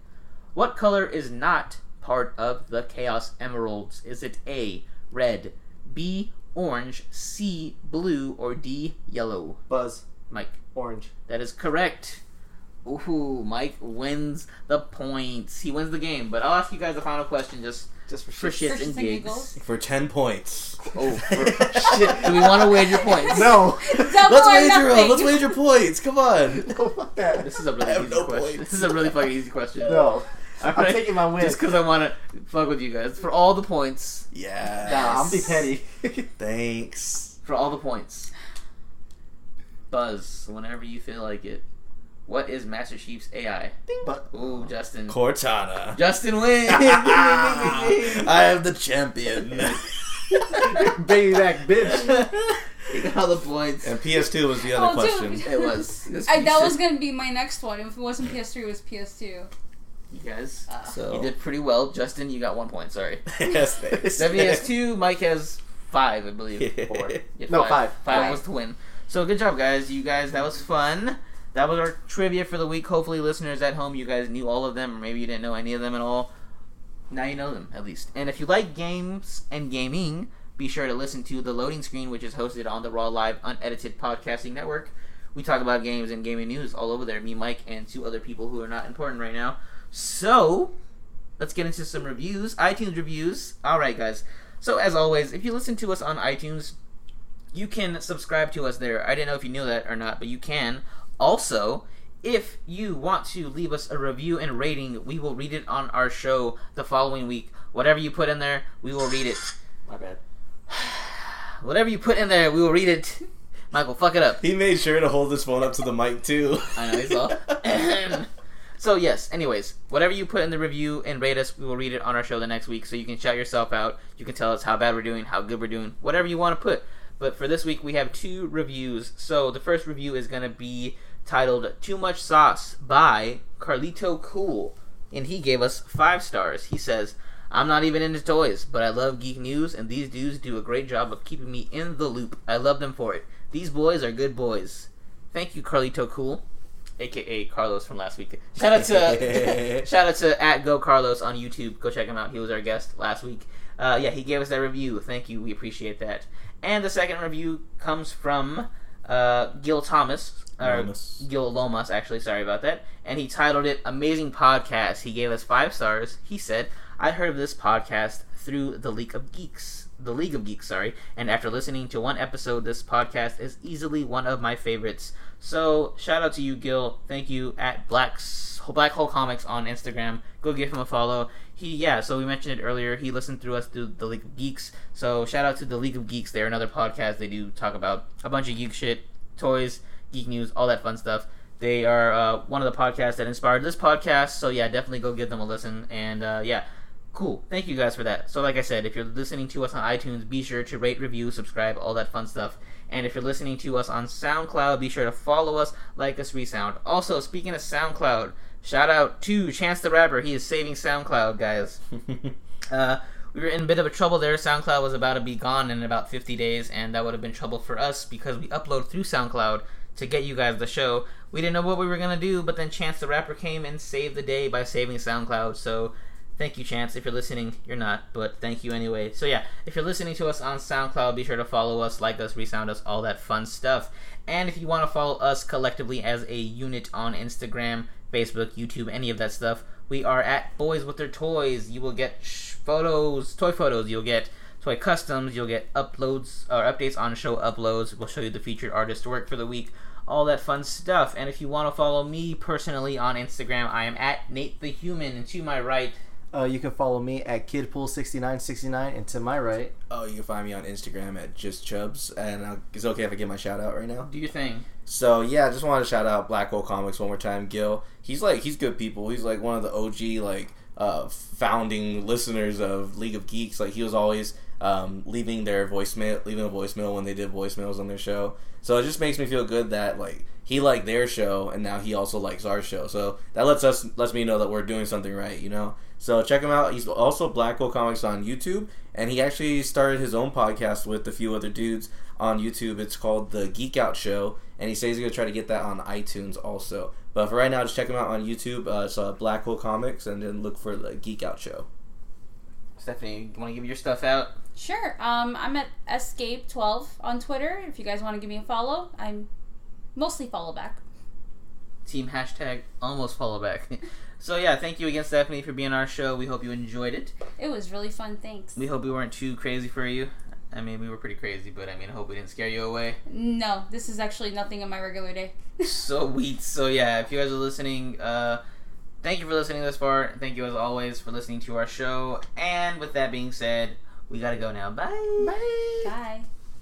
Speaker 3: What color is not part of the Chaos Emeralds? Is it A, red, B, orange, C, blue, or D, yellow?
Speaker 1: Buzz
Speaker 3: Mike,
Speaker 1: orange.
Speaker 3: that is correct. Ooh, Mike wins the points. He wins the game. But I'll ask you guys the final question just
Speaker 1: Just for
Speaker 3: for
Speaker 1: shit.
Speaker 3: shits
Speaker 5: For
Speaker 3: and
Speaker 5: shits and
Speaker 3: gigs.
Speaker 5: giggles.
Speaker 4: For 10 points.
Speaker 3: Oh, for- do
Speaker 4: shit.
Speaker 3: we want to wager points?
Speaker 1: No.
Speaker 5: Double
Speaker 4: Let's
Speaker 5: or
Speaker 4: wager,
Speaker 5: nothing.
Speaker 4: let's wager points. Come on.
Speaker 1: no, fuck that.
Speaker 3: This is a really
Speaker 4: I have
Speaker 3: easy
Speaker 4: no
Speaker 3: question.
Speaker 4: points.
Speaker 3: This is a really fucking easy question.
Speaker 1: No.
Speaker 3: All
Speaker 1: I'm
Speaker 3: right?
Speaker 1: taking my win.
Speaker 3: Just because I want to fuck with you guys for all the points,
Speaker 4: Yeah.
Speaker 1: Nah, I'm be petty.
Speaker 4: Thanks.
Speaker 3: for all the points. Buzz, whenever you feel like it. What is Master Chief's AI?
Speaker 1: but
Speaker 3: Ooh, Justin.
Speaker 4: Cortana.
Speaker 3: Justin wins. Ding, ding, ding, ding, ding.
Speaker 4: I am the champion.
Speaker 1: baby back bitch.
Speaker 3: He got all the points.
Speaker 4: and PS2 was the other
Speaker 5: Oh, dude.
Speaker 4: question.
Speaker 3: It was. This
Speaker 5: I, that
Speaker 3: piece
Speaker 5: was
Speaker 3: of-
Speaker 5: gonna be my next one. If it wasn't PS3, it was PS2.
Speaker 3: You guys,
Speaker 5: Uh,
Speaker 3: you
Speaker 4: Uh, So.
Speaker 3: did pretty well. Justin, you got one point. Sorry.
Speaker 4: yes, thanks.
Speaker 3: Stephanie has two. Mike has five, I believe.
Speaker 4: Four.
Speaker 3: Yeah,
Speaker 1: No, five.
Speaker 3: five.
Speaker 5: Five.
Speaker 3: was to win. So good job, guys. You guys, that was fun. That was our trivia for the week. Hopefully, listeners at home, you guys knew all of them, or maybe you didn't know any of them at all. Now you know them, at least. And if you like games and gaming, be sure to listen to The Loading Screen, which is hosted on the Raw Live Unedited Podcasting Network. We talk about games and gaming news all over there. Me, Mike, and two other people who are not important right now. So, let's get into some reviews. iTunes reviews. All right, guys. So, as always, if you listen to us on iTunes, you can subscribe to us there. I didn't know if you knew that or not, but you can. Also, if you want to leave us a review and rating, we will read it on our show the following week. Whatever you put in there, we will read it.
Speaker 1: My bad.
Speaker 3: Whatever you put in there, we will read it. Michael, fuck it up.
Speaker 4: He made sure to hold his phone up to the mic too.
Speaker 3: I know he's all. so yes. Anyways, whatever you put in the review and rate us, we will read it on our show the next week. So you can shout yourself out. You can tell us how bad we're doing, how good we're doing, whatever you want to put. But for this week, we have two reviews. So the first review is gonna be titled "Too Much Sauce" by Carlito Cool, and he gave us five stars. He says. I'm not even into toys, but I love geek news, and these dudes do a great job of keeping me in the loop. I love them for it. These boys are good boys. Thank you, Carlito Cool aka Carlos from last week. Shout out to shout out to at Go Carlos on YouTube. Go check him out. He was our guest last week. Uh, yeah, he gave us that review. Thank you. We appreciate that. And the second review comes from uh, Gil Thomas or
Speaker 4: Lomas.
Speaker 3: Gil Lomas. Actually, sorry about that. And he titled it "Amazing Podcast." He gave us five stars. He said, "I heard of this podcast through the League of Geeks." The League of Geeks, sorry, and after listening to one episode, this podcast is easily one of my favorites. So shout out to you, Gil. Thank you at Black's Black Hole Comics on Instagram. Go give him a follow. He yeah. So we mentioned it earlier. He listened through us through the League of Geeks. So shout out to the League of Geeks. They're another podcast. They do talk about a bunch of geek shit, toys, geek news, all that fun stuff. They are uh, one of the podcasts that inspired this podcast. So yeah, definitely go give them a listen. And uh, yeah. Cool. Thank you guys for that. So, like I said, if you're listening to us on iTunes, be sure to rate, review, subscribe, all that fun stuff. And if you're listening to us on SoundCloud, be sure to follow us, like us, resound. Also, speaking of SoundCloud, shout out to Chance the Rapper. He is saving SoundCloud, guys. Uh, we were in a bit of a trouble there. SoundCloud was about to be gone in about 50 days, and that would have been trouble for us because we upload through SoundCloud to get you guys the show. We didn't know what we were going to do, but then Chance the Rapper came and saved the day by saving SoundCloud. So thank you, Chance. If you're listening, you're not, but thank you anyway. So yeah, if you're listening to us on SoundCloud, be sure to follow us, like us, resound us, all that fun stuff. And if you want to follow us collectively as a unit on Instagram, Facebook, YouTube, any of that stuff, we are at Boys with Their Toys. You will get sh- photos, toy photos. You'll get toy customs. You'll get uploads or updates on show uploads. We'll show you the featured artist work for the week. All that fun stuff. And if you want to follow me personally on Instagram, I am at Nate the Human. And to my right,
Speaker 1: Uh, you can follow me at kidpool6969, and to my right,
Speaker 4: oh, you can find me on Instagram at just chubs, and I'll, it's okay if I give my shout out right now.
Speaker 3: do your thing.
Speaker 4: So yeah, I just wanted to shout out Black Hole Comics one more time, Gil. He's like he's good people. He's like one of the OG like uh, founding listeners of League of Geeks. Like he was always um, leaving their voicemail, leaving a voicemail when they did voicemails on their show. So it just makes me feel good that like he liked their show and now he also likes our show. So that lets us lets me know that we're doing something right, you know. So check him out. He's also Black Hole Comics on YouTube, and he actually started his own podcast with a few other dudes on YouTube. It's called The Geek Out Show, and he says he's gonna try to get that on iTunes also. But for right now, just check him out on YouTube. Uh, it's uh, Black Hole Comics, and then look for the Geek Out Show.
Speaker 3: Stephanie, you want to give your stuff out?
Speaker 5: Sure. Um, I'm at escape12 on Twitter. If you guys want to give me a follow, I'm mostly follow back.
Speaker 3: Team hashtag almost follow back. so yeah, thank you again, Stephanie, for being on our show. We hope you enjoyed it.
Speaker 5: It was really fun. Thanks.
Speaker 3: We hope we weren't too crazy for you. I mean, we were pretty crazy, but I mean, I hope we didn't scare you away.
Speaker 5: No, this is actually nothing on my regular day.
Speaker 3: so we so yeah if you guys are listening uh thank you for listening this far thank you as always for listening to our show and with that being said we gotta go now bye
Speaker 5: Bye.